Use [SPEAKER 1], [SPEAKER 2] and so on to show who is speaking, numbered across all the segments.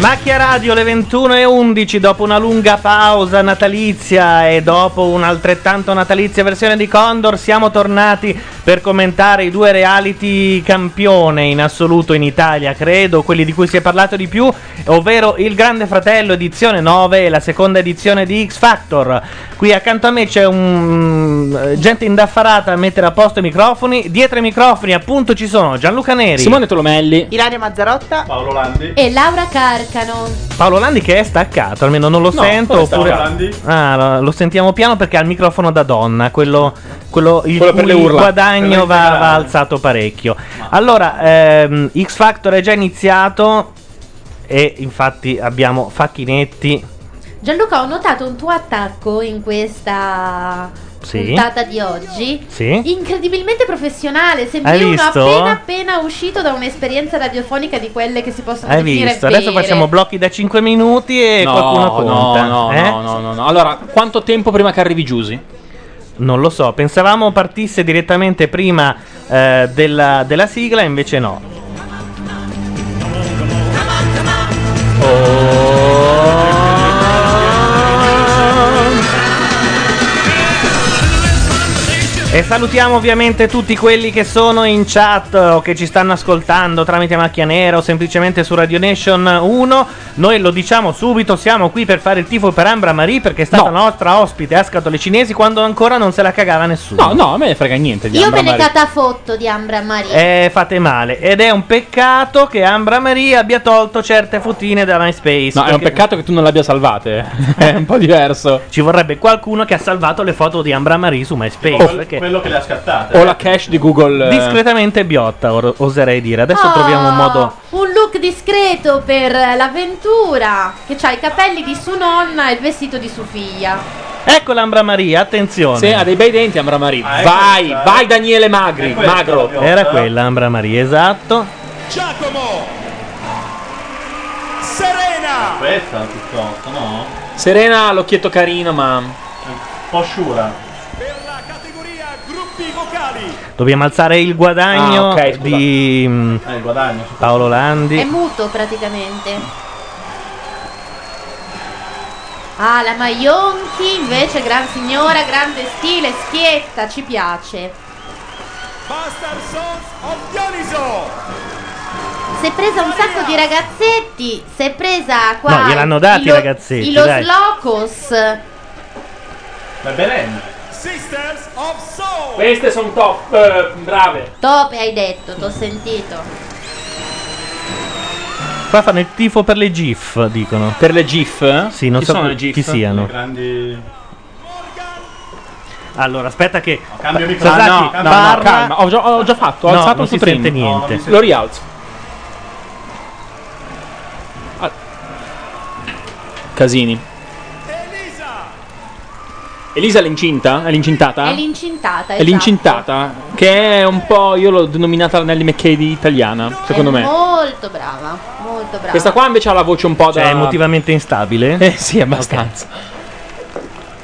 [SPEAKER 1] Macchia Radio, le 21.11, dopo una lunga pausa natalizia e dopo un'altrettanto natalizia versione di Condor, siamo tornati per commentare i due reality campione in assoluto in Italia, credo, quelli di cui si è parlato di più, ovvero Il Grande Fratello edizione 9 e la seconda edizione di X Factor. Qui accanto a me c'è un... eh, gente indaffarata a mettere a posto i microfoni, dietro i microfoni appunto ci sono Gianluca Neri,
[SPEAKER 2] Simone
[SPEAKER 1] Tolomelli,
[SPEAKER 3] Ilaria Mazzarotta
[SPEAKER 1] Paolo Landi.
[SPEAKER 3] e Laura Carcano.
[SPEAKER 1] Paolo Landi che è staccato, almeno non lo
[SPEAKER 3] No,
[SPEAKER 1] sento.
[SPEAKER 3] dove sta
[SPEAKER 1] Oppure...
[SPEAKER 3] Paolo Landi?
[SPEAKER 1] Ah, lo- lo sentiamo piano perché ha il microfono da donna, quello, quello il
[SPEAKER 4] Quello per
[SPEAKER 1] cui
[SPEAKER 4] le urla.
[SPEAKER 1] guadagno
[SPEAKER 4] Per le
[SPEAKER 1] va,
[SPEAKER 4] urla.
[SPEAKER 1] va alzato parecchio. Allora, ehm, X Factor è già iniziato e infatti abbiamo Facchinetti.
[SPEAKER 5] Gianluca, ho notato un tuo attacco in questa
[SPEAKER 1] Sì.
[SPEAKER 5] puntata di oggi.
[SPEAKER 1] Sì.
[SPEAKER 5] Incredibilmente professionale, sembri
[SPEAKER 1] Hai
[SPEAKER 5] uno
[SPEAKER 1] visto?
[SPEAKER 5] appena appena uscito da un'esperienza radiofonica di quelle che si possono
[SPEAKER 1] Hai
[SPEAKER 5] definire
[SPEAKER 1] visto? Adesso
[SPEAKER 5] vere.
[SPEAKER 1] facciamo blocchi da 5 minuti e
[SPEAKER 2] No,
[SPEAKER 1] qualcuno
[SPEAKER 2] no,
[SPEAKER 1] conta.
[SPEAKER 2] no,
[SPEAKER 1] eh?
[SPEAKER 2] no, no, no, no. Allora, quanto tempo prima che arrivi Giusy?
[SPEAKER 1] Non lo so, pensavamo partisse direttamente prima eh, della, della sigla, invece no. E salutiamo ovviamente tutti quelli che sono in chat o che ci stanno ascoltando tramite Macchia Nera o semplicemente su Radio Nation 1. Noi lo diciamo subito, siamo qui per fare il tifo per Ambra Marie perché è stata nostra ospite a Scatole Cinesi quando ancora non se la cagava nessuno.
[SPEAKER 2] No, no, a me ne frega niente
[SPEAKER 5] Io me ne catafotto di Ambra Maria.
[SPEAKER 1] Eh, fate male. Ed è un peccato che Ambra Maria abbia tolto certe fotine da MySpace.
[SPEAKER 2] No, è un
[SPEAKER 1] perché
[SPEAKER 2] peccato che tu non l'abbia salvate. eh. è un po' diverso.
[SPEAKER 1] Ci vorrebbe qualcuno che ha salvato le foto di Ambra Marie su MySpace. perché-
[SPEAKER 6] quello che le ha scattate.
[SPEAKER 1] Oh.
[SPEAKER 2] O la cache di Google. eh.
[SPEAKER 1] Discretamente biotta, or- oserei dire. Adesso
[SPEAKER 5] Oh,
[SPEAKER 1] troviamo un modo.
[SPEAKER 5] Un look discreto per l'avventura, che ha i capelli di sua nonna e il vestito di sua figlia.
[SPEAKER 1] Ecco l'Ambra Maria, attenzione.
[SPEAKER 2] Sì, ha dei bei denti Ambra Marie.
[SPEAKER 6] Ah, ecco.
[SPEAKER 2] vai, vai Daniele Magri, magro.
[SPEAKER 1] Era quella Ambra Maria, esatto.
[SPEAKER 7] Giacomo Serena
[SPEAKER 6] Questa piuttosto, no?
[SPEAKER 2] Serena ha l'occhietto carino, ma
[SPEAKER 6] Un po' sciura.
[SPEAKER 1] Dobbiamo alzare il guadagno
[SPEAKER 6] Ah, ok, scusa.
[SPEAKER 1] di mm,
[SPEAKER 6] Eh, il guadagno.
[SPEAKER 1] Paolo
[SPEAKER 5] È
[SPEAKER 1] Landi.
[SPEAKER 5] muto praticamente. Ah, la Maionchi invece, gran signora, grande stile, schietta, ci piace.
[SPEAKER 7] Master Sons of Dioniso
[SPEAKER 5] Si è presa un sacco di ragazzetti, si è presa qua...
[SPEAKER 1] No, gliel'hanno dati i
[SPEAKER 5] lo-
[SPEAKER 1] ragazzetti,
[SPEAKER 5] I Los
[SPEAKER 1] dai.
[SPEAKER 5] Locos.
[SPEAKER 6] Ma è Belen.
[SPEAKER 7] Sisters of Soul
[SPEAKER 2] Queste sono top, eh, brave.
[SPEAKER 5] Tope hai detto, t'ho sentito.
[SPEAKER 1] Qua fanno il tifo per le GIF, dicono.
[SPEAKER 2] Per le GIF?
[SPEAKER 1] Sì, non
[SPEAKER 2] Chi
[SPEAKER 1] so
[SPEAKER 2] sono
[SPEAKER 1] chi-
[SPEAKER 2] le GIF?
[SPEAKER 1] chi siano.
[SPEAKER 6] Grandi.
[SPEAKER 1] Allora, aspetta che
[SPEAKER 6] cambio micro-
[SPEAKER 2] Ah,
[SPEAKER 1] Sasaki
[SPEAKER 2] no, no, no,
[SPEAKER 1] parla-
[SPEAKER 2] calma. Ho già, ho già fatto, ho
[SPEAKER 1] No,
[SPEAKER 2] alzato
[SPEAKER 1] non
[SPEAKER 2] un
[SPEAKER 1] si
[SPEAKER 2] sottrino.
[SPEAKER 1] sente niente.
[SPEAKER 2] Lo rialzo. Ah. Casini. Elisa è l'incinta? È l'incintata?
[SPEAKER 5] È l'incintata,
[SPEAKER 2] È
[SPEAKER 5] esatto.
[SPEAKER 2] l'incintata, che è un po'. Io l'ho denominata la Nelly McCady italiana, secondo
[SPEAKER 5] esatto. È
[SPEAKER 2] me.
[SPEAKER 5] Molto brava, molto brava.
[SPEAKER 2] Questa qua invece ha la voce un po'
[SPEAKER 1] Cioè,
[SPEAKER 2] da.
[SPEAKER 1] è emotivamente instabile.
[SPEAKER 2] Eh sì, abbastanza.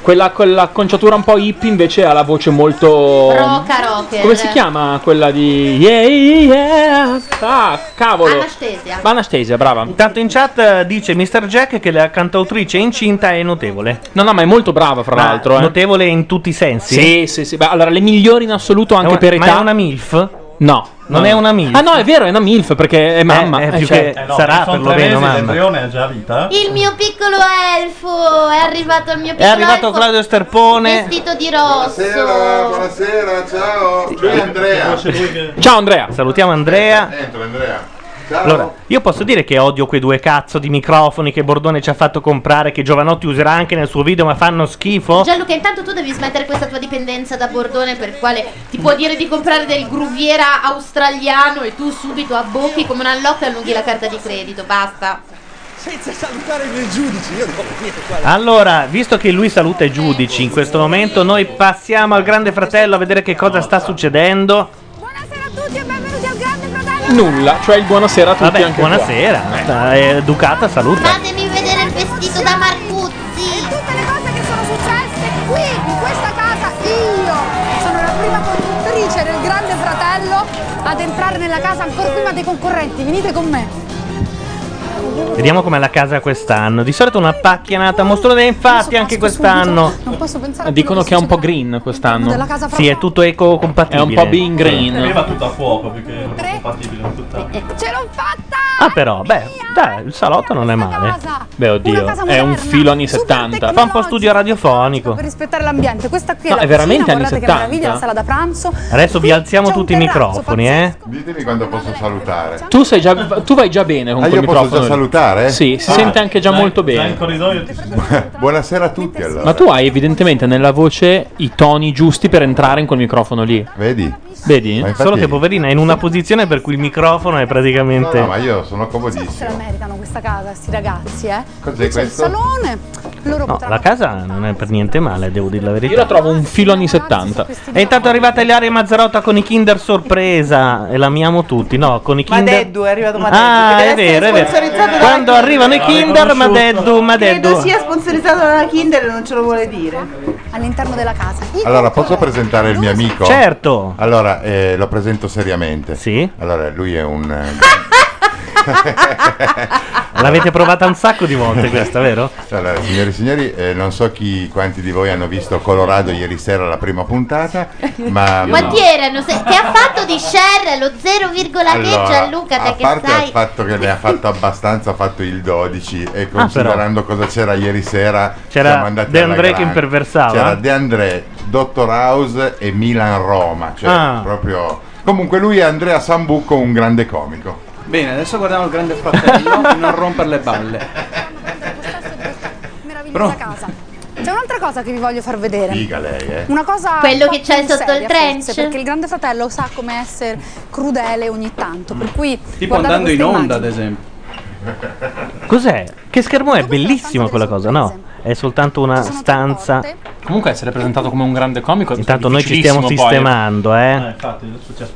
[SPEAKER 2] Quella con l'acconciatura un po' hippie invece ha la voce molto.
[SPEAKER 5] Roca rocker.
[SPEAKER 2] Come si chiama quella di. Yeah, yeah. Ah, cavolo.
[SPEAKER 5] Anastasia.
[SPEAKER 2] Anastasia, brava.
[SPEAKER 1] Intanto in chat eh, dice Mr. Jack che la cantautrice incinta è notevole.
[SPEAKER 2] No, no, ma è molto brava, fra
[SPEAKER 1] Ma
[SPEAKER 2] l'altro. Eh.
[SPEAKER 1] Notevole in tutti i sensi.
[SPEAKER 2] Sì, sì, sì. Beh, allora, le migliori in assoluto
[SPEAKER 1] È
[SPEAKER 2] anche
[SPEAKER 1] una-
[SPEAKER 2] per
[SPEAKER 1] ma
[SPEAKER 2] età.
[SPEAKER 1] è una MILF?
[SPEAKER 2] No.
[SPEAKER 1] Non
[SPEAKER 2] no.
[SPEAKER 1] è una MILF.
[SPEAKER 2] Ah, no, è vero, è una MILF perché è mamma.
[SPEAKER 1] è
[SPEAKER 2] eh,
[SPEAKER 1] più
[SPEAKER 2] cioè.
[SPEAKER 1] che- Sarà
[SPEAKER 6] ma sono
[SPEAKER 1] perlomeno
[SPEAKER 6] tre mesi,
[SPEAKER 1] mamma.
[SPEAKER 6] l'embrione è già a vita.
[SPEAKER 5] Il mio piccolo elfo è arrivato il mio
[SPEAKER 1] È
[SPEAKER 5] piccolo
[SPEAKER 1] arrivato
[SPEAKER 5] elfo
[SPEAKER 1] Claudio Sterpone.
[SPEAKER 5] vestito di rosso.
[SPEAKER 8] Buonasera, buonasera, ciao. Qui è Andrea.
[SPEAKER 6] C'è lui che-
[SPEAKER 2] Ciao, Andrea.
[SPEAKER 1] Salutiamo Andrea.
[SPEAKER 8] Entra Andrea. Ciao.
[SPEAKER 1] Allora, io posso dire che odio quei due cazzo di microfoni che Bordone ci ha fatto comprare, che Giovanotti userà anche nel suo video, ma fanno schifo.
[SPEAKER 5] Gianluca, intanto tu devi smettere questa tua dipendenza da Bordone per il quale ti può dire di comprare del gruviera australiano e tu subito abbocchi come una allocca e allunghi la carta di credito, basta.
[SPEAKER 7] senza salutare i miei giudici. Io devo venire qua.
[SPEAKER 1] Allora, visto che lui saluta i giudici in questo momento, noi passiamo al Grande Fratello a vedere che cosa sta succedendo.
[SPEAKER 2] Nulla, cioè il buonasera a tutti
[SPEAKER 1] Vabbè,
[SPEAKER 2] anche
[SPEAKER 1] buonasera.
[SPEAKER 2] qua.
[SPEAKER 1] Sta- eh, Ducata saluta.
[SPEAKER 9] Fatemi vedere il vestito da Marcuzzi! E tutte le cose che sono successe qui, in questa casa, io sono la prima conduttrice del Grande Fratello ad entrare nella casa ancora prima dei concorrenti. Venite con me.
[SPEAKER 1] Vediamo com'è la casa quest'anno. Di solito una pacchianata mostruosa, e infatti anche quest'anno.
[SPEAKER 9] Non posso pensare a
[SPEAKER 2] Dicono che è un po' green quest'anno.
[SPEAKER 1] Sì, è tutto eco-compatibile.
[SPEAKER 2] È un po' bean green.
[SPEAKER 6] Leva tutto a fuoco perché non è compatibile tutta.
[SPEAKER 9] Eh, Ce l'ho fatta!
[SPEAKER 1] Ah, però, beh, dai, il salotto non è male.
[SPEAKER 2] Beh, oddio, è un filo anni 70.
[SPEAKER 1] Fa un po' studio radiofonico.
[SPEAKER 9] Per rispettare l'ambiente, questa qui è
[SPEAKER 1] No,
[SPEAKER 9] la
[SPEAKER 1] è veramente
[SPEAKER 9] cucina,
[SPEAKER 1] anni
[SPEAKER 9] guardate che
[SPEAKER 1] 70.
[SPEAKER 9] meraviglia, la sala da pranzo.
[SPEAKER 1] Adesso vi alziamo tutti i microfoni, eh.
[SPEAKER 8] Ditemi quando posso salutare.
[SPEAKER 2] Tu, sei già, tu vai già bene con
[SPEAKER 8] Ah,
[SPEAKER 2] quel
[SPEAKER 8] io posso
[SPEAKER 2] microfono.
[SPEAKER 8] già
[SPEAKER 2] lì.
[SPEAKER 8] salutare?
[SPEAKER 2] Sì, si
[SPEAKER 8] Ah,
[SPEAKER 2] sente anche già molto bene.
[SPEAKER 6] corridoio ti
[SPEAKER 8] Buonasera a tutti allora.
[SPEAKER 2] Ma tu hai evidentemente nella voce i toni giusti per entrare in quel microfono lì.
[SPEAKER 8] Vedi?
[SPEAKER 2] Vedi?
[SPEAKER 8] Ma infatti-
[SPEAKER 1] Solo che
[SPEAKER 2] boh,
[SPEAKER 1] poverina è in una posizione per cui il microfono è praticamente.
[SPEAKER 8] No, no, ma io sono comodissimo.
[SPEAKER 9] Se la meritano questa casa, questi ragazzi, eh.
[SPEAKER 1] Cos'è
[SPEAKER 9] Qui c'è il
[SPEAKER 1] questo?
[SPEAKER 9] salone, loro
[SPEAKER 1] No, la casa non è per niente male, devo dire la verità.
[SPEAKER 2] Io la trovo un filo anni 70.
[SPEAKER 1] E intanto è arrivata Ilaria Mazzarotta con i Kinder sorpresa e l'amiamo tutti, no? Con i Kinder.
[SPEAKER 5] Madeddu è arrivato Madeddu.
[SPEAKER 1] Ah,
[SPEAKER 5] che
[SPEAKER 1] è
[SPEAKER 5] deve
[SPEAKER 1] vero, è
[SPEAKER 5] essere
[SPEAKER 1] vero.
[SPEAKER 5] sponsorizzato da-
[SPEAKER 1] Quando arrivano i
[SPEAKER 5] Ah,
[SPEAKER 1] Kinder,
[SPEAKER 5] riconosciuto.
[SPEAKER 1] Madeddu,
[SPEAKER 5] Credo
[SPEAKER 1] Madeddu.
[SPEAKER 5] sia sponsorizzato dalla Kinder e non ce lo vuole dire.
[SPEAKER 9] All'interno della casa.
[SPEAKER 8] Allora, posso presentare il mio amico?
[SPEAKER 1] Ecco Certo.
[SPEAKER 8] Allora, eh, lo presento seriamente.
[SPEAKER 1] Sì.
[SPEAKER 8] Allora, lui è un... eh,
[SPEAKER 1] L'avete provata un sacco di volte questa, vero?
[SPEAKER 8] Allora, signori e signori, eh, non so chi, quanti di voi hanno visto Colorado ieri sera la prima puntata, ma...
[SPEAKER 9] Quanti
[SPEAKER 8] erano?
[SPEAKER 9] Se- che ha fatto di share lo 0,2
[SPEAKER 8] Allora,
[SPEAKER 9] Gianluca,
[SPEAKER 8] a
[SPEAKER 9] te che
[SPEAKER 8] parte
[SPEAKER 9] sai
[SPEAKER 8] il fatto che ne ha fatto abbastanza, ha fatto il 12 e
[SPEAKER 1] Ah, però.
[SPEAKER 8] considerando cosa c'era ieri sera,
[SPEAKER 1] C'era
[SPEAKER 8] siamo andati
[SPEAKER 1] De
[SPEAKER 8] alla
[SPEAKER 1] André che
[SPEAKER 8] grande.
[SPEAKER 1] imperversava? eh?
[SPEAKER 8] C'era De André, Dottor House e Milan Roma, cioè
[SPEAKER 10] Ah.
[SPEAKER 8] proprio Comunque lui è Andrea Sambuco, un grande comico.
[SPEAKER 10] Bene, adesso guardiamo il grande fratello e non romper le balle.
[SPEAKER 9] meravigliosa casa. C'è un'altra cosa che vi voglio far vedere.
[SPEAKER 8] Figa lei, eh.
[SPEAKER 9] Una cosa
[SPEAKER 11] Quello
[SPEAKER 9] un po'
[SPEAKER 11] che c'è
[SPEAKER 9] più
[SPEAKER 11] sotto
[SPEAKER 9] seria,
[SPEAKER 11] il trench?
[SPEAKER 9] forse, perché il Grande Fratello sa come essere crudele ogni tanto, per cui
[SPEAKER 10] Tipo
[SPEAKER 9] guardate
[SPEAKER 10] andando in
[SPEAKER 9] queste
[SPEAKER 10] onda, ad
[SPEAKER 9] immagini.
[SPEAKER 10] esempio.
[SPEAKER 1] Cos'è? Che schermo è? Bellissimo quella cosa, no? È soltanto una stanza.
[SPEAKER 2] Comunque essere presentato come un grande comico.
[SPEAKER 1] Intanto noi ci stiamo sistemando, eh.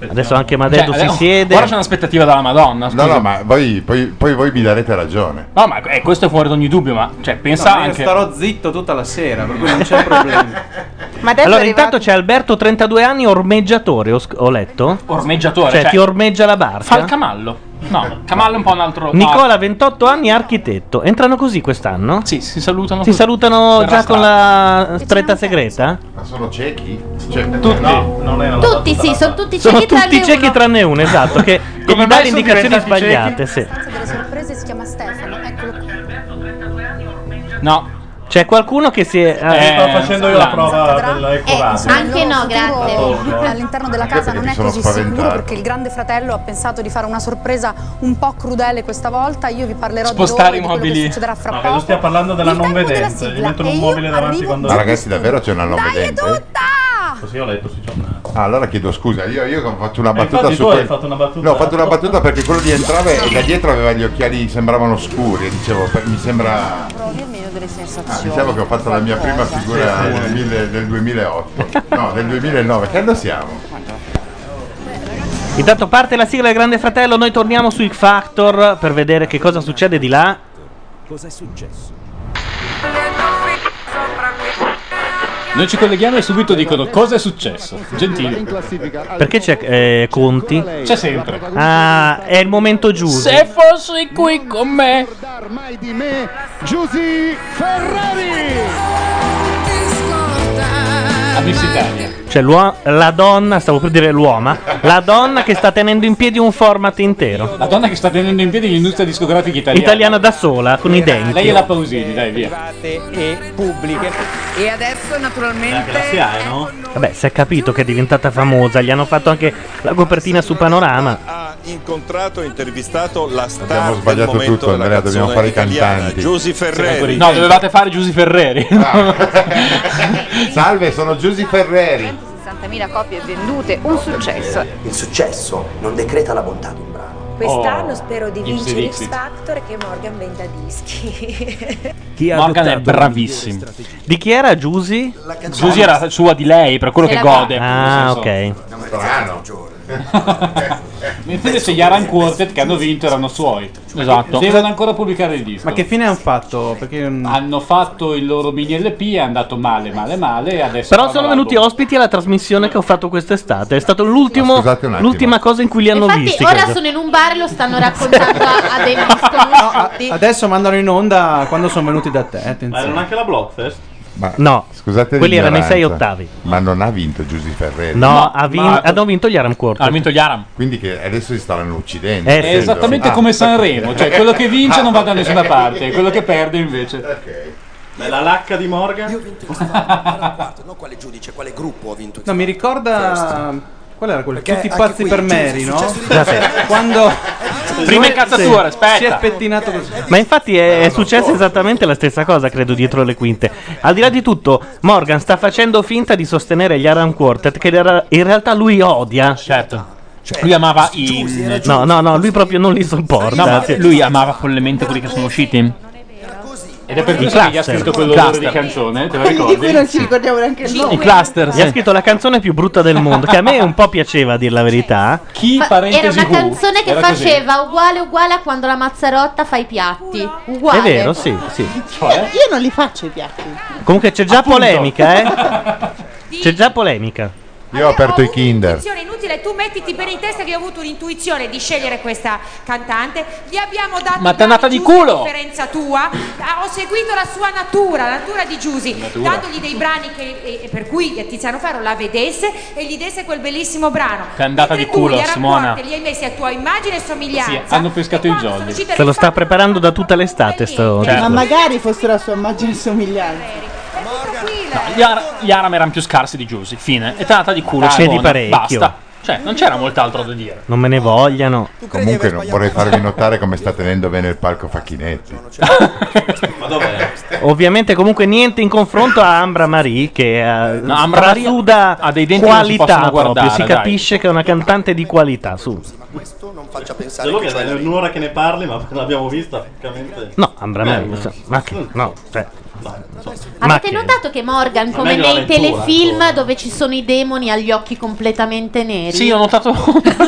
[SPEAKER 1] Adesso anche
[SPEAKER 2] Cioè,
[SPEAKER 1] Madeddu si siede.
[SPEAKER 2] eh, Ora c'è un'aspettativa dalla Madonna.
[SPEAKER 8] No, no, ma voi- poi, poi voi mi darete ragione.
[SPEAKER 2] No, ma eh, questo è fuori da ogni dubbio, ma cioè, pensa
[SPEAKER 10] No, ma io
[SPEAKER 2] anche.
[SPEAKER 10] starò zitto tutta la sera, per cui non c'è problema.
[SPEAKER 5] Ma adesso
[SPEAKER 1] Allora,
[SPEAKER 5] è
[SPEAKER 1] intanto c'è Alberto, 32 anni, ormeggiatore, ho, sc- ho letto.
[SPEAKER 2] Ormeggiatore,
[SPEAKER 1] Cioè,
[SPEAKER 2] cioè-
[SPEAKER 1] ti ormeggia la barca.
[SPEAKER 2] Fa il camallo.
[SPEAKER 10] Eh.
[SPEAKER 2] No, camallo è un po' un altro.
[SPEAKER 1] Nicola, 28 anni, architetto. Entrano così quest'anno? Sì,
[SPEAKER 2] si salutano.
[SPEAKER 1] Si salutano
[SPEAKER 8] Per la
[SPEAKER 1] già con la stretta segreta?
[SPEAKER 8] Ma sono ciechi? Cioè,
[SPEAKER 1] Tutti.
[SPEAKER 8] No, non era
[SPEAKER 11] Tutti, sì, sono tutti
[SPEAKER 1] Sono
[SPEAKER 11] ciechi
[SPEAKER 1] tutti
[SPEAKER 11] tranne
[SPEAKER 1] ciechi
[SPEAKER 11] uno.
[SPEAKER 1] tranne uno, esatto, che, che
[SPEAKER 2] Come
[SPEAKER 1] gli dà
[SPEAKER 2] mai
[SPEAKER 1] le
[SPEAKER 2] sono
[SPEAKER 1] indicazioni
[SPEAKER 2] diventati
[SPEAKER 1] sbagliate. Sì.
[SPEAKER 9] delle sorprese si chiama Stefano, eccolo qui.
[SPEAKER 2] No.
[SPEAKER 1] C'è qualcuno che si è... Esatto.
[SPEAKER 6] Eh, sto facendo io la
[SPEAKER 12] Esatto,
[SPEAKER 6] prova
[SPEAKER 5] Eh,
[SPEAKER 6] dell'ecoradio.
[SPEAKER 9] anche no,
[SPEAKER 6] Attorno.
[SPEAKER 9] grazie. eh, All'interno della casa
[SPEAKER 8] perché
[SPEAKER 9] non
[SPEAKER 8] mi
[SPEAKER 9] è
[SPEAKER 8] sono
[SPEAKER 9] così
[SPEAKER 8] spaventato.
[SPEAKER 9] sicuro perché il grande fratello ha pensato di fare una sorpresa un po' crudele questa volta. Io vi parlerò di
[SPEAKER 6] Spostare i
[SPEAKER 9] loro e di quello
[SPEAKER 6] mobili.
[SPEAKER 9] che succederà fra
[SPEAKER 6] No,
[SPEAKER 9] poco.
[SPEAKER 6] credo stia parlando della non vedenza. Gli mettono un mobile davanti quando.
[SPEAKER 8] Ma ragazzi, davvero c'è una eh? non vedente?
[SPEAKER 6] Così ho letto sui giornali.
[SPEAKER 8] Ah, allora chiedo scusa, io, io faccio una
[SPEAKER 6] Eh,
[SPEAKER 8] battuta
[SPEAKER 6] infatti
[SPEAKER 8] su
[SPEAKER 6] tu hai
[SPEAKER 8] quel-
[SPEAKER 6] fatto una battuta.
[SPEAKER 8] No, ho fatto una battuta perché quello lì entrava e da dietro aveva gli occhiali sembravano scuri, e dicevo, per- mi sembra
[SPEAKER 5] Provo a dirmi io
[SPEAKER 7] Ah,
[SPEAKER 5] delle sensazioni.
[SPEAKER 8] diciamo che ho fatto la mia prima
[SPEAKER 5] Qualcosa.
[SPEAKER 8] figura nel, mille- nel 2008. No, nel 2009. Che anno siamo?
[SPEAKER 1] Intanto parte la sigla del Grande Fratello, noi torniamo sui Factor per vedere che cosa succede di là.
[SPEAKER 7] Cos'è successo?
[SPEAKER 2] Noi ci colleghiamo e subito dicono cosa è successo. Gentile.
[SPEAKER 1] Perché c'è eh, Conti?
[SPEAKER 2] C'è sempre.
[SPEAKER 1] Ah, è il momento giusto.
[SPEAKER 2] Se fossi qui con me.
[SPEAKER 7] Mai di me, Giusy Ferrari.
[SPEAKER 2] Miss Italia.
[SPEAKER 1] Cioè l'uo- la donna, stavo per dire l'uomo, la donna che sta tenendo in piedi un format intero.
[SPEAKER 2] La donna che sta tenendo in piedi l'industria discografica italiana.
[SPEAKER 1] Italiana da sola, con i denti.
[SPEAKER 2] Lei è la Pausini, dai,
[SPEAKER 7] eh,
[SPEAKER 2] via.
[SPEAKER 7] E pubbliche.
[SPEAKER 5] E adesso naturalmente
[SPEAKER 7] eh,
[SPEAKER 1] no? Vabbè, si è capito che è diventata famosa, gli hanno fatto anche la copertina su Panorama.
[SPEAKER 13] incontrato e intervistato la star
[SPEAKER 8] Abbiamo sbagliato
[SPEAKER 13] del momento
[SPEAKER 8] tutto,
[SPEAKER 13] della
[SPEAKER 8] Andrea, dobbiamo fare i
[SPEAKER 13] canzone italiana,
[SPEAKER 8] cantanti.
[SPEAKER 13] Giusy Ferreri.
[SPEAKER 2] No, dovevate fare Giusy Ferreri.
[SPEAKER 8] Ah. Salve, sono Giusy Ferreri.
[SPEAKER 5] 60.000 copie vendute, un successo.
[SPEAKER 14] Il successo non decreta la bontà di un brano,
[SPEAKER 15] Quest'anno
[SPEAKER 16] Oh,
[SPEAKER 15] spero di
[SPEAKER 16] Ipsy
[SPEAKER 15] vincere X
[SPEAKER 16] Dixit.
[SPEAKER 15] Factor e che Morgan venda dischi.
[SPEAKER 16] Chi ha
[SPEAKER 2] Morgan è
[SPEAKER 16] adottato la
[SPEAKER 2] bravissimo.
[SPEAKER 1] Di chi era Giusy?
[SPEAKER 2] Giusy era sua di lei, per quello
[SPEAKER 1] Se
[SPEAKER 2] che
[SPEAKER 1] la
[SPEAKER 2] gode.
[SPEAKER 1] fa. Ah,
[SPEAKER 8] Strano.
[SPEAKER 2] Mentre invece gli Aran Quartet che hanno vinto erano suoi.
[SPEAKER 17] Esatto.
[SPEAKER 2] Devono ancora pubblicare il disco.
[SPEAKER 10] Ma che fine hanno fatto? Perché
[SPEAKER 2] Hanno fatto il loro mini LP, è andato male, male, male. e Adesso
[SPEAKER 1] Però
[SPEAKER 2] fanno
[SPEAKER 1] sono
[SPEAKER 2] l'album.
[SPEAKER 1] venuti ospiti alla trasmissione che ho fatto quest'estate. È stata l'ultima cosa in cui li hanno
[SPEAKER 5] Infatti,
[SPEAKER 1] visti.
[SPEAKER 5] ora
[SPEAKER 1] credo.
[SPEAKER 5] sono in un bar e lo stanno raccontando a, a dei non sconosciuti.
[SPEAKER 10] Adesso mandano in onda quando sono venuti da te. eh,
[SPEAKER 6] Ma
[SPEAKER 10] Attenzione.
[SPEAKER 6] erano anche la eh? Blockfest?
[SPEAKER 8] Ma
[SPEAKER 1] no,
[SPEAKER 8] scusate
[SPEAKER 1] quelli erano i
[SPEAKER 8] l'ignoranza,
[SPEAKER 1] sei ottavi.
[SPEAKER 8] Ma non ha vinto Giusy Ferreri.
[SPEAKER 1] No, ha vin- hanno vinto gli Aram Quartet.
[SPEAKER 8] Hanno
[SPEAKER 2] vinto gli Aram.
[SPEAKER 8] Quindi che adesso si stavano uccidendo.
[SPEAKER 1] Eh,
[SPEAKER 2] È esattamente
[SPEAKER 8] Ah.
[SPEAKER 2] come Sanremo, cioè quello che vince non va da nessuna parte, quello che perde invece.
[SPEAKER 6] Beh, la lacca di Morgan? Io ho vinto
[SPEAKER 14] No, quale giudice, quale gruppo ha vinto?
[SPEAKER 10] No, mi ricorda. Qual era quello?
[SPEAKER 14] Perché
[SPEAKER 10] Tutti
[SPEAKER 14] anche
[SPEAKER 10] pazzi
[SPEAKER 14] qui
[SPEAKER 10] per
[SPEAKER 14] il giudice
[SPEAKER 10] Mary,
[SPEAKER 14] è
[SPEAKER 10] no?
[SPEAKER 14] successo di Già sé.
[SPEAKER 10] Quando.
[SPEAKER 2] Prima
[SPEAKER 10] Sì,
[SPEAKER 2] incazzatura,
[SPEAKER 10] sì,
[SPEAKER 2] aspetta.
[SPEAKER 10] Si è pettinato così.
[SPEAKER 1] Ma infatti è, è successa esattamente la stessa cosa, credo, dietro le quinte. Al di là di tutto, Morgan sta facendo finta di sostenere gli Aram Quartet, che era- in realtà lui odia.
[SPEAKER 2] Certo. Lui amava i.
[SPEAKER 1] No, no, no, lui proprio non li sopporta.
[SPEAKER 2] No, ma
[SPEAKER 1] Sì.
[SPEAKER 2] lui amava follemente quelli che sono usciti. Ed è per
[SPEAKER 1] I
[SPEAKER 2] questo che gli ha
[SPEAKER 1] cluster.
[SPEAKER 2] scritto quell'odore
[SPEAKER 1] Cluster.
[SPEAKER 2] di canzone, te la
[SPEAKER 1] Quelli di
[SPEAKER 2] ricordi?
[SPEAKER 1] cui non
[SPEAKER 2] Sì.
[SPEAKER 12] ricordiamo neanche il
[SPEAKER 2] nome. I cluster,
[SPEAKER 1] Gli ha
[SPEAKER 2] sì.
[SPEAKER 1] scritto la canzone più brutta del mondo, che a me un po' piaceva, a dir la verità.
[SPEAKER 2] Chi
[SPEAKER 5] Era una canzone che faceva uguale uguale a quando la Mazzarotta fa i piatti. Uguale.
[SPEAKER 1] È vero, sì, sì.
[SPEAKER 2] Cioè?
[SPEAKER 12] Io non li faccio i piatti.
[SPEAKER 1] Comunque c'è già polemica, eh? C'è già polemica.
[SPEAKER 8] Io ho aperto i Kinder.
[SPEAKER 18] Intuizione inutile, tu mettiti bene in testa che ho avuto un'intuizione di scegliere questa cantante. Gli abbiamo dato
[SPEAKER 2] Ma t'è nata di
[SPEAKER 18] giusta
[SPEAKER 2] culo!
[SPEAKER 18] differenza tua. Ah, Ho seguito la sua natura, la natura di Giusy,
[SPEAKER 2] Natura.
[SPEAKER 18] dandogli dei brani che- e- e per cui Tiziano Ferro la vedesse e gli desse quel bellissimo brano.
[SPEAKER 2] Che è andata di culo,
[SPEAKER 18] Gli
[SPEAKER 2] Simona.
[SPEAKER 18] rapporti li hai messi a tua immagine e
[SPEAKER 2] Sì,
[SPEAKER 18] somiglianza.
[SPEAKER 2] hanno pescato il jolly.
[SPEAKER 1] Se lo sta preparando da tutta l'estate, sto.
[SPEAKER 12] Ma
[SPEAKER 1] discorso.
[SPEAKER 5] certo.
[SPEAKER 12] magari fosse la sua immagine somigliante.
[SPEAKER 2] No, gli, Ar- gli Aram erano più scarsi di Giusy, fine. È tanata di culo,
[SPEAKER 1] Ah,
[SPEAKER 2] è
[SPEAKER 1] c'è di
[SPEAKER 2] buona,
[SPEAKER 1] parecchio.
[SPEAKER 2] Basta. Cioè, non c'era molt'altro da dire.
[SPEAKER 1] Non me ne vogliano.
[SPEAKER 8] Comunque non vorrei farvi notare come sta tenendo bene il palco Facchinetti.
[SPEAKER 6] Ma dov'è?
[SPEAKER 1] Ovviamente, comunque, niente in confronto a Ambra Marie, che eh,
[SPEAKER 2] Ambra Marie
[SPEAKER 1] trasuda
[SPEAKER 2] ha dei denti che non si
[SPEAKER 1] qualità
[SPEAKER 2] possono
[SPEAKER 1] proprio.
[SPEAKER 2] guardare,
[SPEAKER 1] si
[SPEAKER 2] dai.
[SPEAKER 1] capisce che è una cantante di qualità. Su.
[SPEAKER 14] Non faccia pensare
[SPEAKER 6] Solo
[SPEAKER 14] che
[SPEAKER 6] che
[SPEAKER 14] cioè
[SPEAKER 6] è
[SPEAKER 14] la-
[SPEAKER 6] un'ora che ne parli, ma l'abbiamo vista, francamente.
[SPEAKER 1] No, Ambra
[SPEAKER 6] Beh,
[SPEAKER 2] Eh,
[SPEAKER 1] Marie. so- Ma che, no, cioè. Ma
[SPEAKER 5] Avete
[SPEAKER 1] che.
[SPEAKER 5] notato che Morgan,
[SPEAKER 1] Ma
[SPEAKER 5] come
[SPEAKER 1] meglio la
[SPEAKER 5] nei
[SPEAKER 1] lettura,
[SPEAKER 5] telefilm dove ci sono i demoni agli occhi completamente neri,
[SPEAKER 2] Sì, ho notato.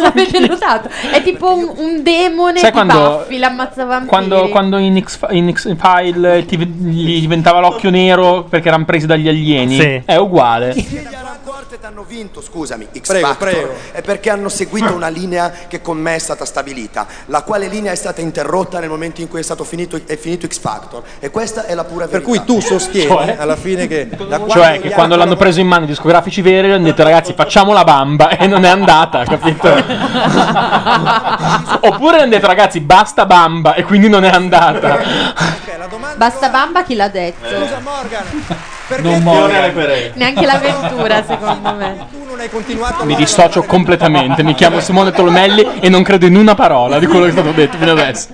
[SPEAKER 5] avete notato? È tipo un, un demone
[SPEAKER 2] Sai
[SPEAKER 5] di
[SPEAKER 2] quando-
[SPEAKER 5] baffi, l'ammazza vampiri.
[SPEAKER 2] Quando, quando in, X, in X-File eh, ti- gli diventava l'occhio nero perché erano presi dagli alieni,
[SPEAKER 1] Sì.
[SPEAKER 2] è uguale.
[SPEAKER 14] hanno vinto, scusami, X
[SPEAKER 2] Prego,
[SPEAKER 14] Factor,
[SPEAKER 2] prego.
[SPEAKER 14] è perché hanno seguito una linea che con me è stata stabilita, la quale linea è stata interrotta nel momento in cui è stato finito, è finito X Factor e questa è la pura verità.
[SPEAKER 7] Per cui tu sostieni eh,
[SPEAKER 2] Cioè?
[SPEAKER 7] alla fine che da
[SPEAKER 2] Cioè, che quando l'hanno preso in mano i discografici veri, hanno detto ragazzi, facciamo la bamba e non è andata, capito? Oppure hanno detto ragazzi, basta bamba e quindi non è andata.
[SPEAKER 5] Basta bamba chi l'ha detto?
[SPEAKER 12] Eh,
[SPEAKER 14] Scusa,
[SPEAKER 2] Non
[SPEAKER 5] Neanche l'avventura, secondo me.
[SPEAKER 2] Mi dissocio completamente, mi chiamo Simone Tolomelli e non credo in una parola di quello che è stato detto fino adesso.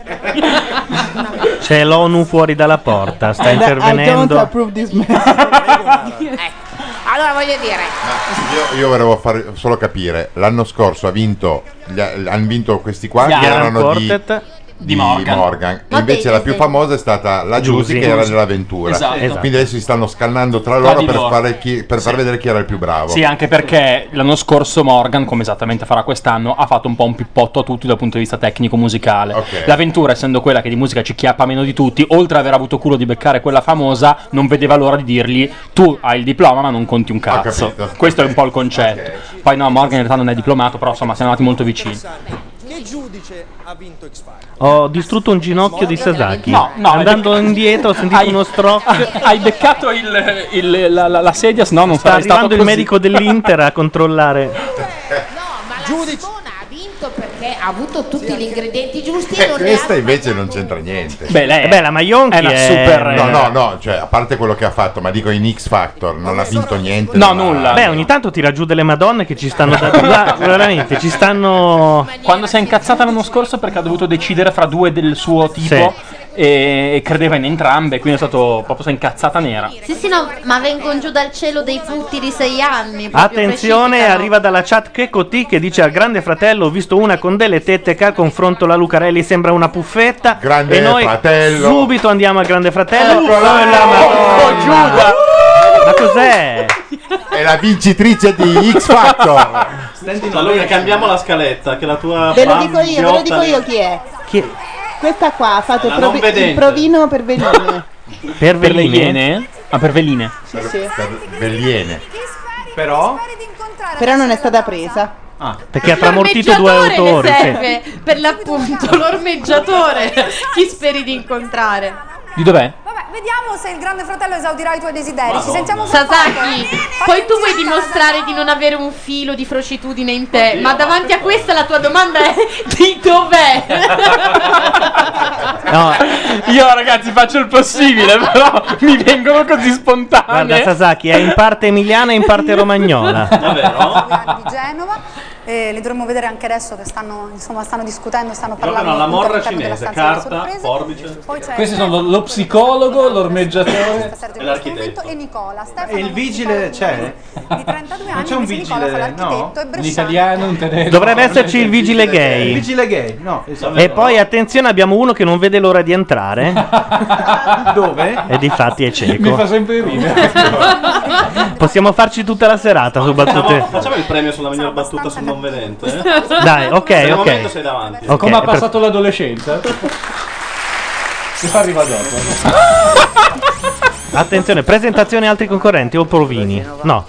[SPEAKER 1] C'è l'ONU fuori dalla porta.
[SPEAKER 2] Eh,
[SPEAKER 1] Sta
[SPEAKER 12] I don't
[SPEAKER 1] intervenendo.
[SPEAKER 12] approve this
[SPEAKER 5] Ecco,
[SPEAKER 18] Allora voglio dire,
[SPEAKER 8] Io, io volevo far solo capire, l'anno scorso ha vinto, gli- hanno vinto questi qua
[SPEAKER 1] Gli
[SPEAKER 8] che
[SPEAKER 1] Aran
[SPEAKER 8] erano di,
[SPEAKER 1] Quartet.
[SPEAKER 8] di Morgan.
[SPEAKER 1] Ma
[SPEAKER 8] Invece
[SPEAKER 1] dei-
[SPEAKER 8] la più famosa è stata la Giusy
[SPEAKER 1] Giusy.
[SPEAKER 8] che era dell'avventura.
[SPEAKER 2] Esatto. Esatto.
[SPEAKER 8] Quindi adesso si stanno scannando tra
[SPEAKER 2] Tra
[SPEAKER 8] loro
[SPEAKER 2] di
[SPEAKER 8] per,
[SPEAKER 2] loro.
[SPEAKER 8] fare chi- per far vedere chi era il più bravo.
[SPEAKER 2] Sì, anche perché l'anno scorso Morgan, come esattamente farà quest'anno, ha fatto un po' un pippotto a tutti dal punto di vista tecnico-musicale. L'avventura, essendo quella che di musica ci chiappa meno di tutti, oltre ad aver avuto culo di beccare quella famosa, non vedeva l'ora di dirgli tu hai il diploma ma non conti un cazzo.
[SPEAKER 8] capito.
[SPEAKER 2] Questo è un po' il concetto. Poi no, Morgan in realtà non è diplomato, però insomma siamo andati molto vicini.
[SPEAKER 7] Che giudice ha vinto X Factor?
[SPEAKER 1] Ho distrutto un ginocchio di Sasaki.
[SPEAKER 2] No, no,
[SPEAKER 1] Andando indietro ho sentito uno strocchio.
[SPEAKER 2] Hai beccato il, il- la, la- la sedia? No, non
[SPEAKER 1] Sta
[SPEAKER 2] sarei stato
[SPEAKER 1] arrivando il
[SPEAKER 2] così.
[SPEAKER 1] medico dell'Inter a controllare.
[SPEAKER 5] Ma la Simona ha vinto perché ha avuto tutti gli ingredienti giusti
[SPEAKER 8] Eh, questa invece non c'entra niente.
[SPEAKER 1] Beh, lei- Eh, beh, la Maionchi è una è- eh. super-
[SPEAKER 8] No, no, no, cioè, a parte quello che ha fatto, ma dico in X Factor, non ha vinto niente.
[SPEAKER 1] No,
[SPEAKER 8] ma-
[SPEAKER 1] nulla. Beh, ogni tanto tira giù delle madonne che ci stanno da là, veramente, ci stanno
[SPEAKER 2] Quando si è incazzata l'anno scorso perché ha dovuto decidere fra due del suo tipo. e credeva in entrambe, quindi è stato proprio sei incazzata nera.
[SPEAKER 5] Sì, sì, no, ma vengono giù dal cielo dei frutti di sei anni. proprio
[SPEAKER 1] Attenzione,
[SPEAKER 5] precipitano.
[SPEAKER 1] arriva dalla chat Checco T che dice al grande fratello: Ho visto una con delle tette che al confronto la Lucarelli sembra una puffetta.
[SPEAKER 8] Grande
[SPEAKER 1] e noi
[SPEAKER 8] fratello.
[SPEAKER 1] subito andiamo al grande fratello.
[SPEAKER 7] Ecco
[SPEAKER 8] Uffa,
[SPEAKER 1] la
[SPEAKER 8] oh,
[SPEAKER 1] Madonna.
[SPEAKER 8] Giuda.
[SPEAKER 1] Ma cos'è?
[SPEAKER 8] È la vincitrice di X Factor.
[SPEAKER 6] Allora cambiamo la scaletta, che la tua...
[SPEAKER 19] Ve lo
[SPEAKER 6] fan
[SPEAKER 19] dico io, ve lo dico
[SPEAKER 6] idiota-
[SPEAKER 19] io chi è.
[SPEAKER 1] Chi è?
[SPEAKER 19] Questa qua ha fatto il,
[SPEAKER 6] La non
[SPEAKER 19] provi-
[SPEAKER 6] vedente.
[SPEAKER 19] il provino per venire.
[SPEAKER 1] Per,
[SPEAKER 2] le iene? Ah, per veline.
[SPEAKER 19] Sì, sì.
[SPEAKER 8] Belliene.
[SPEAKER 17] Però?
[SPEAKER 19] Però non è stata presa.
[SPEAKER 2] Ah.
[SPEAKER 1] Perché ha tramortito due
[SPEAKER 5] L'ormeggiatore
[SPEAKER 1] autori.
[SPEAKER 5] le
[SPEAKER 1] sì.
[SPEAKER 5] serve per l'appunto l'ormeggiatore. Chi speri di incontrare?
[SPEAKER 2] Di dov'è?
[SPEAKER 9] Vabbè, vediamo se il grande fratello esaudirà i tuoi desideri. Ci
[SPEAKER 2] Madonna.
[SPEAKER 9] sentiamo fra
[SPEAKER 5] Sasaki, poi tu vuoi dimostrare di non avere un filo di frocitudine in te, ma davanti a questa la tua domanda è di dov'è?
[SPEAKER 2] Io ragazzi faccio il possibile, però mi vengono così spontanee.
[SPEAKER 1] Guarda, Sasaki è in parte emiliana e in parte romagnola.
[SPEAKER 9] di Genova. E li dovremmo vedere anche adesso che stanno, insomma, stanno discutendo, stanno
[SPEAKER 6] Giocano
[SPEAKER 9] parlando.
[SPEAKER 6] alla morra
[SPEAKER 9] all'interno della
[SPEAKER 6] cinese,
[SPEAKER 9] stanza delle
[SPEAKER 6] carta,
[SPEAKER 9] sorprese.
[SPEAKER 6] forbice
[SPEAKER 9] Poi c'è
[SPEAKER 17] Questi sono lo, lo psicologo, l'ormeggiatore
[SPEAKER 6] e l'architetto.
[SPEAKER 9] e Nicola, Stefano
[SPEAKER 17] E il vigile c'è?
[SPEAKER 9] di 32 anni,
[SPEAKER 17] Non c'è un
[SPEAKER 9] invece Nicola fa
[SPEAKER 17] vigile, no?
[SPEAKER 9] l'architetto e
[SPEAKER 17] Un
[SPEAKER 9] Bresciano.
[SPEAKER 17] italiano, un tedesco.
[SPEAKER 1] Dovrebbe esserci il vigile
[SPEAKER 17] Il
[SPEAKER 1] gay.
[SPEAKER 17] vigile gay, no. esatto.
[SPEAKER 1] E poi attenzione, abbiamo uno che non vede l'ora di entrare. Dove? E di fatti è
[SPEAKER 17] Mi fa
[SPEAKER 1] cieco.
[SPEAKER 17] sempre ridere.
[SPEAKER 1] Possiamo farci tutta la serata su
[SPEAKER 6] Facciamo,
[SPEAKER 1] battute.
[SPEAKER 6] facciamo il premio sulla miglior battuta sul non vedente. eh?
[SPEAKER 1] Dai, ok,
[SPEAKER 6] Per il
[SPEAKER 1] ok.
[SPEAKER 6] momento sei davanti.
[SPEAKER 1] Ok,
[SPEAKER 17] Come ha
[SPEAKER 1] per-
[SPEAKER 17] passato l'adolescenza? Che fa arriva dopo.
[SPEAKER 1] Attenzione, presentazione altri concorrenti o provini? No.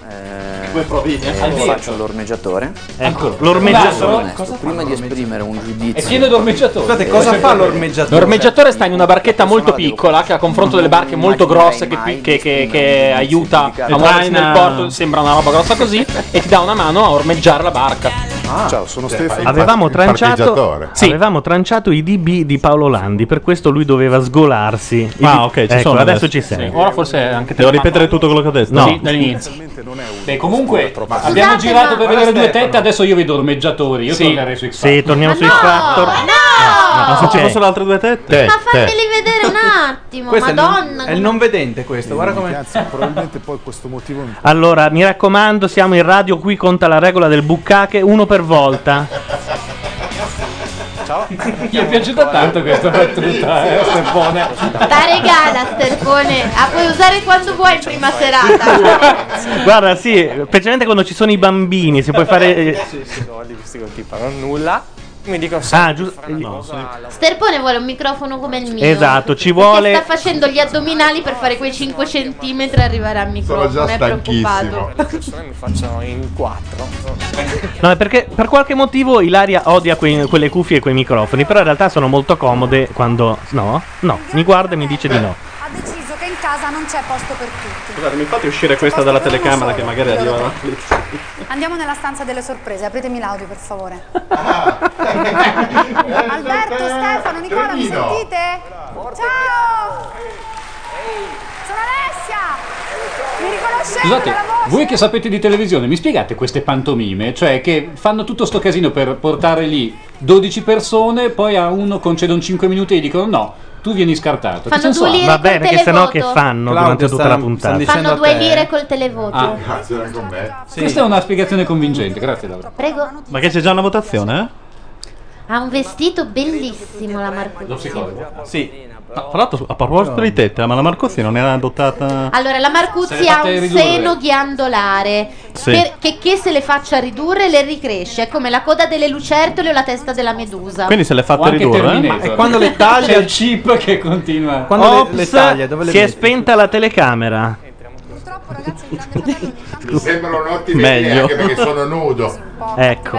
[SPEAKER 6] Due provini, eh.
[SPEAKER 7] Io faccio l'ormeggiatore.
[SPEAKER 1] Ecco, l'ormeggiatore.
[SPEAKER 7] Onesto, Prima di esprimere un giudizio.
[SPEAKER 2] E tiene l'ormeggiatore.
[SPEAKER 17] Scusate, cosa fa l'ormeggiatore?
[SPEAKER 2] L'ormeggiatore sta in una barchetta molto piccola che a confronto delle
[SPEAKER 17] Mm.
[SPEAKER 2] barche molto grosse che, pi- che- che- che aiuta a
[SPEAKER 7] giudicare.
[SPEAKER 2] muoversi
[SPEAKER 7] Traina.
[SPEAKER 2] nel porto, sembra una roba grossa così, e ti dà una mano a ormeggiare la barca.
[SPEAKER 17] Ah.
[SPEAKER 7] Ciao, sono Stefano.
[SPEAKER 1] Avevamo tranciato,
[SPEAKER 2] parcheggiatore.
[SPEAKER 1] avevamo tranciato i DB di Paolo Landi, per questo lui doveva sgolarsi.
[SPEAKER 2] Ah, ok, ci
[SPEAKER 1] ecco,
[SPEAKER 2] sono
[SPEAKER 1] adesso
[SPEAKER 2] adesso.
[SPEAKER 1] ci sei.
[SPEAKER 2] Sì, ora forse anche te
[SPEAKER 6] Devo
[SPEAKER 2] la
[SPEAKER 6] ripetere
[SPEAKER 2] mando.
[SPEAKER 6] tutto quello che ho detto?
[SPEAKER 1] No.
[SPEAKER 2] Sì, dall'inizio. Beh, comunque
[SPEAKER 6] Scusate,
[SPEAKER 2] abbiamo
[SPEAKER 6] ma-
[SPEAKER 2] girato per
[SPEAKER 6] Guarda
[SPEAKER 2] vedere due
[SPEAKER 6] Stefano.
[SPEAKER 2] tette, adesso io vedo ormeggiatori. Io
[SPEAKER 6] Sì.
[SPEAKER 2] tornerei su X.
[SPEAKER 1] Sì, torniamo su X Factor.
[SPEAKER 5] No!
[SPEAKER 6] Ma se ci
[SPEAKER 1] Ok.
[SPEAKER 6] fossero le altre due tette?
[SPEAKER 5] Ma fammeli vedere un attimo,
[SPEAKER 17] Questo è il non-
[SPEAKER 5] madonna.
[SPEAKER 17] È il non vedente questo, guarda come.
[SPEAKER 10] probabilmente poi questo motivo mi
[SPEAKER 1] Allora, mi raccomando, siamo in radio, qui conta la regola del buccache, uno per volta.
[SPEAKER 17] Ciao. Mi è piaciuta tanto questa battuta, eh, Stefone.
[SPEAKER 5] Ta regala, Sterpone. La puoi usare quando vuoi in prima serata.
[SPEAKER 1] Guarda, sì, specialmente quando ci sono i bambini, si puoi fare... eh,
[SPEAKER 13] di questi che non ti pagano nulla. Mi dicono
[SPEAKER 1] Ah, giusto.
[SPEAKER 5] Sterpone vuole un microfono come il mio.
[SPEAKER 1] Esatto, ci
[SPEAKER 5] Sta
[SPEAKER 1] vuole...
[SPEAKER 5] facendo gli addominali per fare quei 5 cm e arrivare al microfono. è preoccupato.
[SPEAKER 13] Le persone mi facciano in quattro.
[SPEAKER 1] No, è perché per qualche motivo Ilaria odia quei- quelle cuffie e quei microfoni, però in realtà sono molto comode quando... No? No, mi guarda e mi dice di no.
[SPEAKER 9] Ha deciso che in casa non c'è posto per tutti.
[SPEAKER 6] Scusate, mi fate uscire questa dalla telecamera che magari arriva la clip.
[SPEAKER 9] Andiamo nella stanza delle sorprese, apritemi l'audio per favore.
[SPEAKER 7] Eh,
[SPEAKER 9] Alberto, Stefano, Nicola, mi
[SPEAKER 8] Trenino.
[SPEAKER 9] sentite? Ciao! Sono Alessia! Mi riconoscete?
[SPEAKER 2] Scusate,
[SPEAKER 9] dalla voce?
[SPEAKER 2] voi che sapete di televisione, mi spiegate queste pantomime? Cioè, che fanno tutto sto casino per portare lì 12 persone, poi a uno concedono 5 minuti e gli dicono no, tu vieni scartato.
[SPEAKER 5] Fanno due lire
[SPEAKER 1] Va bene,
[SPEAKER 5] col
[SPEAKER 1] che sennò
[SPEAKER 5] televoto.
[SPEAKER 1] che fanno durante tutta la puntata?
[SPEAKER 5] Fanno due lire col televoto.
[SPEAKER 2] Ah.
[SPEAKER 8] Grazie, era con me.
[SPEAKER 2] Questa è una spiegazione convincente, grazie Laura.
[SPEAKER 5] Prego.
[SPEAKER 6] Ma che c'è già una votazione? eh?
[SPEAKER 5] Ha un vestito bellissimo la Marcuzzi.
[SPEAKER 6] Sì. No, tra l'altro, a proposito di tette, ma la Marcozzi non era adottata.
[SPEAKER 5] Allora, la
[SPEAKER 6] Se
[SPEAKER 5] Marcuzzi
[SPEAKER 6] le
[SPEAKER 5] ha
[SPEAKER 6] fate
[SPEAKER 5] un
[SPEAKER 6] ridurre.
[SPEAKER 5] seno ghiandolare.
[SPEAKER 6] Sì.
[SPEAKER 5] per- che, che se le faccia ridurre le ricresce. È come la coda delle lucertole o la testa della medusa.
[SPEAKER 6] Quindi se le fate
[SPEAKER 2] eh?
[SPEAKER 6] ridurre.
[SPEAKER 17] Ma è quando le taglia-
[SPEAKER 2] C'è il chip che continua.
[SPEAKER 17] Quando le- le
[SPEAKER 1] Ops,
[SPEAKER 17] taglia, dove le
[SPEAKER 1] si è
[SPEAKER 17] metti?
[SPEAKER 1] spenta la telecamera.
[SPEAKER 8] Mi sembra un'ottima
[SPEAKER 1] Meglio.
[SPEAKER 8] idea anche perché sono nudo.
[SPEAKER 1] Ecco.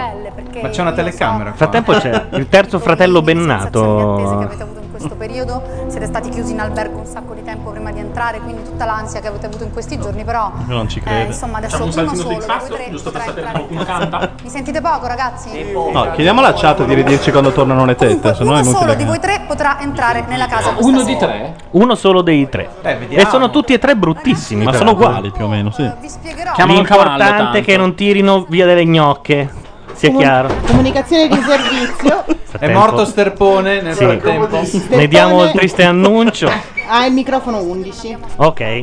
[SPEAKER 17] Ma c'è una telecamera.
[SPEAKER 1] Nel frattempo c'è il terzo fratello bennato.
[SPEAKER 9] in questo periodo siete stati chiusi in albergo un sacco di tempo prima di entrare quindi tutta l'ansia che avete avuto in questi giorni però
[SPEAKER 6] Io non ci
[SPEAKER 9] eh,
[SPEAKER 6] credo.
[SPEAKER 9] insomma adesso
[SPEAKER 6] Facciamo un
[SPEAKER 9] uno
[SPEAKER 6] saltino
[SPEAKER 9] solo
[SPEAKER 6] di
[SPEAKER 9] voi tre potrà entrare in casa. mi sentite poco ragazzi?
[SPEAKER 6] No, chiediamo alla chat di ridirci quando tornano le tette, se no è
[SPEAKER 9] uno solo di
[SPEAKER 6] inutile.
[SPEAKER 9] voi tre potrà entrare nella casa questa
[SPEAKER 2] Uno di
[SPEAKER 9] sera.
[SPEAKER 2] tre?
[SPEAKER 1] Uno solo dei tre. e sono tutti e tre bruttissimi.
[SPEAKER 6] Ma
[SPEAKER 1] tra
[SPEAKER 6] sono
[SPEAKER 1] l'altro.
[SPEAKER 6] uguali più o meno, sì.
[SPEAKER 9] vi spiegherò
[SPEAKER 1] L'importante è che non tirino via delle gnocche. sia chiaro.
[SPEAKER 20] Comunicazione di servizio.
[SPEAKER 10] È morto Sterpone nel
[SPEAKER 1] Sì.
[SPEAKER 10] frattempo.
[SPEAKER 1] Ne diamo il triste annuncio.
[SPEAKER 20] Ha il microfono 11.
[SPEAKER 1] Ok.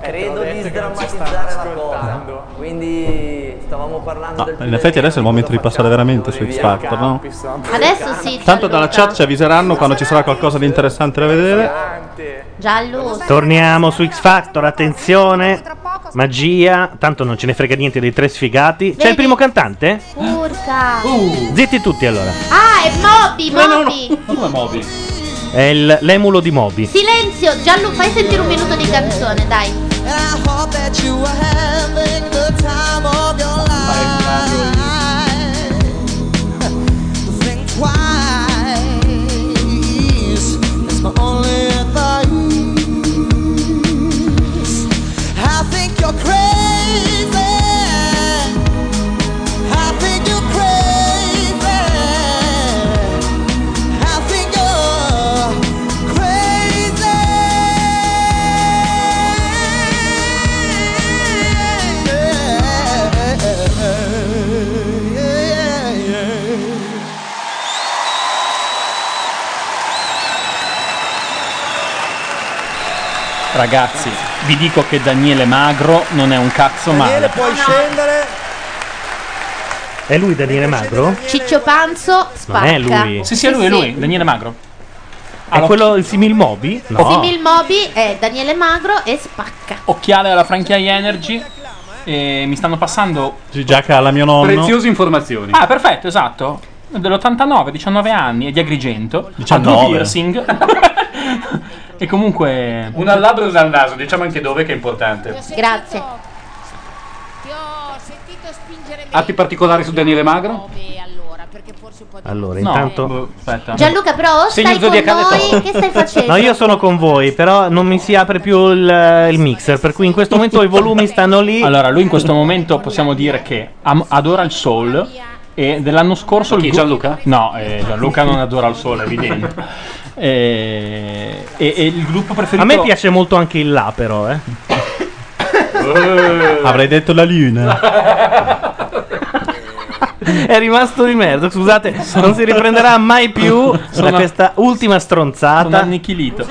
[SPEAKER 21] Credo di sdrammatizzare la cosa. Quindi stavamo parlando del
[SPEAKER 6] In effetti adesso è il momento di passare veramente su X Factor, no?
[SPEAKER 5] Adesso sì.
[SPEAKER 6] Tanto dalla chat ci avviseranno quando ci sarà qualcosa di interessante da vedere.
[SPEAKER 5] Giallo.
[SPEAKER 1] Torniamo su X Factor, attenzione. Magia, tanto non ce ne frega niente dei tre sfigati. C'è il primo cantante?
[SPEAKER 5] Urca.
[SPEAKER 2] Uh.
[SPEAKER 1] Zitti tutti allora.
[SPEAKER 5] Ah, è Moby, Moby.
[SPEAKER 1] Come Moby? È il- l'emulo di Moby.
[SPEAKER 5] Silenzio, Giallo, fai sentire un minuto di canzone, dai.
[SPEAKER 7] twice. That's my only advice. I think you're crazy. I think you're crazy. I think you're crazy. Yeah, yeah, yeah.
[SPEAKER 2] Ragazzi, vi dico che Daniele Magro non è un cazzo male.
[SPEAKER 13] Daniele, puoi scendere.
[SPEAKER 1] È lui Daniele Magro?
[SPEAKER 5] Ciccio Panzo spacca.
[SPEAKER 1] Non è lui.
[SPEAKER 2] Sì, sì, è lui, è lui, Daniele Magro.
[SPEAKER 1] È quello il simil Moby? No.
[SPEAKER 5] Simil Moby è Daniele Magro e spacca.
[SPEAKER 2] Occhiale alla franchiaia Energy. E mi stanno passando
[SPEAKER 6] Giacca alla mio nonno.
[SPEAKER 2] Preziose
[SPEAKER 6] informazioni.
[SPEAKER 2] Ah, perfetto, esatto. Dell'89, 19 anni, è di Agrigento.
[SPEAKER 6] 19.
[SPEAKER 2] Ha due piercing. e comunque...
[SPEAKER 17] Un al labbro e un al naso, diciamo anche dove che è importante.
[SPEAKER 5] Grazie.
[SPEAKER 17] Atti particolari su Daniele Magro?
[SPEAKER 1] Allora,
[SPEAKER 17] No,
[SPEAKER 1] intanto.
[SPEAKER 5] Gianluca, però, o stai con noi. Che stai facendo?
[SPEAKER 1] No, io sono con voi, però non mi si apre più il, il mixer, per cui in questo momento i volumi stanno lì.
[SPEAKER 2] Allora, lui in questo momento possiamo dire che am- adora il soul. E dell'anno scorso. Chi, Gianluca? No, eh, Gianluca non adora il soul, è evidente. Eh, e, e il gruppo preferito.
[SPEAKER 1] A me piace molto anche il là, però, eh.
[SPEAKER 6] Avrei detto la luna.
[SPEAKER 1] È rimasto di merda, scusate, non si riprenderà mai più
[SPEAKER 6] Sono-
[SPEAKER 1] da questa ultima stronzata.
[SPEAKER 6] sono
[SPEAKER 2] annichilito.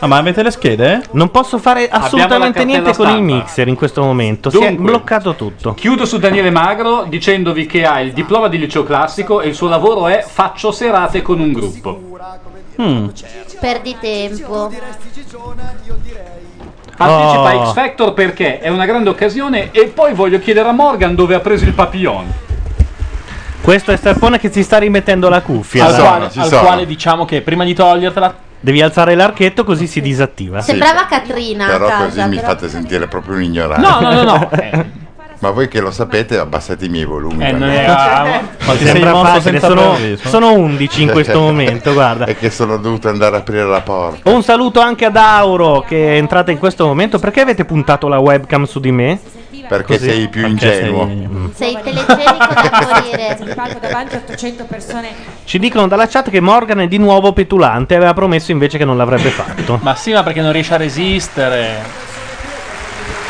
[SPEAKER 6] Ah, ma avete le schede?
[SPEAKER 1] Non posso fare assolutamente
[SPEAKER 17] Abbiamo la
[SPEAKER 1] niente con
[SPEAKER 17] cartella
[SPEAKER 1] il mixer in questo momento. si è
[SPEAKER 17] Dunque.
[SPEAKER 1] bloccato tutto.
[SPEAKER 17] Chiudo su Daniele Magro dicendovi che ha il diploma di liceo classico e il suo lavoro è faccio serate con un gruppo.
[SPEAKER 5] Perdi tempo.
[SPEAKER 17] Partecipa
[SPEAKER 1] Oh.
[SPEAKER 17] a X Factor perché è una grande occasione e poi voglio chiedere a Morgan dove ha preso il papillon.
[SPEAKER 1] Questo è Sterpone che si sta rimettendo la cuffia.
[SPEAKER 2] al,
[SPEAKER 1] allora.
[SPEAKER 2] quale, al quale diciamo che prima di togliertela.
[SPEAKER 1] Devi alzare l'archetto così si disattiva.
[SPEAKER 5] Sembrava Catrina a
[SPEAKER 8] Però
[SPEAKER 5] casa.
[SPEAKER 8] così mi
[SPEAKER 5] però-
[SPEAKER 8] fate sentire proprio un ignorante.
[SPEAKER 5] No, no, no,
[SPEAKER 2] no.
[SPEAKER 8] Ma voi che lo sapete, abbassate i miei volumi.
[SPEAKER 2] Eh, non
[SPEAKER 8] quando-
[SPEAKER 2] era-
[SPEAKER 1] Ma ti sembra facile, sono, sono 11 in questo momento, guarda.
[SPEAKER 8] È che sono dovuto andare a aprire la porta.
[SPEAKER 1] Un saluto anche ad Auro che è entrata in questo momento. Perché avete puntato la webcam su di me?
[SPEAKER 8] Perché sei più ingenuo.
[SPEAKER 1] Mm.
[SPEAKER 5] Sei telegenico da morire.
[SPEAKER 22] Sul palco davanti a 800 persone.
[SPEAKER 1] Ci dicono dalla chat che Morgan è di nuovo petulante. Aveva promesso invece che non l'avrebbe fatto.
[SPEAKER 2] Ma sì, ma perché non riesce a resistere.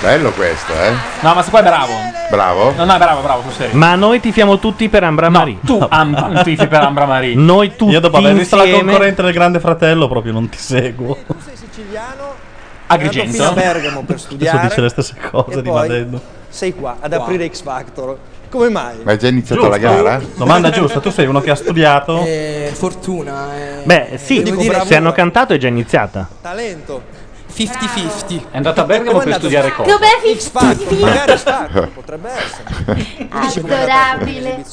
[SPEAKER 8] Bello questo, eh?
[SPEAKER 2] No, ma sto qua è bravo.
[SPEAKER 8] Bravo.
[SPEAKER 2] No, no, è bravo, bravo, sul serio.
[SPEAKER 1] Ma noi tifiamo tutti per Ambra Marie.
[SPEAKER 2] Tu am- tifi per Ambra Marie.
[SPEAKER 1] Noi tutti.
[SPEAKER 6] Io dopo aver visto la
[SPEAKER 1] insieme-
[SPEAKER 6] concorrente del Grande Fratello proprio non ti seguo.
[SPEAKER 13] Agrigento. Sono andato fino a Bergamo per studiare.
[SPEAKER 6] Adesso dice le stesse cose
[SPEAKER 13] E
[SPEAKER 6] di
[SPEAKER 13] poi
[SPEAKER 6] Madeddu.
[SPEAKER 13] sei qua ad aprire X Factor. Come mai?
[SPEAKER 8] Ma hai già iniziato
[SPEAKER 6] Giusto.
[SPEAKER 8] la gara?
[SPEAKER 6] Domanda giusta, tu sei uno che ha studiato.
[SPEAKER 13] fortuna, eh.
[SPEAKER 1] Beh, sì,
[SPEAKER 13] Devo dire-
[SPEAKER 1] se hanno cantato è già iniziata.
[SPEAKER 13] talento. 50-50.
[SPEAKER 17] È andato a Bergamo per studiare cosa?
[SPEAKER 5] Dov'è
[SPEAKER 13] X Factor? Magari X Factor, potrebbe
[SPEAKER 8] Mm.
[SPEAKER 5] Adorabile.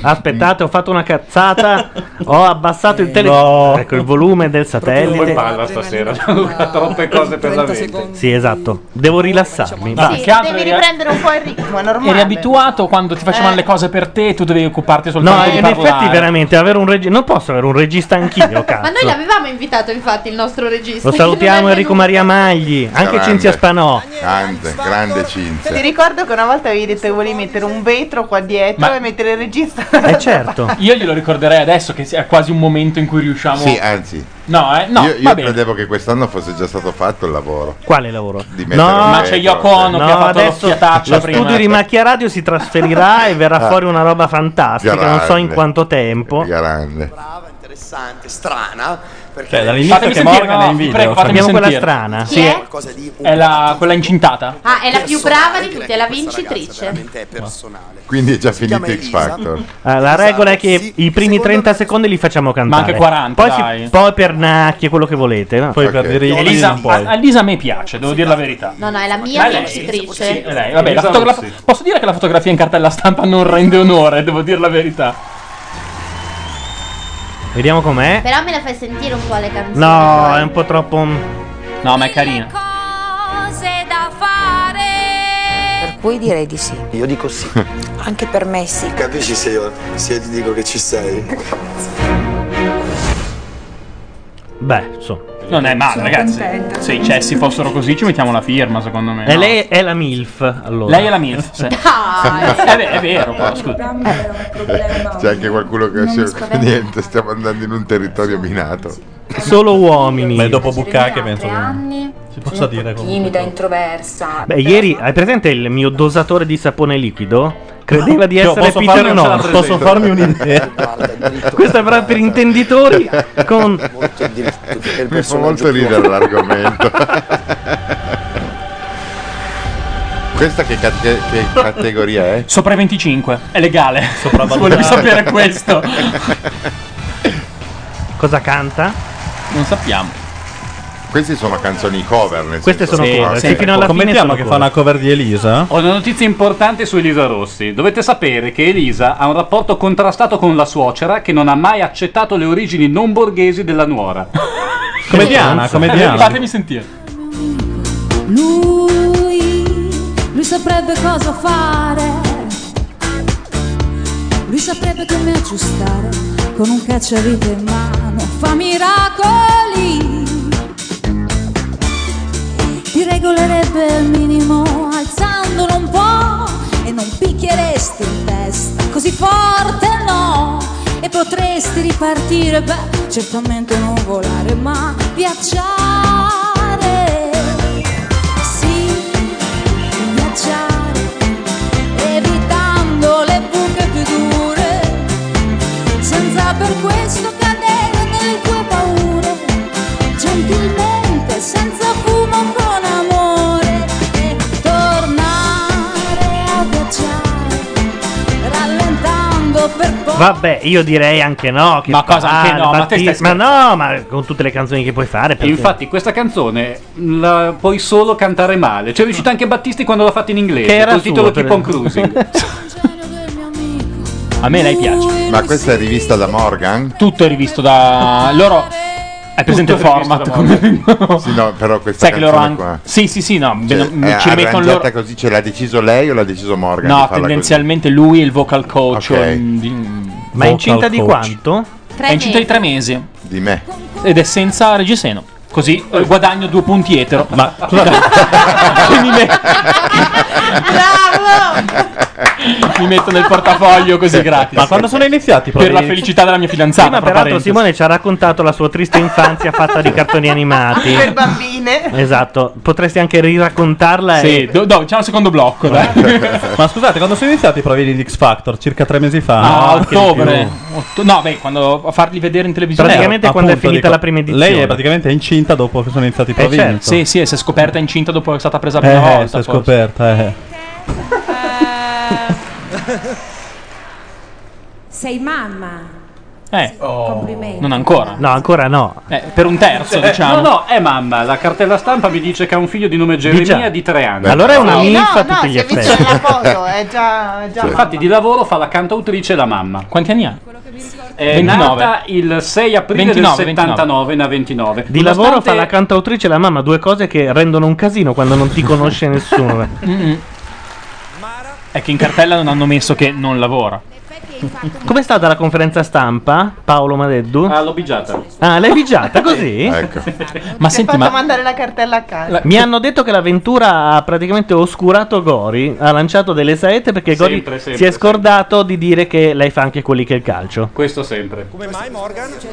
[SPEAKER 1] Aspettate, ho fatto una cazzata. ho abbassato
[SPEAKER 13] Eh,
[SPEAKER 1] il telefono. Ecco il volume del
[SPEAKER 17] Poi
[SPEAKER 1] satellite.
[SPEAKER 17] parla stasera, Gianluca, troppe cose per la mente.
[SPEAKER 1] Sì, esatto. Devo rilassarmi.
[SPEAKER 2] No,
[SPEAKER 1] Basta.
[SPEAKER 2] che altro
[SPEAKER 5] Devi
[SPEAKER 2] eri-
[SPEAKER 5] riprendere un po' il ritmo, è
[SPEAKER 2] Eri
[SPEAKER 5] normale.
[SPEAKER 2] abituato quando ti facevano le cose per te, tu dovevi occuparti
[SPEAKER 1] No,
[SPEAKER 2] soltanto di
[SPEAKER 1] in
[SPEAKER 2] parlare.
[SPEAKER 1] effetti veramente avere un regista. Non posso avere un regista anch'io, cazzo.
[SPEAKER 23] Ma noi l'avevamo invitato, infatti, il nostro regista.
[SPEAKER 1] Lo salutiamo
[SPEAKER 23] che non è
[SPEAKER 1] Enrico Maria Magli, anche
[SPEAKER 8] Grande.
[SPEAKER 1] Cinzia Spanò.
[SPEAKER 8] Grande, grande
[SPEAKER 20] Ti
[SPEAKER 8] Cinzia.
[SPEAKER 20] ricordo che una volta avevi detto che volevi mettere un vetro qua dietro
[SPEAKER 8] Ma-
[SPEAKER 20] e mettere il regista
[SPEAKER 2] protagonista.
[SPEAKER 1] Eh certo.
[SPEAKER 2] Io glielo ricorderei adesso che è quasi un momento in cui riusciamo
[SPEAKER 8] Sì, anzi.
[SPEAKER 2] No, eh, no,
[SPEAKER 8] io io
[SPEAKER 2] va bene.
[SPEAKER 8] credevo che quest'anno fosse già stato fatto il lavoro.
[SPEAKER 1] Quale lavoro?
[SPEAKER 8] Di mettere un
[SPEAKER 2] ma c'è
[SPEAKER 8] retro,
[SPEAKER 2] Yoko Ono
[SPEAKER 8] cioè.
[SPEAKER 2] che ha fatto
[SPEAKER 1] adesso
[SPEAKER 2] l'occhiataccia
[SPEAKER 1] lo
[SPEAKER 2] prima.
[SPEAKER 1] studio di Macchia Radio si trasferirà e verrà
[SPEAKER 8] Ah.
[SPEAKER 1] fuori una roba fantastica, non so in
[SPEAKER 8] Grande.
[SPEAKER 1] quanto tempo.
[SPEAKER 8] Grande.
[SPEAKER 14] interessante, strana, perché
[SPEAKER 1] Cioè, dall'inizio Fatemi che sentire, Morgan no, è in vi video, prego, fatemi abbiamo quella sentire. strana.
[SPEAKER 5] Chi è?
[SPEAKER 14] Qualcosa di
[SPEAKER 2] È la, quella incintata?
[SPEAKER 5] Ah, è la
[SPEAKER 14] Personale,
[SPEAKER 5] più brava di
[SPEAKER 14] direi
[SPEAKER 5] tutte, è la
[SPEAKER 14] che questa ragazza
[SPEAKER 5] vincitrice.
[SPEAKER 14] veramente è personale.
[SPEAKER 8] Quindi è già finito
[SPEAKER 14] chiama
[SPEAKER 8] X Factor.
[SPEAKER 1] Eh,
[SPEAKER 8] Esatto.
[SPEAKER 1] la regola è che i primi 30 secondi li facciamo cantare.
[SPEAKER 2] anche 40,
[SPEAKER 1] Poi, si-
[SPEAKER 2] dai.
[SPEAKER 1] poi per Nacchi e quello che volete. no?
[SPEAKER 2] Ok. Elisa, ah, a, a Elisa a me piace, devo dire la verità.
[SPEAKER 5] No, no, è la
[SPEAKER 2] Ma
[SPEAKER 5] mia
[SPEAKER 2] lei-
[SPEAKER 5] vincitrice.
[SPEAKER 2] Eh, lei, vabbè, la
[SPEAKER 17] Elisa
[SPEAKER 2] fotografa- Posso dire che la fotografia in cartella stampa non rende onore, devo dire la verità.
[SPEAKER 1] Vediamo com'è.
[SPEAKER 24] Però me la fai sentire un po' le canzoni.
[SPEAKER 1] No, è un po' troppo.
[SPEAKER 2] No, ma è carina.
[SPEAKER 15] Cose da fare. Per cui direi di sì.
[SPEAKER 14] Io dico sì.
[SPEAKER 15] Anche per me sì.
[SPEAKER 14] Capisci se io, se io ti dico che ci sei?
[SPEAKER 1] Beh, insomma.
[SPEAKER 2] Non è male,
[SPEAKER 1] Sono
[SPEAKER 2] ragazzi.
[SPEAKER 1] contenta.
[SPEAKER 2] Se i cessi fossero così, ci mettiamo la firma, secondo me.
[SPEAKER 1] E
[SPEAKER 2] no?
[SPEAKER 1] lei è la MILF, allora.
[SPEAKER 2] Lei è la MILF, sì.
[SPEAKER 8] Dai!
[SPEAKER 2] Eh beh, è vero, però,
[SPEAKER 1] Eh,
[SPEAKER 2] scusa.
[SPEAKER 8] eh, C'è anche qualcuno che
[SPEAKER 2] Non mi
[SPEAKER 8] si
[SPEAKER 2] spaventa.
[SPEAKER 8] niente, stiamo andando in un territorio minato.
[SPEAKER 1] Solo uomini.
[SPEAKER 8] Beh, dopo
[SPEAKER 1] Bucacche penso
[SPEAKER 15] anni.
[SPEAKER 8] si
[SPEAKER 15] possa
[SPEAKER 8] dire
[SPEAKER 15] Timida, introversa.
[SPEAKER 1] Beh, ieri hai presente il mio dosatore di sapone liquido? Credeva di
[SPEAKER 10] Cioè,
[SPEAKER 1] essere
[SPEAKER 10] posso farmi
[SPEAKER 1] Peter
[SPEAKER 10] un
[SPEAKER 1] North.
[SPEAKER 10] salto
[SPEAKER 1] Posso
[SPEAKER 10] esempio?
[SPEAKER 1] farmi un'idea? Questo è proprio per intenditori con
[SPEAKER 8] Mi fa molto ridere l'argomento. Questa che, cate- che categoria è?
[SPEAKER 2] Sopra i 25, è legale. Volevo sapere questo.
[SPEAKER 1] Cosa canta?
[SPEAKER 2] Non sappiamo.
[SPEAKER 8] Queste sono canzoni cover, nel
[SPEAKER 1] Queste
[SPEAKER 8] senso-
[SPEAKER 1] sono Sì, cover, sì, sì, fino alla fine
[SPEAKER 6] Commettiamo
[SPEAKER 1] sono
[SPEAKER 6] che fa
[SPEAKER 1] cover.
[SPEAKER 6] una cover di Elisa?
[SPEAKER 17] Ho una notizia importante su Elisa Rossi. Dovete sapere che Elisa ha un rapporto contrastato con la suocera che non ha mai accettato le origini non borghesi della nuora.
[SPEAKER 6] Come Diana, come Diana.
[SPEAKER 17] Fatemi sentire.
[SPEAKER 7] Lui, lui saprebbe cosa fare. Lui saprebbe come aggiustare con un cacciavite in mano. Fa miracoli. Ti regolerebbe il minimo alzandolo un po' e non picchieresti in testa così forte no e potresti ripartire beh certamente non volare ma viaggiare sì viaggiare evitando le buche più dure senza per questo cadere nelle tue paure gentilmente senza fumo con amore e tornare a viaggiare rallentando per
[SPEAKER 1] Boh.
[SPEAKER 7] poi
[SPEAKER 1] Vabbè, io direi anche no. Che
[SPEAKER 17] Ma cosa anche no? Ma te
[SPEAKER 1] ti-
[SPEAKER 17] stai
[SPEAKER 1] Ah, ma no, ma con tutte le canzoni che puoi fare.
[SPEAKER 17] E
[SPEAKER 1] perché-
[SPEAKER 17] infatti questa canzone la puoi solo cantare male. C'è riuscito anche Battisti quando l'ha fatta in inglese.
[SPEAKER 1] Che era
[SPEAKER 17] col
[SPEAKER 1] suo,
[SPEAKER 17] titolo
[SPEAKER 1] per-
[SPEAKER 17] Keep on Cruising.
[SPEAKER 2] A me lei piace.
[SPEAKER 8] Ma questa è rivista da Morgan?
[SPEAKER 2] Tutto è rivisto da. Loro. Hai presente il
[SPEAKER 8] Tutto è rivisto da
[SPEAKER 2] format? Come...
[SPEAKER 8] Sì, no, però questa
[SPEAKER 2] Sai che loro
[SPEAKER 8] canzone
[SPEAKER 2] hanno.
[SPEAKER 8] qua.
[SPEAKER 2] Sì, sì, sì, no.
[SPEAKER 8] Cioè,
[SPEAKER 2] bene-
[SPEAKER 8] è
[SPEAKER 2] ci mettono
[SPEAKER 8] arrangiata
[SPEAKER 2] loro.
[SPEAKER 8] così, ce l'ha deciso lei o l'ha deciso Morgan? di
[SPEAKER 2] No,
[SPEAKER 8] farla
[SPEAKER 2] tendenzialmente lui è il vocal coach.
[SPEAKER 8] Ok.
[SPEAKER 2] o il- di-
[SPEAKER 8] Ma è incinta
[SPEAKER 2] vocal
[SPEAKER 8] di
[SPEAKER 1] quanto?
[SPEAKER 2] È incinta di tre mesi.
[SPEAKER 8] così? Di me.
[SPEAKER 2] Ed è senza reggiseno. Così eh, guadagno due punti etero. Ma mi metto nel portafoglio così gratis.
[SPEAKER 6] Ma quando sono iniziati? i
[SPEAKER 2] Per la
[SPEAKER 6] progetti?
[SPEAKER 2] felicità della mia fidanzata.
[SPEAKER 1] Prima,
[SPEAKER 2] fra
[SPEAKER 1] peraltro,
[SPEAKER 2] parentesi.
[SPEAKER 1] Simone ci ha raccontato la sua triste infanzia fatta di cartoni animati.
[SPEAKER 7] per bambine
[SPEAKER 1] Esatto, potresti anche riraccontarla.
[SPEAKER 6] Sì,
[SPEAKER 1] e...
[SPEAKER 2] c'è un secondo blocco, dai.
[SPEAKER 6] Ma scusate, quando sono iniziati i provini di X Factor? Circa tre mesi fa?
[SPEAKER 2] Ah,
[SPEAKER 6] anche di
[SPEAKER 2] ottobre.
[SPEAKER 6] più.
[SPEAKER 2] Otto- No, beh, quando a farli vedere in televisione.
[SPEAKER 6] Eh, appunto, dico, Lei è praticamente incinta dopo che sono iniziati i
[SPEAKER 2] Eh,
[SPEAKER 6] provini.
[SPEAKER 2] certo. Sì, sì, e si è scoperta incinta dopo che è stata presa per
[SPEAKER 6] Eh,
[SPEAKER 2] una
[SPEAKER 6] eh,
[SPEAKER 2] volta.
[SPEAKER 6] si
[SPEAKER 2] forse.
[SPEAKER 6] è scoperta, eh.
[SPEAKER 18] Sei mamma.
[SPEAKER 2] Eh.
[SPEAKER 18] Complimenti.
[SPEAKER 2] Non ancora.
[SPEAKER 1] No, ancora no.
[SPEAKER 2] Eh, per un terzo,
[SPEAKER 17] Eh,
[SPEAKER 2] diciamo.
[SPEAKER 17] No, no, è mamma. La cartella stampa mi dice che ha un figlio di nome Geremia
[SPEAKER 1] già.
[SPEAKER 17] di tre anni.
[SPEAKER 1] Allora è una
[SPEAKER 17] No,
[SPEAKER 1] milf a
[SPEAKER 7] no,
[SPEAKER 1] tutti gli
[SPEAKER 7] si è
[SPEAKER 1] effetti.
[SPEAKER 7] visto nella foto è già, è già
[SPEAKER 17] Sì. Infatti, di lavoro fa la cantautrice e la mamma.
[SPEAKER 2] Quanti anni ha?
[SPEAKER 17] È
[SPEAKER 1] 29.
[SPEAKER 17] nata il 6 aprile
[SPEAKER 1] 29,
[SPEAKER 17] del 79, ne ha 29.
[SPEAKER 1] Di lavoro fa la cantautrice e la mamma, due cose che rendono un casino quando non ti conosce nessuno.
[SPEAKER 2] Mm-mm. È che in cartella non hanno messo che non lavora.
[SPEAKER 1] Com'è stata la conferenza stampa, Paolo Madeddu?
[SPEAKER 17] Ah, l'ho bigiata.
[SPEAKER 1] Ah, l'hai bigiata così? ecco. Ma
[SPEAKER 25] Ti ha
[SPEAKER 1] senti,
[SPEAKER 25] fatto
[SPEAKER 1] ma
[SPEAKER 25] mandare la cartella a casa.
[SPEAKER 1] mi hanno detto che l'avventura ha praticamente oscurato Gori, ha lanciato delle saette perché Gori
[SPEAKER 17] Sempre, sempre,
[SPEAKER 1] si è scordato di dire che lei fa anche quelli che è il calcio.
[SPEAKER 17] Questo sempre. Cioè,
[SPEAKER 14] Come mai Morgan?
[SPEAKER 13] Cioè,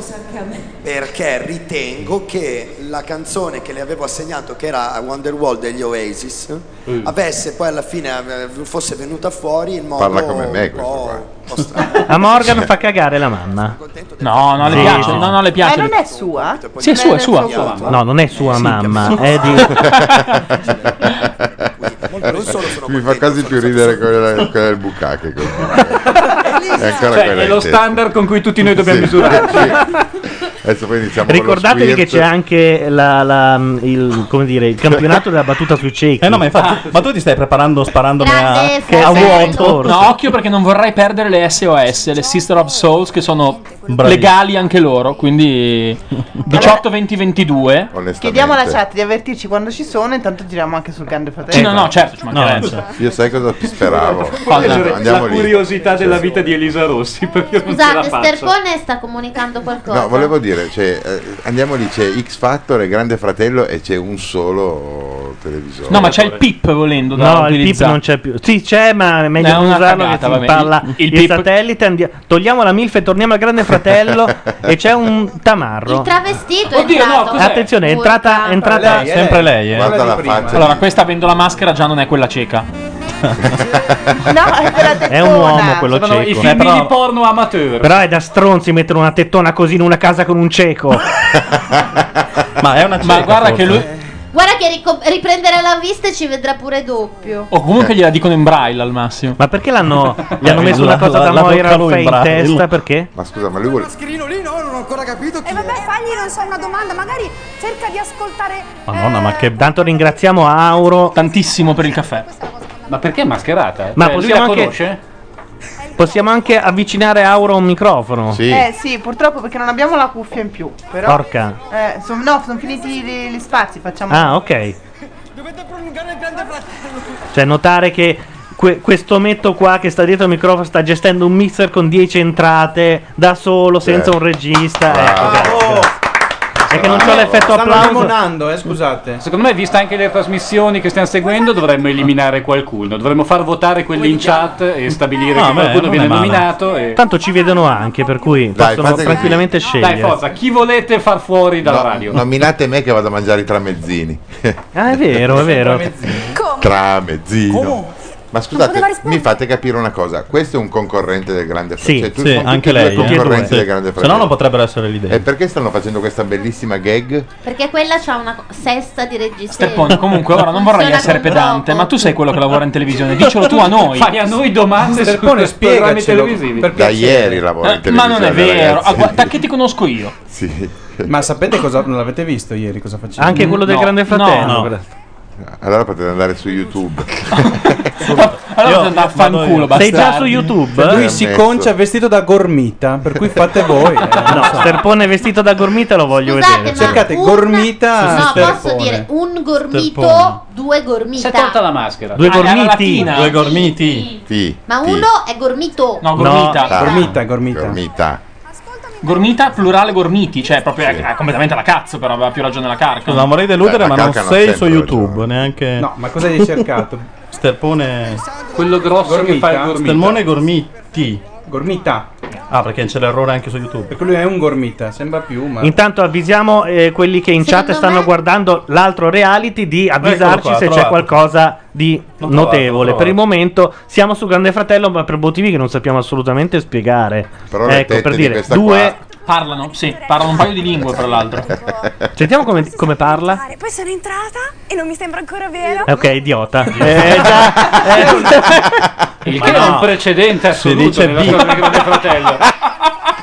[SPEAKER 14] Perché ritengo che la canzone che le avevo assegnato, che era Wonderwall degli Oasis, avesse poi alla fine eh, fosse venuta fuori in modo
[SPEAKER 8] Parla come me
[SPEAKER 14] un po', un po' strano.
[SPEAKER 1] A Morgan fa cagare la mamma.
[SPEAKER 2] No, no, le
[SPEAKER 1] Sì,
[SPEAKER 2] piace,
[SPEAKER 1] sì.
[SPEAKER 2] no, no, le
[SPEAKER 25] Ma
[SPEAKER 2] piace.
[SPEAKER 25] non è sua?
[SPEAKER 2] Sì, è sua, è sua.
[SPEAKER 1] No, Eh, non è sua mamma, è di...
[SPEAKER 8] Mi fa quasi più ridere quella, quella del bucache. È ancora
[SPEAKER 17] Cioè,
[SPEAKER 8] quella
[SPEAKER 17] è
[SPEAKER 8] in
[SPEAKER 17] lo
[SPEAKER 8] testa.
[SPEAKER 17] standard con cui tutti noi dobbiamo misurarci.
[SPEAKER 8] Adesso poi iniziamo con lo
[SPEAKER 1] Ricordatevi che
[SPEAKER 8] squirt.
[SPEAKER 1] c'è anche la- la- il, come dire, il campionato della battuta sui ciechi.
[SPEAKER 6] Eh no, ma
[SPEAKER 1] Ah.
[SPEAKER 6] infatti, ma tu ti stai preparando sparandomi a, a vuoto?
[SPEAKER 2] Eh, No, occhio perché non vorrei perdere le SOS, le Sister of Souls, che sono
[SPEAKER 6] Bravi.
[SPEAKER 2] legali anche loro. Quindi 18, 20, 22.
[SPEAKER 25] Chiediamo alla chat di avvertirci quando ci sono, intanto giriamo anche sul Grande
[SPEAKER 2] Sì,
[SPEAKER 25] Fratello.
[SPEAKER 2] no, no, certo, ci mancherebbe.
[SPEAKER 8] Io sai cosa speravo?
[SPEAKER 17] Leggere la
[SPEAKER 8] Andiamo lì.
[SPEAKER 17] curiosità della vita di Elisa Rossi perché io non ce la
[SPEAKER 5] Scusate,
[SPEAKER 17] faccio.
[SPEAKER 5] Sterpone sta comunicando qualcosa.
[SPEAKER 8] No, volevo dire, cioè, eh, andiamo lì, c'è X Factor e Grande Fratello e c'è un solo televisore.
[SPEAKER 2] No, ma c'è il PIP volendo da
[SPEAKER 1] No, il PIP
[SPEAKER 2] utilizzare.
[SPEAKER 1] non c'è più. Sì, c'è, ma è meglio
[SPEAKER 2] È
[SPEAKER 1] non
[SPEAKER 2] una
[SPEAKER 1] usarlo
[SPEAKER 2] cagata,
[SPEAKER 1] che si
[SPEAKER 2] vabbè.
[SPEAKER 1] impalla
[SPEAKER 2] Il-
[SPEAKER 1] il,
[SPEAKER 2] il PIP-
[SPEAKER 1] satellite. andi- togliamo la MILF e torniamo al Grande Fratello. e c'è un tamarro.
[SPEAKER 5] Il travestito
[SPEAKER 2] Oddio,
[SPEAKER 5] è entrato.
[SPEAKER 2] no, cos'è?
[SPEAKER 1] Attenzione, è entrata. È entrata
[SPEAKER 2] Lei, è sempre lei, eh.
[SPEAKER 8] Guarda la faccia.
[SPEAKER 2] Allora, questa avendo la maschera già non è quella cieca.
[SPEAKER 25] è quella
[SPEAKER 1] È un uomo quello
[SPEAKER 2] Sono
[SPEAKER 1] cieco.
[SPEAKER 2] i film
[SPEAKER 1] Eh, però-
[SPEAKER 2] di porno amateur.
[SPEAKER 1] Però è da stronzi mettere una tettona così in una casa con un cieco.
[SPEAKER 6] ma è una
[SPEAKER 2] Ma guarda che lui.
[SPEAKER 5] Guarda che rico- riprenderà la vista e ci vedrà pure doppio.
[SPEAKER 2] O comunque gliela dicono in braille al massimo.
[SPEAKER 1] Ma perché l'hanno.
[SPEAKER 2] gli hanno messo una cosa da Moira Fey in testa,
[SPEAKER 1] perché?
[SPEAKER 8] Ma scusa, ma lui vuole...
[SPEAKER 9] Scrino lì, no, non ho ancora capito chi E Eh, vabbè, fagli, non so, una domanda, magari cerca di ascoltare
[SPEAKER 1] Madonna, ma che. Tanto ringraziamo Auro.
[SPEAKER 2] Tantissimo per il caffè.
[SPEAKER 17] Ma perché è mascherata?
[SPEAKER 1] Ma
[SPEAKER 17] Cioè, lui
[SPEAKER 1] possiamo
[SPEAKER 17] la
[SPEAKER 1] anche-
[SPEAKER 17] conosce?
[SPEAKER 1] Possiamo anche avvicinare Auro a un microfono.
[SPEAKER 25] Eh sì, purtroppo perché non abbiamo la cuffia in più. Però.
[SPEAKER 1] Porca.
[SPEAKER 25] Eh, son- no, sono finiti gli, gli spazi, facciamo.
[SPEAKER 1] Ah, ok. Cioè, notare che que- questo metto qua che sta dietro il microfono sta gestendo un mixer con 10 entrate da solo, senza
[SPEAKER 6] Eh.
[SPEAKER 10] Certo.
[SPEAKER 1] un regista. Ecco, grazie, grazie. È che non c'ho
[SPEAKER 10] Bravo.
[SPEAKER 1] l'effetto
[SPEAKER 10] Stanno
[SPEAKER 1] applauso.
[SPEAKER 10] limonando, eh, scusate.
[SPEAKER 17] Ah, Secondo me, vista anche le trasmissioni che stiamo seguendo, dovremmo eliminare qualcuno. Dovremmo far votare quelli in chat e stabilire
[SPEAKER 1] No,
[SPEAKER 17] che
[SPEAKER 1] beh,
[SPEAKER 17] qualcuno
[SPEAKER 1] non
[SPEAKER 17] viene
[SPEAKER 1] è male.
[SPEAKER 17] nominato. E...
[SPEAKER 1] Tanto ci vedono anche, per cui possono
[SPEAKER 8] fate così.
[SPEAKER 1] tranquillamente scegliere.
[SPEAKER 17] Dai, forza, chi volete far fuori dalla
[SPEAKER 8] No,
[SPEAKER 17] radio?
[SPEAKER 8] Nominate me che vado a mangiare i tramezzini.
[SPEAKER 1] Ah, è vero, è vero.
[SPEAKER 8] Tramezzino.
[SPEAKER 1] Come?
[SPEAKER 8] Ma
[SPEAKER 1] Non poteva
[SPEAKER 8] scusate,
[SPEAKER 1] rispondere.
[SPEAKER 8] mi fate capire una cosa. Questo è un concorrente del Grande
[SPEAKER 6] Sì,
[SPEAKER 8] Fratello. Cioè, tu-
[SPEAKER 6] sì,
[SPEAKER 8] sono tutti
[SPEAKER 6] anche
[SPEAKER 8] e due
[SPEAKER 6] lei, eh.
[SPEAKER 8] concorrenti
[SPEAKER 6] Tutti e due.
[SPEAKER 8] del Grande
[SPEAKER 6] Se
[SPEAKER 8] Fratello.
[SPEAKER 6] no non potrebbero essere lì dentro.
[SPEAKER 8] E perché stanno facendo questa bellissima gag?
[SPEAKER 5] Perché quella c'ha una co- sesta di regista.
[SPEAKER 2] Steppone, comunque, ora non vorrei
[SPEAKER 5] Funziona
[SPEAKER 2] essere
[SPEAKER 5] con
[SPEAKER 2] pedante, ma tu sei quello che lavora in televisione. Dicelo Eh, tu a noi.
[SPEAKER 17] Fai a noi domande su
[SPEAKER 2] Steppone,
[SPEAKER 17] questi programmi
[SPEAKER 2] spiegacelo,
[SPEAKER 17] televisivi.
[SPEAKER 2] perché
[SPEAKER 8] Da ieri lavora in
[SPEAKER 2] Eh, ma non
[SPEAKER 8] televisione.
[SPEAKER 2] è vero.
[SPEAKER 8] ragazzi.
[SPEAKER 2] Ah, guarda che ti conosco io.
[SPEAKER 8] Sì.
[SPEAKER 10] Ma sapete cosa non l'avete visto ieri cosa faceva?
[SPEAKER 1] Anche quello del Grande Fratello. peraltro.
[SPEAKER 8] Allora potete andare su YouTube.
[SPEAKER 2] Allora andate a fanculo,
[SPEAKER 10] Sei già
[SPEAKER 2] bastardi.
[SPEAKER 10] su YouTube?
[SPEAKER 8] Cioè,
[SPEAKER 10] lui
[SPEAKER 8] ha
[SPEAKER 10] si
[SPEAKER 8] messo-
[SPEAKER 10] concia vestito da gormita, per cui fate voi. eh,
[SPEAKER 1] No, Sterpone vestito da gormita lo voglio
[SPEAKER 5] Scusate,
[SPEAKER 1] vedere. cioè.
[SPEAKER 5] ma Cercate un-
[SPEAKER 8] Ah.
[SPEAKER 1] gormita.
[SPEAKER 5] No, posso dire un
[SPEAKER 1] Steppone.
[SPEAKER 5] gormito, due gormita.
[SPEAKER 17] la maschera.
[SPEAKER 1] Due
[SPEAKER 2] Ah, era
[SPEAKER 1] gormiti.
[SPEAKER 2] latina.
[SPEAKER 1] Due
[SPEAKER 2] gormiti.
[SPEAKER 5] Ma uno è gormito.
[SPEAKER 2] No, gormita.
[SPEAKER 10] gormita,
[SPEAKER 8] Ah,
[SPEAKER 10] gormita.
[SPEAKER 2] Gormita, plurale gormiti. Cioè, proprio è- è completamente alla cazzo, però aveva più ragione la carca.
[SPEAKER 6] Non vorrei deludere, ma non sei su YouTube, neanche.
[SPEAKER 10] No, ma cosa hai cercato?
[SPEAKER 6] Sterpone.
[SPEAKER 17] Quello grosso
[SPEAKER 6] che fa il
[SPEAKER 10] gormita.
[SPEAKER 6] Stermone gormiti.
[SPEAKER 10] Gormita.
[SPEAKER 6] Ah, perché c'è l'errore anche su YouTube.
[SPEAKER 10] Perché lui è un gormita, sembra più, ma
[SPEAKER 1] Intanto avvisiamo eh, quelli che in
[SPEAKER 10] Secondo
[SPEAKER 1] chat stanno
[SPEAKER 10] me-
[SPEAKER 1] guardando l'altro reality di avvisarci
[SPEAKER 10] Eccolo Ecco qua,
[SPEAKER 1] se
[SPEAKER 10] trovato.
[SPEAKER 1] c'è qualcosa di
[SPEAKER 10] L'ho trovato,
[SPEAKER 1] notevole.
[SPEAKER 10] l'ho
[SPEAKER 1] Per il momento siamo su Grande Fratello, ma per motivi che non sappiamo assolutamente spiegare.
[SPEAKER 8] Però le
[SPEAKER 1] ecco,
[SPEAKER 8] tette
[SPEAKER 1] per
[SPEAKER 8] di
[SPEAKER 1] dire,
[SPEAKER 8] questa
[SPEAKER 1] due... Eh,
[SPEAKER 2] Parlano, sì, parlano un paio di lingue, tra l'altro.
[SPEAKER 1] Sentiamo come, come parla.
[SPEAKER 9] Poi sono entrata e non mi sembra ancora vero.
[SPEAKER 1] Eh, Ok, idiota. Eh, già,
[SPEAKER 17] Il
[SPEAKER 6] Ma
[SPEAKER 17] che è
[SPEAKER 6] no.
[SPEAKER 17] un precedente
[SPEAKER 6] Si
[SPEAKER 17] assoluto
[SPEAKER 6] dice
[SPEAKER 17] nella
[SPEAKER 6] bi-
[SPEAKER 17] storia del Grande Fratello.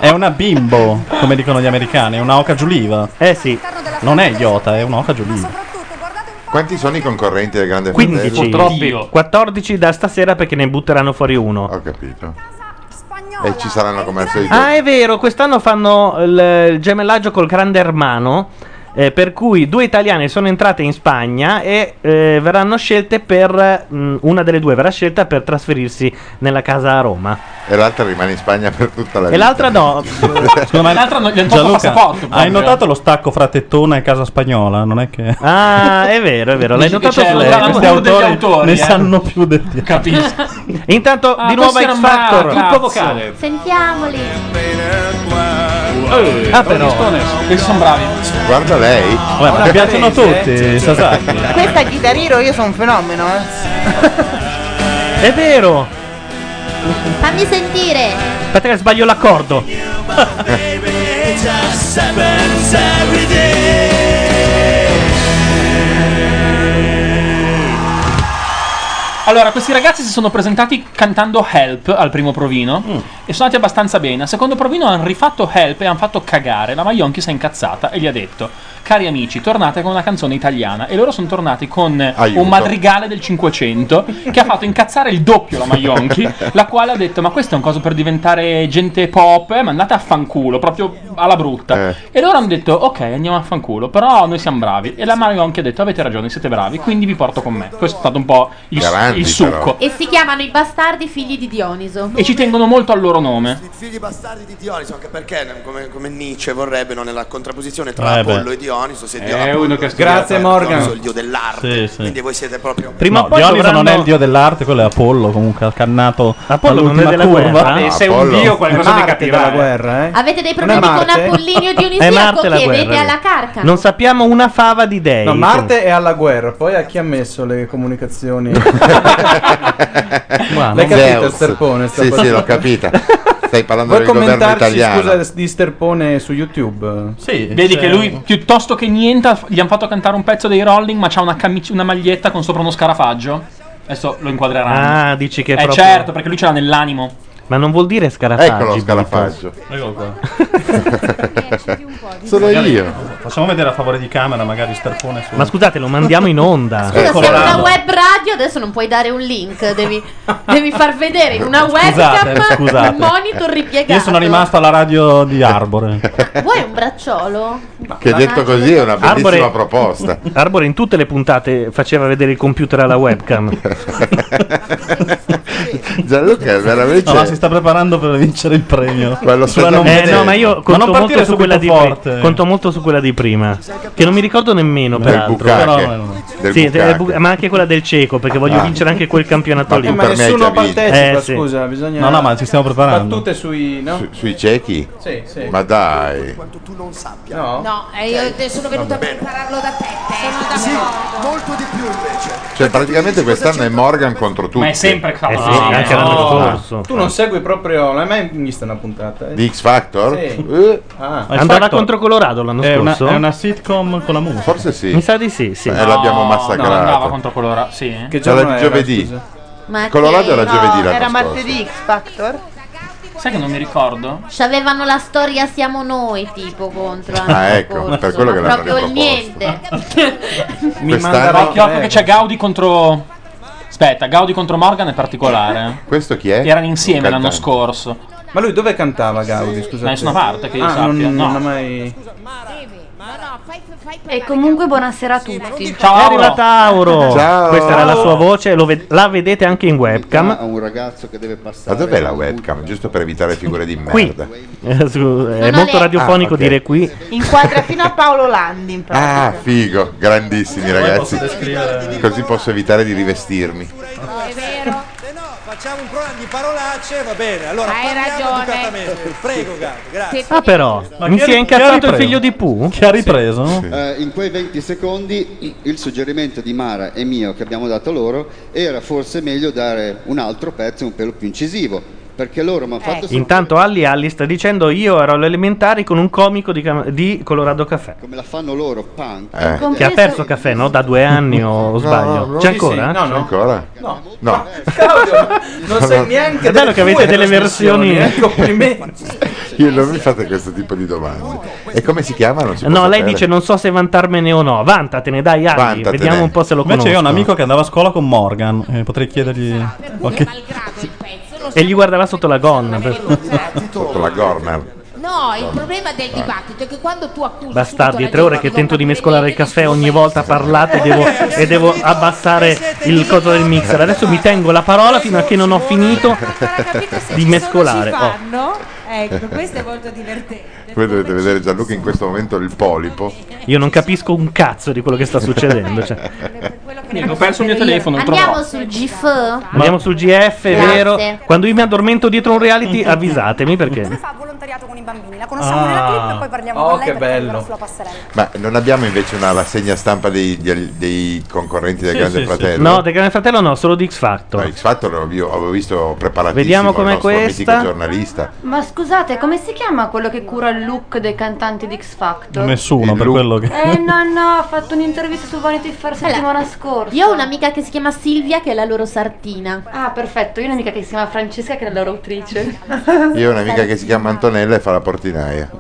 [SPEAKER 6] È una bimbo, come dicono gli americani, è una oca giuliva.
[SPEAKER 1] Eh sì.
[SPEAKER 6] Non è iota, è un'oca giuliva.
[SPEAKER 8] Quanti sono i concorrenti del Grande Fratello?
[SPEAKER 1] 15, 14 da stasera perché ne butteranno fuori uno.
[SPEAKER 8] Ho capito. E ci
[SPEAKER 1] eh.
[SPEAKER 8] saranno come al solito.
[SPEAKER 1] Ah, è vero, quest'anno fanno il, il gemellaggio col Grande Hermano. eh, per cui due italiane sono entrate in Spagna e eh, verranno scelte per mh, una delle due verrà scelta per trasferirsi nella casa a Roma.
[SPEAKER 8] E l'altra rimane in Spagna per tutta la
[SPEAKER 1] E
[SPEAKER 8] vita.
[SPEAKER 1] l'altra no.
[SPEAKER 6] Secondo me
[SPEAKER 2] l'altra non gli hanno tolto il
[SPEAKER 6] Gianluca,
[SPEAKER 2] passaporto,
[SPEAKER 6] hai
[SPEAKER 2] proprio.
[SPEAKER 6] notato lo stacco fra Tettona e Casa Spagnola? Non è che.
[SPEAKER 1] Ah, è vero, è vero, l'hai
[SPEAKER 6] Dici che
[SPEAKER 1] notato
[SPEAKER 6] c'è
[SPEAKER 1] tu.
[SPEAKER 6] la- la-
[SPEAKER 1] Questi
[SPEAKER 6] la- degli
[SPEAKER 1] autori
[SPEAKER 6] autori,
[SPEAKER 1] ne
[SPEAKER 6] eh.
[SPEAKER 1] sanno
[SPEAKER 6] più del diavolo.
[SPEAKER 2] Capisco.
[SPEAKER 1] Intanto
[SPEAKER 26] Ah,
[SPEAKER 1] di nuovo
[SPEAKER 26] questi
[SPEAKER 1] X
[SPEAKER 26] erano
[SPEAKER 1] Factor,
[SPEAKER 26] bravi,
[SPEAKER 1] gruppo
[SPEAKER 26] cazzo.
[SPEAKER 1] vocale.
[SPEAKER 26] Sentiamoli.
[SPEAKER 2] Eh,
[SPEAKER 1] Ah, però.
[SPEAKER 2] Questi sono bravi.
[SPEAKER 8] Guarda lei.
[SPEAKER 6] Guarda, piacciono tutti, Sasaki.
[SPEAKER 27] Questa è chitarriro, io sono un fenomeno, eh.
[SPEAKER 1] È vero.
[SPEAKER 26] Fammi sentire.
[SPEAKER 1] Aspetta che sbaglio l'accordo.
[SPEAKER 28] It just happens every day.
[SPEAKER 2] Allora, questi ragazzi si sono presentati cantando Help al primo provino e sono andati abbastanza bene. Al secondo provino hanno rifatto Help e hanno fatto cagare. La Maionchi si è incazzata e gli ha detto: Cari amici, tornate con una canzone italiana. E loro sono tornati con un madrigale del 500 che ha fatto incazzare il doppio la Maionchi, la quale ha detto: Ma questo è un coso per diventare gente pop? Eh, ma andate a fanculo, proprio alla brutta.
[SPEAKER 8] Eh.
[SPEAKER 2] E loro hanno detto: Ok, andiamo a fanculo, però noi siamo bravi. E la Maionchi ha detto: Avete ragione, siete bravi, quindi vi porto con me. Questo è stato un po' il,
[SPEAKER 8] Grandi,
[SPEAKER 2] il succo.
[SPEAKER 5] E si chiamano i bastardi figli di Dioniso.
[SPEAKER 2] E ci tengono molto al loro nome.
[SPEAKER 7] Figli bastardi di Dioniso, anche perché,
[SPEAKER 14] eh,
[SPEAKER 7] come, come Nietzsche vorrebbe, no, nella contrapposizione tra
[SPEAKER 2] Eh,
[SPEAKER 7] Apollo
[SPEAKER 2] beh.
[SPEAKER 7] e Dioniso, se
[SPEAKER 2] È
[SPEAKER 7] Dio è
[SPEAKER 2] uno
[SPEAKER 7] Apollo,
[SPEAKER 2] che
[SPEAKER 7] Dioniso
[SPEAKER 2] ha
[SPEAKER 6] studiato,
[SPEAKER 7] è
[SPEAKER 6] Morgan.
[SPEAKER 7] Dioniso, il dio dell'arte,
[SPEAKER 6] Sì, sì.
[SPEAKER 7] quindi voi siete proprio...
[SPEAKER 1] Prima
[SPEAKER 6] No,
[SPEAKER 1] o poi
[SPEAKER 6] Dioniso non è
[SPEAKER 1] dovranno-
[SPEAKER 6] il dio dell'arte, quello è Apollo. Comunque, ha cannato
[SPEAKER 1] Apollo non è
[SPEAKER 6] all'ultima
[SPEAKER 1] della
[SPEAKER 6] curva.
[SPEAKER 1] guerra? Eh, se è un Apollo- dio, qualcosa
[SPEAKER 10] Marte
[SPEAKER 1] di
[SPEAKER 10] della
[SPEAKER 1] capirà, eh.
[SPEAKER 10] guerra, eh.
[SPEAKER 5] Avete dei
[SPEAKER 10] Non è
[SPEAKER 5] problemi con
[SPEAKER 10] Marte?
[SPEAKER 5] Apollinio
[SPEAKER 1] È Marte
[SPEAKER 5] Dionisiaco
[SPEAKER 1] la
[SPEAKER 5] che
[SPEAKER 1] guerra,
[SPEAKER 5] vede
[SPEAKER 1] vero.
[SPEAKER 5] alla carca?
[SPEAKER 1] Non sappiamo una fava di dei.
[SPEAKER 10] No, Marte è alla guerra, poi a chi ha messo le comunicazioni? L'hai capito il
[SPEAKER 8] Zeus.
[SPEAKER 10] sterpone? sta
[SPEAKER 8] Sì,
[SPEAKER 10] cosa?
[SPEAKER 8] sì, l'ho capita. Stai parlando
[SPEAKER 10] Vuoi
[SPEAKER 8] del governo
[SPEAKER 10] commentarci
[SPEAKER 8] italiano.
[SPEAKER 10] scusa di sterpone su YouTube?
[SPEAKER 6] Sì,
[SPEAKER 2] Vedi che lui, piuttosto che niente, gli hanno fatto cantare un pezzo dei Rolling, ma c'ha una, camicia, una maglietta con sopra uno scarafaggio. Adesso lo inquadreranno.
[SPEAKER 1] Ah, dici che
[SPEAKER 2] Eh,
[SPEAKER 1] è proprio-
[SPEAKER 2] certo, perché lui ce l'ha nell'animo.
[SPEAKER 1] Ma non vuol dire scarafaggio.
[SPEAKER 8] Eccolo lo scarafaggio.
[SPEAKER 1] Ah.
[SPEAKER 6] Eccolo Ecco qua.
[SPEAKER 8] Sono io.
[SPEAKER 6] Facciamo vedere a favore di camera, magari Sterpone. Su.
[SPEAKER 1] Ma scusate, lo mandiamo in onda.
[SPEAKER 6] Scusa,
[SPEAKER 5] Siamo una web radio, adesso non puoi dare un link, devi, devi far vedere in una
[SPEAKER 6] Scusate,
[SPEAKER 5] webcam
[SPEAKER 6] scusate.
[SPEAKER 5] un monitor ripiegato.
[SPEAKER 6] Io sono rimasto alla radio di Arbore.
[SPEAKER 5] Vuoi un bracciolo?
[SPEAKER 8] Che detto così è una bellissima
[SPEAKER 1] Arbore-
[SPEAKER 8] proposta.
[SPEAKER 1] Arbore in tutte le puntate faceva vedere il computer alla webcam.
[SPEAKER 8] Gianluca, Eh, veramente.
[SPEAKER 6] No, ma si sta preparando per vincere il premio.
[SPEAKER 8] Quello
[SPEAKER 6] Sulla
[SPEAKER 8] aspetta-
[SPEAKER 6] non
[SPEAKER 1] Eh,
[SPEAKER 6] vedere.
[SPEAKER 1] no, ma io
[SPEAKER 6] Ma
[SPEAKER 1] conto
[SPEAKER 6] non partire
[SPEAKER 1] molto su quella di
[SPEAKER 6] subito forte.
[SPEAKER 1] prima. Conto molto su quella di prima. Che non mi ricordo nemmeno,
[SPEAKER 8] Del
[SPEAKER 1] peraltro.
[SPEAKER 8] Bucache.
[SPEAKER 1] Però-
[SPEAKER 8] Del
[SPEAKER 1] Sì,
[SPEAKER 8] Bucache.
[SPEAKER 1] del Buca- ma anche quella del cieco, perché voglio
[SPEAKER 8] Ah.
[SPEAKER 1] vincere anche quel campionato
[SPEAKER 8] Ma
[SPEAKER 1] lì. Eh,
[SPEAKER 8] tu Ma per me hai nessuno già vinto. partecipa,
[SPEAKER 1] sì.
[SPEAKER 10] scusa, bisogna-
[SPEAKER 6] No, no, ma ci stiamo preparando.
[SPEAKER 10] Battute sui... no?
[SPEAKER 8] Su- sui ciechi?
[SPEAKER 10] Sì, sì.
[SPEAKER 8] Ma dai.
[SPEAKER 14] eh,
[SPEAKER 7] Tu non sappia.
[SPEAKER 10] No?
[SPEAKER 29] No, eh, io te- sono venuta per impararlo da te. Sono d'accordo.
[SPEAKER 7] molto di più invece.
[SPEAKER 8] Cioè, praticamente quest'anno è Morgan contro tutti.
[SPEAKER 10] Ma è sempre
[SPEAKER 8] capo.
[SPEAKER 10] cavolo.
[SPEAKER 8] No,
[SPEAKER 10] Eh sì, anche l'anno
[SPEAKER 1] scorso.
[SPEAKER 10] Tu non segui proprio... l'hai mai vista una puntata? eh?
[SPEAKER 8] Di X Factor?
[SPEAKER 10] Sì.
[SPEAKER 8] Eh.
[SPEAKER 10] Ah.
[SPEAKER 1] Andava contro Colorado l'anno
[SPEAKER 6] È una-
[SPEAKER 1] scorso?
[SPEAKER 6] è una sitcom con la musica.
[SPEAKER 8] Forse sì.
[SPEAKER 1] Mi sa di sì, sì.
[SPEAKER 8] Eh, l'abbiamo massacrato.
[SPEAKER 2] No, andava contro Colora. Sì. eh.
[SPEAKER 8] Che giorno Era era, giovedì. scusa?
[SPEAKER 5] Ma
[SPEAKER 8] Colorado
[SPEAKER 5] che-
[SPEAKER 8] era giovedì
[SPEAKER 5] no,
[SPEAKER 8] l'anno
[SPEAKER 5] era
[SPEAKER 8] scorso.
[SPEAKER 5] Ah, boh. martedì.
[SPEAKER 27] X Factor?
[SPEAKER 2] Sai che non mi ricordo?
[SPEAKER 5] C'avevano la storia siamo noi tipo contro. l'anno
[SPEAKER 8] Ah, ecco,
[SPEAKER 5] scorso,
[SPEAKER 8] per quello
[SPEAKER 5] ma
[SPEAKER 8] che l'hanno
[SPEAKER 5] Proprio il
[SPEAKER 8] riproposto.
[SPEAKER 5] niente.
[SPEAKER 8] Mi Quest'anno- manderò-
[SPEAKER 2] Occhio, occhio che c'è Gaudi contro. Aspetta, Gaudi contro Morgan è particolare.
[SPEAKER 8] Questo chi è?
[SPEAKER 2] Erano insieme
[SPEAKER 8] Un
[SPEAKER 2] l'anno
[SPEAKER 8] cantante.
[SPEAKER 2] scorso.
[SPEAKER 10] Ma lui dove cantava Gaudi? Scusa.
[SPEAKER 2] Da nessuna parte, che io
[SPEAKER 10] ah,
[SPEAKER 2] sappia,
[SPEAKER 10] Non,
[SPEAKER 2] no.
[SPEAKER 10] non ha mai...
[SPEAKER 15] E comunque buonasera a tutti.
[SPEAKER 1] È arrivata Auro.
[SPEAKER 8] Ciao.
[SPEAKER 1] Questa era la sua voce, lo ved- la vedete anche in webcam.
[SPEAKER 14] un ragazzo che deve passare.
[SPEAKER 8] Ma dov'è la webcam? Giusto per evitare figure di
[SPEAKER 1] Qui.
[SPEAKER 8] merda.
[SPEAKER 1] Eh, su- È
[SPEAKER 27] ho
[SPEAKER 1] molto
[SPEAKER 27] le-
[SPEAKER 1] radiofonico
[SPEAKER 8] Ah, ok.
[SPEAKER 1] dire qui.
[SPEAKER 27] Inquadra fino a Paolo Landi, in pratica.
[SPEAKER 8] Ah, figo, grandissimi ragazzi.
[SPEAKER 6] posso descrivere-
[SPEAKER 8] Così posso evitare di rivestirmi.
[SPEAKER 29] È vero.
[SPEAKER 13] Eh Facciamo un programma di parolacce, va bene. Allora,
[SPEAKER 29] Hai
[SPEAKER 13] parliamo
[SPEAKER 29] ragione.
[SPEAKER 13] educatamente. Prego, Gato, grazie.
[SPEAKER 1] Ah, però,
[SPEAKER 14] Ma
[SPEAKER 1] mi
[SPEAKER 14] chi ha
[SPEAKER 1] si è
[SPEAKER 14] ri- chi ha
[SPEAKER 1] incazzato il
[SPEAKER 14] ripreso?
[SPEAKER 1] figlio di Pooh?
[SPEAKER 6] Che ha ripreso?
[SPEAKER 14] Eh, in quei 20 secondi il suggerimento di Mara e mio che abbiamo dato loro era forse meglio dare un altro pezzo un pelo più incisivo perché loro mi hanno
[SPEAKER 6] Eh.
[SPEAKER 14] fatto sentire
[SPEAKER 1] Intanto Ali Ali sta dicendo io ero alle elementari con un comico di, Cam- di Colorado Caffè.
[SPEAKER 14] come la fanno loro punk
[SPEAKER 8] Eh.
[SPEAKER 14] Ed è-
[SPEAKER 1] Eh. Che ha perso caffè, no? Da due anni o o sbaglio.
[SPEAKER 8] no,
[SPEAKER 1] C'è
[SPEAKER 8] sì, sì,
[SPEAKER 1] ancora?
[SPEAKER 8] no, no. C'è ancora?
[SPEAKER 10] No.
[SPEAKER 8] No.
[SPEAKER 10] Non sai neanche...
[SPEAKER 1] È bello
[SPEAKER 10] delle
[SPEAKER 1] che avete
[SPEAKER 10] tue
[SPEAKER 1] delle
[SPEAKER 10] trasmissioni,
[SPEAKER 1] versioni.
[SPEAKER 10] eh, Complimenti.
[SPEAKER 8] Io non mi fate questo tipo di domande. E come si chiama? Non si può
[SPEAKER 1] No, lei
[SPEAKER 8] sapere.
[SPEAKER 1] dice non so se vantarmene o no. Vantatene, dai Ali,
[SPEAKER 8] Vantatene.
[SPEAKER 1] vediamo un po' se lo
[SPEAKER 6] Invece io ho un
[SPEAKER 1] conosco.
[SPEAKER 6] amico che andava a scuola con Morgan. eh, potrei chiedergli. qualche-
[SPEAKER 1] E gli guardava sotto la gonna. per-
[SPEAKER 8] Sotto la Gorner.
[SPEAKER 18] No, il problema del dibattito è che quando tu accusi
[SPEAKER 1] Ah. Bastardi, è tre ore che tento di mescolare il caffè, ogni volta parlate devo- e devo abbassare il coso del mixer. Adesso mi tengo la parola fino a che non ho finito di mescolare. Oh.
[SPEAKER 18] fanno, ecco, questo è molto divertente.
[SPEAKER 8] Voi dovete vedere Gianluca in questo momento il polipo.
[SPEAKER 1] Io non capisco un cazzo di quello che sta succedendo. cioè.
[SPEAKER 30] Ho perso il mio telefono, lo troverò.
[SPEAKER 3] Andiamo sul GIF.
[SPEAKER 1] Andiamo sul GF, è
[SPEAKER 3] Grazie.
[SPEAKER 1] vero? Quando io mi addormento dietro un reality, avvisatemi perché.
[SPEAKER 31] volontariato con i bambini. La conosciamo nella
[SPEAKER 10] Ah.
[SPEAKER 31] clip e poi parliamo
[SPEAKER 10] Oh,
[SPEAKER 31] con lei perché arriva sulla passerella.
[SPEAKER 8] Ma non abbiamo invece una rassegna stampa dei, dei- dei concorrenti del Grande Fratello? Ah,
[SPEAKER 1] No, del Grande Fratello no, solo di X
[SPEAKER 17] Esatto.
[SPEAKER 1] Factor.
[SPEAKER 8] X Factor io avevo visto preparatissimo
[SPEAKER 1] Vediamo
[SPEAKER 8] il
[SPEAKER 1] com'è
[SPEAKER 8] nostro
[SPEAKER 1] questa.
[SPEAKER 8] mitico giornalista.
[SPEAKER 15] Ma scusate, come si chiama quello che cura il look dei cantanti di X Factor?
[SPEAKER 6] Nessuno, per quello che...
[SPEAKER 15] Eh no, no, ha fatto un'intervista su Vanity Fair settimana scorsa.
[SPEAKER 5] Io ho un'amica che si chiama Silvia, che è la loro sartina.
[SPEAKER 15] Ah, perfetto, io ho un'amica che si chiama Francesca, che è la loro autrice.
[SPEAKER 8] Io ho un'amica che si chiama Antonella e fa la portinaia.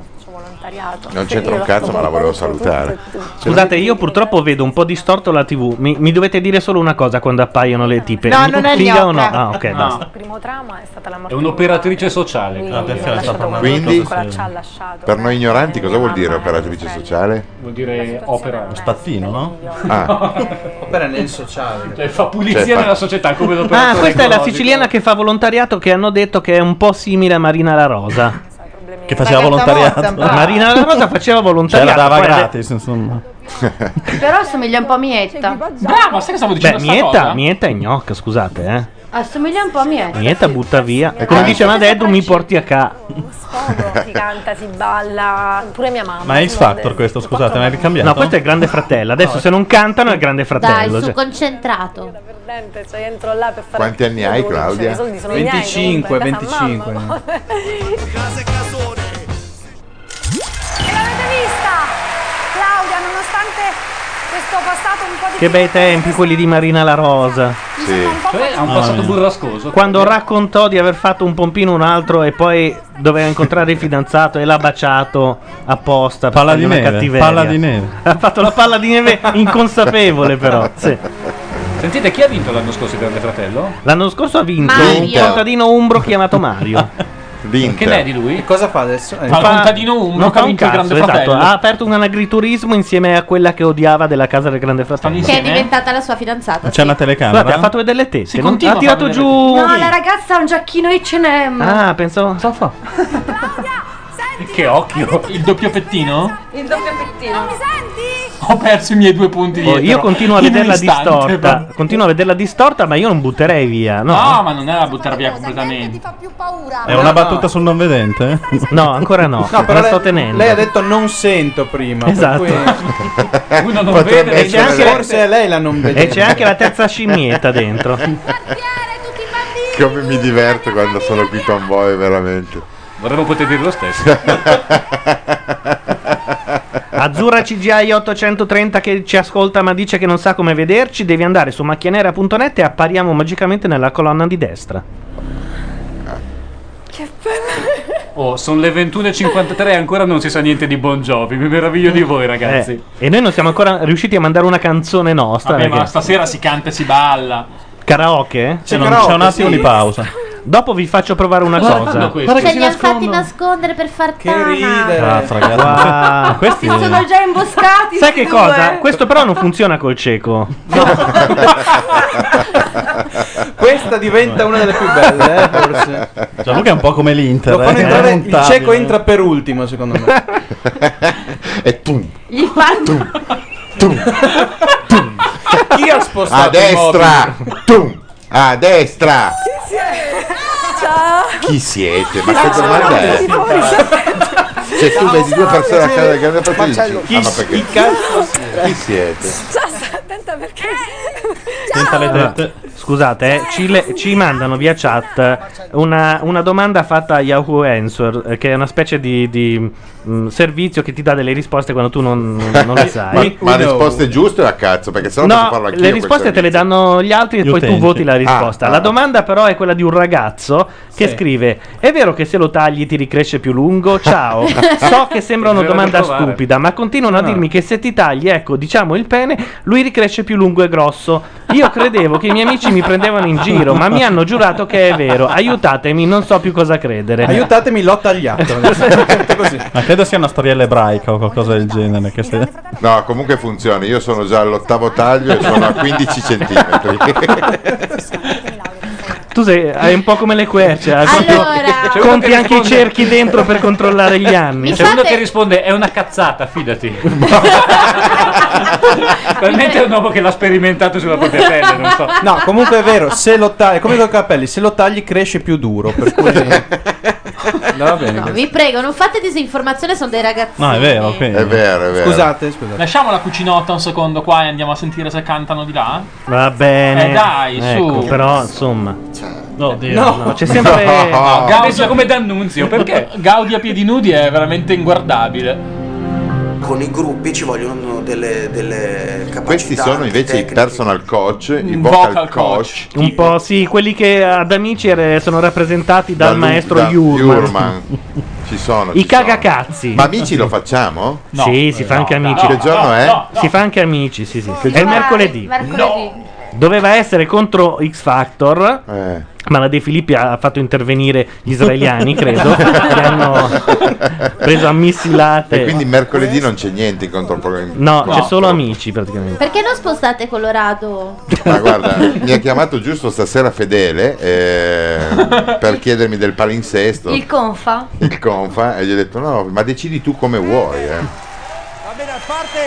[SPEAKER 8] Non c'entra un cazzo, ma la volevo salutare.
[SPEAKER 1] Scusate, io purtroppo vedo un po' distorto la TV. Mi, mi dovete dire solo una cosa quando appaiono le tipe.
[SPEAKER 31] No,
[SPEAKER 1] Mi-
[SPEAKER 31] non è
[SPEAKER 1] figa o no?
[SPEAKER 31] gnocca.
[SPEAKER 1] Ah, ok,
[SPEAKER 31] No.
[SPEAKER 1] basta.
[SPEAKER 31] primo trama è stata la
[SPEAKER 17] È un'operatrice sociale.
[SPEAKER 31] Ah, perché la sta parlando
[SPEAKER 8] Quindi-
[SPEAKER 31] di cosa ci ha lasciato.
[SPEAKER 8] Per noi ignoranti, cosa vuol dire operatrice sociale?
[SPEAKER 17] Vuol dire opera.
[SPEAKER 6] Spazzino, no?
[SPEAKER 8] Ah.
[SPEAKER 10] Opera nel sociale.
[SPEAKER 17] Cioè, fa pulizia
[SPEAKER 8] Cioè, fa-
[SPEAKER 17] nella società come l'operatore
[SPEAKER 1] Ah, questa è la
[SPEAKER 17] ecologico.
[SPEAKER 1] siciliana che fa volontariato che hanno detto che è un po' simile a Marina La Rosa.
[SPEAKER 6] Che faceva Ragazza volontariato. morta,
[SPEAKER 1] Marina La Rosa faceva
[SPEAKER 6] Cioè,
[SPEAKER 1] volontariato.
[SPEAKER 6] la dava
[SPEAKER 1] poi ha de-
[SPEAKER 6] gratis, insomma.
[SPEAKER 15] Però assomiglia un po' a Mietta.
[SPEAKER 17] Brava, sai che stavo
[SPEAKER 1] Beh, Mieta, Mieta è gnocca, scusate, eh.
[SPEAKER 15] Assomiglia un po' a Mietta.
[SPEAKER 1] Mieta butta via. E come dice Madeddu, mi porti a ca.
[SPEAKER 31] si canta, si balla, pure mia mamma.
[SPEAKER 1] Ma è X Factor questo, scusate, ma è ricambiato? No, questo è il Grande Fratello. Adesso se non cantano è il Grande Fratello.
[SPEAKER 18] Dai, su,
[SPEAKER 1] cioè.
[SPEAKER 18] concentrato.
[SPEAKER 31] Cioè, entro là per fare
[SPEAKER 1] Quanti anni hai, Claudia?
[SPEAKER 31] I soldi sono miei,
[SPEAKER 1] 25,
[SPEAKER 31] comunque, da San Mamma.
[SPEAKER 1] 25.
[SPEAKER 31] E l'avete vista? Claudia, nonostante questo passato un po' di
[SPEAKER 1] Che bei tempi quelli di Marina La Rosa.
[SPEAKER 8] Sì.
[SPEAKER 17] Cioè, ha un passato burrascoso.
[SPEAKER 1] Quando raccontò di aver fatto un pompino un altro e poi doveva incontrare il fidanzato e l'ha baciato apposta per
[SPEAKER 6] Palla
[SPEAKER 1] fargli
[SPEAKER 6] di
[SPEAKER 1] una
[SPEAKER 6] neve,
[SPEAKER 1] cattiveria.
[SPEAKER 6] palla di neve.
[SPEAKER 1] Ha fatto la palla di neve inconsapevole però. sì.
[SPEAKER 17] Sentite, chi ha vinto l'anno scorso il Grande Fratello?
[SPEAKER 1] L'anno scorso ha vinto un
[SPEAKER 17] Mario.
[SPEAKER 1] contadino umbro chiamato Mario.
[SPEAKER 17] Che ne è di lui?
[SPEAKER 10] Cosa fa adesso?
[SPEAKER 17] Fa il contadino umbro
[SPEAKER 1] non
[SPEAKER 17] che ha
[SPEAKER 1] fa un
[SPEAKER 17] vinto il Grande
[SPEAKER 1] cazzo, esatto.
[SPEAKER 17] Fratello.
[SPEAKER 1] Ha aperto un anagriturismo insieme a quella che odiava della casa del Grande Fratello.
[SPEAKER 5] Che è diventata la sua fidanzata.
[SPEAKER 1] C'è una telecamera. Guarda, ha fatto vedere le tette. non-
[SPEAKER 15] continua
[SPEAKER 1] ha
[SPEAKER 15] a
[SPEAKER 1] tirato
[SPEAKER 15] far
[SPEAKER 1] giù.
[SPEAKER 15] No, la ragazza ha un giacchino H&M.
[SPEAKER 1] Ah, pensavo.
[SPEAKER 17] Che occhio! Il doppio pettino?
[SPEAKER 15] Il doppio pettino. Non Ah, mi senti?
[SPEAKER 17] Ho perso i miei due punti
[SPEAKER 1] Oh,
[SPEAKER 17] dietro.
[SPEAKER 1] io continuo a
[SPEAKER 17] In un
[SPEAKER 1] vederla
[SPEAKER 17] istante,
[SPEAKER 1] distorta.
[SPEAKER 17] ma-
[SPEAKER 1] Continuo a vederla distorta, ma io non butterei via. No,
[SPEAKER 17] No, ma non è da buttar via completamente.
[SPEAKER 6] È una battuta sul non vedente?
[SPEAKER 1] No, ancora no.
[SPEAKER 6] No, però
[SPEAKER 1] la
[SPEAKER 6] lei-
[SPEAKER 1] sto tenendo.
[SPEAKER 6] lei ha
[SPEAKER 10] detto non sento prima.
[SPEAKER 1] Esatto.
[SPEAKER 10] Uno
[SPEAKER 1] non Potrebbe vede,
[SPEAKER 10] Forse
[SPEAKER 1] essere lei.
[SPEAKER 10] forse è lei la non vede.
[SPEAKER 1] E c'è anche la terza scimmietta dentro.
[SPEAKER 8] Come mi diverto quando sono qui con voi, veramente.
[SPEAKER 17] Vorremmo poter dire lo stesso.
[SPEAKER 1] Azzurra CGI 830 che ci ascolta ma dice che non sa come vederci. Devi andare su macchianera.net e appariamo magicamente nella colonna di destra.
[SPEAKER 17] Oh, sono le 21.53 e ancora non si sa niente di Bon Jovi. Mi meraviglio di voi, ragazzi.
[SPEAKER 1] Eh, e noi non siamo ancora riusciti a mandare una canzone nostra.
[SPEAKER 17] Vabbè, ma
[SPEAKER 1] perché-
[SPEAKER 17] stasera si canta e si balla.
[SPEAKER 1] Karaoke?
[SPEAKER 17] C'è non- karaoke, c'è un attimo sì. di
[SPEAKER 1] pausa. Dopo vi faccio provare una
[SPEAKER 17] Guarda
[SPEAKER 1] cosa.
[SPEAKER 17] questo.
[SPEAKER 18] Cioè, li hanno fatti nascondere per far tana.
[SPEAKER 7] Ah,
[SPEAKER 1] Cazzo, ragazzi. Wow, questi-
[SPEAKER 15] Sono già imboscati.
[SPEAKER 1] Sai che
[SPEAKER 15] sti
[SPEAKER 1] cosa?
[SPEAKER 15] due.
[SPEAKER 1] Questo però non funziona col cieco.
[SPEAKER 10] Questa diventa una delle più belle, eh, forse.
[SPEAKER 6] Gianluca è un po' come l'Inter.
[SPEAKER 10] Lo fanno
[SPEAKER 6] eh,
[SPEAKER 10] entrare-
[SPEAKER 6] è
[SPEAKER 10] il
[SPEAKER 6] montabile.
[SPEAKER 10] cieco entra per ultimo, secondo me.
[SPEAKER 8] e pum.
[SPEAKER 15] Gli fanno
[SPEAKER 10] Chi ha
[SPEAKER 8] A
[SPEAKER 10] spostato il
[SPEAKER 8] destra! Tum! A destra!
[SPEAKER 31] Ciao.
[SPEAKER 8] Chi siete? Ma che domanda è? Se tu vedi due persone a casa del grande fratello, dici,
[SPEAKER 10] Chi
[SPEAKER 8] ah, ma perché?
[SPEAKER 10] chi cazzo
[SPEAKER 8] Chi siete?
[SPEAKER 31] Ciao, sta attenta perché.
[SPEAKER 1] Scusate, eh, ci, le- ci mandano via chat una, una domanda fatta a Yahoo Answer, eh, che è una specie di, di, mh, servizio che ti dà delle risposte quando tu non, non le
[SPEAKER 8] Ma,
[SPEAKER 1] sai.
[SPEAKER 8] ma risposte giuste o a cazzo? Perché sennò posso farlo
[SPEAKER 1] No,
[SPEAKER 8] anch'io.
[SPEAKER 1] le risposte te le danno gli altri e
[SPEAKER 8] Gli
[SPEAKER 1] poi tu
[SPEAKER 8] utenti.
[SPEAKER 1] voti la risposta.
[SPEAKER 8] Ah,
[SPEAKER 1] la
[SPEAKER 8] ah.
[SPEAKER 1] domanda però è quella di un ragazzo che
[SPEAKER 8] Sì.
[SPEAKER 1] scrive: È vero che se lo tagli ti ricresce più lungo? Ciao. so che sembra una
[SPEAKER 10] Dovevo
[SPEAKER 1] domanda
[SPEAKER 2] Ah.
[SPEAKER 10] provare.
[SPEAKER 1] stupida, ma continuano a dirmi che se ti tagli, ecco, diciamo il pene, lui ricresce più lungo e grosso. Io Io credevo che i miei amici mi prendevano in giro, ma mi hanno giurato che è vero. Aiutatemi, non so più cosa credere.
[SPEAKER 10] Aiutatemi, l'ho tagliato.
[SPEAKER 6] Ma credo sia una storiella ebraica o qualcosa del genere. Che se...
[SPEAKER 8] No, comunque funziona. Io sono già all'ottavo taglio e sono a 15 centimetri.
[SPEAKER 1] Tu sei hai un po' come le querce, eh, conti-
[SPEAKER 32] Allora.
[SPEAKER 1] conti anche i cerchi dentro per controllare gli anni.
[SPEAKER 32] Mi C'è uno fate- che
[SPEAKER 1] risponde: È una cazzata, fidati.
[SPEAKER 17] Probabilmente è un uomo che l'ha sperimentato sulla propria pelle, non so.
[SPEAKER 10] No, comunque è vero, se lo tagli, come con i capelli, se lo tagli cresce più duro. Per cui... No, va bene.
[SPEAKER 32] No, vi prego, non fate disinformazione, sono dei ragazzi.
[SPEAKER 10] No, è vero,
[SPEAKER 8] È vero, è vero.
[SPEAKER 10] Scusate, scusate.
[SPEAKER 2] Lasciamo la cucinotta un secondo qua e andiamo a sentire se cantano di là.
[SPEAKER 1] Va bene.
[SPEAKER 2] Eh, dai, su.
[SPEAKER 1] Ecco, Però, insomma.
[SPEAKER 8] Cioè,
[SPEAKER 2] Eh, No,
[SPEAKER 1] No. c'è sempre-
[SPEAKER 2] No,
[SPEAKER 1] Gaudi-
[SPEAKER 2] Gaudio come D'Annunzio, perché Gaudi a piedi nudi è veramente inguardabile.
[SPEAKER 14] Con i gruppi ci vogliono delle, delle capacità.
[SPEAKER 8] Questi sono invece i
[SPEAKER 14] tecniche.
[SPEAKER 8] personal coach,
[SPEAKER 1] Mm,
[SPEAKER 8] i
[SPEAKER 14] Un
[SPEAKER 8] vocal,
[SPEAKER 14] vocal
[SPEAKER 8] coach.
[SPEAKER 1] Un po', sì, quelli che ad amici era- sono rappresentati dal,
[SPEAKER 8] da Lu-
[SPEAKER 1] maestro
[SPEAKER 8] da
[SPEAKER 1] Jurman.
[SPEAKER 8] Jurman. Ci sono.
[SPEAKER 1] I
[SPEAKER 8] ci sono.
[SPEAKER 1] cagacazzi.
[SPEAKER 8] Ma amici lo facciamo?
[SPEAKER 1] sì, si fa anche amici.
[SPEAKER 8] che giorno è?
[SPEAKER 1] Si fa anche amici, sì, sì. È il
[SPEAKER 8] giorno è?
[SPEAKER 1] mercoledì. Doveva essere contro X Factor.
[SPEAKER 8] Eh.
[SPEAKER 1] Ma la De Filippi ha fatto intervenire gli israeliani, credo. che hanno preso a missilate.
[SPEAKER 8] E quindi mercoledì non c'è niente in controprogramma.
[SPEAKER 1] No, c'è solo amici praticamente.
[SPEAKER 33] Perché non spostate Colorado?
[SPEAKER 8] Ma guarda, mi ha chiamato giusto stasera Fedele eh, per chiedermi del palinsesto,
[SPEAKER 15] Il
[SPEAKER 8] il,
[SPEAKER 15] confa?
[SPEAKER 8] confa, e gli ho detto no, ma decidi tu come vuoi. eh."
[SPEAKER 13] Va bene, a parte,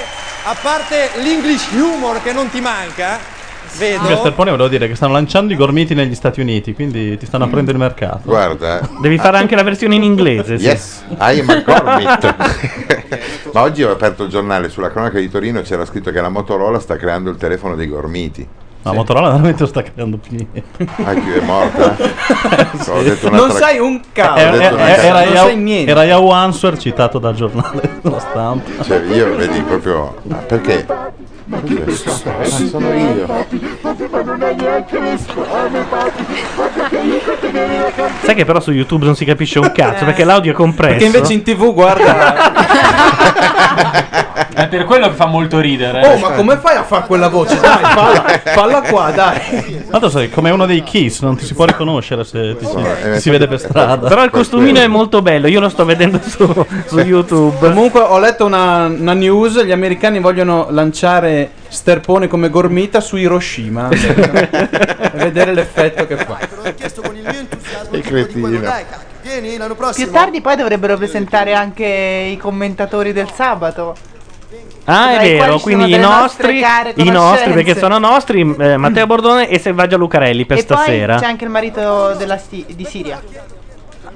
[SPEAKER 13] a parte l'English humor che non ti manca,
[SPEAKER 6] Io
[SPEAKER 13] vedo.
[SPEAKER 6] Sterpone volevo dire che stanno lanciando i gormiti negli Stati Uniti, quindi ti stanno aprendo il mercato.
[SPEAKER 8] Guarda.
[SPEAKER 1] Devi fare anche la versione in inglese. sì.
[SPEAKER 8] Yes, I am a gourmet. ma oggi ho aperto il giornale sulla cronaca di Torino c'era scritto che la Motorola sta creando il telefono dei gormiti.
[SPEAKER 6] La Motorola veramente non sta creando più niente.
[SPEAKER 8] Ah, chi è morta? Ho detto
[SPEAKER 10] Non
[SPEAKER 8] un'altra-
[SPEAKER 10] sai un cavolo.
[SPEAKER 8] Ho
[SPEAKER 6] Era,
[SPEAKER 8] detto una
[SPEAKER 6] era- era
[SPEAKER 8] cazzata.
[SPEAKER 6] Yahoo- era Yahoo Answer citato dal giornale della stampa.
[SPEAKER 8] Cioè, io vedi proprio. Ma perché? Ma chi è questo? Ah, sono io.
[SPEAKER 1] Sai che però su YouTube non si capisce un
[SPEAKER 5] Eh.
[SPEAKER 1] cazzo perché l'audio è compresso.
[SPEAKER 10] Perché invece in tv guarda.
[SPEAKER 2] È per quello che fa molto
[SPEAKER 1] eh.
[SPEAKER 2] ridere.
[SPEAKER 10] Oh, ma come fai a fare quella voce? Dai, falla, falla qua, dai.
[SPEAKER 6] Tanto sai, come uno dei Kiss, non ti si può riconoscere se ti si, ti si vede per strada.
[SPEAKER 1] Però il costumino è molto bello, io lo sto vedendo su, su YouTube.
[SPEAKER 10] Comunque ho letto una, una news, gli americani vogliono lanciare Sterpone come gormita su Hiroshima. Per vedere l'effetto che fa.
[SPEAKER 8] E cretina.
[SPEAKER 14] Vieni l'anno prossimo.
[SPEAKER 5] Più tardi poi dovrebbero presentare anche i commentatori del sabato. Dai,
[SPEAKER 1] Ah, è
[SPEAKER 5] quali
[SPEAKER 1] vero,
[SPEAKER 5] sono
[SPEAKER 1] quindi i
[SPEAKER 5] delle
[SPEAKER 1] nostri,
[SPEAKER 5] nostre care
[SPEAKER 1] i nostri,
[SPEAKER 5] conoscenze?
[SPEAKER 1] perché sono nostri, eh, Matteo Bordone e Selvaggia Lucarelli per
[SPEAKER 5] e
[SPEAKER 1] stasera.
[SPEAKER 5] poi c'è anche il marito della Sti- di Siria.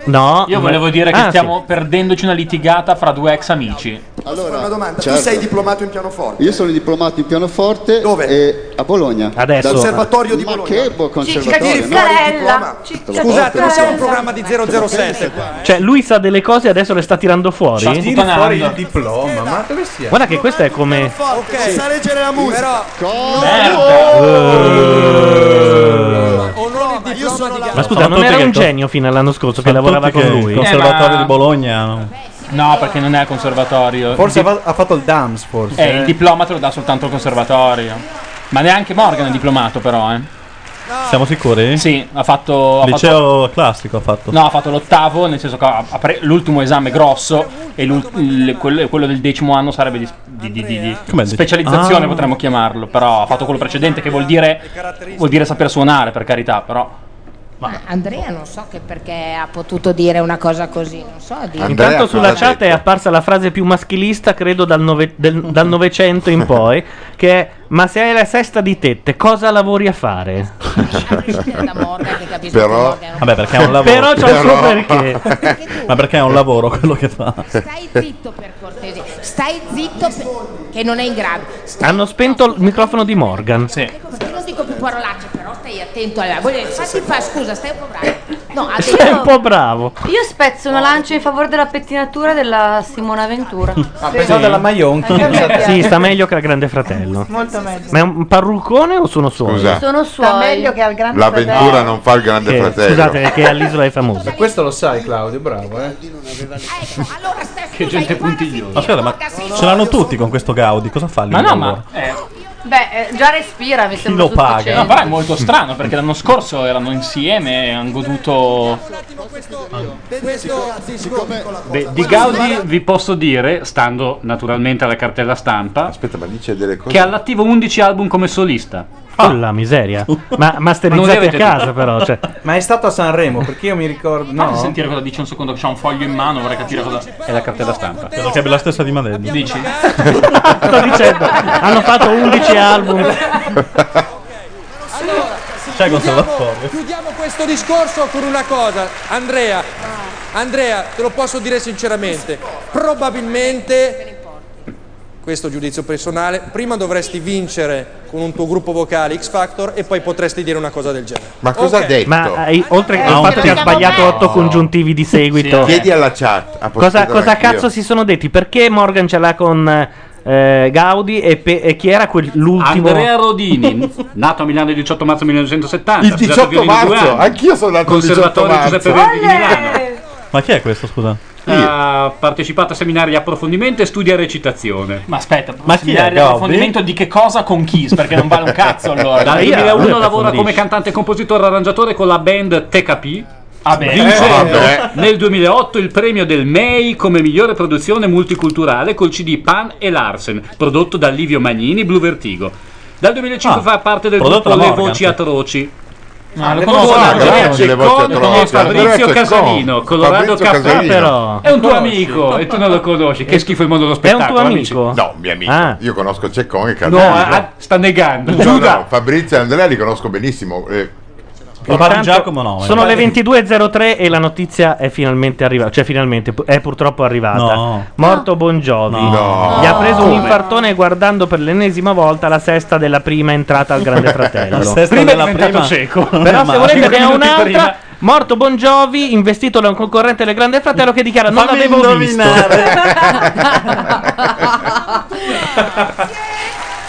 [SPEAKER 1] No,
[SPEAKER 2] Io
[SPEAKER 1] no.
[SPEAKER 2] volevo dire che
[SPEAKER 1] Ah, sì.
[SPEAKER 2] stiamo perdendoci una litigata fra due ex amici.
[SPEAKER 14] Allora, una domanda.
[SPEAKER 8] certo.
[SPEAKER 14] Tu sei diplomato in pianoforte?
[SPEAKER 34] Io sono diplomato in pianoforte e a Bologna.
[SPEAKER 1] Adesso.
[SPEAKER 14] Conservatorio di
[SPEAKER 34] Ma
[SPEAKER 14] Bologna.
[SPEAKER 34] che bo- conservatorio? no?
[SPEAKER 13] Scusate, non siamo un programma di 007 qua.
[SPEAKER 1] Cioè, lui sa delle cose e adesso le sta tirando fuori.
[SPEAKER 10] Ci tiri fuori il diploma, ma dove si è?
[SPEAKER 1] Guarda che questo è come.
[SPEAKER 13] Ok, sa leggere la musica.
[SPEAKER 14] io sono la...
[SPEAKER 1] Ma scusa,
[SPEAKER 6] Sono
[SPEAKER 1] non
[SPEAKER 6] tutti
[SPEAKER 1] era
[SPEAKER 6] che
[SPEAKER 1] un
[SPEAKER 6] co-
[SPEAKER 1] genio fino all'anno scorso che
[SPEAKER 6] sono
[SPEAKER 1] lavorava
[SPEAKER 6] tutti
[SPEAKER 1] con
[SPEAKER 6] che
[SPEAKER 1] lui.
[SPEAKER 6] il Conservatorio di
[SPEAKER 2] Bologna. No, perché non è conservatorio.
[SPEAKER 10] Forse
[SPEAKER 2] Il
[SPEAKER 10] ha, ha fatto il DAMS,
[SPEAKER 2] di-
[SPEAKER 10] forse.
[SPEAKER 2] eh, il diploma te lo dà soltanto il conservatorio. Ma neanche Morgan è diplomato, però, eh.
[SPEAKER 6] Siamo sicuri?
[SPEAKER 2] Sì, ha fatto. ha fatto-
[SPEAKER 6] Liceo classico ha fatto.
[SPEAKER 2] No, ha fatto l'ottavo, nel senso che ha- ha pre- l'ultimo esame grosso e l'ult- il- quello, quello del decimo anno sarebbe di, di- di- di- di
[SPEAKER 6] Com'è il decimo?
[SPEAKER 2] specializzazione,
[SPEAKER 6] Ah.
[SPEAKER 2] potremmo chiamarlo, però ha fatto quello precedente che vuol dire, vuol dire saper suonare, per carità, però.
[SPEAKER 18] Ma Andrea non so che perché ha potuto dire una cosa così, non so dire.
[SPEAKER 1] Intanto sulla chat è apparsa la frase più maschilista, credo dal, nove- del- dal Novecento in poi, che è Ma se hai la sesta di tette, cosa lavori a fare?
[SPEAKER 6] Però. Vabbè, perché è un lavoro.
[SPEAKER 1] Però c'è un suo perché.
[SPEAKER 6] ma perché è un lavoro quello che fa?
[SPEAKER 18] Stai zitto per cortesia, stai zitto per- che non è in grado.
[SPEAKER 1] Hanno spento il microfono di Morgan.
[SPEAKER 18] Io non dico più parolacce, però stai attento alla voglio- Infatti fa scusa, stai un po' bravo. No, ha detto-
[SPEAKER 1] Sei un po' bravo.
[SPEAKER 15] Io spezzo una lancia in favore della pettinatura della Simona Ventura. Ah,
[SPEAKER 1] pensavo della
[SPEAKER 10] Maionchi.
[SPEAKER 1] Sì, sta meglio che al Grande Fratello.
[SPEAKER 5] Molto meglio.
[SPEAKER 1] Ma è un parruccone o sono suoi?
[SPEAKER 15] Sono
[SPEAKER 5] Sta
[SPEAKER 15] suoi.
[SPEAKER 5] meglio che al grande
[SPEAKER 8] L'avventura non fa il grande
[SPEAKER 1] Che-
[SPEAKER 8] fratello.
[SPEAKER 1] Scusate, che all'isola è famoso.
[SPEAKER 10] Ma questo lo sai, Claudio, bravo,
[SPEAKER 2] Ecco,
[SPEAKER 10] eh.
[SPEAKER 2] Che gente puntigliosa.
[SPEAKER 6] Ma scusa, ma ce l'hanno tutti con questo Gaudi, cosa fa lì?
[SPEAKER 2] Ma no,
[SPEAKER 6] allora?
[SPEAKER 2] ma eh,
[SPEAKER 15] Beh, eh, già respira, mi sembra. tutto
[SPEAKER 30] No,
[SPEAKER 15] cento.
[SPEAKER 30] però è molto strano perché l'anno scorso erano insieme e hanno goduto.
[SPEAKER 17] Beh, di Gaudi vi posso dire, stando naturalmente alla cartella stampa, che ha all'attivo 11 album come solista.
[SPEAKER 1] Oh la miseria. Ma
[SPEAKER 17] Non
[SPEAKER 1] masterizzati
[SPEAKER 17] li
[SPEAKER 1] a
[SPEAKER 17] avete
[SPEAKER 1] casa
[SPEAKER 17] tutti.
[SPEAKER 1] però. Cioè.
[SPEAKER 10] Ma è stato a Sanremo perché io mi ricordo. No,
[SPEAKER 30] Fammi sentire cosa dice un secondo che c'ha un foglio in mano, vorrei capire cosa. È la cartella stampa.
[SPEAKER 6] Credo che abbia la stessa di Madeddu.
[SPEAKER 30] Dici?
[SPEAKER 1] Sto dicendo, hanno fatto 11 album.
[SPEAKER 6] C'è
[SPEAKER 13] Diciamo-
[SPEAKER 7] Chiudiamo,
[SPEAKER 6] conservatorio.
[SPEAKER 7] chiudiamo questo discorso con una cosa, Andrea.
[SPEAKER 15] Ah.
[SPEAKER 7] Andrea, te lo posso dire sinceramente. Probabilmente, questo giudizio personale, prima dovresti vincere con un tuo gruppo vocale X Factor e poi potresti dire una cosa del genere.
[SPEAKER 8] Ma cosa
[SPEAKER 7] Ok.
[SPEAKER 8] ha detto?
[SPEAKER 1] Ma eh, oltre
[SPEAKER 7] Eh,
[SPEAKER 1] al fatto
[SPEAKER 7] perché
[SPEAKER 1] che ha
[SPEAKER 7] lo
[SPEAKER 1] sbagliato
[SPEAKER 7] chiamo me.
[SPEAKER 1] 8 congiuntivi di seguito,
[SPEAKER 8] Chiedi alla chat. ha
[SPEAKER 1] cosa,
[SPEAKER 8] postato
[SPEAKER 1] cosa
[SPEAKER 8] anch'io.
[SPEAKER 1] cazzo si sono detti? Perché Morgan ce l'ha con eh, Gaudi e, pe- e chi era quel- l'ultimo?
[SPEAKER 17] Andrea Rodini, nato a Milano il 18 marzo 1970.
[SPEAKER 8] Il
[SPEAKER 17] studiato
[SPEAKER 8] 18
[SPEAKER 17] violino due
[SPEAKER 8] marzo,
[SPEAKER 17] anni.
[SPEAKER 8] anch'io sono nato il 18
[SPEAKER 17] Conservatorio
[SPEAKER 8] marzo.
[SPEAKER 17] Giuseppe Verdi di Milano.
[SPEAKER 6] Ma chi è questo, scusa?
[SPEAKER 17] Ha partecipato a seminari di approfondimento e studia recitazione.
[SPEAKER 30] Ma aspetta,
[SPEAKER 17] Ma chi è,
[SPEAKER 30] seminari di
[SPEAKER 17] Gobbi?
[SPEAKER 30] approfondimento di che cosa con Kiss? Perché non vale un cazzo allora.
[SPEAKER 17] Dal 2001 lavora
[SPEAKER 30] Approfondisci.
[SPEAKER 17] come cantante, compositore, arrangiatore con la band TKP.
[SPEAKER 30] Ah, beh.
[SPEAKER 17] vincendo
[SPEAKER 30] Eh, vabbè.
[SPEAKER 17] nel 2008 il premio del MEI come migliore produzione multiculturale col CD Pan e Larsen, prodotto da Livio Magnini, Blue Vertigo. Dal 2005
[SPEAKER 30] Ah,
[SPEAKER 17] fa parte del
[SPEAKER 30] prodotto
[SPEAKER 17] gruppo
[SPEAKER 30] da
[SPEAKER 17] Le
[SPEAKER 30] Morgan.
[SPEAKER 17] Voci Atroci.
[SPEAKER 30] Ah,
[SPEAKER 17] Le
[SPEAKER 30] lo conosco,
[SPEAKER 17] Voci
[SPEAKER 30] ah,
[SPEAKER 17] Atroci,
[SPEAKER 30] grazie,
[SPEAKER 17] con
[SPEAKER 30] le Voci Atroci.
[SPEAKER 17] e Fabrizio
[SPEAKER 30] Fabrizio
[SPEAKER 17] Casalino,
[SPEAKER 30] con.
[SPEAKER 17] Colorado
[SPEAKER 30] Fabrizio Casalino.
[SPEAKER 17] Cappello.
[SPEAKER 30] Però-
[SPEAKER 17] È un tuo
[SPEAKER 30] Conosci.
[SPEAKER 17] amico e tu non lo conosci. Che schifo il mondo dello
[SPEAKER 8] È un tuo
[SPEAKER 17] spettacolo. amici.
[SPEAKER 8] amico? No, un mio amico. Io conosco Ceccone e
[SPEAKER 17] No,
[SPEAKER 8] Cardano.
[SPEAKER 17] ah, sta negando.
[SPEAKER 8] No, no, Fabrizio e Andrea li conosco benissimo. eh.
[SPEAKER 1] Intanto Sono le 22.03 e la notizia è finalmente arrivata. Cioè, finalmente pu- è purtroppo arrivata.
[SPEAKER 6] No.
[SPEAKER 1] Morto Bon Jovi.
[SPEAKER 6] No.
[SPEAKER 1] Gli ha preso un
[SPEAKER 6] Come?
[SPEAKER 1] infartone guardando per l'ennesima volta la sesta della prima entrata al Grande Fratello.
[SPEAKER 6] La sesta Prima è della diventato prima? cieco.
[SPEAKER 1] Però se
[SPEAKER 6] Ma
[SPEAKER 1] volete
[SPEAKER 6] cinque
[SPEAKER 1] ne ho
[SPEAKER 6] minuti
[SPEAKER 1] un'altra.
[SPEAKER 6] prima.
[SPEAKER 1] Morto Bon Jovi, investito da un concorrente del Grande Fratello che dichiara non
[SPEAKER 6] Fammi
[SPEAKER 1] l'avevo
[SPEAKER 6] indovinare."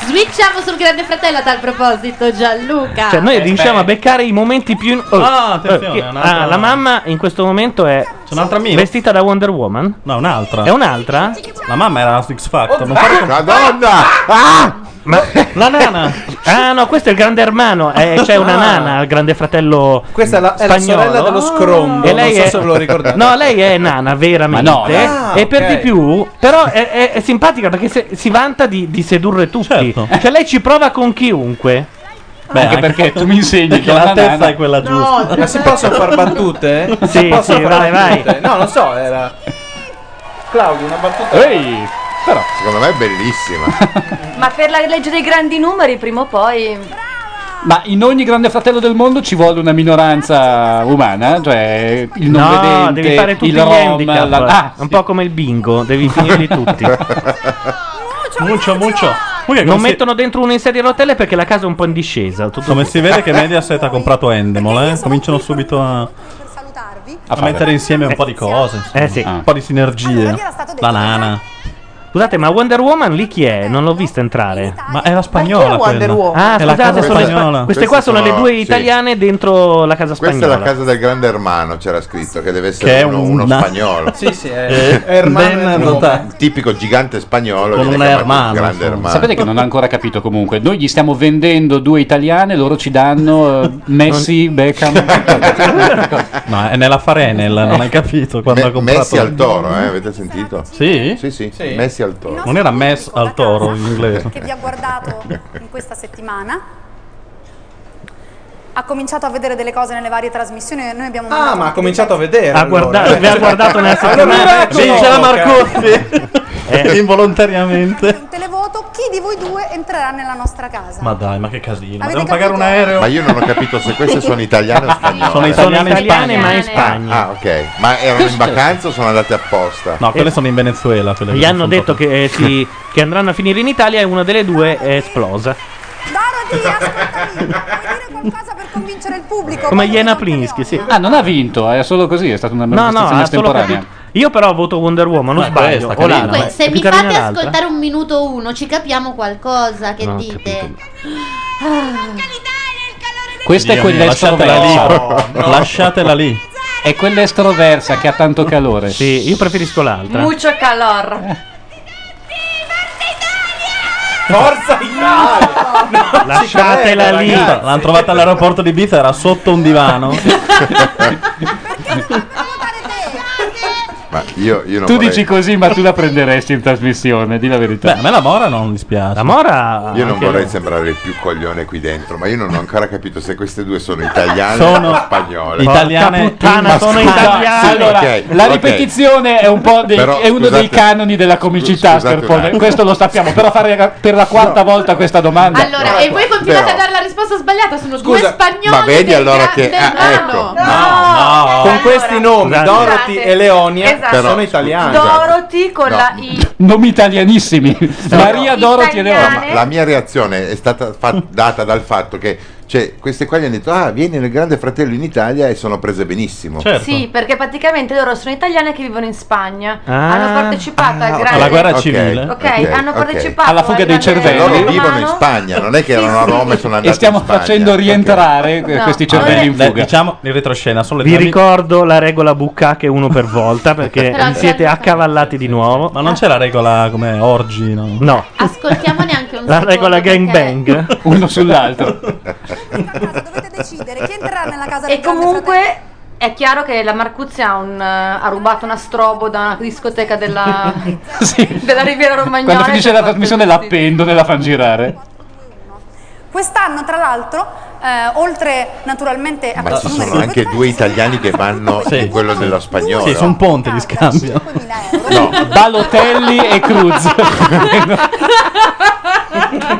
[SPEAKER 5] Switchiamo sul Grande Fratello a tal proposito, Gianluca.
[SPEAKER 1] visto. Cioè, noi riusciamo a beccare i momenti più. in- oh,
[SPEAKER 6] Eh, Ah, attenzione,
[SPEAKER 1] eh, che-
[SPEAKER 6] un'altra-
[SPEAKER 1] ah, la mamma in questo momento è.
[SPEAKER 6] un'altra mia?
[SPEAKER 1] Vestita da Wonder Woman?
[SPEAKER 6] No, un'altra.
[SPEAKER 1] È un'altra?
[SPEAKER 6] La mamma era la X Factor. non so-
[SPEAKER 8] Madonna!
[SPEAKER 10] Ah!
[SPEAKER 1] Ma la nana! ah no, questo è il grande hermano, eh, c'è una
[SPEAKER 10] Ah.
[SPEAKER 1] nana, il grande fratello
[SPEAKER 10] Questa è la- è la
[SPEAKER 1] spagnolo.
[SPEAKER 10] sorella dello scrombo,
[SPEAKER 1] E lei
[SPEAKER 10] non so
[SPEAKER 1] è-
[SPEAKER 10] se ve lo ricordate.
[SPEAKER 1] No, lei è nana, veramente.
[SPEAKER 10] Ma no, dai. Ah,
[SPEAKER 1] e per
[SPEAKER 10] ok.
[SPEAKER 1] di più, però è, è- è simpatica perché se- si vanta di, di sedurre tutti.
[SPEAKER 6] Certo.
[SPEAKER 1] Cioè lei ci prova con chiunque.
[SPEAKER 30] Beh, anche perché tu mi insegni che la terza è
[SPEAKER 6] quella
[SPEAKER 30] giusta.
[SPEAKER 10] Ma si possono far battute? Si
[SPEAKER 1] Sì,
[SPEAKER 10] possono
[SPEAKER 1] sì,
[SPEAKER 10] far
[SPEAKER 1] vai, vai.
[SPEAKER 10] battute? No, non so, era. Claudio, una battuta.
[SPEAKER 8] Ehi! Però, secondo me è bellissima.
[SPEAKER 15] Ma per la legge dei grandi numeri, prima o poi.
[SPEAKER 17] Ma in ogni grande fratello del mondo ci vuole una minoranza umana, cioè il non
[SPEAKER 1] no,
[SPEAKER 17] vedente,
[SPEAKER 1] devi fare tutti
[SPEAKER 17] il
[SPEAKER 1] gli
[SPEAKER 17] rom,
[SPEAKER 1] handicap.
[SPEAKER 17] la- ah,
[SPEAKER 1] un po' come il bingo, devi finirli tutti.
[SPEAKER 6] Muccio, muccio.
[SPEAKER 1] Non mettono dentro uno in sedia a rotelle perché la casa è un po' in discesa. tutto-
[SPEAKER 6] Come si vede che Mediaset ha comprato Endemol, eh? Cominciano subito a, a
[SPEAKER 1] fare.
[SPEAKER 6] mettere insieme un po' di cose, insomma.
[SPEAKER 1] Eh, sì.
[SPEAKER 6] un po' di sinergie. La nana.
[SPEAKER 1] Scusate, ma Wonder Woman lì chi è? Non l'ho vista entrare.
[SPEAKER 6] Ma è la spagnola quella.
[SPEAKER 1] Ah,
[SPEAKER 6] è la
[SPEAKER 1] scusate,
[SPEAKER 6] casa
[SPEAKER 1] sono le spa-
[SPEAKER 6] spagnola.
[SPEAKER 1] queste qua
[SPEAKER 8] Queste
[SPEAKER 1] sono le
[SPEAKER 8] sono-
[SPEAKER 1] due
[SPEAKER 8] sì.
[SPEAKER 1] italiane dentro la casa spagnola.
[SPEAKER 8] Questa è la casa del grande hermano, c'era scritto, che deve essere
[SPEAKER 6] Che è
[SPEAKER 8] uno,
[SPEAKER 6] un-
[SPEAKER 8] uno
[SPEAKER 6] una-
[SPEAKER 8] spagnolo.
[SPEAKER 10] Sì, sì, è-
[SPEAKER 8] Eh,
[SPEAKER 10] è hermano
[SPEAKER 8] ben
[SPEAKER 10] del
[SPEAKER 8] un
[SPEAKER 10] nome.
[SPEAKER 8] tipico gigante spagnolo.
[SPEAKER 17] Con
[SPEAKER 8] viene
[SPEAKER 17] un
[SPEAKER 8] chiamato
[SPEAKER 17] hermano,
[SPEAKER 8] Grande hermano.
[SPEAKER 17] Sapete che non ho ancora capito comunque. Noi gli stiamo vendendo due italiane, loro ci danno eh, Messi, Beckham.
[SPEAKER 6] No, è nella Farenel, non hai capito quando
[SPEAKER 8] Eh. Me-
[SPEAKER 6] ha comprato.
[SPEAKER 8] Messi al toro, eh, avete sentito?
[SPEAKER 6] Sì?
[SPEAKER 8] Sì, sì, Messi al toro.
[SPEAKER 6] Non era mess al toro in inglese. Eh,
[SPEAKER 31] che vi ha guardato in questa settimana. Ha cominciato a vedere delle cose nelle varie trasmissioni e noi abbiamo
[SPEAKER 10] Ah,
[SPEAKER 31] mandato-
[SPEAKER 10] ma ha cominciato a vedere. Ha
[SPEAKER 1] guardato, vi ha guardato nella settimana.
[SPEAKER 10] Ecco.
[SPEAKER 6] Vince la Marcotti!
[SPEAKER 1] Eh.
[SPEAKER 6] Involontariamente.
[SPEAKER 31] televoto chi di voi due entrerà nella nostra casa.
[SPEAKER 6] Ma dai, ma che casino.
[SPEAKER 31] Avete
[SPEAKER 6] Devo pagare un
[SPEAKER 31] capito?
[SPEAKER 6] aereo.
[SPEAKER 8] Ma io non ho capito se queste sono italiane o spagnole.
[SPEAKER 6] Sono italiane in Italiane, Spagna. ma in
[SPEAKER 8] Ah, ah, ok. Ma erano in vacanza o sono andate apposta?
[SPEAKER 6] No, quelle sono in Venezuela. quelle
[SPEAKER 1] Eh, Gli
[SPEAKER 6] che
[SPEAKER 1] hanno
[SPEAKER 6] sono
[SPEAKER 1] detto che, eh, si- che andranno a finire in Italia e una delle due è esplosa.
[SPEAKER 8] Ah,
[SPEAKER 31] Per convincere il pubblico.
[SPEAKER 1] Come Iena Plinsky, sì.
[SPEAKER 17] Ah, non ha vinto, è solo così, è stata una
[SPEAKER 1] No, no,
[SPEAKER 17] manifestazione
[SPEAKER 1] ha solo
[SPEAKER 17] estemporanea.
[SPEAKER 1] capito- Io però voto Wonder Woman, non
[SPEAKER 17] Ma
[SPEAKER 1] sbaglio.
[SPEAKER 17] questa,
[SPEAKER 1] o
[SPEAKER 17] carina.
[SPEAKER 1] Lana.
[SPEAKER 35] Comunque,
[SPEAKER 1] È
[SPEAKER 35] se
[SPEAKER 1] più
[SPEAKER 35] mi
[SPEAKER 1] carina
[SPEAKER 35] fate
[SPEAKER 1] l'altra?
[SPEAKER 35] ascoltare
[SPEAKER 36] un minuto uno, ci capiamo qualcosa, che
[SPEAKER 1] No, ho
[SPEAKER 36] dite?
[SPEAKER 5] Ah.
[SPEAKER 17] Questa è
[SPEAKER 6] Dio
[SPEAKER 17] quella
[SPEAKER 6] mio, lasciatela lì.
[SPEAKER 17] estroversa.
[SPEAKER 6] No, no. Lasciatela lì.
[SPEAKER 17] È quella estroversa che ha tanto calore.
[SPEAKER 1] Eh. Sì, io preferisco l'altra.
[SPEAKER 15] Mucho calor.
[SPEAKER 6] Forza Italia!
[SPEAKER 1] Lasciatela lì.
[SPEAKER 6] L'hanno trovata all'aeroporto di Ibiza, era sotto un divano.
[SPEAKER 8] Ma io, io non
[SPEAKER 17] tu
[SPEAKER 8] vorrei-
[SPEAKER 17] dici così, ma tu la prenderesti in trasmissione, di la verità.
[SPEAKER 8] Beh, a
[SPEAKER 17] me la Mora non dispiace. La Mora.
[SPEAKER 8] Io non vorrei sembrare il più coglione qui dentro, ma io non ho ancora capito se queste due sono italiane
[SPEAKER 17] Sono
[SPEAKER 8] o spagnole.
[SPEAKER 17] italiane.
[SPEAKER 8] Porca
[SPEAKER 17] Ma scusa, allora,
[SPEAKER 8] Ok,
[SPEAKER 17] la
[SPEAKER 8] ok.
[SPEAKER 17] ripetizione è, un po' dei-
[SPEAKER 8] Però,
[SPEAKER 17] è uno
[SPEAKER 8] scusate-
[SPEAKER 17] dei canoni della comicità,
[SPEAKER 8] scusate un
[SPEAKER 17] Scarpone.
[SPEAKER 8] attimo.
[SPEAKER 17] Questo lo sappiamo. Però fare per la quarta volta questa domanda.
[SPEAKER 37] Allora, e voi continuate a dare la risposta sbagliata, sono due spagnoli
[SPEAKER 17] ma vedi
[SPEAKER 37] del
[SPEAKER 17] allora
[SPEAKER 37] grande
[SPEAKER 17] che- ah,
[SPEAKER 37] mano.
[SPEAKER 17] ecco.
[SPEAKER 10] Con questi nomi,
[SPEAKER 17] Scusate.
[SPEAKER 10] Dorothy e Leonia,
[SPEAKER 15] Esatto.
[SPEAKER 10] sono italiani.
[SPEAKER 15] Dorothy con
[SPEAKER 8] No.
[SPEAKER 15] la I.
[SPEAKER 17] Nomi italianissimi. Maria Dorothy e Leone.
[SPEAKER 8] Ma la mia reazione è stata fa- data dal fatto che cioè, queste qua gli hanno detto ah vieni nel grande fratello in Italia e sono prese benissimo
[SPEAKER 15] Sì, perché praticamente loro sono italiane che vivono in Spagna.
[SPEAKER 8] Ah,
[SPEAKER 15] hanno partecipato al grande...
[SPEAKER 8] Alla guerra
[SPEAKER 15] Ok,
[SPEAKER 8] civile.
[SPEAKER 15] Ok,
[SPEAKER 8] ok,
[SPEAKER 15] hanno
[SPEAKER 8] ok.
[SPEAKER 15] partecipato
[SPEAKER 8] Alla fuga
[SPEAKER 15] al
[SPEAKER 8] dei
[SPEAKER 15] grande
[SPEAKER 8] cervelli. Loro
[SPEAKER 15] romano.
[SPEAKER 8] vivono in Spagna, non è che erano a Roma e sono andati
[SPEAKER 17] E stiamo
[SPEAKER 8] in Spagna.
[SPEAKER 17] facendo rientrare
[SPEAKER 6] eh,
[SPEAKER 15] No.
[SPEAKER 17] questi
[SPEAKER 1] Vabbè.
[SPEAKER 17] cervelli in
[SPEAKER 1] Beh,
[SPEAKER 17] fuga.
[SPEAKER 1] diciamo,
[SPEAKER 17] in retroscena sono
[SPEAKER 1] Vi ricordo la regola bucca che uno per volta perché
[SPEAKER 37] Però
[SPEAKER 1] vi siete accavallati di nuovo. Ma non c'è la regola come orgi, no? No,
[SPEAKER 37] Ascoltiamo neanche un
[SPEAKER 1] la
[SPEAKER 37] secondo,
[SPEAKER 1] regola
[SPEAKER 37] perché-
[SPEAKER 1] gangbang.
[SPEAKER 17] Ah, Uno sull'altro.
[SPEAKER 9] decidere chi entrerà nella casa
[SPEAKER 15] E
[SPEAKER 9] del grande
[SPEAKER 15] comunque è chiaro che la Marcuzzi ha, un, eh, ha rubato una strobo da una discoteca della, della Riviera Romagnola.
[SPEAKER 17] Quando finisce la trasmissione la pendola e la fan girare.
[SPEAKER 9] Quest'anno, tra l'altro, eh, oltre naturalmente a
[SPEAKER 8] Ma
[SPEAKER 9] questi
[SPEAKER 8] ci
[SPEAKER 9] numeri
[SPEAKER 8] sono anche due italiani che vanno in quello della spagnola.
[SPEAKER 17] Ah, Sì, su un
[SPEAKER 8] ponte di scambio.
[SPEAKER 17] Balotelli e Cruz.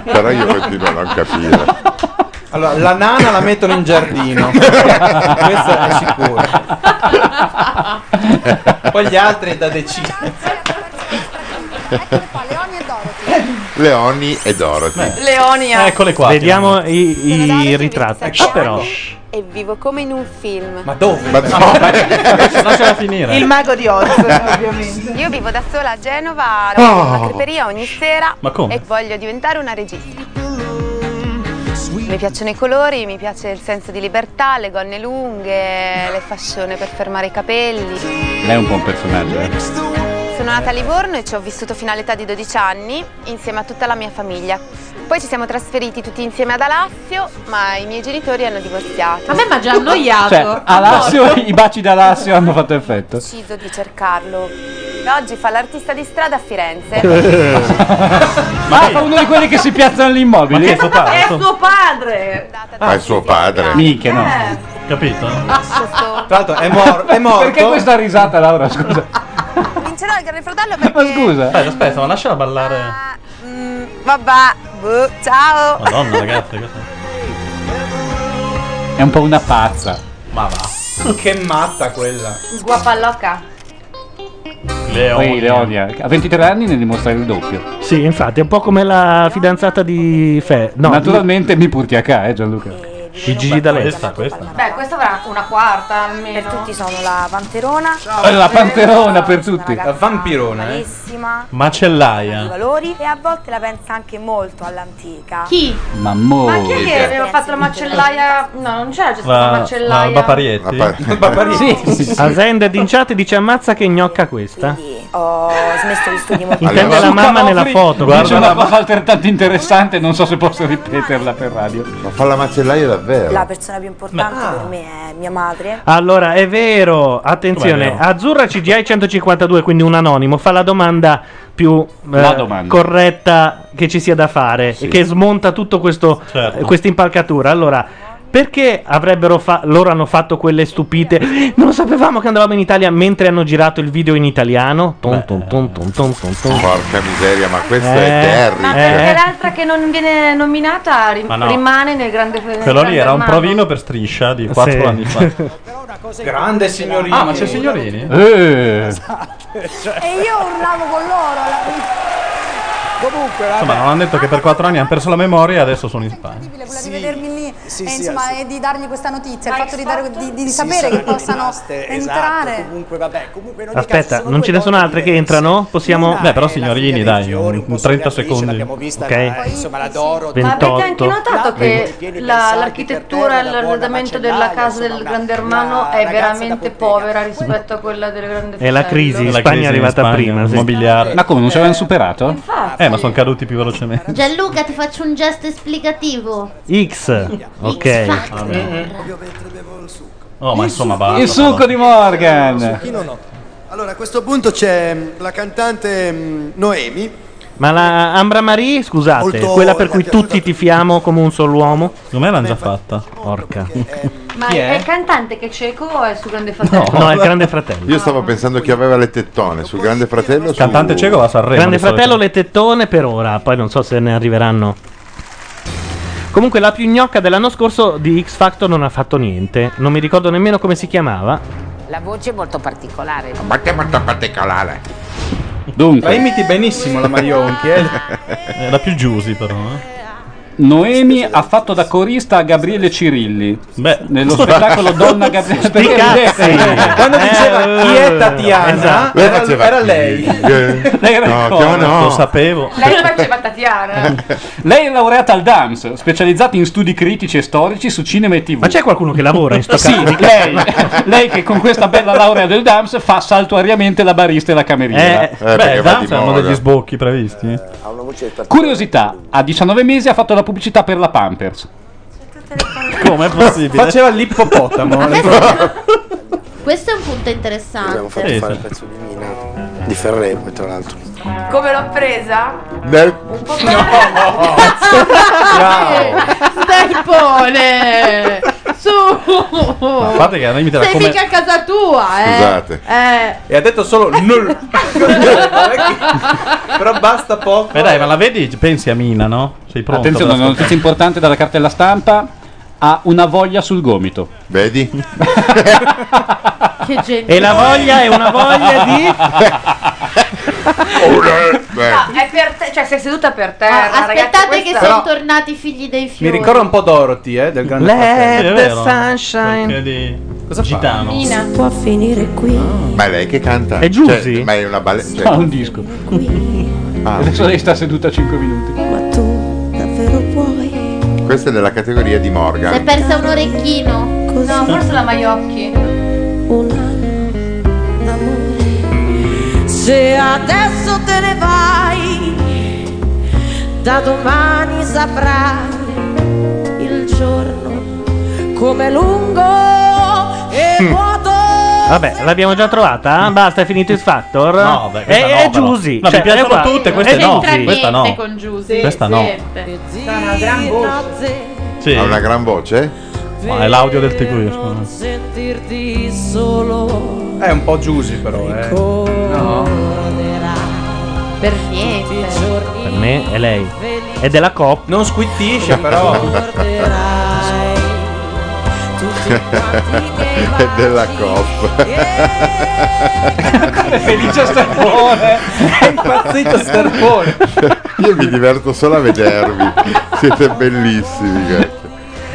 [SPEAKER 8] Però io continuo a non capire.
[SPEAKER 10] Allora, la nana la mettono in giardino. Questo è sicuro. Poi gli altri è da decidere.
[SPEAKER 8] Leoni e Dorothy.
[SPEAKER 5] Leonia.
[SPEAKER 8] Eccole qua.
[SPEAKER 1] Vediamo i, i ritratti. Ah, però.
[SPEAKER 5] E vivo come in un film.
[SPEAKER 10] Ma dove?
[SPEAKER 8] Ma
[SPEAKER 10] Lasciala finire.
[SPEAKER 5] Il mago di Oz,
[SPEAKER 10] ovviamente.
[SPEAKER 5] Io vivo da sola a Genova,
[SPEAKER 10] Oh.
[SPEAKER 5] lavoro in una creperia ogni sera
[SPEAKER 10] Ma come?
[SPEAKER 5] e voglio diventare una regista. Mi piacciono i colori, mi piace il senso di libertà, le gonne lunghe, eh, le fascione per fermare i capelli.
[SPEAKER 6] Lei è un po' un personaggio, eh.
[SPEAKER 5] Sono nata a Livorno e ci ho vissuto fino all'età di 12 anni insieme a tutta la mia famiglia. Poi ci siamo trasferiti tutti insieme ad Alassio, ma i miei genitori hanno divorziato.
[SPEAKER 37] A me mi ha già annoiato.
[SPEAKER 17] Cioè, Alassio, i baci da Alassio hanno fatto effetto.
[SPEAKER 5] Ho deciso di cercarlo. Oggi fa l'artista di strada a Firenze.
[SPEAKER 17] Ma fa uno di quelli che si piazzano agli immobili. Ma che
[SPEAKER 10] Ah.
[SPEAKER 5] suo padre!
[SPEAKER 7] Ah,
[SPEAKER 8] Ma è suo padre.
[SPEAKER 17] Minchia, no.
[SPEAKER 9] Eh,
[SPEAKER 8] Capito?
[SPEAKER 5] Tra
[SPEAKER 10] l'altro è, mor- è morto.
[SPEAKER 17] Perché questa risata, Laura? Scusa.
[SPEAKER 5] Vincerò il Grande Fratello
[SPEAKER 17] Ma
[SPEAKER 5] perché...
[SPEAKER 17] scusa.
[SPEAKER 6] Aspetta, aspetta, ma lasciala ballare.
[SPEAKER 5] Mm, vabbè, boh, ciao!
[SPEAKER 6] Madonna, ragazzi, cosa-
[SPEAKER 17] È un po' una pazza. Ma va.
[SPEAKER 10] Che matta quella.
[SPEAKER 15] Guapalloca.
[SPEAKER 17] Leonia. A 23 anni ne dimostra il doppio.
[SPEAKER 1] Sì, infatti, è un po' come la fidanzata di Fe. No,
[SPEAKER 17] Naturalmente mi porti a casa, eh, Gianluca.
[SPEAKER 1] Di Gigi D'Alessio.
[SPEAKER 15] Beh, questa avrà una quarta almeno. Per tutti
[SPEAKER 5] sono la Panterona.
[SPEAKER 17] Eh, La panterona per tutti.
[SPEAKER 10] La vampirona, eh.
[SPEAKER 5] Bravissima, i
[SPEAKER 6] Macellaia.
[SPEAKER 5] valori e a volte la pensa anche molto all'antica.
[SPEAKER 15] Chi?
[SPEAKER 6] Mammo.
[SPEAKER 15] Ma chi è che aveva fatto la macellaia? No, non c'era, c'è stata la,
[SPEAKER 1] La-
[SPEAKER 15] macellaia.
[SPEAKER 1] Baparietti.
[SPEAKER 6] Sì, sì, sì.
[SPEAKER 1] Asenda Dinciate dice ammazza che gnocca questa.
[SPEAKER 5] Ho smesso gli studi molto
[SPEAKER 1] Intende
[SPEAKER 5] presto.
[SPEAKER 1] la mamma nella foto.
[SPEAKER 17] Guarda
[SPEAKER 1] quindi.
[SPEAKER 17] una cosa altrettanto interessante, non so se posso ripeterla per radio.
[SPEAKER 8] Ma fa la macellaia davvero.
[SPEAKER 5] La persona più importante
[SPEAKER 15] Ah.
[SPEAKER 5] per me è mia madre.
[SPEAKER 1] Allora, è vero, attenzione,
[SPEAKER 17] Com'è vero?
[SPEAKER 1] Azzurra CGI 152, quindi un anonimo, fa la domanda più eh,
[SPEAKER 17] La domanda.
[SPEAKER 1] corretta che ci sia da fare e che smonta tutto questo
[SPEAKER 6] Certo.
[SPEAKER 1] eh, questa impalcatura. Allora, perché avrebbero fa- loro hanno fatto quelle stupite? Non sapevamo che andavamo in Italia mentre hanno girato il video in italiano. Ton, ton, ton, ton, ton, ton, ton.
[SPEAKER 8] Porca miseria, ma questo
[SPEAKER 1] Eh,
[SPEAKER 8] è Terry.
[SPEAKER 15] Ma perché l'altra che non viene nominata rim-
[SPEAKER 6] Ma no.
[SPEAKER 15] rimane nel grande nel
[SPEAKER 6] Quello lì
[SPEAKER 15] grande
[SPEAKER 6] era un
[SPEAKER 15] hermano.
[SPEAKER 6] provino per striscia di 4
[SPEAKER 1] Sì.
[SPEAKER 6] anni fa.
[SPEAKER 10] Grande signorino.
[SPEAKER 6] Ah, ma c'è signorini?
[SPEAKER 1] Eh.
[SPEAKER 9] E io urlavo con loro. Comunque,
[SPEAKER 6] Insomma, non hanno detto che per 4 anni hanno perso la memoria e adesso sono in Spagna.
[SPEAKER 9] quella di vedermi lì
[SPEAKER 13] Sì,
[SPEAKER 9] e,
[SPEAKER 13] sì,
[SPEAKER 9] insomma,
[SPEAKER 13] sì.
[SPEAKER 9] e di dargli questa notizia, il fatto di, dare- di- di
[SPEAKER 13] Sì,
[SPEAKER 9] sapere che
[SPEAKER 13] saranno
[SPEAKER 9] possano
[SPEAKER 13] rimaste, esatto,
[SPEAKER 9] entrare.
[SPEAKER 13] comunque, vabbè, comunque in
[SPEAKER 17] Ah,
[SPEAKER 13] ogni caso
[SPEAKER 1] Aspetta,
[SPEAKER 13] sono
[SPEAKER 1] non
[SPEAKER 13] due
[SPEAKER 1] ce ne sono
[SPEAKER 13] donne
[SPEAKER 1] altre che entrano? Possiamo
[SPEAKER 6] Beh, però signorini, dai, un- un 30 secondi.
[SPEAKER 13] L'abbiamo vista,
[SPEAKER 1] Ok.
[SPEAKER 13] la- insomma, la Doro.
[SPEAKER 15] Ma avete anche
[SPEAKER 1] 28.
[SPEAKER 15] notato
[SPEAKER 1] Venti.
[SPEAKER 15] che la- l'architettura e l'arredamento della casa del grande hermano è veramente povera rispetto a quella del grande
[SPEAKER 1] È la crisi, in
[SPEAKER 6] La
[SPEAKER 1] Spagna
[SPEAKER 6] crisi
[SPEAKER 1] è
[SPEAKER 6] in
[SPEAKER 1] arrivata
[SPEAKER 6] Spagna,
[SPEAKER 1] prima. sì.
[SPEAKER 6] immobiliare.
[SPEAKER 17] Ma come, non ci avevano superato?
[SPEAKER 15] Infatti.
[SPEAKER 6] Eh, ma sono caduti più
[SPEAKER 5] Eh.
[SPEAKER 6] velocemente.
[SPEAKER 5] Gianluca, ti faccio un gesto esplicativo.
[SPEAKER 1] X. Ok.
[SPEAKER 6] Vabbè. Oh, ma insomma, basta.
[SPEAKER 10] Il succo di Morgan.
[SPEAKER 14] Succhino no. Allora a questo punto c'è mh, la cantante mh, Noemi.
[SPEAKER 1] Ma la Ambra Marie, scusate,
[SPEAKER 14] Molto-
[SPEAKER 1] quella per cui tutti tifiamo come un solo uomo? Secondo me l'hanno già fatta.
[SPEAKER 6] Porca.
[SPEAKER 15] Ma
[SPEAKER 1] Chi
[SPEAKER 15] è?
[SPEAKER 1] è?
[SPEAKER 15] il cantante che è cieco o è il suo grande fratello?
[SPEAKER 1] Grande Fratello.
[SPEAKER 8] Io stavo pensando chi aveva le tettone sul Grande Fratello.
[SPEAKER 1] Cantante
[SPEAKER 8] cieco
[SPEAKER 1] cieco a Sanremo. Grande Fratello le tettone per ora, poi non so se ne arriveranno. Comunque la più gnocca dell'anno scorso di X Factor non ha fatto niente, non mi ricordo nemmeno come si chiamava.
[SPEAKER 7] La voce è molto particolare.
[SPEAKER 8] Ma che molto particolare.
[SPEAKER 10] Dunque. La imiti benissimo la Marionchi, eh.
[SPEAKER 6] Era più Giusy, però. eh.
[SPEAKER 17] Noemi ha fatto da corista a Gabriele Cirilli. Nello spettacolo Donna Gabriele.
[SPEAKER 10] Sti cazzi. Quando
[SPEAKER 17] Eh.
[SPEAKER 10] diceva chi è Tatiana,
[SPEAKER 6] Esatto.
[SPEAKER 10] era,
[SPEAKER 6] Lei faceva
[SPEAKER 10] era
[SPEAKER 6] chi?
[SPEAKER 10] lei.
[SPEAKER 8] eh.
[SPEAKER 17] Lei era
[SPEAKER 6] No,
[SPEAKER 17] in coro.
[SPEAKER 6] chiama no. Lo sapevo.
[SPEAKER 15] Lei faceva Tatiana.
[SPEAKER 17] Eh. Lei è laureata al DAMS, specializzata in studi critici e storici su cinema e TV. Ma c'è
[SPEAKER 1] qualcuno che lavora in sto
[SPEAKER 17] Sì,
[SPEAKER 1] caso?
[SPEAKER 17] lei, lei che con questa bella laurea del DAMS fa saltuariamente la barista e la cameriera.
[SPEAKER 6] Eh, beh, Danza hanno degli sbocchi previsti. eh.
[SPEAKER 17] Curiosità, a 19 mesi ha fatto la pubblicità per la Pampers.
[SPEAKER 6] Com'è possibile?
[SPEAKER 10] Faceva l'ippopotamo.
[SPEAKER 5] Questo è un punto interessante.
[SPEAKER 14] Abbiamo fatto
[SPEAKER 6] Eh,
[SPEAKER 14] fare il pezzo di Mina di Ferré, poi tra l'altro.
[SPEAKER 15] Come l'ho presa?
[SPEAKER 14] Del...
[SPEAKER 18] Steppone! Su!
[SPEAKER 6] A parte che la Noemi te la
[SPEAKER 18] Sei
[SPEAKER 6] come-
[SPEAKER 18] mica a casa tua, eh!
[SPEAKER 6] Scusate.
[SPEAKER 18] Eh,
[SPEAKER 10] E ha detto solo null. Però basta poco.
[SPEAKER 6] Beh dai, ma la vedi? Pensi a Mina, no? Sei pronto?
[SPEAKER 17] Attenzione, una notizia importante dalla cartella stampa. Ha una voglia sul gomito.
[SPEAKER 8] Vedi?
[SPEAKER 18] che gente.
[SPEAKER 17] E la
[SPEAKER 1] voglia è una voglia di...
[SPEAKER 6] Eh,
[SPEAKER 15] No, è per te, cioè sei seduta per terra.
[SPEAKER 5] Ah,
[SPEAKER 15] ragazzi,
[SPEAKER 5] aspettate che
[SPEAKER 15] questa-
[SPEAKER 5] sono tornati i figli dei
[SPEAKER 10] Mi
[SPEAKER 5] fiori.
[SPEAKER 10] ricorda un po' Dorothy, eh, del grande
[SPEAKER 1] Let
[SPEAKER 10] fratello.
[SPEAKER 1] the È vero. sunshine.
[SPEAKER 10] Cosa
[SPEAKER 8] Gitano.
[SPEAKER 5] Mina.
[SPEAKER 7] Può finire qui.
[SPEAKER 8] Ma è lei che canta?
[SPEAKER 17] È Giusy?
[SPEAKER 8] Cioè, ma è una Ah, balletta.
[SPEAKER 17] Fa un disco. Adesso lei sta seduta 5 minuti.
[SPEAKER 7] Davvero puoi.
[SPEAKER 8] Questa è della categoria di
[SPEAKER 5] Si è
[SPEAKER 8] Morgan.
[SPEAKER 5] persa un orecchino.
[SPEAKER 15] No, forse la Maiocchi.
[SPEAKER 7] Se adesso te ne vai, da domani saprai il giorno come lungo e vuoto.
[SPEAKER 1] Hm. Vabbè, l'abbiamo già trovata? Basta, è finito il Factor?
[SPEAKER 6] No, beh, questa
[SPEAKER 1] è,
[SPEAKER 6] no,
[SPEAKER 1] è
[SPEAKER 6] però.
[SPEAKER 1] Giusy.
[SPEAKER 6] No, mi
[SPEAKER 1] Cioè,
[SPEAKER 6] piacciono
[SPEAKER 1] è qua-
[SPEAKER 6] tutte, queste
[SPEAKER 1] è
[SPEAKER 6] no,
[SPEAKER 1] Giusy.
[SPEAKER 6] questa no.
[SPEAKER 18] con Giusy.
[SPEAKER 6] Questa no.
[SPEAKER 18] Sempre. Sta una gran voce.
[SPEAKER 8] Ha una gran voce?
[SPEAKER 6] Ma è l'audio del
[SPEAKER 1] eh,
[SPEAKER 6] TQ.
[SPEAKER 7] Sentirti solo
[SPEAKER 10] È un po' Giusy però, eh. No.
[SPEAKER 18] Per
[SPEAKER 15] Eh,
[SPEAKER 18] niente.
[SPEAKER 1] Per me è lei. È della COP.
[SPEAKER 10] Non squittisce però.
[SPEAKER 8] è della COP.
[SPEAKER 17] È felice Sterpone.
[SPEAKER 10] È impazzito Sterpone.
[SPEAKER 8] Io mi diverto solo a vedervi. Siete bellissimi. cazzo.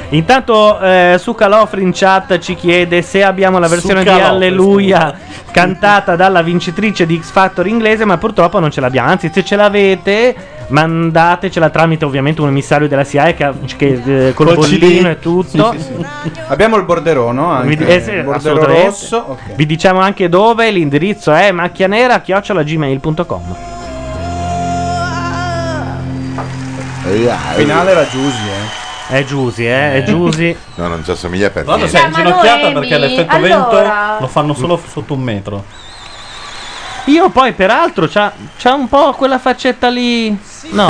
[SPEAKER 1] Intanto eh, su Calofri in chat ci chiede se abbiamo la versione di
[SPEAKER 8] Sucalofri,
[SPEAKER 1] Alleluia cantata dalla vincitrice di X Factor inglese, ma purtroppo non ce l'abbiamo. Anzi, se ce l'avete, mandatecela tramite ovviamente un emissario della SIAE che, che, eh, col
[SPEAKER 10] Col CD.
[SPEAKER 1] bollino e tutto.
[SPEAKER 10] Sì, sì, Abbiamo il borderò, no?
[SPEAKER 1] Vi,
[SPEAKER 10] Anche.
[SPEAKER 1] eh sì,
[SPEAKER 10] il borderò
[SPEAKER 1] assolutamente.
[SPEAKER 10] rosso. ok.
[SPEAKER 1] Vi diciamo anche dove, l'indirizzo è macchianera-gmail.com.
[SPEAKER 10] Finale era Giusy,
[SPEAKER 1] eh. È Giusy, eh, è Giusy.
[SPEAKER 8] No, non ci assomiglia per
[SPEAKER 6] Guarda,
[SPEAKER 8] niente.
[SPEAKER 6] sei inginocchiata
[SPEAKER 15] Noemi.
[SPEAKER 6] perché l'effetto
[SPEAKER 15] Allora.
[SPEAKER 6] vento lo fanno solo f- sotto un metro.
[SPEAKER 1] Io poi, peraltro, c'ha, c'ha un po' quella faccetta lì. No,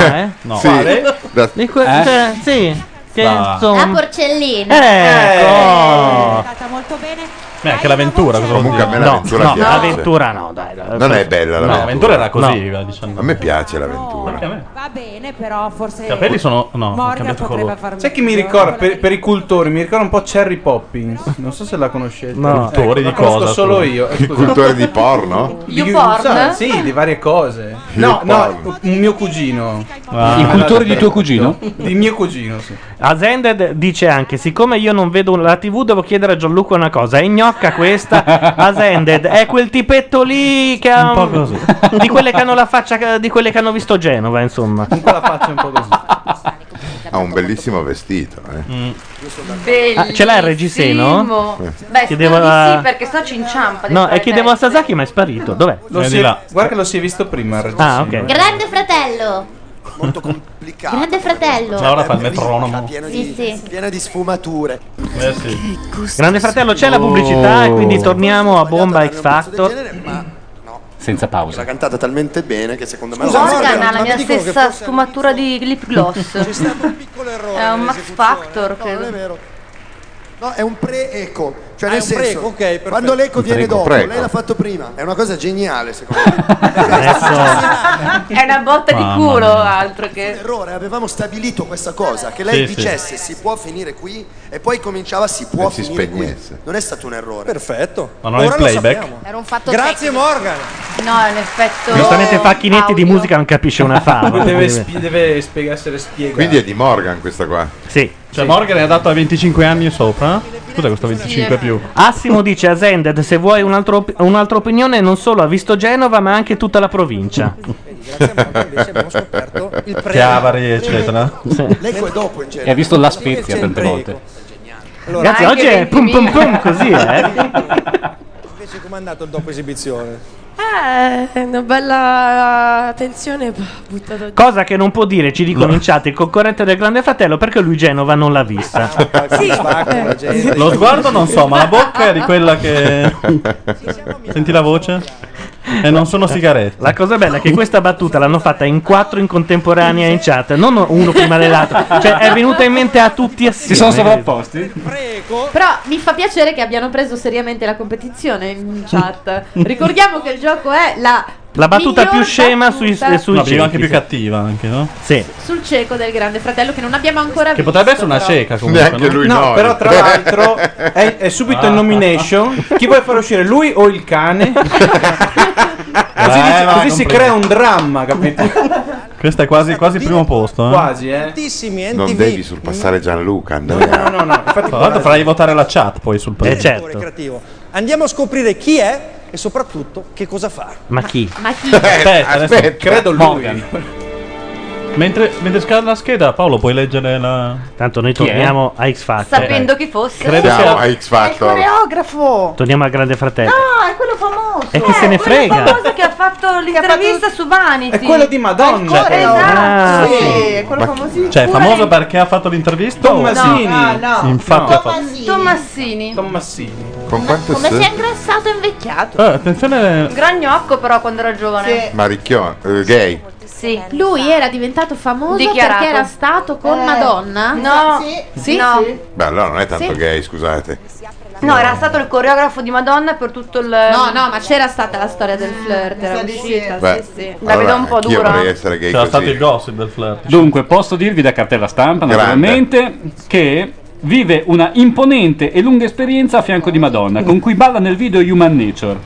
[SPEAKER 1] eh?
[SPEAKER 6] No.
[SPEAKER 8] Sì.
[SPEAKER 6] Quale?
[SPEAKER 8] Da-
[SPEAKER 1] Di que-
[SPEAKER 6] Eh?
[SPEAKER 1] cioè, sì. Che
[SPEAKER 6] Va.
[SPEAKER 5] La
[SPEAKER 1] insomma.
[SPEAKER 5] porcellina.
[SPEAKER 6] Eh,
[SPEAKER 1] Ecco.
[SPEAKER 38] molto bene.
[SPEAKER 6] Beh, anche l'avventura. cosa vuol
[SPEAKER 8] Comunque a
[SPEAKER 6] dire?
[SPEAKER 8] me l'avventura
[SPEAKER 6] no,
[SPEAKER 8] piace.
[SPEAKER 1] l'avventura no, dai, dai.
[SPEAKER 8] Non è bella l'avventura.
[SPEAKER 6] No, l'avventura era così,
[SPEAKER 8] No.
[SPEAKER 6] diciamo.
[SPEAKER 8] A me piace l'avventura.
[SPEAKER 38] Va bene, però forse.
[SPEAKER 6] I capelli sono- no, ho
[SPEAKER 38] Morgan
[SPEAKER 6] cambiato
[SPEAKER 38] potrebbe
[SPEAKER 6] colore.
[SPEAKER 38] farmi.
[SPEAKER 10] Sai chi mi ricorda per, per i cultori? Mi ricorda un po' Cherry Poppins. Non so se la conoscete. Ecco,
[SPEAKER 6] No. Cultori
[SPEAKER 10] la
[SPEAKER 6] di
[SPEAKER 10] conosco
[SPEAKER 6] cosa,
[SPEAKER 10] solo
[SPEAKER 6] scusa?
[SPEAKER 10] io. eh,
[SPEAKER 8] Il
[SPEAKER 10] scusa.
[SPEAKER 8] cultore di porno?
[SPEAKER 10] Di-
[SPEAKER 15] Youporn?
[SPEAKER 10] sa- Sì, di varie cose. No, no, un mio cugino.
[SPEAKER 1] Ah. Il cultore di tuo cugino?
[SPEAKER 10] Di mio cugino, sì.
[SPEAKER 1] Azended dice anche: Siccome io non vedo la TV, devo chiedere a Gianluca una cosa. È gnocca questa? Azended è quel tipetto lì che
[SPEAKER 6] Un
[SPEAKER 1] ha.
[SPEAKER 6] po' così.
[SPEAKER 1] Di quelle che hanno la faccia, di quelle che hanno visto Genova, insomma.
[SPEAKER 8] Ha un bellissimo vestito. eh.
[SPEAKER 6] Mm.
[SPEAKER 15] Bellissimo.
[SPEAKER 1] Ah, ce l'ha il reggiseno?
[SPEAKER 15] Beh,
[SPEAKER 1] Chiedevo
[SPEAKER 15] spero di
[SPEAKER 1] a-
[SPEAKER 15] sì, perché sennò ci inciampa.
[SPEAKER 1] No, e chiedevo a Sasaki, ma è sparito. Dov'è?
[SPEAKER 10] Lo si è- guarda che lo si è visto prima. il
[SPEAKER 1] Ah,
[SPEAKER 6] ecco.
[SPEAKER 10] reggiseno.
[SPEAKER 1] ok.
[SPEAKER 5] Grande fratello.
[SPEAKER 14] molto complicato.
[SPEAKER 39] Grande
[SPEAKER 10] Cioè,
[SPEAKER 39] fratello.
[SPEAKER 1] Laura fa il
[SPEAKER 14] È
[SPEAKER 1] metronomo.
[SPEAKER 14] Pieno
[SPEAKER 39] Sì,
[SPEAKER 14] di,
[SPEAKER 39] sì.
[SPEAKER 14] pieno di sfumature.
[SPEAKER 6] Eh,
[SPEAKER 1] Grande fratello, c'è la pubblicità e
[SPEAKER 6] Oh.
[SPEAKER 1] quindi torniamo a bomba X Factor.
[SPEAKER 14] Senza pausa. L'ha cantata talmente bene che secondo me...
[SPEAKER 15] Morgan ha
[SPEAKER 14] Ma
[SPEAKER 15] la mia
[SPEAKER 14] vi dico che
[SPEAKER 15] stessa
[SPEAKER 14] forse-
[SPEAKER 15] sfumatura di lip gloss.
[SPEAKER 14] C'è stato
[SPEAKER 15] un piccolo errore. È un Max Factor. credo.
[SPEAKER 14] No, è un pre-eco. Cioè
[SPEAKER 15] Ah,
[SPEAKER 14] nel
[SPEAKER 15] è un
[SPEAKER 14] senso,
[SPEAKER 15] pre-eco, ok, perfetto.
[SPEAKER 14] quando l'eco
[SPEAKER 8] Un
[SPEAKER 14] viene
[SPEAKER 8] pre-eco,
[SPEAKER 14] dopo,
[SPEAKER 8] pre-eco.
[SPEAKER 14] lei l'ha fatto prima. È una cosa geniale, secondo
[SPEAKER 15] È una botta di
[SPEAKER 14] Mamma
[SPEAKER 15] culo,
[SPEAKER 14] mia.
[SPEAKER 15] altro che.
[SPEAKER 14] Errore, avevamo stabilito questa cosa, che lei
[SPEAKER 8] Sì, sì.
[SPEAKER 14] dicesse si può finire qui e poi cominciava si può
[SPEAKER 8] E si
[SPEAKER 14] finire qui.
[SPEAKER 8] spegnesse.
[SPEAKER 14] Non è stato un errore. Perfetto.
[SPEAKER 1] Ma non è il playback?
[SPEAKER 15] Era un fatto
[SPEAKER 14] Grazie Morgan.
[SPEAKER 15] No, è un effetto.
[SPEAKER 1] Giustamente Facchinetti di musica non capisce una fava.
[SPEAKER 10] deve,
[SPEAKER 1] quindi-
[SPEAKER 10] spi- deve spiega- essere spiegato.
[SPEAKER 8] Quindi è di Morgan questa qua.
[SPEAKER 1] Sì.
[SPEAKER 6] Cioè, Morgan è adatto a 25 anni e sopra? Cos'è questo 25 più?
[SPEAKER 1] Assimo dice a Zended se vuoi un altro op- un'altra opinione non solo ha visto Genova ma anche tutta la provincia.
[SPEAKER 6] Chiavari, eccetera.
[SPEAKER 14] L'eco è dopo in genere.
[SPEAKER 6] E ha visto La Spezia tante volte.
[SPEAKER 1] Ragazzi,
[SPEAKER 14] Anche
[SPEAKER 1] oggi è pum pum
[SPEAKER 14] 20.000.
[SPEAKER 1] pum così, eh.
[SPEAKER 13] Invece com'è andato il dopo esibizione?
[SPEAKER 7] Eh, è una bella eh, tensione buttata giù.
[SPEAKER 1] Cosa che non può dire, ci dicono in chat il concorrente del Grande Fratello perché lui Genova non l'ha vista.
[SPEAKER 6] Lo sguardo non so, ma la bocca è di quella che. Senti la voce? E non sono sigarette.
[SPEAKER 1] La cosa bella è che questa battuta l'hanno fatta in quattro in contemporanea in chat, non uno prima dell'altro. Cioè è venuta in mente a tutti
[SPEAKER 6] Si
[SPEAKER 1] assieme.
[SPEAKER 6] sono sovrapposti?
[SPEAKER 5] Però mi fa piacere che abbiano preso seriamente la competizione in chat. Ricordiamo che il gioco è la,
[SPEAKER 6] La battuta
[SPEAKER 5] miglior
[SPEAKER 6] più scema
[SPEAKER 5] battuta
[SPEAKER 6] sui- sui No, prima anche più
[SPEAKER 1] cattiva anche, no? Sì.
[SPEAKER 5] sul cieco del grande fratello che non abbiamo ancora
[SPEAKER 6] Che
[SPEAKER 5] visto.
[SPEAKER 6] potrebbe essere una
[SPEAKER 5] però.
[SPEAKER 6] cieca comunque.
[SPEAKER 8] Neanche
[SPEAKER 6] no?
[SPEAKER 8] lui eh.
[SPEAKER 10] No, però tra l'altro è, è subito in
[SPEAKER 1] Ah.
[SPEAKER 10] nomination. Chi vuoi far uscire, lui o il cane? così
[SPEAKER 1] Eh,
[SPEAKER 10] dici-
[SPEAKER 6] vai,
[SPEAKER 10] così
[SPEAKER 6] non
[SPEAKER 10] si
[SPEAKER 6] prendo.
[SPEAKER 10] crea un dramma, capito?
[SPEAKER 6] Questo è quasi, quasi il primo posto. Eh?
[SPEAKER 10] Quasi, eh.
[SPEAKER 13] Tantissimi Mm.
[SPEAKER 8] Non devi surpassare Gianluca. Andrea.
[SPEAKER 10] No, no, no.
[SPEAKER 6] Tra l'altro farai votare la chat poi sul palco.
[SPEAKER 14] certo.
[SPEAKER 13] Creativo. Andiamo a scoprire chi è e soprattutto che cosa fa.
[SPEAKER 1] Ma chi?
[SPEAKER 5] Ma chi?
[SPEAKER 10] Eh,
[SPEAKER 6] Aspetta, adesso-
[SPEAKER 13] Aspetta.
[SPEAKER 6] credo lui. Mentre, mentre scala la scheda, Paolo, puoi leggere la.
[SPEAKER 1] Tanto noi
[SPEAKER 6] Chi è?
[SPEAKER 1] torniamo a X Factor.
[SPEAKER 15] Sapendo chi fosse.
[SPEAKER 1] Eh, Credo Siamo sia- a X
[SPEAKER 15] È il
[SPEAKER 1] Factor.
[SPEAKER 39] oh.
[SPEAKER 15] coreografo.
[SPEAKER 1] Torniamo al Grande Fratello.
[SPEAKER 15] No, è quello famoso.
[SPEAKER 1] E chi se ne frega?
[SPEAKER 15] Quello famoso che ha fatto l'intervista su Vanity.
[SPEAKER 10] È quello di Madonna.
[SPEAKER 15] È il coreo.
[SPEAKER 10] Ah,
[SPEAKER 15] Esatto.
[SPEAKER 10] sì.
[SPEAKER 15] Sì, è quello
[SPEAKER 6] Ma-
[SPEAKER 15] famosissimo.
[SPEAKER 6] Cioè, è famoso perché ha fatto l'intervista? o-
[SPEAKER 10] Tommasini.
[SPEAKER 15] No, no, no.
[SPEAKER 6] Infatti, ha fatto.
[SPEAKER 15] Tommassini.
[SPEAKER 10] Tommassini.
[SPEAKER 8] Con quanto
[SPEAKER 15] Come
[SPEAKER 8] se-
[SPEAKER 15] si è ingrassato e invecchiato.
[SPEAKER 6] Eh, attenzione,
[SPEAKER 15] Un gran gnocco però quando era giovane.
[SPEAKER 8] Maricchione, eh, gay.
[SPEAKER 15] Sì.
[SPEAKER 5] Lui era diventato famoso
[SPEAKER 15] Dichiarato.
[SPEAKER 5] perché era stato con
[SPEAKER 15] Eh,
[SPEAKER 5] Madonna?
[SPEAKER 15] no.
[SPEAKER 5] Sì.
[SPEAKER 15] Sì, no.
[SPEAKER 8] Beh, allora non è tanto
[SPEAKER 15] Sì.
[SPEAKER 8] gay, scusate.
[SPEAKER 15] No, era stato il coreografo di Madonna per tutto il.
[SPEAKER 5] No, no, ma c'era stata la storia del flirt, era uscita,
[SPEAKER 8] Beh,
[SPEAKER 5] sì, sì.
[SPEAKER 8] allora, anch'io vorrei essere gay
[SPEAKER 6] C'era
[SPEAKER 8] così.
[SPEAKER 6] stato il gossip del flirt.
[SPEAKER 17] Dunque, posso dirvi da cartella stampa,
[SPEAKER 8] Grande.
[SPEAKER 17] naturalmente, che vive una imponente e lunga esperienza a fianco di Madonna, con cui balla nel video Human Nature.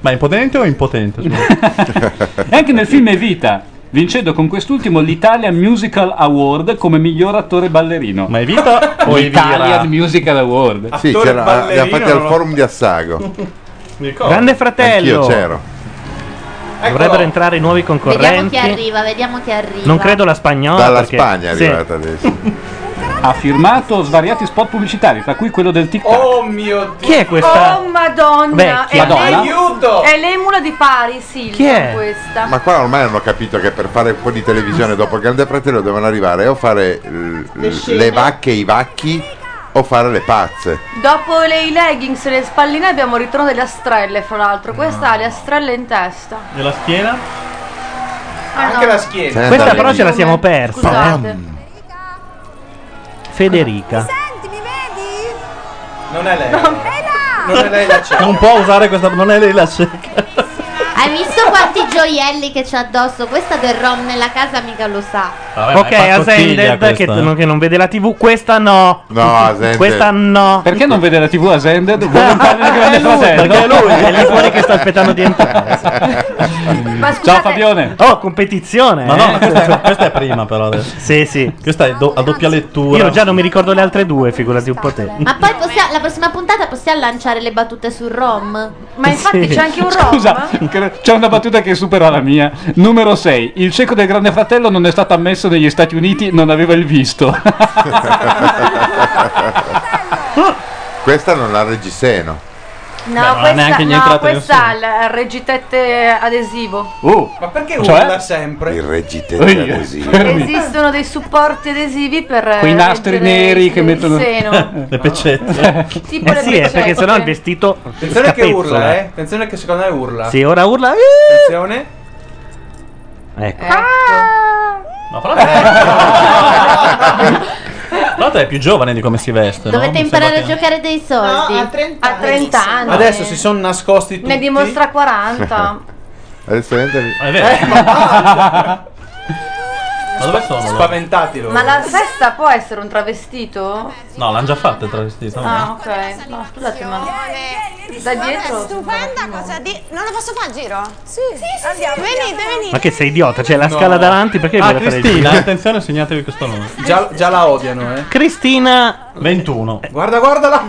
[SPEAKER 6] Ma imponente o impotente?
[SPEAKER 17] e anche nel film Evita, vincendo con quest'ultimo l'Italia Musical Award come miglior attore ballerino. Ma
[SPEAKER 6] Evita
[SPEAKER 17] o
[SPEAKER 6] o Evira?
[SPEAKER 17] Italian Musical Award.
[SPEAKER 8] Sì, c'era, li ha fatti al forum di Assago.
[SPEAKER 1] Grande Fratello.
[SPEAKER 8] Anch'io c'ero.
[SPEAKER 1] Dovrebbero entrare i nuovi
[SPEAKER 39] Vediamo
[SPEAKER 1] concorrenti.
[SPEAKER 39] chi arriva, vediamo chi arriva.
[SPEAKER 1] Non credo la spagnola.
[SPEAKER 17] Dalla
[SPEAKER 1] perché-
[SPEAKER 17] Spagna è
[SPEAKER 1] Sì.
[SPEAKER 17] arrivata. Ha firmato svariati spot pubblicitari, tra cui quello del TikTok.
[SPEAKER 10] Oh mio dio.
[SPEAKER 1] Chi è
[SPEAKER 15] Oh Madonna.
[SPEAKER 17] Vecchia.
[SPEAKER 15] È
[SPEAKER 8] Madonna?
[SPEAKER 15] l'emu- È l'emula di Paris Hilton
[SPEAKER 8] Chi è?
[SPEAKER 15] questa.
[SPEAKER 8] Ma qua ormai hanno capito che per fare un po' di televisione dopo il Grande Fratello devono arrivare o fare l-
[SPEAKER 15] Le
[SPEAKER 8] l-
[SPEAKER 15] scene.
[SPEAKER 8] le vacche e i vacchi o fare le pazze.
[SPEAKER 15] Dopo le i leggings e le spalline abbiamo il ritorno delle astrelle, fra l'altro. Questa ha le astrelle in testa. Ah,
[SPEAKER 6] Nella schiena?
[SPEAKER 15] Anche
[SPEAKER 10] la schiena.
[SPEAKER 8] Senta,
[SPEAKER 1] Questa però
[SPEAKER 8] Luigi.
[SPEAKER 1] ce la siamo persa. eh.
[SPEAKER 15] Scusate.
[SPEAKER 1] Federica.
[SPEAKER 10] Non è lei. Non è lei la
[SPEAKER 1] Eh?
[SPEAKER 10] cieca.
[SPEAKER 6] Non può usare questa. Non è lei la cieca.
[SPEAKER 39] Hai visto quanti gioielli che c'è addosso? Questa del Rom nella casa mica lo sa.
[SPEAKER 1] ok, Ascended che,
[SPEAKER 6] eh.
[SPEAKER 1] non- che non vede la TV, questa no.
[SPEAKER 8] No, Ascended.
[SPEAKER 1] Questa no.
[SPEAKER 17] Perché non vede la TV Ascended? Vuole entrare nel Grande Fratello?
[SPEAKER 1] Perché è lui, è lì fuori che sta aspettando di entrare.
[SPEAKER 17] Ciao Fabione.
[SPEAKER 1] Oh, competizione.
[SPEAKER 6] Ma no,
[SPEAKER 1] eh.
[SPEAKER 6] questa è, questa è prima, però. adesso.
[SPEAKER 1] Sì, sì.
[SPEAKER 6] Questa è do- a doppia lettura.
[SPEAKER 1] Io già non mi ricordo le altre due, figurati un po' te. Eh
[SPEAKER 39] Ma poi possia- la prossima puntata possiamo lanciare le battute sul Rom?
[SPEAKER 15] Ma infatti
[SPEAKER 17] Eh, Sì.
[SPEAKER 15] c'è anche un Rom.
[SPEAKER 17] Scusa, cre- c'è una battuta che supera la mia. Numero 6. Il cieco del Grande Fratello non è stato ammesso negli Stati Uniti, non aveva il visto.
[SPEAKER 8] Questa non ha reggiseno.
[SPEAKER 15] No,
[SPEAKER 35] non è
[SPEAKER 15] questa,
[SPEAKER 35] neanche
[SPEAKER 15] no,
[SPEAKER 35] niente la
[SPEAKER 15] questa ha il reggitette adesivo.
[SPEAKER 35] Uh,
[SPEAKER 10] Ma perché
[SPEAKER 35] Cioè?
[SPEAKER 10] urla sempre?
[SPEAKER 8] Il
[SPEAKER 35] Ehi,
[SPEAKER 8] reggitente
[SPEAKER 15] Eh,
[SPEAKER 8] adesivo.
[SPEAKER 15] Esistono dei supporti adesivi per
[SPEAKER 35] Quei nastri neri
[SPEAKER 15] che mettono il eh, seno. Eh,
[SPEAKER 35] le peccette.
[SPEAKER 15] Tipo le
[SPEAKER 1] Eh sì, è perché
[SPEAKER 15] peccette.
[SPEAKER 1] sennò il vestito.
[SPEAKER 10] Attenzione che
[SPEAKER 1] scapezzola.
[SPEAKER 10] urla, eh. Attenzione che secondo me urla.
[SPEAKER 1] Sì, ora urla.
[SPEAKER 10] Attenzione.
[SPEAKER 1] Ecco.
[SPEAKER 35] Ma frate. frate è più giovane di come si veste.
[SPEAKER 3] Dovete
[SPEAKER 35] no? Mi sembra
[SPEAKER 3] imparare a
[SPEAKER 35] che-
[SPEAKER 3] giocare dei soldi.
[SPEAKER 15] No, a
[SPEAKER 3] 30
[SPEAKER 15] anni. anni.
[SPEAKER 10] Adesso si sono nascosti tutti.
[SPEAKER 15] Ne dimostra 40.
[SPEAKER 8] Adesso entra-
[SPEAKER 35] Ah, È vero. ma dove sono? loro?
[SPEAKER 10] Spaventati loro.
[SPEAKER 15] Ma la festa può essere un travestito?
[SPEAKER 35] No, l'hanno già fatta il travestito.
[SPEAKER 15] Ah, ok. No, scusate, ma. Da dietro?
[SPEAKER 9] Stupenda cosa di... Non lo posso fare il giro? Sì, sì, sì. Venite, venite.
[SPEAKER 1] Ma che sei idiota? C'è la
[SPEAKER 10] No.
[SPEAKER 1] scala davanti perché
[SPEAKER 35] Ah,
[SPEAKER 1] me la farei
[SPEAKER 35] Cristina,
[SPEAKER 1] giù?
[SPEAKER 35] attenzione, segnatevi questo nome.
[SPEAKER 10] Già, già la odiano, eh.
[SPEAKER 1] Cristina
[SPEAKER 35] 21.
[SPEAKER 10] Guarda, guardala.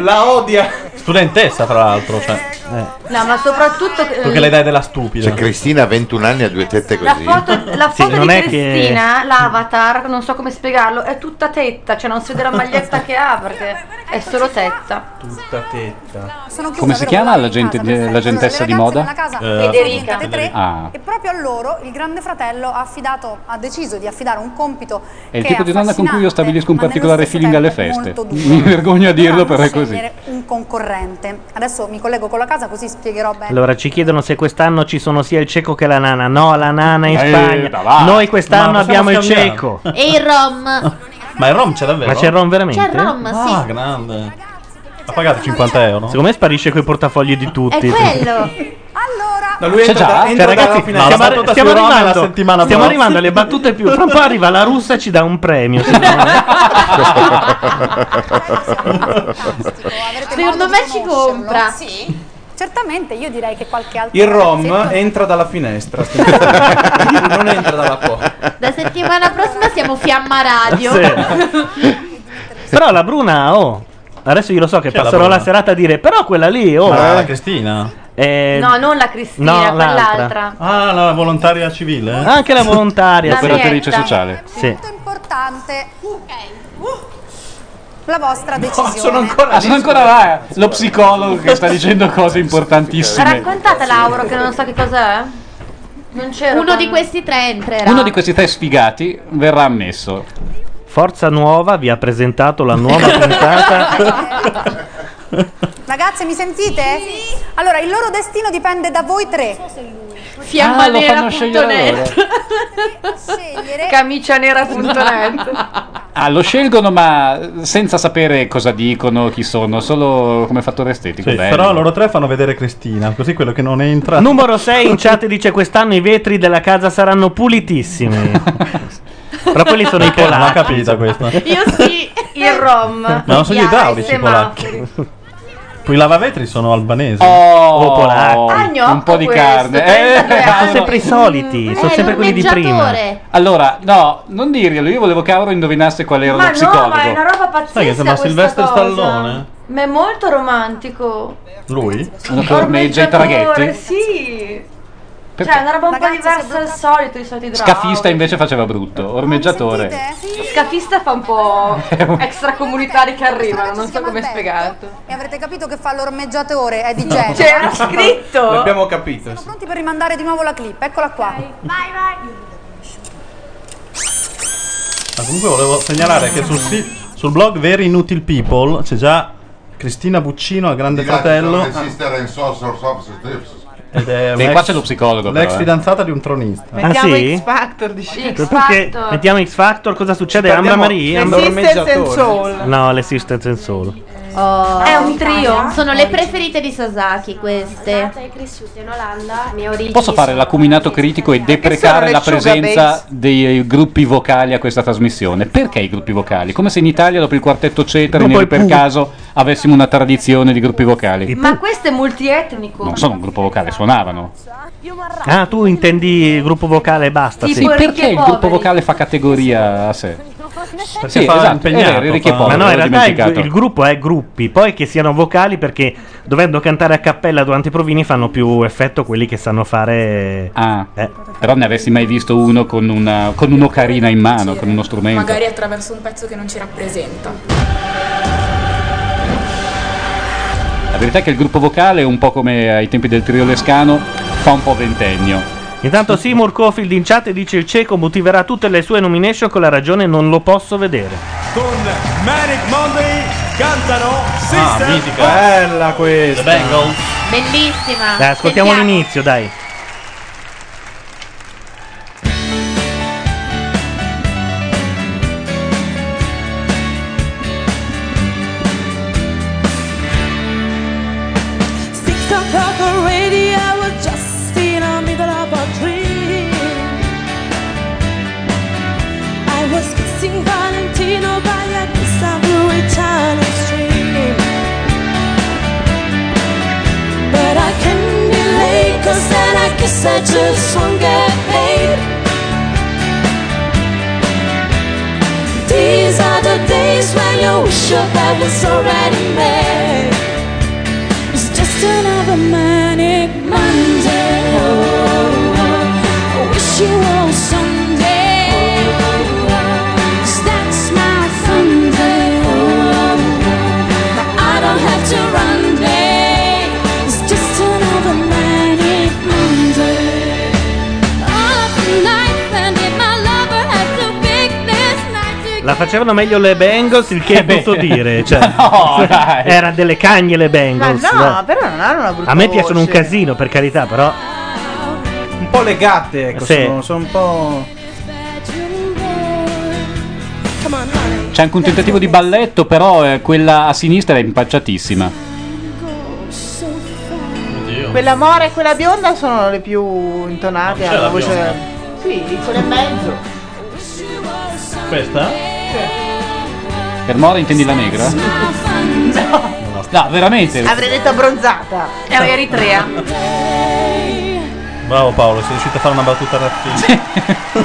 [SPEAKER 10] la odia.
[SPEAKER 35] Studentessa, tra l'altro. Cioè,
[SPEAKER 15] No, ma soprattutto. eh,
[SPEAKER 35] perché le dai della stupida.
[SPEAKER 8] Cioè, Cristina ha 21 anni e ha due tette
[SPEAKER 15] La
[SPEAKER 8] così.
[SPEAKER 15] foto, la
[SPEAKER 8] Sì,
[SPEAKER 15] foto
[SPEAKER 8] non
[SPEAKER 15] di
[SPEAKER 8] è che-
[SPEAKER 15] Cristina, l'avatar, non so come spiegarlo, è tutta tetta, cioè non si vede la maglietta che ha perché è solo tetta.
[SPEAKER 10] Tutta tetta.
[SPEAKER 9] Sono chiusa,
[SPEAKER 17] Come si
[SPEAKER 9] però
[SPEAKER 17] chiama
[SPEAKER 9] vado
[SPEAKER 17] la,
[SPEAKER 9] in
[SPEAKER 17] gente-
[SPEAKER 9] casa, perfetto.
[SPEAKER 17] la gentessa di
[SPEAKER 9] Allora, le
[SPEAKER 17] moda?
[SPEAKER 9] ragazze della casa
[SPEAKER 17] Eh,
[SPEAKER 9] sono diventate tre
[SPEAKER 17] Ah.
[SPEAKER 9] e proprio a loro il grande fratello ha affidato ha deciso di affidare un compito
[SPEAKER 17] È il
[SPEAKER 9] che
[SPEAKER 17] tipo di donna con cui io stabilisco un
[SPEAKER 9] ma nello
[SPEAKER 17] particolare
[SPEAKER 9] stesso
[SPEAKER 35] feeling alle
[SPEAKER 9] tempo
[SPEAKER 35] feste.
[SPEAKER 9] molto duro.
[SPEAKER 17] Mi vergogno a dirlo,
[SPEAKER 9] Dovranno
[SPEAKER 17] però è così.
[SPEAKER 9] scegliere un concorrente adesso mi collego con la casa così spiegherò bene
[SPEAKER 1] Allora ci chiedono se quest'anno ci sono sia il cieco che la nana. No, la nana in
[SPEAKER 35] Eh,
[SPEAKER 1] Spagna.
[SPEAKER 35] ma va.
[SPEAKER 1] Noi quest'anno
[SPEAKER 35] Ma possiamo
[SPEAKER 1] abbiamo il
[SPEAKER 35] scambiare?
[SPEAKER 1] cieco.
[SPEAKER 3] E il rom.
[SPEAKER 35] Ma il rom c'è davvero?
[SPEAKER 1] Ma c'è il rom veramente?
[SPEAKER 3] C'è il rom,
[SPEAKER 35] ah,
[SPEAKER 3] sì.
[SPEAKER 35] grande. Ha pagato 50 euro.
[SPEAKER 1] Secondo me sparisce coi portafogli di
[SPEAKER 15] Eh,
[SPEAKER 3] È
[SPEAKER 1] tutti.
[SPEAKER 3] quello.
[SPEAKER 10] No, lui
[SPEAKER 1] C'è
[SPEAKER 10] entra da-
[SPEAKER 1] già?
[SPEAKER 10] entra
[SPEAKER 1] Cioè,
[SPEAKER 10] dalla
[SPEAKER 1] ragazzi,
[SPEAKER 10] finestra.
[SPEAKER 1] stiamo,
[SPEAKER 10] Sì,
[SPEAKER 1] stiamo
[SPEAKER 10] sì, sì,
[SPEAKER 1] arrivando,
[SPEAKER 10] la settimana
[SPEAKER 1] stiamo
[SPEAKER 10] prossima.
[SPEAKER 1] arrivando alle battute più. Fra un po' arriva la russa e ci dà un premio. secondo me.
[SPEAKER 9] secondo
[SPEAKER 15] me ci compra.
[SPEAKER 9] sì certamente io direi che qualche altro
[SPEAKER 10] Il rom
[SPEAKER 9] ragazzetto-
[SPEAKER 10] entra dalla finestra. non entra dalla porta.
[SPEAKER 5] Da settimana prossima siamo Fiamma Radio.
[SPEAKER 1] Sì. Però la Bruna, oh. Adesso io lo so che
[SPEAKER 35] Chi è la
[SPEAKER 1] passerò la,
[SPEAKER 35] Bruna?
[SPEAKER 1] serata a dire, però quella lì, oh.
[SPEAKER 35] Ma la
[SPEAKER 1] Cristina. Eh,
[SPEAKER 15] No, non la Cristina,
[SPEAKER 1] no,
[SPEAKER 15] quell'altra.
[SPEAKER 35] Ah, la volontaria civile.
[SPEAKER 1] Anche la volontaria.
[SPEAKER 35] L'operatrice
[SPEAKER 9] Damietta.
[SPEAKER 35] sociale.
[SPEAKER 1] Sì.
[SPEAKER 9] importante la vostra decisione
[SPEAKER 35] Ah, sono ancora là.
[SPEAKER 17] eh.
[SPEAKER 35] Lo psicologo che sta dicendo cose importantissime.
[SPEAKER 15] Raccontate Lauro che non so che cos'è. Non c'era.
[SPEAKER 3] Uno di questi tre entrerà.
[SPEAKER 17] Uno di questi tre sfigati verrà ammesso.
[SPEAKER 1] Forza Nuova vi ha presentato la nuova puntata.
[SPEAKER 9] ragazze mi sentite? allora il loro destino dipende da voi tre
[SPEAKER 15] Fiamma Ah, lo fanno nera scegliere punto net.
[SPEAKER 9] scegliere
[SPEAKER 15] Camicianera.net.
[SPEAKER 17] Ah, lo scelgono, ma senza sapere cosa dicono, chi sono, solo come fattore estetico.
[SPEAKER 6] Sì,
[SPEAKER 17] bello.
[SPEAKER 6] però loro tre fanno vedere Cristina, così quello che non entra.
[SPEAKER 1] Numero 6 in chat dice quest'anno i vetri della casa saranno pulitissimi. Però quelli sono i
[SPEAKER 6] Perché? Non ho
[SPEAKER 1] polacchi.
[SPEAKER 6] capito questa.
[SPEAKER 15] Io sì, il rom. Ma
[SPEAKER 6] non sono gli idraulici polacchi. Poi i lavavetri sono albanesi.
[SPEAKER 1] Oh,
[SPEAKER 6] O
[SPEAKER 15] Ah, gnocco
[SPEAKER 17] un po' di
[SPEAKER 15] questo,
[SPEAKER 17] carne.
[SPEAKER 15] 32
[SPEAKER 17] Eh,
[SPEAKER 1] Sono
[SPEAKER 17] no.
[SPEAKER 1] sempre i
[SPEAKER 15] mm,
[SPEAKER 1] soliti, sono sempre quelli di prima.
[SPEAKER 17] Allora, no, non dirglielo. Io volevo che Auro indovinasse qual era
[SPEAKER 15] Ma
[SPEAKER 17] lo
[SPEAKER 15] no,
[SPEAKER 17] psicologo.
[SPEAKER 15] ma è una roba pazzesca.
[SPEAKER 17] Sai che sembra
[SPEAKER 15] questa
[SPEAKER 17] Sylvester
[SPEAKER 15] cosa.
[SPEAKER 17] Stallone?
[SPEAKER 15] Ma è molto romantico.
[SPEAKER 17] Lui? Uno che ormeggia i
[SPEAKER 15] Ormeggiatore,
[SPEAKER 17] traghetti.
[SPEAKER 15] Sì.
[SPEAKER 17] Perché?
[SPEAKER 15] Cioè, è una roba un po' diversa dal solito, i soliti idraulici.
[SPEAKER 17] Scafista invece faceva brutto. Ormeggiatore.
[SPEAKER 15] Scafista fa un po' extracomunitari che arrivano, non so come spiegarlo.
[SPEAKER 9] e avrete capito che fa l'ormeggiatore è di
[SPEAKER 10] No.
[SPEAKER 9] Genova
[SPEAKER 15] C'era scritto?
[SPEAKER 10] L'abbiamo capito. sì.
[SPEAKER 9] pronti per rimandare di nuovo la clip eccola qua vai vai
[SPEAKER 6] Ma comunque volevo segnalare che sul, si- sul blog Very Inutile People c'è già Cristina Buccino al Grande Fratello. Ed è
[SPEAKER 17] Sì,
[SPEAKER 6] un
[SPEAKER 17] qua
[SPEAKER 6] ex-
[SPEAKER 17] c'è lo psicologo,
[SPEAKER 6] L'ex
[SPEAKER 17] però, eh.
[SPEAKER 6] fidanzata di un tronista.
[SPEAKER 1] Mettiamo Ah, sì? X
[SPEAKER 40] Factor di Shakespeare.
[SPEAKER 1] Perché mettiamo X Factor, cosa succede? Ambra
[SPEAKER 40] Parliamo-
[SPEAKER 1] Marie? Ambra-
[SPEAKER 40] Resistance and Soul.
[SPEAKER 1] No, l'Assistance and Soul.
[SPEAKER 5] Ah,
[SPEAKER 3] È
[SPEAKER 15] un trio.
[SPEAKER 3] Sono le preferite di Sasaki queste.
[SPEAKER 17] Posso fare l'acuminato critico e
[SPEAKER 3] sono
[SPEAKER 17] deprecare
[SPEAKER 3] le
[SPEAKER 17] la
[SPEAKER 3] Sugar
[SPEAKER 17] presenza
[SPEAKER 3] Babes?
[SPEAKER 17] dei eh, gruppi vocali a questa trasmissione? Perché i gruppi vocali? Come se in Italia, dopo il quartetto Cetra,
[SPEAKER 1] Dopo
[SPEAKER 17] noi
[SPEAKER 1] il
[SPEAKER 17] per
[SPEAKER 1] Pooh.
[SPEAKER 17] caso avessimo una tradizione di gruppi vocali.
[SPEAKER 15] Ma questo è multietnico.
[SPEAKER 17] Non sono un gruppo vocale, suonavano.
[SPEAKER 1] Ah, tu intendi gruppo vocale e basta.
[SPEAKER 17] Sì,
[SPEAKER 1] sì.
[SPEAKER 17] perché il gruppo vocale fa categoria a sé?
[SPEAKER 1] Perché
[SPEAKER 17] Sì,
[SPEAKER 1] fa
[SPEAKER 17] esatto,
[SPEAKER 1] impegnato,
[SPEAKER 17] è vero, i ricchi e
[SPEAKER 1] fa-
[SPEAKER 17] poveri,
[SPEAKER 1] Ma no,
[SPEAKER 17] l'ho
[SPEAKER 1] in realtà il,
[SPEAKER 17] dimenticato.
[SPEAKER 1] il gruppo è gruppi, poi che siano vocali perché dovendo cantare a cappella durante i provini fanno più effetto quelli che sanno fare... eh,
[SPEAKER 17] Ah, però ne avessi mai visto uno con, una, con un'ocarina in mano, con uno strumento.
[SPEAKER 41] Magari attraverso un pezzo che non ci rappresenta.
[SPEAKER 17] La verità è che il gruppo vocale, un po' come ai tempi del trio Lescano, fa un po' ventennio.
[SPEAKER 1] Intanto Seymour Cofield in chat dice il cieco motiverà tutte le sue nomination con la ragione non lo posso vedere.
[SPEAKER 14] Con Manic Monday cantano
[SPEAKER 2] Ah,
[SPEAKER 14] Sister
[SPEAKER 1] Bella questa.
[SPEAKER 5] Ah,
[SPEAKER 42] Bellissima.
[SPEAKER 1] Dai, Eh, ascoltiamo
[SPEAKER 42] Sentiamo.
[SPEAKER 1] l'inizio, dai.
[SPEAKER 7] Six o'clock already, I was just in the middle of a dream. I was kissing Valentino by a kiss of blue eternal stream. But I can't be late, cause then I guess I just won't get paid. These are the days when you wish your bed was already made. It's just another manic Monday. Oh, oh. I wish you were Sunday. Oh, oh. 'Cause that's my Sunday. Oh, oh. But I don't have to run day. It's just another manic Monday. All of the nights and if my lover had to pick this night to
[SPEAKER 1] La facevano meglio le Bengals, il
[SPEAKER 2] Eh
[SPEAKER 1] che posso dire. Cioè,
[SPEAKER 5] No, dai.
[SPEAKER 1] Era delle cagne le
[SPEAKER 5] Ma
[SPEAKER 1] Bengals.
[SPEAKER 5] no,
[SPEAKER 1] dai.
[SPEAKER 5] però non hanno una brutta
[SPEAKER 1] A me piacciono un
[SPEAKER 5] voce.
[SPEAKER 1] casino, per carità, però.
[SPEAKER 10] Un po' legate, ecco,
[SPEAKER 1] Sì.
[SPEAKER 10] sono, sono un po'.
[SPEAKER 17] C'è anche un tentativo di balletto, però eh, quella a sinistra è impacciatissima.
[SPEAKER 5] Quella mora e quella bionda sono le più intonate.
[SPEAKER 6] c'è
[SPEAKER 5] hanno
[SPEAKER 6] la
[SPEAKER 5] la voce.
[SPEAKER 6] bionda.
[SPEAKER 5] Sì, quella in mezzo.
[SPEAKER 6] Questa?
[SPEAKER 7] Eh?
[SPEAKER 17] Per Mora intendi la negra?
[SPEAKER 5] No,
[SPEAKER 17] No, veramente.
[SPEAKER 5] avrei detto abbronzata. È
[SPEAKER 15] Eritrea.
[SPEAKER 5] eh.
[SPEAKER 6] Bravo Paolo, sei riuscito a fare una battuta razzista.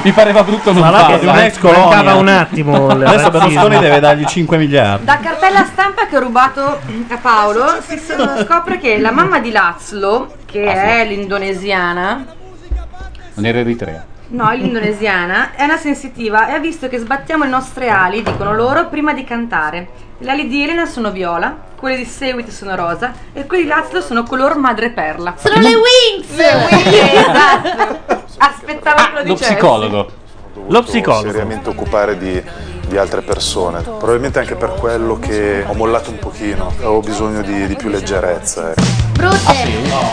[SPEAKER 17] Mi pareva brutto non
[SPEAKER 6] Ma là che
[SPEAKER 17] farla.
[SPEAKER 6] è un'ex colonia.
[SPEAKER 1] Mancava un attimo il
[SPEAKER 6] Adesso
[SPEAKER 1] razzismo.
[SPEAKER 6] Berlusconi deve dargli 5 miliardi.
[SPEAKER 15] Da cartella stampa che ho rubato a Paolo si s- scopre che la mamma di Lazlo, che è l'indonesiana,
[SPEAKER 17] Non era Eritrea.
[SPEAKER 15] no, è l'indonesiana, è una sensitiva e ha visto che sbattiamo le nostre ali, dicono loro, prima di cantare. Le ali di Elena sono viola, quelle di Sewit sono rosa e quelle di Lazlo sono color madreperla. Sono
[SPEAKER 42] le Wings!
[SPEAKER 15] esatto. Aspettavo che lo
[SPEAKER 8] Lo
[SPEAKER 15] dicessi.
[SPEAKER 8] psicologo.
[SPEAKER 1] Lo psicologo.
[SPEAKER 8] Seriamente occupare di, di altre persone. Probabilmente anche per quello che ho mollato un pochino. Avevo bisogno di, di più leggerezza. ecco.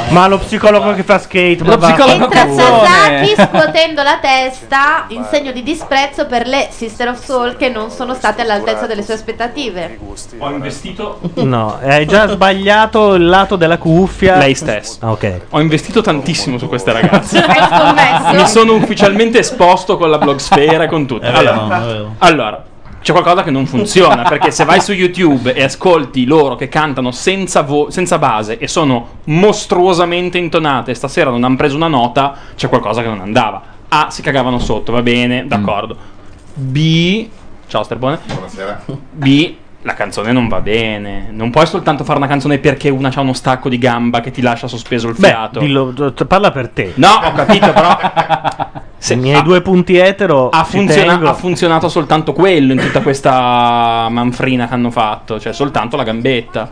[SPEAKER 1] Ma lo psicologo che fa skate, ma
[SPEAKER 8] Lo
[SPEAKER 1] va-
[SPEAKER 8] psicologo
[SPEAKER 1] Entra
[SPEAKER 8] cazzone.
[SPEAKER 1] Sasaki,
[SPEAKER 42] Chi scuotendo la testa in segno di disprezzo per le Sister of Soul che non sono state all'altezza delle sue aspettative.
[SPEAKER 8] Ho investito
[SPEAKER 1] No, hai già sbagliato il lato della cuffia.
[SPEAKER 2] Lei stessa.
[SPEAKER 1] Ah, ok.
[SPEAKER 2] Ho investito tantissimo su queste ragazze.
[SPEAKER 42] Hai scommesso?
[SPEAKER 2] Mi sono ufficialmente esposto con la blogspera e con tutto.
[SPEAKER 6] È vero,
[SPEAKER 2] allora,
[SPEAKER 6] è vero.
[SPEAKER 2] allora, c'è qualcosa che non funziona. Perché se vai su YouTube e ascolti loro che cantano senza, vo- senza base e sono mostruosamente intonate, e stasera non hanno preso una nota, c'è qualcosa che non andava. A, si cagavano sotto, va
[SPEAKER 6] Mm.
[SPEAKER 2] bene, d'accordo. B, ciao Sterbone. B. La canzone non va bene. Non puoi soltanto fare una canzone perché una ha uno stacco di gamba che ti lascia sospeso il
[SPEAKER 1] Beh,
[SPEAKER 2] fiato.
[SPEAKER 1] dillo- t- parla per te.
[SPEAKER 2] No, ho capito, però.
[SPEAKER 1] I miei due punti etero.
[SPEAKER 2] Ha,
[SPEAKER 1] ci
[SPEAKER 2] funziona-
[SPEAKER 1] tengo.
[SPEAKER 2] ha funzionato soltanto quello in tutta questa manfrina che hanno fatto, cioè soltanto la gambetta.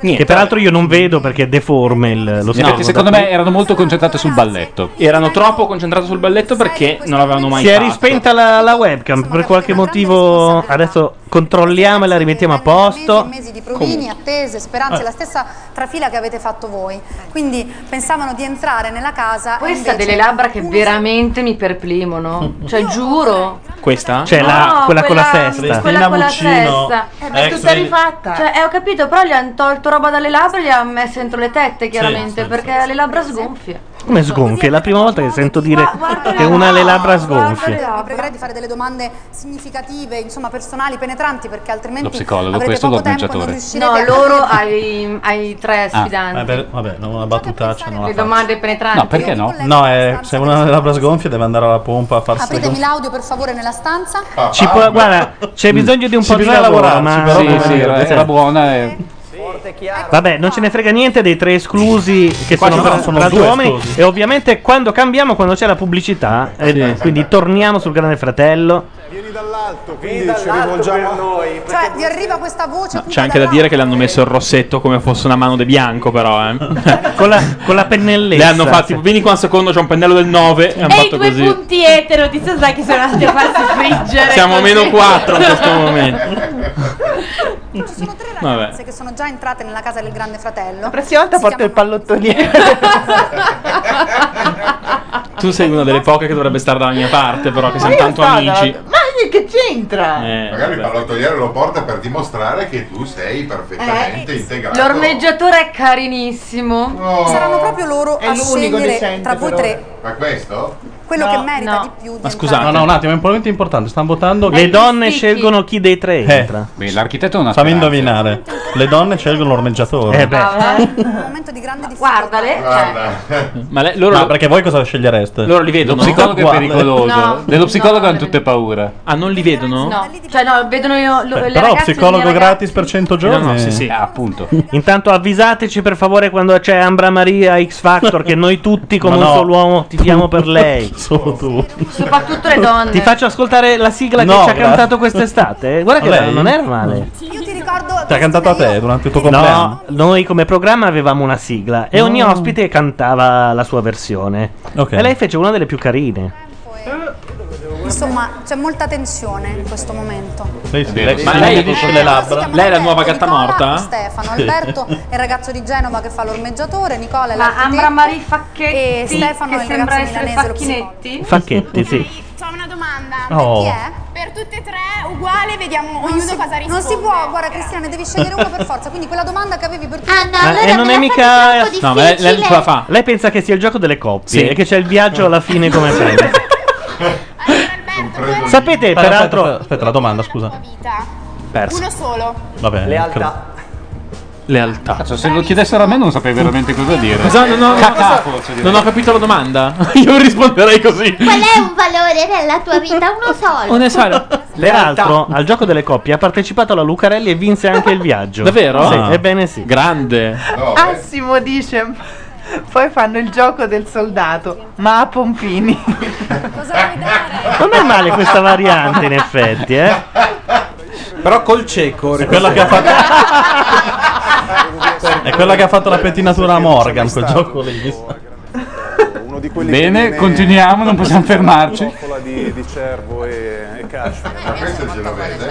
[SPEAKER 2] Niente.
[SPEAKER 1] Che peraltro io non vedo perché è deforme il- lo
[SPEAKER 2] No,
[SPEAKER 1] schermo.
[SPEAKER 2] secondo me
[SPEAKER 1] erano molto concentrate sul balletto.
[SPEAKER 2] Erano troppo concentrati sul balletto perché non l'avevano mai
[SPEAKER 1] Si è
[SPEAKER 2] fatto.
[SPEAKER 1] rispenta la, la webcam per qualche motivo. Adesso controlliamo e la rimettiamo a posto.
[SPEAKER 9] mesi di provini, attese, speranze,
[SPEAKER 1] Eh.
[SPEAKER 9] la stessa trafila che avete fatto voi. Quindi pensavano di entrare nella casa. e
[SPEAKER 15] Questa ha
[SPEAKER 9] invece-
[SPEAKER 15] delle labbra che veramente mi perplimono. Cioè, giuro.
[SPEAKER 1] Questa? Cioè
[SPEAKER 15] No,
[SPEAKER 1] la, quella, con la
[SPEAKER 15] quella
[SPEAKER 1] sesta.
[SPEAKER 15] con la testa.
[SPEAKER 2] Eh,
[SPEAKER 15] Eh,
[SPEAKER 6] ma è ex tutta Lady-
[SPEAKER 15] rifatta. Cioè, eh, ho capito, però gli hanno tolto roba dalle labbra e gli hanno messo dentro le tette, chiaramente, perché ha le labbra sgonfie.
[SPEAKER 1] Come sgonfie? È la prima volta che sento dire che una ha le labbra sgonfie.
[SPEAKER 9] Vi pregherei di fare delle domande significative, insomma personali, penetranti, perché altrimenti
[SPEAKER 1] Lo psicologo,
[SPEAKER 9] avrete
[SPEAKER 1] questo
[SPEAKER 9] poco
[SPEAKER 1] lo
[SPEAKER 9] tempo e non
[SPEAKER 1] bruciatore.
[SPEAKER 9] riuscirete
[SPEAKER 15] No,
[SPEAKER 9] a
[SPEAKER 15] loro
[SPEAKER 9] capire-
[SPEAKER 15] ai, ai tre
[SPEAKER 6] Ah,
[SPEAKER 15] sfidanti.
[SPEAKER 6] vabbè, vabbè, no, una battutaccia non la
[SPEAKER 15] le
[SPEAKER 6] faccio.
[SPEAKER 15] domande
[SPEAKER 9] Ah,
[SPEAKER 15] penetranti.
[SPEAKER 6] no? No, è, se uno ha le labbra sgonfie deve andare alla pompa a farsi le
[SPEAKER 9] Apritemi
[SPEAKER 6] gonfie.
[SPEAKER 9] l'audio per favore nella stanza.
[SPEAKER 36] Ah,
[SPEAKER 1] Ci può- guarda, c'è bisogno di un
[SPEAKER 6] Sì,
[SPEAKER 1] po' di
[SPEAKER 6] Mm. bisogna
[SPEAKER 1] lavoro,
[SPEAKER 6] lavorarci,
[SPEAKER 1] ma
[SPEAKER 6] però
[SPEAKER 1] Sì,
[SPEAKER 6] come
[SPEAKER 1] sì,
[SPEAKER 6] dire,
[SPEAKER 1] eh.
[SPEAKER 6] era
[SPEAKER 17] buona
[SPEAKER 1] Vabbè, non ce ne frega niente dei tre esclusi che
[SPEAKER 6] Qua
[SPEAKER 1] sono,
[SPEAKER 6] ci sono-
[SPEAKER 1] tra-
[SPEAKER 6] sono
[SPEAKER 1] tra
[SPEAKER 6] due
[SPEAKER 1] due uomini.
[SPEAKER 6] esclusi.
[SPEAKER 1] E ovviamente quando cambiamo, quando c'è la pubblicità, eh, quindi torniamo sul Grande Fratello.
[SPEAKER 36] Vieni dall'alto,
[SPEAKER 14] Vieni
[SPEAKER 36] quindi ci
[SPEAKER 14] dall'alto
[SPEAKER 36] rivolgiamo
[SPEAKER 14] per noi,
[SPEAKER 9] Cioè, vi arriva questa voce. appunto
[SPEAKER 2] C'è anche da dire che le hanno messo il rossetto come fosse una mano di bianco, però. Eh. con, la, pennelletta. Le hanno fatti. Vieni qua un secondo, c'è un pennello del 9. E hanno
[SPEAKER 5] E i
[SPEAKER 2] fatto
[SPEAKER 5] due
[SPEAKER 2] così.
[SPEAKER 5] punti etero di Sasaki sono andati a farsi friggere.
[SPEAKER 2] Siamo
[SPEAKER 5] così.
[SPEAKER 2] meno 4 in questo momento.
[SPEAKER 9] da- Ci sono tre
[SPEAKER 2] Vabbè.
[SPEAKER 9] ragazze che sono già entrate nella casa del grande fratello.
[SPEAKER 40] La prossima volta porto il pallottoniere.
[SPEAKER 2] Tu sei una delle poche che dovrebbe stare dalla mia parte, però, che siamo
[SPEAKER 40] io
[SPEAKER 2] tanto
[SPEAKER 40] so,
[SPEAKER 2] amici.
[SPEAKER 40] dalla- Ma che c'entra?
[SPEAKER 2] Eh,
[SPEAKER 8] Magari il
[SPEAKER 2] vabbè.
[SPEAKER 8] pallottoliere lo porta per dimostrare che tu sei
[SPEAKER 9] Eh,
[SPEAKER 8] perfettamente integrato.
[SPEAKER 15] L'ormeggiatore è carinissimo.
[SPEAKER 9] Saranno proprio loro
[SPEAKER 15] È
[SPEAKER 9] a
[SPEAKER 15] l'unico
[SPEAKER 9] scegliere
[SPEAKER 15] decente,
[SPEAKER 9] tra voi
[SPEAKER 15] però. eh.
[SPEAKER 9] tre
[SPEAKER 8] Ma questo?
[SPEAKER 9] quello che merita di più.
[SPEAKER 6] Ma
[SPEAKER 2] scusate.
[SPEAKER 6] No, no, un attimo, è un momento importante. Stanno votando.
[SPEAKER 1] Le donne scelgono chi dei tre
[SPEAKER 6] Eh.
[SPEAKER 1] entra.
[SPEAKER 6] l'architetto non Fammi indovinare. Le donne scelgono l'ormeggiatore.
[SPEAKER 1] Eh beh.
[SPEAKER 15] Ah. Guardale. Cioè,
[SPEAKER 2] Ma loro...
[SPEAKER 6] perché voi cosa scegliereste?
[SPEAKER 2] Loro li vedono?
[SPEAKER 6] Lo psicologo è
[SPEAKER 17] Guarda.
[SPEAKER 6] pericoloso.
[SPEAKER 15] No.
[SPEAKER 17] Dello psicologo hanno tutte paura.
[SPEAKER 2] Ah, non li vedono?
[SPEAKER 15] No, cioè no, vedono io, lo- le
[SPEAKER 6] Però
[SPEAKER 15] ragazze
[SPEAKER 6] psicologo
[SPEAKER 15] e le
[SPEAKER 6] gratis per 100 giorni. Ah.
[SPEAKER 1] No, no, sì, sì.
[SPEAKER 2] Ah,
[SPEAKER 17] appunto.
[SPEAKER 1] Intanto avvisateci per favore quando c'è Ambra Maria X Factor che noi tutti come
[SPEAKER 6] Ma
[SPEAKER 1] un
[SPEAKER 6] no.
[SPEAKER 1] solo uomo tifiamo per lei.
[SPEAKER 6] Solo tu.
[SPEAKER 15] Soprattutto le donne.
[SPEAKER 1] Ti faccio ascoltare la sigla
[SPEAKER 6] No,
[SPEAKER 1] che ci ha
[SPEAKER 6] grazie.
[SPEAKER 1] cantato quest'estate. Guarda che
[SPEAKER 6] A lei? Mm.
[SPEAKER 1] non era male.
[SPEAKER 9] Io ti ricordo
[SPEAKER 6] Ti ha cantato a te durante il tuo compleanno.
[SPEAKER 1] No, noi come programma avevamo una sigla e ogni
[SPEAKER 6] No.
[SPEAKER 1] ospite cantava la sua versione.
[SPEAKER 6] Ok.
[SPEAKER 1] E lei fece una delle più carine.
[SPEAKER 9] Insomma, c'è molta tensione in questo momento.
[SPEAKER 2] Ma lei Lei è la nuova gatta morta?
[SPEAKER 9] Stefano, Alberto è il ragazzo di Genova che fa l'ormeggiatore, Nicola è
[SPEAKER 15] Ma
[SPEAKER 9] l'architetto
[SPEAKER 15] Ambra Marie
[SPEAKER 9] e Stefano
[SPEAKER 15] che
[SPEAKER 9] è il
[SPEAKER 15] sembra
[SPEAKER 9] ragazzo
[SPEAKER 15] essere
[SPEAKER 9] milanese lo psicologo.
[SPEAKER 1] Facchetti, sì.
[SPEAKER 43] Ho una domanda.
[SPEAKER 1] Oh.
[SPEAKER 43] Chi è? Per tutte e tre uguale, vediamo
[SPEAKER 9] Non
[SPEAKER 43] ognuno
[SPEAKER 9] si-
[SPEAKER 43] cosa risponde.
[SPEAKER 9] Non si può, guarda Cristina, ne devi scegliere uno per forza. Quindi quella domanda che avevi per tutti.
[SPEAKER 43] Ah, no,
[SPEAKER 1] Ma- e non è mica. Lei pensa che sia il gioco delle coppie
[SPEAKER 2] Sì.
[SPEAKER 1] e che c'è il viaggio alla fine come sempre.
[SPEAKER 8] Compreso
[SPEAKER 1] Sapete,
[SPEAKER 6] Aspetta,
[SPEAKER 1] peraltro-
[SPEAKER 6] Aspetta, aspetta, la domanda, scusa.
[SPEAKER 43] Uno solo.
[SPEAKER 6] Vabbè.
[SPEAKER 43] Lealtà.
[SPEAKER 2] Lealtà.
[SPEAKER 17] se lo chiedessero a me non saprei veramente cosa dire. ah.
[SPEAKER 2] Cosa- Esatto, no, no, no,
[SPEAKER 17] Cacà,
[SPEAKER 2] cosa-
[SPEAKER 17] forse, direi.
[SPEAKER 2] Non ho capito la domanda. Io risponderei così. Qual è un valore della tua vita? Uno solo. Uno solo.
[SPEAKER 1] Peraltro, al gioco delle coppie ha partecipato la Lucarelli e vinse anche il viaggio.
[SPEAKER 2] Davvero?
[SPEAKER 1] Sì,
[SPEAKER 2] Ah.
[SPEAKER 1] ebbene sì.
[SPEAKER 2] Grande.
[SPEAKER 40] Assimo dice. Poi fanno il gioco del soldato, ma a pompini.
[SPEAKER 1] Non è male questa variante, in effetti, eh.
[SPEAKER 10] Però col cieco.
[SPEAKER 6] quella che ha È quella che ha fatto la pettinatura a Morgan, quel gioco lì.
[SPEAKER 36] uno di quelli che
[SPEAKER 17] Bene,
[SPEAKER 36] viene-
[SPEAKER 17] continuiamo, non possiamo fermarci.
[SPEAKER 36] Coppola di, di cervo e, e cashmere. Ma
[SPEAKER 8] questo è il genovese?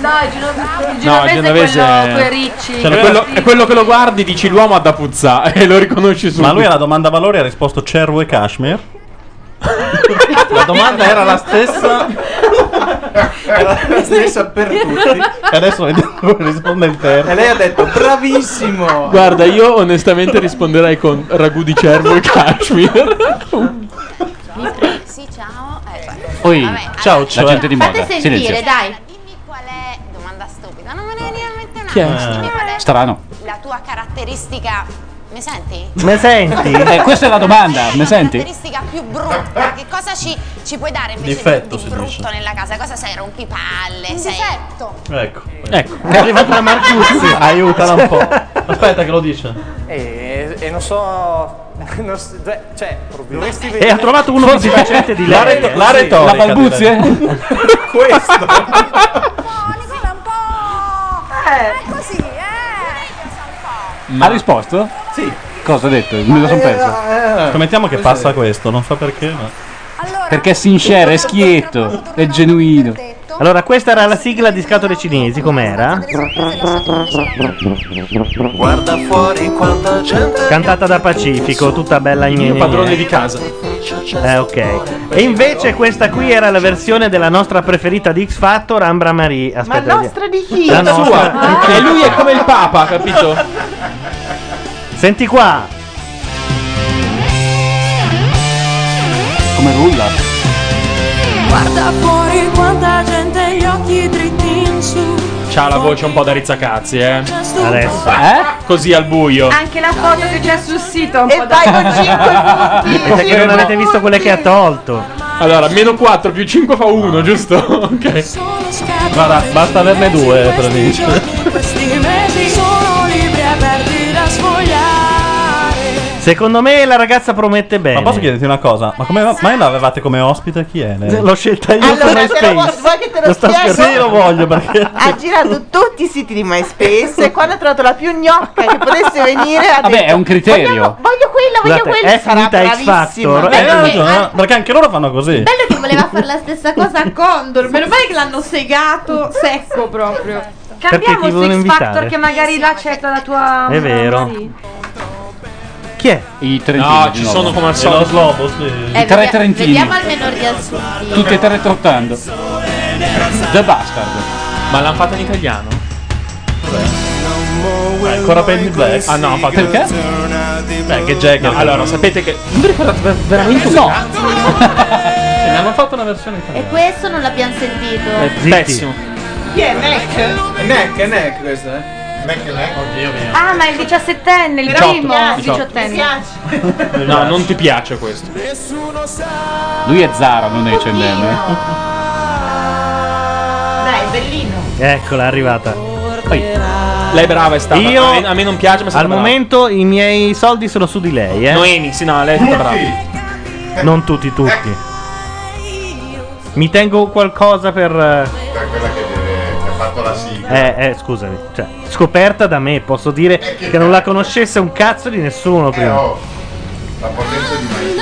[SPEAKER 15] No, il genovese, il
[SPEAKER 2] No, il
[SPEAKER 15] genovese
[SPEAKER 2] genovese
[SPEAKER 15] è
[SPEAKER 2] è-
[SPEAKER 15] quello coi ricci.
[SPEAKER 2] Cioè, è, quello, è quello che lo guardi, dici l'uomo ha da puzzare e lo riconosci subito.
[SPEAKER 6] Ma lui alla domanda valore ha risposto cervo e cashmere. La domanda era la stessa.
[SPEAKER 10] Era la stessa per tutti.
[SPEAKER 6] E adesso vediamo come risponde il terzo.
[SPEAKER 10] E lei ha detto bravissimo.
[SPEAKER 2] Guarda, io onestamente risponderei con ragù di cervo e cashmere.
[SPEAKER 43] Sì, ciao. Eh,
[SPEAKER 2] Oi, ciao,
[SPEAKER 17] la
[SPEAKER 2] cioè.
[SPEAKER 17] gente di
[SPEAKER 2] Fate
[SPEAKER 17] moda.
[SPEAKER 2] sentire,
[SPEAKER 17] Silenzio.
[SPEAKER 43] dai. Dimmi qual è domanda stupida. Non me ne neanche un
[SPEAKER 17] Chi è?
[SPEAKER 43] attimo. Dimmi
[SPEAKER 2] Eh.
[SPEAKER 43] qual è
[SPEAKER 17] Strano.
[SPEAKER 43] La tua caratteristica. Mi senti?
[SPEAKER 1] Me senti?
[SPEAKER 17] Eh, questa è la domanda, me senti?
[SPEAKER 43] caratteristica più brutta che cosa ci, ci puoi dare invece
[SPEAKER 17] Difetto,
[SPEAKER 43] di,
[SPEAKER 17] si
[SPEAKER 43] di
[SPEAKER 17] dice.
[SPEAKER 43] brutto nella casa cosa sei rompipalle sei difetto
[SPEAKER 6] Ecco.
[SPEAKER 2] Ecco.
[SPEAKER 6] È arrivata la Marcuzzi. Aiutala un po'. Aspetta che lo dice.
[SPEAKER 13] Eh,
[SPEAKER 30] E, e non so. Non so cioè, dovresti
[SPEAKER 1] E Eh, ha trovato uno più deficiente di lei.
[SPEAKER 30] La reto- la
[SPEAKER 1] Sì.
[SPEAKER 30] retorica, La balbuzie? questo.
[SPEAKER 15] Eh.
[SPEAKER 43] è così
[SPEAKER 17] Ha risposto? Sì. Cosa ha detto? Me lo
[SPEAKER 2] Eh,
[SPEAKER 17] sono
[SPEAKER 6] Eh,
[SPEAKER 17] perso.
[SPEAKER 6] Scommettiamo che passa questo, non so perché, ma.
[SPEAKER 17] Perché sincero, è schietto, è genuino.
[SPEAKER 1] Allora, questa era la sigla di Scatole Cinesi, com'era?
[SPEAKER 30] Guarda fuori quanta gente.
[SPEAKER 1] Cantata da Pacifico, tutta bella in
[SPEAKER 2] Il padrone di casa.
[SPEAKER 1] Eh, ok. E invece questa qui era la versione della nostra preferita di X Factor, Ambra Marie. Aspetta,
[SPEAKER 40] Ma nostra di chi?
[SPEAKER 1] La nostra.
[SPEAKER 6] Ah.
[SPEAKER 2] Sua. E lui è come il papa, capito?
[SPEAKER 1] Senti qua.
[SPEAKER 17] Come rulla.
[SPEAKER 41] Guarda fuori quanta gente, gli occhi dritti in su.
[SPEAKER 2] C'ha la voce un po' da rizzacazzi, eh.
[SPEAKER 41] Adesso.
[SPEAKER 2] Eh? Così al buio.
[SPEAKER 15] Anche la foto che c'è sul sito è un po'
[SPEAKER 40] dai con
[SPEAKER 1] Perché che non avete visto quelle che ha tolto.
[SPEAKER 2] Allora, meno 4 più 5 fa 1, giusto? Ok.
[SPEAKER 6] Guarda, basta averne due per vincere.
[SPEAKER 41] Questi mesi sono libri aperti da sfogliare.
[SPEAKER 1] Secondo me la ragazza promette bene.
[SPEAKER 6] Ma posso chiederti una cosa? Ma come mai l'avevate come ospite? Chi è lei?
[SPEAKER 1] L'ho scelta io
[SPEAKER 6] Allora, te lo
[SPEAKER 1] su MySpace.
[SPEAKER 6] vuoi-
[SPEAKER 10] Vuoi che te lo,
[SPEAKER 6] Lo sto
[SPEAKER 10] spiego?
[SPEAKER 6] scherzando. Sì, lo voglio perché.
[SPEAKER 10] Ha girato tutti i siti di MySpace e quando ha trovato la più gnocca che potesse venire ha
[SPEAKER 6] Vabbè,
[SPEAKER 10] detto
[SPEAKER 6] è un criterio.
[SPEAKER 10] Voglio, voglio quella, voglio
[SPEAKER 6] Scusate,
[SPEAKER 10] quella,
[SPEAKER 6] è
[SPEAKER 10] sarà
[SPEAKER 6] finita X
[SPEAKER 10] bravissima.
[SPEAKER 6] Factor. Eh, hai ragione, no? perché anche loro fanno così.
[SPEAKER 44] Bello che voleva fare la stessa cosa a Condor, meno male che l'hanno segato secco proprio.
[SPEAKER 15] Cambiamo
[SPEAKER 1] ti
[SPEAKER 15] su
[SPEAKER 1] vogliono
[SPEAKER 15] X Factor
[SPEAKER 1] invitare.
[SPEAKER 15] che magari là c'è la tua.
[SPEAKER 1] È vero.
[SPEAKER 15] Sì.
[SPEAKER 1] Chi è?
[SPEAKER 2] I tre
[SPEAKER 17] No, ci sono come al solito.
[SPEAKER 5] Eh,
[SPEAKER 2] I tre
[SPEAKER 5] vediamo-
[SPEAKER 2] trentini.
[SPEAKER 5] Vediamo almeno riassunti.
[SPEAKER 2] Tutti e tre trottando. The Bastard. Ma l'hanno fatta in italiano?
[SPEAKER 6] Ancora Penny Black.
[SPEAKER 2] Ah no, fa perché?
[SPEAKER 6] Beh, che Jack.
[SPEAKER 2] No, allora, sapete che. Non vi ricordate ver- veramente un cazzo? Ce ne hanno fatto una versione
[SPEAKER 5] E
[SPEAKER 2] italiana.
[SPEAKER 5] questo non l'abbiamo sentito.
[SPEAKER 10] Eh,
[SPEAKER 2] È pessimo.
[SPEAKER 10] Chi è Mac?
[SPEAKER 13] Neck, è neck questo, eh? Neck e neck? Oddio mio.
[SPEAKER 15] Ah, ma è il diciassettenne, il
[SPEAKER 2] Diciotto.
[SPEAKER 15] primo
[SPEAKER 2] Diciotto.
[SPEAKER 15] diciottenne.
[SPEAKER 2] No, non ti piace questo.
[SPEAKER 15] Nessuno sa.
[SPEAKER 2] Lui è Zara, non è H&M.
[SPEAKER 10] Dai, bellino.
[SPEAKER 2] eh.
[SPEAKER 1] Eccola, è arrivata.
[SPEAKER 2] Lei brava è stata.
[SPEAKER 1] Io-
[SPEAKER 2] a, me, a me non piace, ma è stata
[SPEAKER 1] Al
[SPEAKER 2] brava.
[SPEAKER 1] momento i miei soldi sono su di lei, eh.
[SPEAKER 2] Noemi, sì, no, lei è stata brava.
[SPEAKER 1] Non tutti, tutti. Mi tengo qualcosa per. eh,
[SPEAKER 45] È quella che, deve- che ha fatto la sigla.
[SPEAKER 1] Eh, eh, scusami. Cioè, scoperta da me, posso dire che non la conoscesse un cazzo di nessuno
[SPEAKER 2] Eh,
[SPEAKER 1] prima.
[SPEAKER 2] oh.
[SPEAKER 45] La potenza di MySpace.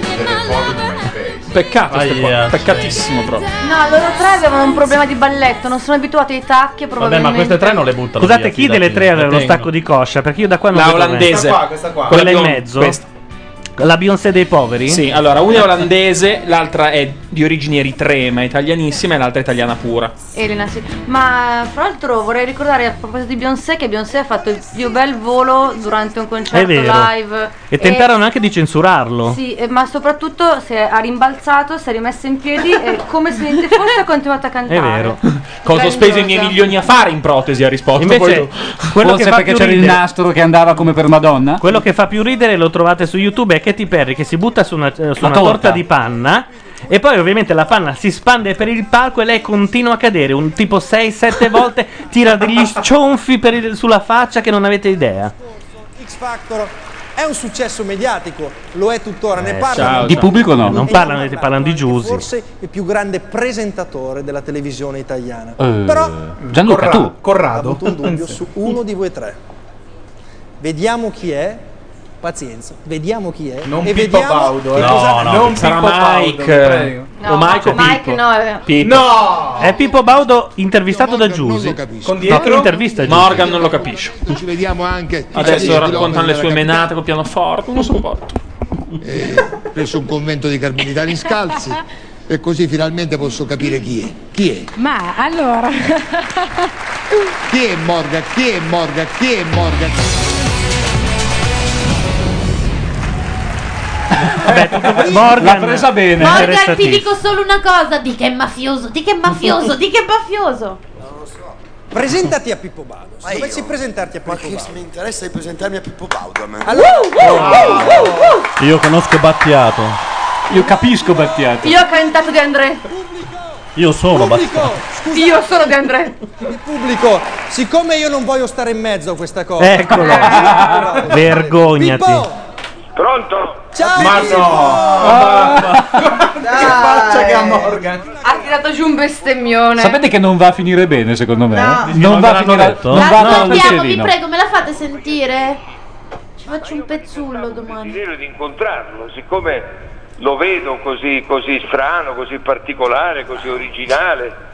[SPEAKER 45] Delle foto di MySpace.
[SPEAKER 2] Peccato, sta qua.
[SPEAKER 1] eh.
[SPEAKER 2] peccatissimo proprio.
[SPEAKER 15] No, loro tre avevano un problema di balletto, non sono abituati ai tacchi e probabilmente.
[SPEAKER 1] non le buttano. Scusate,
[SPEAKER 2] via,
[SPEAKER 1] chi
[SPEAKER 2] fidati,
[SPEAKER 1] delle tre aveva lo
[SPEAKER 2] le tengono.
[SPEAKER 1] stacco di coscia? Perché io da qua non
[SPEAKER 2] La
[SPEAKER 1] vedo bene.
[SPEAKER 2] olandese. Questa qua, questa qua.
[SPEAKER 1] Quella in
[SPEAKER 2] Quella bionda,
[SPEAKER 1] mezzo.
[SPEAKER 2] questa.
[SPEAKER 1] La Beyoncé dei poveri?
[SPEAKER 2] Sì, allora una è olandese, l'altra è di origini eritree, ma italianissima, e l'altra è italiana pura.
[SPEAKER 15] Elena, sì. Ma fra l'altro vorrei ricordare a proposito di Beyoncé che Beyoncé ha fatto il più bel volo durante un
[SPEAKER 1] È
[SPEAKER 15] concerto
[SPEAKER 1] vero.
[SPEAKER 15] Certo, live.
[SPEAKER 1] E tentarono anche di censurarlo.
[SPEAKER 15] Sì, eh, ma soprattutto si è ha rimbalzato, si è rimessa in piedi e come se niente fosse ha continuato a cantare.
[SPEAKER 2] È vero. Cosa ho speso i miei milioni a fare in protesi? Ha risposto.
[SPEAKER 1] Invece,
[SPEAKER 2] poi
[SPEAKER 1] quello che fa più ridere-
[SPEAKER 2] che andava come per Madonna?
[SPEAKER 1] Quello che fa più ridere lo trovate su YouTube è Katy Perry che si butta su una, eh, su una torta.
[SPEAKER 2] torta.
[SPEAKER 1] di panna. E poi ovviamente la panna si spande per il palco e lei continua a cadere, un tipo 6-7 volte, tira degli cionfi per il- sulla faccia che non avete idea.
[SPEAKER 13] X Factor è un successo mediatico, lo è tuttora,
[SPEAKER 6] Eh,
[SPEAKER 13] ne parla.
[SPEAKER 1] Eh, Non parlano, di- parlano di Giusy.
[SPEAKER 13] Forse il più grande presentatore della televisione italiana.
[SPEAKER 1] Eh,
[SPEAKER 13] Però
[SPEAKER 1] Gianluca,
[SPEAKER 13] Corrado-
[SPEAKER 1] tu? Corrado?
[SPEAKER 13] ha avuto un dubbio
[SPEAKER 1] Sì.
[SPEAKER 13] su uno di voi tre. Vediamo chi è. Pazienza, vediamo chi è.
[SPEAKER 2] Non
[SPEAKER 13] e
[SPEAKER 2] Pippo
[SPEAKER 13] vediamo
[SPEAKER 2] Baudo,
[SPEAKER 13] che
[SPEAKER 2] eh.
[SPEAKER 13] cosa-
[SPEAKER 2] No, no, Non sarà Pippo Baudo, Mike, mi prego.
[SPEAKER 15] No, o Mike o Mike Pippo? no, eh.
[SPEAKER 1] Pippo.
[SPEAKER 15] No!
[SPEAKER 1] È Pippo Baudo intervistato da Giusy.
[SPEAKER 2] Con
[SPEAKER 1] No, intervista Giusy.
[SPEAKER 2] Morgan non lo capisce.
[SPEAKER 14] Ci vediamo anche. Cioè,
[SPEAKER 2] Adesso raccontano le sue menate
[SPEAKER 14] col pianoforte, non lo sopporto. presso un convento di carmelitani scalzi e così finalmente posso capire chi è. Chi è?
[SPEAKER 7] Ma allora,
[SPEAKER 14] Chi è Morgan? Chi è Morgan? Chi è Morgan?
[SPEAKER 1] Morgan
[SPEAKER 2] l'ha presa bene.
[SPEAKER 5] Morgan, ti dico solo una cosa. Di che mafioso, di che mafioso, di che mafioso.
[SPEAKER 13] Presentati a Pippo Baudo. Se
[SPEAKER 14] io?
[SPEAKER 13] dovessi presentarti a Pippo Baudo.
[SPEAKER 14] Mi interessa di presentarmi a Pippo Baudo a me.
[SPEAKER 13] Allora- uh,
[SPEAKER 6] Io conosco Battiato.
[SPEAKER 2] Io capisco Battiato.
[SPEAKER 15] Io ho cantato De André.
[SPEAKER 6] Io sono Battiato.
[SPEAKER 13] Pubblico,
[SPEAKER 15] Io sono De André.
[SPEAKER 13] il pubblico, siccome io non voglio stare in mezzo a questa cosa.
[SPEAKER 1] Eccolo. Vergognati.
[SPEAKER 13] Pronto? Ciao.
[SPEAKER 1] Ma
[SPEAKER 13] Pippo!
[SPEAKER 15] Che
[SPEAKER 7] faccia che ha
[SPEAKER 15] Morgan. Ha tirato giù un bestemmione.
[SPEAKER 2] Sapete che non va a finire bene, secondo me.
[SPEAKER 15] No.
[SPEAKER 2] Non, va a
[SPEAKER 6] l'hanno
[SPEAKER 2] finire.
[SPEAKER 6] detto?
[SPEAKER 2] Non va
[SPEAKER 5] No,
[SPEAKER 2] a
[SPEAKER 5] Andiamo, vi prego, me la fate sentire? Ci faccio un pezzullo domani.
[SPEAKER 8] desiderio di incontrarlo, siccome lo vedo così, così strano, così particolare, così originale.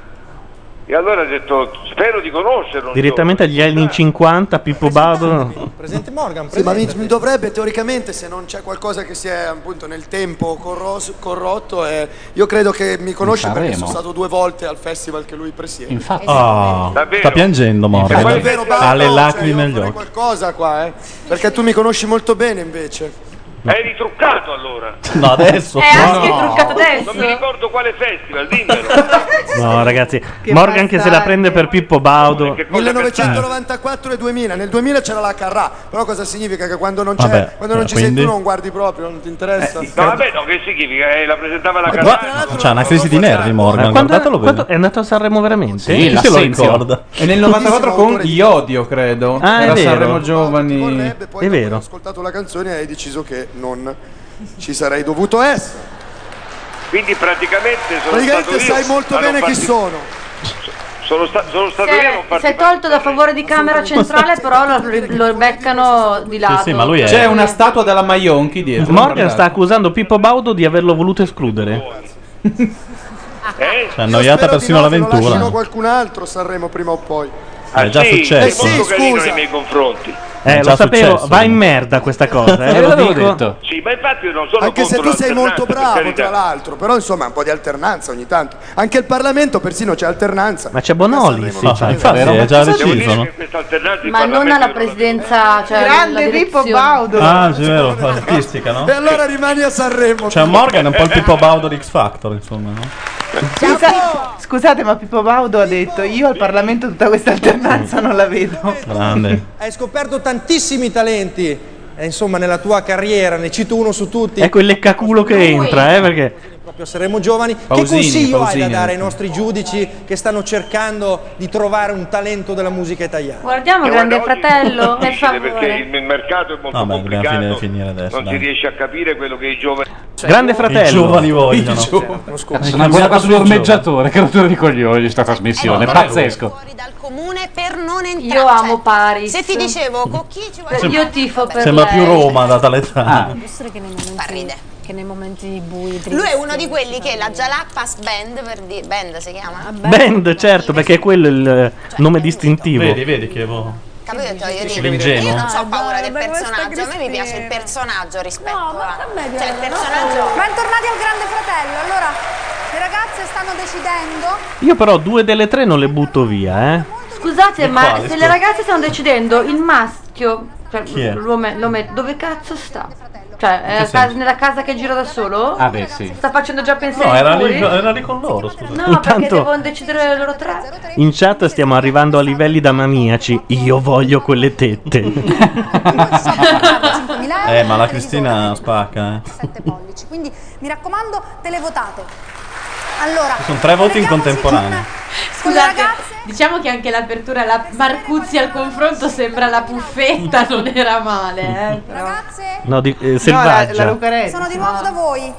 [SPEAKER 8] E allora ho detto, spero di conoscerlo.
[SPEAKER 1] Direttamente agli anni 50, Pippo Baudo.
[SPEAKER 13] Presente Morgan,
[SPEAKER 14] Sì, ma mi mi dovrebbe teoricamente, se non c'è qualcosa che si è appunto nel tempo corros- corrotto, eh, io credo che mi conosce
[SPEAKER 6] In
[SPEAKER 14] perché
[SPEAKER 6] Sanremo.
[SPEAKER 14] sono stato due volte al festival che lui presiede.
[SPEAKER 6] Infatti.
[SPEAKER 46] Ah,
[SPEAKER 6] Oh,
[SPEAKER 14] Davvero?
[SPEAKER 6] sta piangendo Morgan.
[SPEAKER 14] Ma davvero,
[SPEAKER 6] ha le
[SPEAKER 14] Baudo,
[SPEAKER 6] lacrime agli occhi.
[SPEAKER 14] qualcosa qua, eh? Perché tu mi conosci molto bene invece.
[SPEAKER 46] Eri truccato allora.
[SPEAKER 6] No, adesso
[SPEAKER 14] Eh,
[SPEAKER 6] È no. anche
[SPEAKER 15] truccato adesso?
[SPEAKER 46] Non mi ricordo quale festival, dimmelo.
[SPEAKER 1] No, ragazzi, Morgan che se la prende per Pippo Baudo.
[SPEAKER 14] 1994 e 2000. Nel 2000 c'era la Carrà, però cosa significa che quando non, c'è,
[SPEAKER 1] Vabbè,
[SPEAKER 14] quando non
[SPEAKER 1] eh,
[SPEAKER 14] ci sei
[SPEAKER 1] quindi?
[SPEAKER 14] tu non guardi proprio, non ti interessa?
[SPEAKER 46] Eh, No, vabbè, no, che significa? Eh, la presentava la
[SPEAKER 6] Gua-
[SPEAKER 46] Carrà.
[SPEAKER 6] C'ha una crisi di nervi, Morgan.
[SPEAKER 1] Eh, Quanto-
[SPEAKER 6] Guardatelo bene.
[SPEAKER 1] quanto- è andato a Sanremo veramente?
[SPEAKER 6] Sì, Sì, l'assenzio. se lo ricorda.
[SPEAKER 10] E nel 94 con Iodio, credo.
[SPEAKER 1] Ah, è
[SPEAKER 10] Era
[SPEAKER 1] vero.
[SPEAKER 10] Sanremo Giovani.
[SPEAKER 14] Poi dopo che ho ascoltato la canzone e hai deciso che non ci sarei dovuto essere.
[SPEAKER 46] Quindi praticamente sono
[SPEAKER 14] Praticamente
[SPEAKER 46] stato io
[SPEAKER 14] sai molto
[SPEAKER 46] a non
[SPEAKER 14] bene chi
[SPEAKER 46] farti-
[SPEAKER 14] sono.
[SPEAKER 46] Sono, sta- sono stato io a non
[SPEAKER 5] Si
[SPEAKER 46] farti
[SPEAKER 5] è tolto da favore di camera centrale, però lo, lo beccano di lato.
[SPEAKER 10] C'è una statua della Maionchi dietro.
[SPEAKER 1] Morgan sta accusando Pippo Baudo di averlo voluto escludere.
[SPEAKER 46] Eh?
[SPEAKER 6] C'è annoiata persino
[SPEAKER 14] Lo lasciano
[SPEAKER 6] l'avventura.
[SPEAKER 14] qualcun altro Sanremo prima o poi.
[SPEAKER 6] Ah, è già successo.
[SPEAKER 14] Eh sì,
[SPEAKER 46] molto carino nei
[SPEAKER 14] scusa.
[SPEAKER 46] miei confronti.
[SPEAKER 1] Eh,
[SPEAKER 6] È
[SPEAKER 1] lo
[SPEAKER 6] già
[SPEAKER 1] sapevo,
[SPEAKER 6] successo.
[SPEAKER 1] va in merda questa cosa. Eh,
[SPEAKER 6] Eh,
[SPEAKER 1] ve lo
[SPEAKER 6] l'avevo
[SPEAKER 1] dico.
[SPEAKER 6] detto.
[SPEAKER 46] Sì, ma infatti io non sono
[SPEAKER 14] Anche se tu
[SPEAKER 46] contro
[SPEAKER 14] sei molto
[SPEAKER 46] l'alternanza, per
[SPEAKER 14] bravo, tra
[SPEAKER 46] carità.
[SPEAKER 14] l'altro, però insomma un po' di alternanza ogni tanto. Anche il Parlamento persino c'è alternanza.
[SPEAKER 1] Ma c'è Bonoli, sì.
[SPEAKER 6] No, Ah, infatti, è Eh, già deciso. no?
[SPEAKER 5] Ma non alla presidenza, cioè
[SPEAKER 40] Grande
[SPEAKER 5] alla
[SPEAKER 40] Pippo
[SPEAKER 5] direzione.
[SPEAKER 40] Baudo.
[SPEAKER 6] Ah, sì, è vero, artistica, no?
[SPEAKER 14] E allora rimani a Sanremo.
[SPEAKER 6] Cioè, Morgan è un po' il Pippo Baudo di X Factor, insomma, no?
[SPEAKER 40] Scusa- scusate, ma Pippo Baudo ha detto: Io al Parlamento tutta questa alternanza non la vedo.
[SPEAKER 6] Grande.
[SPEAKER 13] Hai scoperto tantissimi talenti, eh, insomma, nella tua carriera, ne cito uno su tutti.
[SPEAKER 1] È quel leccaculo che entra, eh, perché
[SPEAKER 13] Proprio saremo giovani. che
[SPEAKER 1] Pausini,
[SPEAKER 13] consiglio hai
[SPEAKER 1] Pausini, ecco.
[SPEAKER 13] da dare ai
[SPEAKER 1] sì.
[SPEAKER 13] nostri giudici che stanno cercando di trovare un talento della musica italiana?
[SPEAKER 5] Guardiamo
[SPEAKER 13] Eh,
[SPEAKER 5] Grande
[SPEAKER 13] guarda, oggi
[SPEAKER 5] Fratello, per
[SPEAKER 46] difficile, perché
[SPEAKER 5] favore.
[SPEAKER 46] il, il mercato è molto
[SPEAKER 6] No, ma dobbiamo
[SPEAKER 46] complicato.
[SPEAKER 6] finire, finire adesso.
[SPEAKER 46] non si
[SPEAKER 6] dai.
[SPEAKER 46] riesce a capire quello che i giovani.
[SPEAKER 1] Grande fratello.
[SPEAKER 6] Cioè, I giovani vogliono.
[SPEAKER 46] Sì,
[SPEAKER 17] Sono ancora
[SPEAKER 6] guarda
[SPEAKER 17] sul ormeggiatore, creatura di coglioni, sta trasmissione,
[SPEAKER 46] Eh, no,
[SPEAKER 17] pazzesco.
[SPEAKER 5] Io amo Paris.
[SPEAKER 43] Cioè, Se ti dicevo, Cocchi ci vuole...
[SPEAKER 5] Io tifo per
[SPEAKER 6] Sembra
[SPEAKER 5] lei.
[SPEAKER 6] più Roma da tale età.
[SPEAKER 43] che nei momenti, che nei momenti bui Lui è uno di quelli che la Jalapas Band, per dire, Ah, Band si chiama?
[SPEAKER 1] Band, certo, perché è quello il eh, nome distintivo.
[SPEAKER 6] Vedi, vedi che boh.
[SPEAKER 43] Capito? Cioè,
[SPEAKER 1] Sì,
[SPEAKER 43] Io, dico,
[SPEAKER 1] l'ingenuo.
[SPEAKER 43] io non ho paura del personaggio, a me mi piace il personaggio rispetto a... Cioè il personaggio...
[SPEAKER 9] Bentornati al Grande Fratello. Allora, le ragazze stanno decidendo.
[SPEAKER 1] Io però due delle tre non le butto via, eh.
[SPEAKER 5] Scusate,
[SPEAKER 1] Di
[SPEAKER 5] ma
[SPEAKER 1] quale
[SPEAKER 5] se
[SPEAKER 1] sto-
[SPEAKER 5] le ragazze stanno decidendo, il maschio, cioè
[SPEAKER 1] Chi è?
[SPEAKER 5] l'uomo- l'uomo- dove cazzo sta? Cioè, è
[SPEAKER 6] che
[SPEAKER 5] a casa-
[SPEAKER 6] senso?
[SPEAKER 5] nella casa che gira da solo?
[SPEAKER 6] Ah, beh, sì.
[SPEAKER 5] Sta facendo già pensieri
[SPEAKER 6] No, era lì,
[SPEAKER 5] puri?
[SPEAKER 6] era lì con loro, scusa.
[SPEAKER 5] No, perché
[SPEAKER 1] Intanto-
[SPEAKER 5] devono decidere loro tre.
[SPEAKER 1] In chat stiamo arrivando a livelli da maniaci. Io voglio quelle tette.
[SPEAKER 6] Eh, ma la Cristina spacca, eh.
[SPEAKER 9] pollici. Quindi mi raccomando, televotate. Allora,
[SPEAKER 6] Ci sono tre voti in contemporanea.
[SPEAKER 5] Scusate, diciamo che anche l'apertura alla Marcuzzi al confronto sembra la puffetta, non era male, eh.
[SPEAKER 1] No, di, eh, selvaggia.
[SPEAKER 9] sono di nuovo da voi.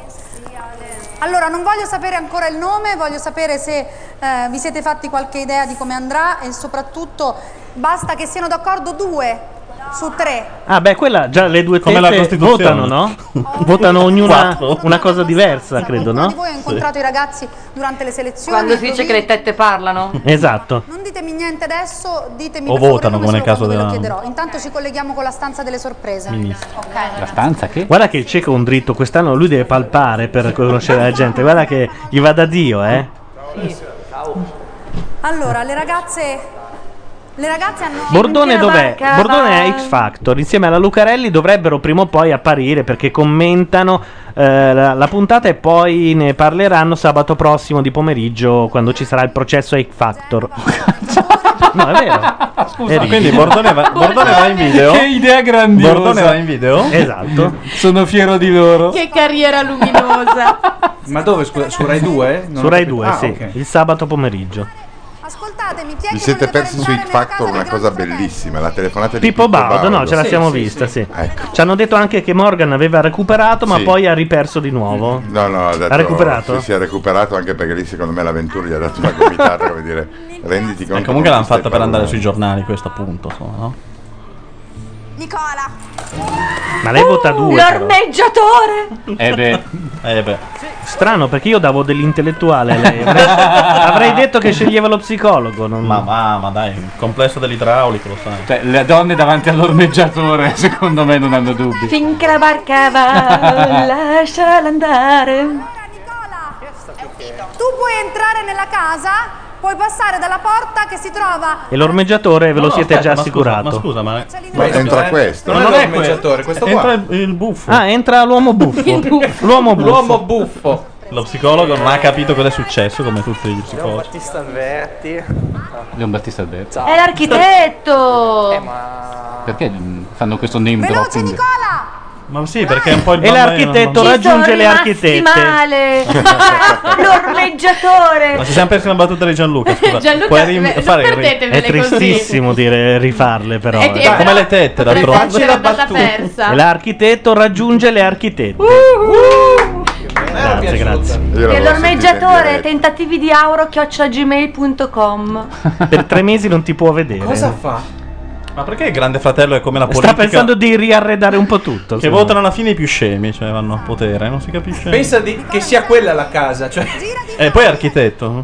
[SPEAKER 9] Allora, non voglio sapere ancora il nome, voglio sapere se eh, vi siete fatti qualche idea di come andrà e soprattutto basta che siano d'accordo due su tre.
[SPEAKER 1] Ah, beh, quella già le due
[SPEAKER 6] Come la
[SPEAKER 1] tette
[SPEAKER 6] Costituzione.
[SPEAKER 1] votano, no? votano ognuna una cosa diversa, credo,
[SPEAKER 9] Qualcuno di
[SPEAKER 1] no?
[SPEAKER 9] voi ha incontrato i ragazzi durante le selezioni?
[SPEAKER 5] Quando si dice
[SPEAKER 9] Così-
[SPEAKER 5] che le tette parlano.
[SPEAKER 1] Esatto.
[SPEAKER 9] Non ditemi niente adesso, ditemi per
[SPEAKER 1] O
[SPEAKER 9] favore
[SPEAKER 1] votano,
[SPEAKER 9] come
[SPEAKER 1] come
[SPEAKER 9] solo
[SPEAKER 1] nel caso
[SPEAKER 9] quando ve lo
[SPEAKER 1] della- Mm.
[SPEAKER 9] chiederò. Intanto ci colleghiamo con la stanza delle sorprese.
[SPEAKER 1] Ministro.
[SPEAKER 9] Ok.
[SPEAKER 17] stanza che?
[SPEAKER 1] Guarda che il cieco è un dritto, quest'anno lui deve palpare per conoscere la gente. Guarda che gli va da Dio, eh.
[SPEAKER 9] Allora, le ragazze le ragazze hanno
[SPEAKER 1] Bordone dov'è? Bordone è X Factor, insieme alla Lucarelli dovrebbero prima o poi apparire perché commentano eh, la, la puntata e poi ne parleranno sabato prossimo di pomeriggio quando ci sarà il processo a X Factor. no, è vero.
[SPEAKER 6] E Eh, quindi Bordone va, Bordone va in video.
[SPEAKER 17] Che idea grandiosa.
[SPEAKER 6] Bordone va in video?
[SPEAKER 1] Esatto.
[SPEAKER 17] Sono fiero di loro.
[SPEAKER 5] Che carriera luminosa.
[SPEAKER 10] Ma dove, scusa? Su Rai 2?
[SPEAKER 1] Su Rai 2,
[SPEAKER 10] Ah,
[SPEAKER 1] sì, il sabato pomeriggio.
[SPEAKER 8] Vi siete persi su X Factor una cosa bellissima, la telefonata di
[SPEAKER 1] Pippo Baudo, no, ce la
[SPEAKER 8] Sì,
[SPEAKER 1] siamo
[SPEAKER 8] sì,
[SPEAKER 1] vista, sì.
[SPEAKER 8] Ecco.
[SPEAKER 1] Ci hanno detto anche che Morgan aveva recuperato, ma
[SPEAKER 8] Sì.
[SPEAKER 1] poi ha riperso di nuovo.
[SPEAKER 8] No, no, ha, detto-
[SPEAKER 1] Ha recuperato?
[SPEAKER 8] Sì, sì, ha recuperato anche perché lì secondo me l'avventura gli ha dato una gomitata, come dire, renditi conto.
[SPEAKER 6] E comunque
[SPEAKER 8] come
[SPEAKER 6] l'hanno
[SPEAKER 8] stai
[SPEAKER 6] fatta per andare sui
[SPEAKER 8] parlando.
[SPEAKER 6] giornali, questo appunto, insomma, no?
[SPEAKER 9] Nicola.
[SPEAKER 1] Ma
[SPEAKER 17] Uh,
[SPEAKER 1] lei vota due. però.
[SPEAKER 5] L'ormeggiatore!
[SPEAKER 1] Eh beh.
[SPEAKER 6] Eh beh.
[SPEAKER 1] Strano perché io davo dell'intellettuale a lei. Avrei, avrei detto che sceglieva lo psicologo. Non...
[SPEAKER 6] Ma va, ma dai, il complesso dell'idraulico, lo sai.
[SPEAKER 17] Cioè, le donne davanti all'ormeggiatore, secondo me, non hanno dubbi.
[SPEAKER 5] Finché la barca va, lasciala andare.
[SPEAKER 9] Tu puoi entrare nella casa puoi passare dalla porta che si trova
[SPEAKER 1] E l'ormeggiatore ve lo
[SPEAKER 6] No, no,
[SPEAKER 1] siete
[SPEAKER 6] aspetta,
[SPEAKER 1] già
[SPEAKER 6] ma scusa,
[SPEAKER 1] assicurato.
[SPEAKER 6] ma
[SPEAKER 9] scusa,
[SPEAKER 6] ma.
[SPEAKER 8] entra questo.
[SPEAKER 6] Ma non è
[SPEAKER 10] l'ormeggiatore,
[SPEAKER 6] questo.
[SPEAKER 10] questo qua.
[SPEAKER 6] Entra il, il buffo.
[SPEAKER 1] Ah, entra l'uomo buffo. L'uomo buffo.
[SPEAKER 10] L'uomo buffo.
[SPEAKER 6] Lo psicologo non ha capito cosa è successo, come tutti gli psicologi.
[SPEAKER 13] Battista Alberti.
[SPEAKER 17] Leon Battista Alberti.
[SPEAKER 15] È
[SPEAKER 46] Eh,
[SPEAKER 15] l'architetto.
[SPEAKER 17] Perché mm, fanno questo name dropping?
[SPEAKER 6] Ma sì,
[SPEAKER 17] Ah.
[SPEAKER 6] perché è un po' il
[SPEAKER 1] E
[SPEAKER 6] bambino-
[SPEAKER 1] l'architetto
[SPEAKER 6] non-
[SPEAKER 1] raggiunge le
[SPEAKER 15] rimasti
[SPEAKER 1] architette.
[SPEAKER 15] male. L'ormeggiatore.
[SPEAKER 6] Ma ci siamo persi una battuta di Gianluca. Scusa.
[SPEAKER 15] Eh. Gianluca,
[SPEAKER 6] Puoi
[SPEAKER 15] beh, non
[SPEAKER 6] fare il Eh,
[SPEAKER 15] perdetevele
[SPEAKER 1] È tristissimo dire rifarle, però.
[SPEAKER 15] Eh,
[SPEAKER 1] eh.
[SPEAKER 15] però-
[SPEAKER 6] Come le tette,
[SPEAKER 1] Dai,
[SPEAKER 6] d'altronde.
[SPEAKER 1] facci
[SPEAKER 15] Era andata persa.
[SPEAKER 1] E l'architetto raggiunge le architette. Grazie, grazie.
[SPEAKER 15] E l'ormeggiatore,
[SPEAKER 1] eh.
[SPEAKER 15] tentativi di auro chiocciagmail.com.
[SPEAKER 1] Per tre mesi non ti può vedere.
[SPEAKER 6] Cosa
[SPEAKER 10] fa?
[SPEAKER 6] Eh. Ma perché il Grande Fratello è come la politica?
[SPEAKER 1] Sta pensando di riarredare un po' tutto.
[SPEAKER 6] Che votano alla fine i più scemi, cioè vanno a potere, non si capisce.
[SPEAKER 10] Pensa di- che sia quella la casa, cioè.
[SPEAKER 6] E Eh, poi è architetto.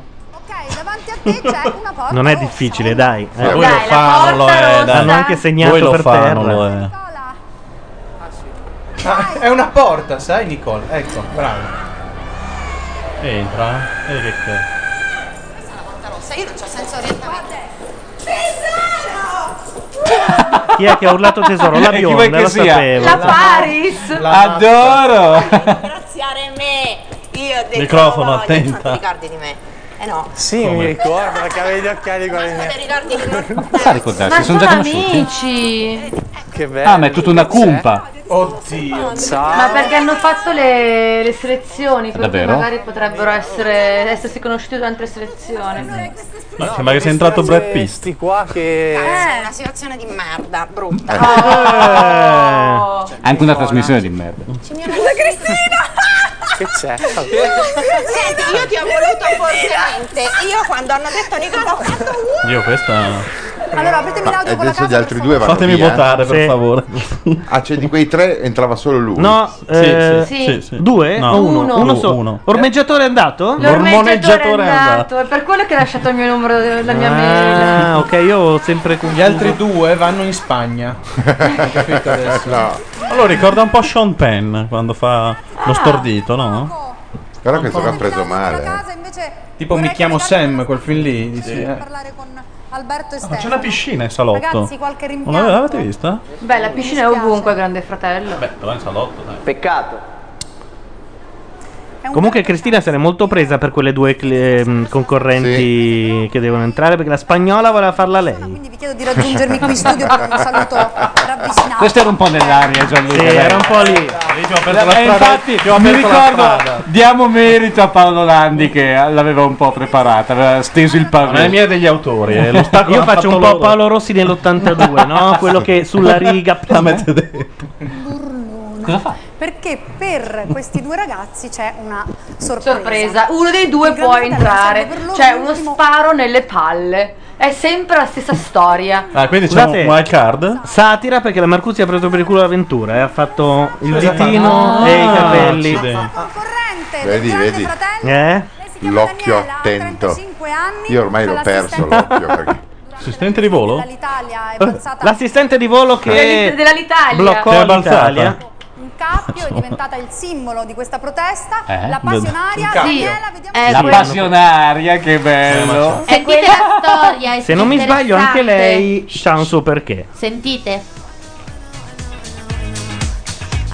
[SPEAKER 1] Non è difficile, dai.
[SPEAKER 6] Ma voi lo fa, non lo è. dai.
[SPEAKER 1] Hanno anche segnato
[SPEAKER 6] Voi lo
[SPEAKER 1] per
[SPEAKER 6] fa,
[SPEAKER 1] terra.
[SPEAKER 6] non lo è.
[SPEAKER 10] Ah, è una porta, sai, Nicole? Ecco, bravo.
[SPEAKER 6] Entra. E che c'è?
[SPEAKER 5] Rossa, io non ho senso orientamento.
[SPEAKER 1] Chi è che ha urlato tesoro? La
[SPEAKER 10] E chi vuoi
[SPEAKER 1] bionda,
[SPEAKER 10] che
[SPEAKER 1] lo
[SPEAKER 10] sia?
[SPEAKER 1] sapevo.
[SPEAKER 10] La
[SPEAKER 5] Paris!
[SPEAKER 10] Adoro!
[SPEAKER 5] Ringraziare me! Io ho detto
[SPEAKER 6] Microfono,
[SPEAKER 5] no, voglio,
[SPEAKER 6] attenta.
[SPEAKER 5] non ti ricordi di me. Eh no.
[SPEAKER 13] Sì, mi ricordo perché avevi gli occhiali con
[SPEAKER 5] Te
[SPEAKER 13] le
[SPEAKER 5] ricordi che non
[SPEAKER 17] Come fa a ricordarsi? Sono già conosciuti.
[SPEAKER 15] amici.
[SPEAKER 13] Che bello.
[SPEAKER 17] Ah, ma è tutta una cumpa.
[SPEAKER 10] Oddio.
[SPEAKER 15] Ma perché hanno fatto le, le selezioni, per cui
[SPEAKER 6] Davvero?
[SPEAKER 15] magari potrebbero essere, essersi conosciuti durante le selezioni.
[SPEAKER 6] Ma sembra che sia entrato Brad Pitt.
[SPEAKER 13] Questi qua che...
[SPEAKER 5] Eh, una situazione di merda, brutta.
[SPEAKER 6] Eh.
[SPEAKER 17] Anche una trasmissione di merda. Eh,
[SPEAKER 5] Signora Cristina!
[SPEAKER 13] Che c'è?
[SPEAKER 5] Senti, Eh, io ti ho voluto fortemente. Io quando hanno detto Nicola ho fatto
[SPEAKER 6] Io questa.
[SPEAKER 9] Allora, apritemi l'audio con la
[SPEAKER 8] adesso gli
[SPEAKER 9] casa.
[SPEAKER 8] altri due vanno
[SPEAKER 6] Fatemi
[SPEAKER 8] via. eh.
[SPEAKER 6] votare, per Sì. favore.
[SPEAKER 8] Ah, cioè di quei tre entrava solo lui.
[SPEAKER 1] No, eh,
[SPEAKER 15] Sì.
[SPEAKER 1] due?
[SPEAKER 8] No,
[SPEAKER 1] o uno?
[SPEAKER 8] uno.
[SPEAKER 1] Uno solo.
[SPEAKER 8] Uno.
[SPEAKER 1] Ormeggiatore è andato?
[SPEAKER 15] L'ormeggiatore è andato, è per quello che ha lasciato il mio numero, la mia mail.
[SPEAKER 1] Ah, ok, io ho sempre confuso.
[SPEAKER 10] Gli altri due vanno in Spagna. Hai capito adesso?
[SPEAKER 6] Allora ricorda un po' Sean Penn quando fa lo stordito, no?
[SPEAKER 8] Però questo qua ha preso male. eh.
[SPEAKER 10] Tipo mi chiamo Sam, quel film lì. dici,
[SPEAKER 6] Sì.
[SPEAKER 10] eh.
[SPEAKER 9] Alberto e
[SPEAKER 6] Ah, Ma c'è una piscina in salotto.
[SPEAKER 9] Ragazzi, qualche
[SPEAKER 10] eh.
[SPEAKER 9] rimpianto?
[SPEAKER 6] Non l'avete vista?
[SPEAKER 15] Beh, la piscina è ovunque, grande fratello.
[SPEAKER 6] Beh, però in salotto, dai.
[SPEAKER 13] Peccato.
[SPEAKER 1] Comunque Cristina se n'è molto presa per quelle due cl- ehm, concorrenti che devono entrare perché la spagnola voleva farla lei.
[SPEAKER 9] Vi chiedo di raggiungermi qui in studio per un saluto ravvicinato.
[SPEAKER 17] Questo era un po' nell'aria, Gianluca.
[SPEAKER 1] Sì,
[SPEAKER 17] dai.
[SPEAKER 1] era un po' lì.
[SPEAKER 17] Eh, infatti, mi ricordo, diamo merito a Paolo Landi che l'aveva un po' preparata, aveva steso il pavé.
[SPEAKER 6] Non è mia degli autori, eh,
[SPEAKER 1] Io
[SPEAKER 6] l'ostacolo l'ha
[SPEAKER 1] faccio un
[SPEAKER 6] fatto
[SPEAKER 1] po'
[SPEAKER 6] loro.
[SPEAKER 1] Paolo Rossi nell'82, no? Quello che sulla riga la mette
[SPEAKER 9] Perché per questi due ragazzi c'è una sorpresa.
[SPEAKER 15] Sorpresa, uno dei due
[SPEAKER 9] Il Grande
[SPEAKER 15] può
[SPEAKER 9] Fratello
[SPEAKER 15] entrare.
[SPEAKER 9] serve per loro
[SPEAKER 15] C'è
[SPEAKER 9] un
[SPEAKER 15] uno
[SPEAKER 9] ultimo-
[SPEAKER 15] sparo nelle palle. È sempre la stessa storia.
[SPEAKER 6] Ah, quindi c'è
[SPEAKER 1] Scusate,
[SPEAKER 6] un wild card?
[SPEAKER 1] Satira perché la Marcuzzi ha preso per il culo l'avventura e ha fatto il
[SPEAKER 6] Cosa ha fatto?
[SPEAKER 1] ditino
[SPEAKER 6] Ah,
[SPEAKER 1] e i capelli.
[SPEAKER 6] accidenti.
[SPEAKER 8] Vedi, vedi.
[SPEAKER 1] Eh?
[SPEAKER 8] L'occhio attento. Io ormai l'ho perso l'occhio. perché-
[SPEAKER 6] Assistente di volo?
[SPEAKER 9] L'Italia è
[SPEAKER 1] Eh,
[SPEAKER 9] balzata
[SPEAKER 1] L'assistente di volo che
[SPEAKER 9] Dell'It- dell'Alitalia.
[SPEAKER 1] bloccò
[SPEAKER 9] Che è
[SPEAKER 1] l'Italia.
[SPEAKER 9] un cappio, è diventata il simbolo di questa protesta.
[SPEAKER 17] Eh?
[SPEAKER 9] La passionaria
[SPEAKER 17] Un cappio.
[SPEAKER 9] Daniela,
[SPEAKER 17] Eh, la passionaria, che bello.
[SPEAKER 7] Sentite la storia. è
[SPEAKER 1] Eh, Se non mi sbaglio anche
[SPEAKER 7] interessante.
[SPEAKER 1] lei ha un suo perché.
[SPEAKER 7] Sentite.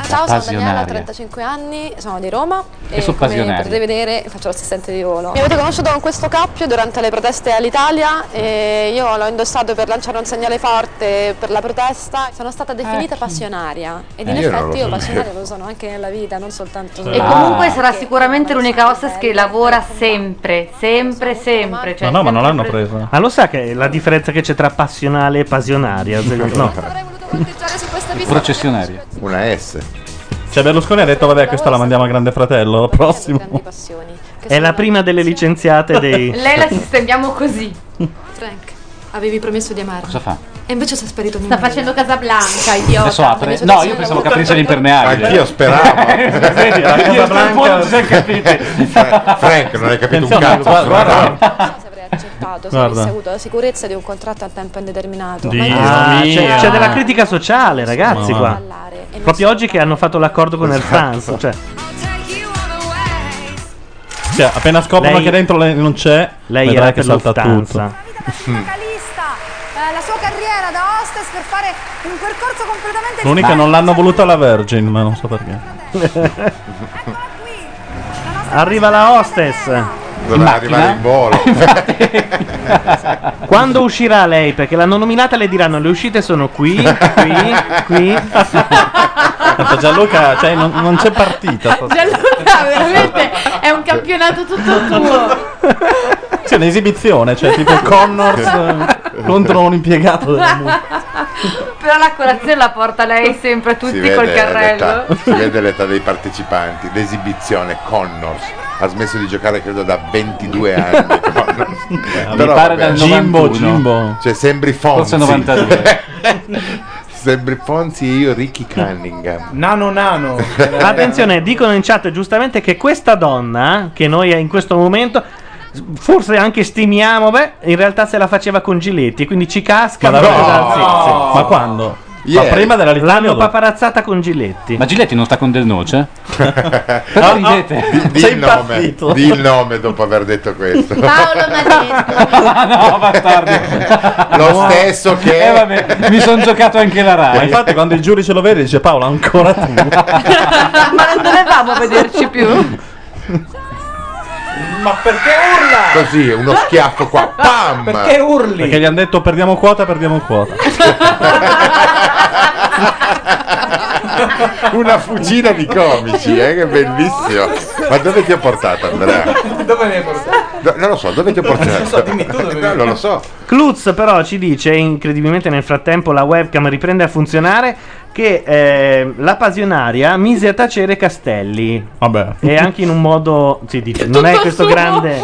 [SPEAKER 5] Ciao, sono Daniela,
[SPEAKER 1] passionaria.
[SPEAKER 5] ho 35
[SPEAKER 15] eh.
[SPEAKER 5] anni, sono di Roma
[SPEAKER 1] E sono
[SPEAKER 5] come
[SPEAKER 1] passionaria.
[SPEAKER 5] potete vedere faccio l'assistente di volo. Mi avete conosciuto con questo cappio durante le proteste all'Italia e io l'ho indossato per lanciare un segnale forte per la protesta. Sono stata definita passionaria ed in
[SPEAKER 15] Eh, io non
[SPEAKER 5] effetti
[SPEAKER 15] lo
[SPEAKER 5] io passionaria
[SPEAKER 15] sapevo.
[SPEAKER 5] lo sono anche nella vita, non soltanto...
[SPEAKER 9] Ah.
[SPEAKER 15] E comunque sarà sicuramente l'unica hostess che lavora sempre, sempre, sempre. Cioè, sempre pre-
[SPEAKER 1] Ma Ah, lo sa che la differenza che c'è tra passionale e passionaria? secondo- No.
[SPEAKER 5] su questa pista.
[SPEAKER 6] Processionaria.
[SPEAKER 8] Una S.
[SPEAKER 6] Cioè Berlusconi ha detto vabbè questa la mandiamo a Grande Fratello, prossimo.
[SPEAKER 1] È la prima delle licenziate dei.
[SPEAKER 15] Lei la sistendiamo così.
[SPEAKER 5] Frank, avevi promesso di amarmi.
[SPEAKER 17] Cosa fa?
[SPEAKER 5] E invece sei sparito
[SPEAKER 7] Sta facendo Casablanca, idiota. Cioè,
[SPEAKER 17] Adesso apre. No, io pensavo che aprisse l'impermeabile.
[SPEAKER 8] Anch'io speravo.
[SPEAKER 17] Vedi, la Casa Blanca non si è
[SPEAKER 8] Frank, non hai capito un
[SPEAKER 6] Attenzione,
[SPEAKER 8] cazzo.
[SPEAKER 6] guarda, guarda.
[SPEAKER 5] accettato se
[SPEAKER 1] Guarda.
[SPEAKER 5] avessi avuto la sicurezza di un contratto a tempo indeterminato. Ma io-
[SPEAKER 1] Ah, c'è,
[SPEAKER 6] mia.
[SPEAKER 1] c'è della critica sociale, ragazzi, qua.
[SPEAKER 6] Esatto.
[SPEAKER 1] Proprio oggi che hanno fatto l'accordo con Air France. Cioè.
[SPEAKER 6] Cioè, appena scoprono
[SPEAKER 1] Lei-
[SPEAKER 6] che dentro lei non c'è,
[SPEAKER 1] lei
[SPEAKER 6] vedrai
[SPEAKER 1] era
[SPEAKER 6] che
[SPEAKER 1] per
[SPEAKER 6] salta
[SPEAKER 1] Lufthansa.
[SPEAKER 6] tutto. Mm.
[SPEAKER 9] Eh, la sua carriera da hostess per fare un percorso completamente
[SPEAKER 6] L'unica non l'hanno voluta la Virgin, ma non so perché.
[SPEAKER 1] Arriva la hostess.
[SPEAKER 8] Doveva arrivare in volo.
[SPEAKER 1] Quando uscirà lei? Perché l'hanno nominata le diranno le uscite sono qui, qui, qui.
[SPEAKER 6] Tanto Gianluca, cioè, non, non c'è partita.
[SPEAKER 5] Gianluca, veramente è un campionato tutto tuo.
[SPEAKER 6] C'è un'esibizione, cioè tipo Connors eh, contro un impiegato della musica.
[SPEAKER 15] Però la colazione la porta lei sempre a tutti col
[SPEAKER 8] l'età,
[SPEAKER 15] carrello.
[SPEAKER 8] si vede l'età dei partecipanti. L'esibizione Connors ha smesso di giocare credo da 22 anni. Connors.
[SPEAKER 6] mi
[SPEAKER 8] Però,
[SPEAKER 6] pare
[SPEAKER 8] vabbè.
[SPEAKER 6] dal 91.
[SPEAKER 8] Cioè sembri Fonzi.
[SPEAKER 6] Forse 92.
[SPEAKER 8] sembri Fonzi e io Ricky Cunningham.
[SPEAKER 10] Nano nano.
[SPEAKER 1] Attenzione, dicono in chat giustamente che questa donna, che noi in questo momento forse anche stimiamo, beh, in realtà se la faceva con Giletti, quindi ci casca.
[SPEAKER 6] Ma
[SPEAKER 1] proprio
[SPEAKER 6] no!
[SPEAKER 1] dal- sì, sì.
[SPEAKER 6] Ma quando?
[SPEAKER 1] Ieri.
[SPEAKER 6] Ma prima della Lituania o
[SPEAKER 1] L'hanno
[SPEAKER 6] dopo?
[SPEAKER 1] paparazzata con Giletti.
[SPEAKER 17] Ma Giletti non sta con Del Noce?
[SPEAKER 8] Ah,
[SPEAKER 17] ridete?
[SPEAKER 8] ah, di- di
[SPEAKER 17] Sei
[SPEAKER 8] il nome,
[SPEAKER 17] impazzito.
[SPEAKER 8] di il nome dopo aver detto questo.
[SPEAKER 17] Paolo
[SPEAKER 8] Lo stesso
[SPEAKER 6] Eh,
[SPEAKER 8] che.
[SPEAKER 17] Mi sono giocato anche la Rai.
[SPEAKER 6] Ma infatti quando il giudice lo vede dice Paolo ancora tu.
[SPEAKER 15] Ma non dovevamo vederci più.
[SPEAKER 10] Ma perché urla?
[SPEAKER 8] Così, uno schiaffo qua. Pam!
[SPEAKER 6] Perché
[SPEAKER 10] urli?
[SPEAKER 6] Perché gli hanno detto perdiamo quota, perdiamo quota.
[SPEAKER 8] Una fucina di comici, eh, che bellissimo. Ma dove ti ho portato Andrea?
[SPEAKER 10] Dove mi hai portato?
[SPEAKER 8] No, non lo so, dove ti ho portato?
[SPEAKER 10] Non lo so, dimmi tu dove mi
[SPEAKER 8] No, non lo so.
[SPEAKER 1] Cluz però ci dice, incredibilmente nel frattempo la webcam riprende a funzionare, che eh, la passionaria mise a tacere Castelli.
[SPEAKER 6] Vabbè.
[SPEAKER 1] E anche in un modo... Sì, dice, non è
[SPEAKER 5] Tutto
[SPEAKER 1] questo
[SPEAKER 5] suo.
[SPEAKER 1] grande...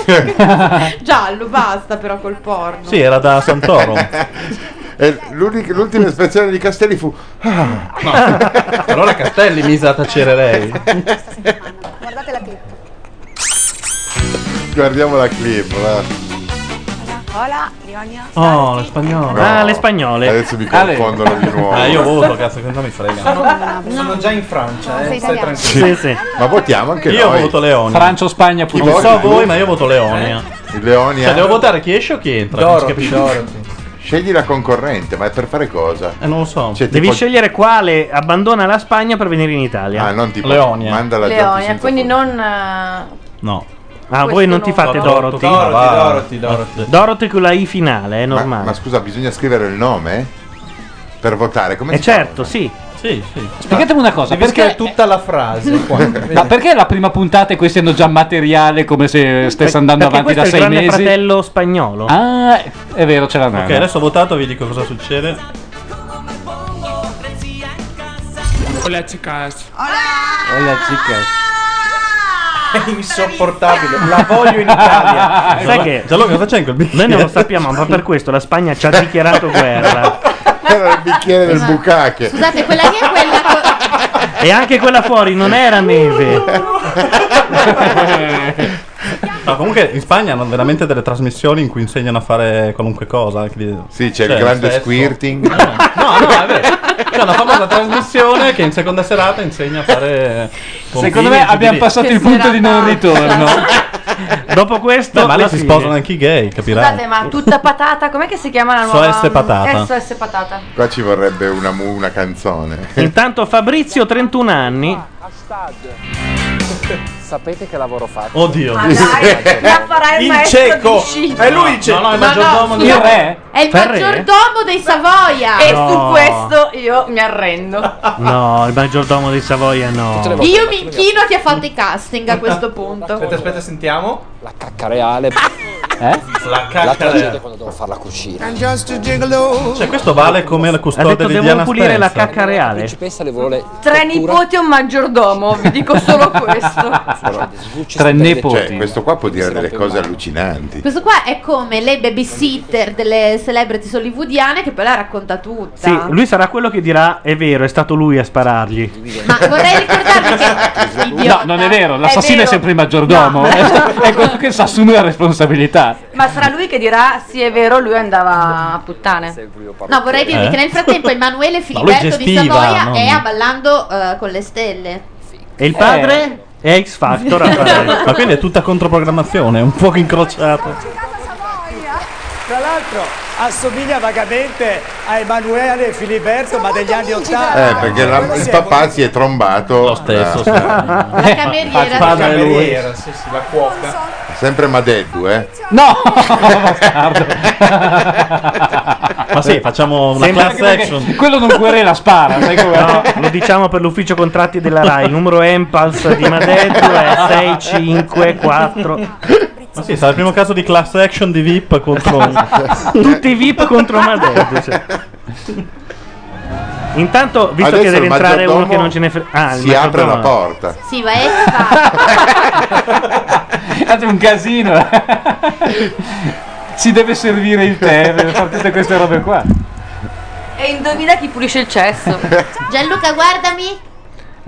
[SPEAKER 5] Giallo, basta però col porno.
[SPEAKER 6] Sì, era da Santoro.
[SPEAKER 8] E l'unica- l'ultima espressione di Castelli fu "Ah".
[SPEAKER 6] Allora Castelli mise a tacere lei.
[SPEAKER 9] Guardate la clip.
[SPEAKER 8] Guardiamo la clip. va.
[SPEAKER 9] Hola, Leonia.
[SPEAKER 6] Oh, le spagnole.
[SPEAKER 1] Ah, le spagnole.
[SPEAKER 8] Adesso mi confondono di nuovo.
[SPEAKER 6] Ah, io voto, cazzo, che non mi frega.
[SPEAKER 10] Sono già in
[SPEAKER 9] Sei
[SPEAKER 10] Francia, eh. Stai
[SPEAKER 9] italiano.
[SPEAKER 10] tranquillo.
[SPEAKER 8] Sì, sì. Ma votiamo anche
[SPEAKER 6] io
[SPEAKER 8] noi.
[SPEAKER 6] voto Leonia.
[SPEAKER 8] Francia
[SPEAKER 6] o Spagna
[SPEAKER 8] pure.
[SPEAKER 6] Non so
[SPEAKER 8] Voti tu?
[SPEAKER 6] voi, ma io voto Leonia.
[SPEAKER 8] Leonia.
[SPEAKER 6] Cioè, devo votare chi esce o chi entra. Non si capisce.
[SPEAKER 8] eh. Scegli la concorrente, ma è per fare cosa?
[SPEAKER 6] Eh, non lo so.
[SPEAKER 1] Devi scegliere quale abbandona la Spagna per venire in Italia.
[SPEAKER 8] Ah, non tipo
[SPEAKER 1] Leonia.
[SPEAKER 8] Mandala
[SPEAKER 5] Leonia, quindi non... eh,
[SPEAKER 6] No.
[SPEAKER 1] Ah,
[SPEAKER 5] Questo
[SPEAKER 1] voi non ti
[SPEAKER 5] no.
[SPEAKER 1] fate Dorothy?
[SPEAKER 6] Dorothy, Dorothy, Dorothy.
[SPEAKER 1] Dorothy con la I finale, è normale.
[SPEAKER 8] Ma, ma scusa, bisogna scrivere il nome per votare? Come
[SPEAKER 1] Eh certo, sì.
[SPEAKER 6] Sì, sì.
[SPEAKER 17] Spiegatemi una cosa,
[SPEAKER 10] Devi scrivere
[SPEAKER 17] perché,
[SPEAKER 10] tutta la frase qua.
[SPEAKER 17] ma perché la prima puntata e questi hanno già materiale come se stesse andando
[SPEAKER 1] Perché
[SPEAKER 17] avanti da
[SPEAKER 1] questo è
[SPEAKER 17] sei
[SPEAKER 1] il grande
[SPEAKER 17] mesi?
[SPEAKER 1] fratello spagnolo.
[SPEAKER 17] Ah, è vero, c'è la nana.
[SPEAKER 6] Ok, adesso ho votato, vi dico cosa succede.
[SPEAKER 47] Hola chicas.
[SPEAKER 10] Hola chicas. È insopportabile. La voglio in Italia.
[SPEAKER 1] Sai che
[SPEAKER 6] Gianluca, Eh, cosa c'è in quel bicchiere?
[SPEAKER 1] Noi non lo sappiamo, ma per questo la Spagna ci ha dichiarato guerra.
[SPEAKER 8] Era il bicchiere del
[SPEAKER 30] Esatto.
[SPEAKER 8] bucache.
[SPEAKER 5] Scusate, quella lì è quella...
[SPEAKER 1] E anche quella fuori non
[SPEAKER 8] Eh.
[SPEAKER 1] era neve.
[SPEAKER 6] No, comunque in Spagna hanno veramente delle trasmissioni in cui insegnano a fare qualunque cosa. anche di-
[SPEAKER 8] Sì, c'è il
[SPEAKER 6] cioè,
[SPEAKER 8] grande
[SPEAKER 6] sesso.
[SPEAKER 8] squirting.
[SPEAKER 6] C'è una famosa trasmissione che in seconda serata insegna a fare.
[SPEAKER 17] Secondo me abbiamo passato il punto di non ritorno.
[SPEAKER 1] Dopo questo.
[SPEAKER 6] ma lì
[SPEAKER 1] alla
[SPEAKER 6] si
[SPEAKER 1] fine.
[SPEAKER 6] sposano anche i
[SPEAKER 15] Scusate,
[SPEAKER 6] gay, capirai?
[SPEAKER 15] ma tutta patata, com'è che si chiama la nuova?
[SPEAKER 6] SOS patata.
[SPEAKER 15] SOS patata.
[SPEAKER 8] Qua ci vorrebbe una, mu- una canzone.
[SPEAKER 1] Intanto Fabrizio, 31 anni.
[SPEAKER 30] Sapete che lavoro faccio?
[SPEAKER 6] Oddio.
[SPEAKER 30] Ma dai, la farà il maestro di sci.
[SPEAKER 6] È lui il cieco.
[SPEAKER 30] No, no, è il
[SPEAKER 6] Ma
[SPEAKER 30] maggiordomo
[SPEAKER 6] no,
[SPEAKER 30] di-
[SPEAKER 6] scusa.
[SPEAKER 30] Il re?
[SPEAKER 5] È il
[SPEAKER 1] Ferre?
[SPEAKER 5] maggiordomo dei Savoia.
[SPEAKER 15] E
[SPEAKER 1] No.
[SPEAKER 15] su questo io mi arrendo.
[SPEAKER 1] No, il maggiordomo di Savoia no.
[SPEAKER 5] Io mi inchino a chi ha fatto i casting a questo punto.
[SPEAKER 10] Aspetta, aspetta, sentiamo.
[SPEAKER 30] La cacca reale. Eh?
[SPEAKER 10] La
[SPEAKER 30] La
[SPEAKER 10] cacca
[SPEAKER 30] tragedia quando devo fare la cucina.
[SPEAKER 6] Cioè, questo vale come la
[SPEAKER 1] Ha detto
[SPEAKER 6] custode di
[SPEAKER 1] devono
[SPEAKER 6] Diana
[SPEAKER 1] pulire la
[SPEAKER 6] Spencer.
[SPEAKER 1] cacca reale.
[SPEAKER 30] Principessa le vuole
[SPEAKER 15] Tre nipoti e un maggiordomo, vi dico solo questo.
[SPEAKER 1] Cioè,
[SPEAKER 8] Tre
[SPEAKER 17] nepoti.
[SPEAKER 8] Cioè, questo qua può dire delle cose allucinanti.
[SPEAKER 5] Questo qua è come le babysitter delle celebrity hollywoodiane che poi la racconta tutta.
[SPEAKER 1] Sì, lui sarà quello che dirà: è vero, è stato lui a sparargli.
[SPEAKER 5] Ma vorrei ricordarvi che
[SPEAKER 17] No, non è vero, l'assassino è,
[SPEAKER 15] vero.
[SPEAKER 17] sempre il maggiordomo. è quello che si assume la responsabilità.
[SPEAKER 15] Ma sarà lui che dirà sì è vero, lui andava a puttane.
[SPEAKER 5] No, vorrei dirvi
[SPEAKER 17] Eh?
[SPEAKER 5] che nel frattempo Emanuele
[SPEAKER 17] Ma lui
[SPEAKER 5] Filiberto di
[SPEAKER 17] gestiva,
[SPEAKER 5] Savoia
[SPEAKER 17] non-
[SPEAKER 5] è a Ballando eh, con le stelle.
[SPEAKER 1] E il padre? È X Factor apparentemente.
[SPEAKER 6] Ma quindi è tutta controprogrammazione, un po' incrociata.
[SPEAKER 14] Tra l'altro assomiglia vagamente a Emanuele Filiberto, ma degli anni Ottanta.
[SPEAKER 8] Eh, perché la-
[SPEAKER 14] Ah, Quello
[SPEAKER 8] il
[SPEAKER 14] si è-
[SPEAKER 8] papà si è trombato. Ah. Lo stesso,
[SPEAKER 14] La cameriera.
[SPEAKER 8] La
[SPEAKER 14] cameriera,
[SPEAKER 8] sì, sì, la cuoca. Sempre Madeddu, eh?
[SPEAKER 1] No!
[SPEAKER 6] Ma sì, facciamo una
[SPEAKER 1] Sembra-
[SPEAKER 6] class action.
[SPEAKER 1] Quello non querela, spara.
[SPEAKER 6] sai com'è?
[SPEAKER 1] lo diciamo per l'ufficio contratti della RAI. Il numero Empals di Madetto è 654.
[SPEAKER 6] Ma sì, sarà il primo caso di class action di VIP contro.
[SPEAKER 1] Tutti i VIP contro Madeddu. cioè. Intanto, visto
[SPEAKER 8] Adesso
[SPEAKER 1] che deve
[SPEAKER 8] il
[SPEAKER 1] entrare uno
[SPEAKER 8] maggiordomo
[SPEAKER 1] che non ce ne frega. Ah, il
[SPEAKER 8] si apre la
[SPEAKER 1] maggiordomo.
[SPEAKER 8] porta.
[SPEAKER 5] Sì, ma è
[SPEAKER 17] È un casino. eh. Ci deve servire il tè per fare tutte queste robe qua.
[SPEAKER 15] E indovina chi pulisce il cesso.
[SPEAKER 5] Gianluca, guardami.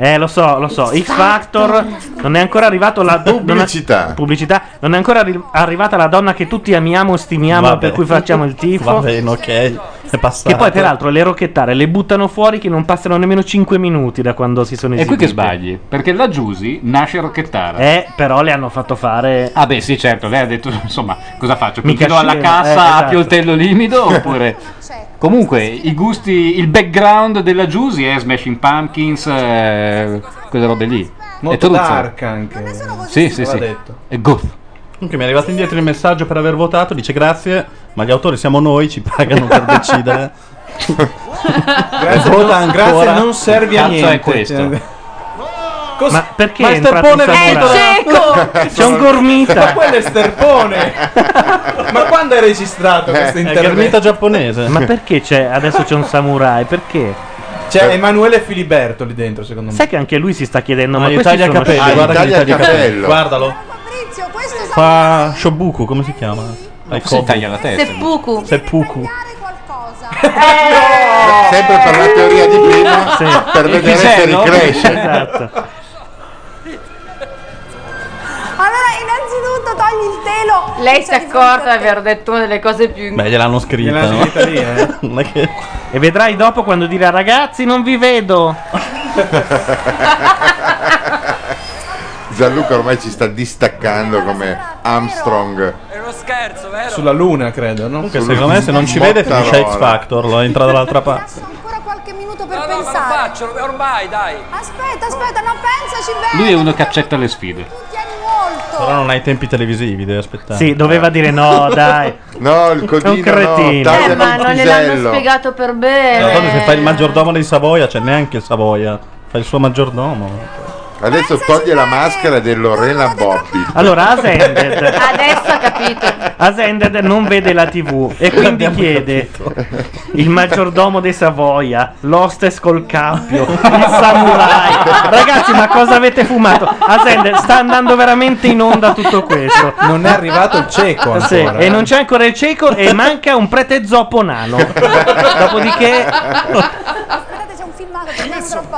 [SPEAKER 1] Eh, lo so, lo so. X Factor non è ancora arrivato la do- non è- pubblicità. Non è ancora arri- arrivata la donna che tutti amiamo, stimiamo,
[SPEAKER 6] Vabbè.
[SPEAKER 1] per cui facciamo il tifo.
[SPEAKER 6] Va bene, ok. È passato.
[SPEAKER 1] Che poi, peraltro, le rocchettare le buttano fuori che non passano nemmeno 5 minuti da quando si sono
[SPEAKER 17] È
[SPEAKER 1] esibite.
[SPEAKER 17] qui che sbagli, perché la Giusy nasce rocchettara.
[SPEAKER 1] Eh, però le hanno fatto fare.
[SPEAKER 17] Ah, beh, sì, certo, lei ha detto, insomma, cosa faccio? Mi
[SPEAKER 1] Mica
[SPEAKER 17] chiedo alla
[SPEAKER 1] scema,
[SPEAKER 17] cassa
[SPEAKER 1] eh, esatto.
[SPEAKER 17] a pioltello limido oppure... Comunque, i gusti, il background della Giusy è Smashing Pumpkins, eh, quelle robe lì.
[SPEAKER 10] Molto
[SPEAKER 17] è truzza.
[SPEAKER 10] dark anche.
[SPEAKER 17] Sì, sì,
[SPEAKER 10] Va
[SPEAKER 17] sì.
[SPEAKER 10] detto.
[SPEAKER 17] È goth.
[SPEAKER 6] Comunque mi è arrivato indietro il messaggio per aver votato, dice grazie, ma gli autori siamo noi, ci pagano per decidere.
[SPEAKER 10] Grazie,
[SPEAKER 6] Vota
[SPEAKER 10] non-
[SPEAKER 6] ancora.
[SPEAKER 10] grazie, non serve a
[SPEAKER 6] Cazzo è
[SPEAKER 10] niente.
[SPEAKER 6] questo?
[SPEAKER 1] Ma perché
[SPEAKER 10] Ma
[SPEAKER 1] è entrato
[SPEAKER 10] Sterpone
[SPEAKER 1] un samurai?
[SPEAKER 10] vedo!
[SPEAKER 1] C'è un gormita!
[SPEAKER 10] Ma quello è Sterpone! Ma quando Eh. è registrato questo intervento?
[SPEAKER 6] giapponese.
[SPEAKER 1] Ma perché c'è adesso c'è un samurai? Perché?
[SPEAKER 10] C'è Emanuele Filiberto lì dentro, secondo me.
[SPEAKER 1] Sai che anche lui si sta chiedendo, ma
[SPEAKER 10] gli
[SPEAKER 1] questi
[SPEAKER 10] taglia
[SPEAKER 1] sono
[SPEAKER 10] capelli,
[SPEAKER 1] scemi?
[SPEAKER 10] guarda che Ah, gli taglia capelli. Guardalo.
[SPEAKER 6] Fa Shobuku, come si chiama? Dai,
[SPEAKER 17] si taglia la testa.
[SPEAKER 15] Seppuku.
[SPEAKER 6] Seppuku.
[SPEAKER 8] Sempre per la teoria di prima,
[SPEAKER 6] Sì.
[SPEAKER 8] per
[SPEAKER 6] Il
[SPEAKER 8] vedere se
[SPEAKER 6] pisello?
[SPEAKER 8] ricresce.
[SPEAKER 6] Esatto.
[SPEAKER 9] Allora, innanzitutto togli il telo. Cioè,
[SPEAKER 15] Lei si è accorta di aver detto una delle cose più
[SPEAKER 6] Beh, gliel'hanno scritta.
[SPEAKER 1] Gliel'hanno
[SPEAKER 6] no?
[SPEAKER 1] scritta lì, eh.
[SPEAKER 6] Non è che-
[SPEAKER 1] E vedrai dopo quando dirà ragazzi non vi vedo.
[SPEAKER 8] Gianluca ormai ci sta distaccando come Armstrong.
[SPEAKER 10] Sulla luna, credo, no?
[SPEAKER 6] Comunque, secondo me se non ci vede finisce X Factor, lo entra dall'altra parte.
[SPEAKER 9] minuto per pensare. No, faccio, ormai, dai. Aspetta, aspetta, no, pensaci bene.
[SPEAKER 17] Lui è uno che accetta le sfide.
[SPEAKER 6] Però non hai tempi televisivi, devi aspettare.
[SPEAKER 1] Sì, doveva dire no, dai.
[SPEAKER 8] No, il
[SPEAKER 6] codino
[SPEAKER 1] È un cretino.
[SPEAKER 6] no,
[SPEAKER 15] Eh, ma non gliel'hanno spiegato per
[SPEAKER 6] D'altronde se fai il
[SPEAKER 15] bene.
[SPEAKER 6] maggiordomo di Savoia, c'è neanche il Savoia, fai il suo maggiordomo.
[SPEAKER 8] Adesso toglie la maschera di Lorena Bobbi.
[SPEAKER 1] Allora, Asended,
[SPEAKER 15] Adesso ha capito.
[SPEAKER 1] Asended non vede la TV e quindi chiede il maggiordomo dei Savoia, l'hostess col cappio, il samurai. Ragazzi, ma cosa avete fumato? Asended sta andando veramente in onda tutto questo.
[SPEAKER 10] Non è arrivato il cieco ancora. eh.
[SPEAKER 1] Sì, e non c'è ancora il cieco e manca un prete zoppo nano. Dopodiché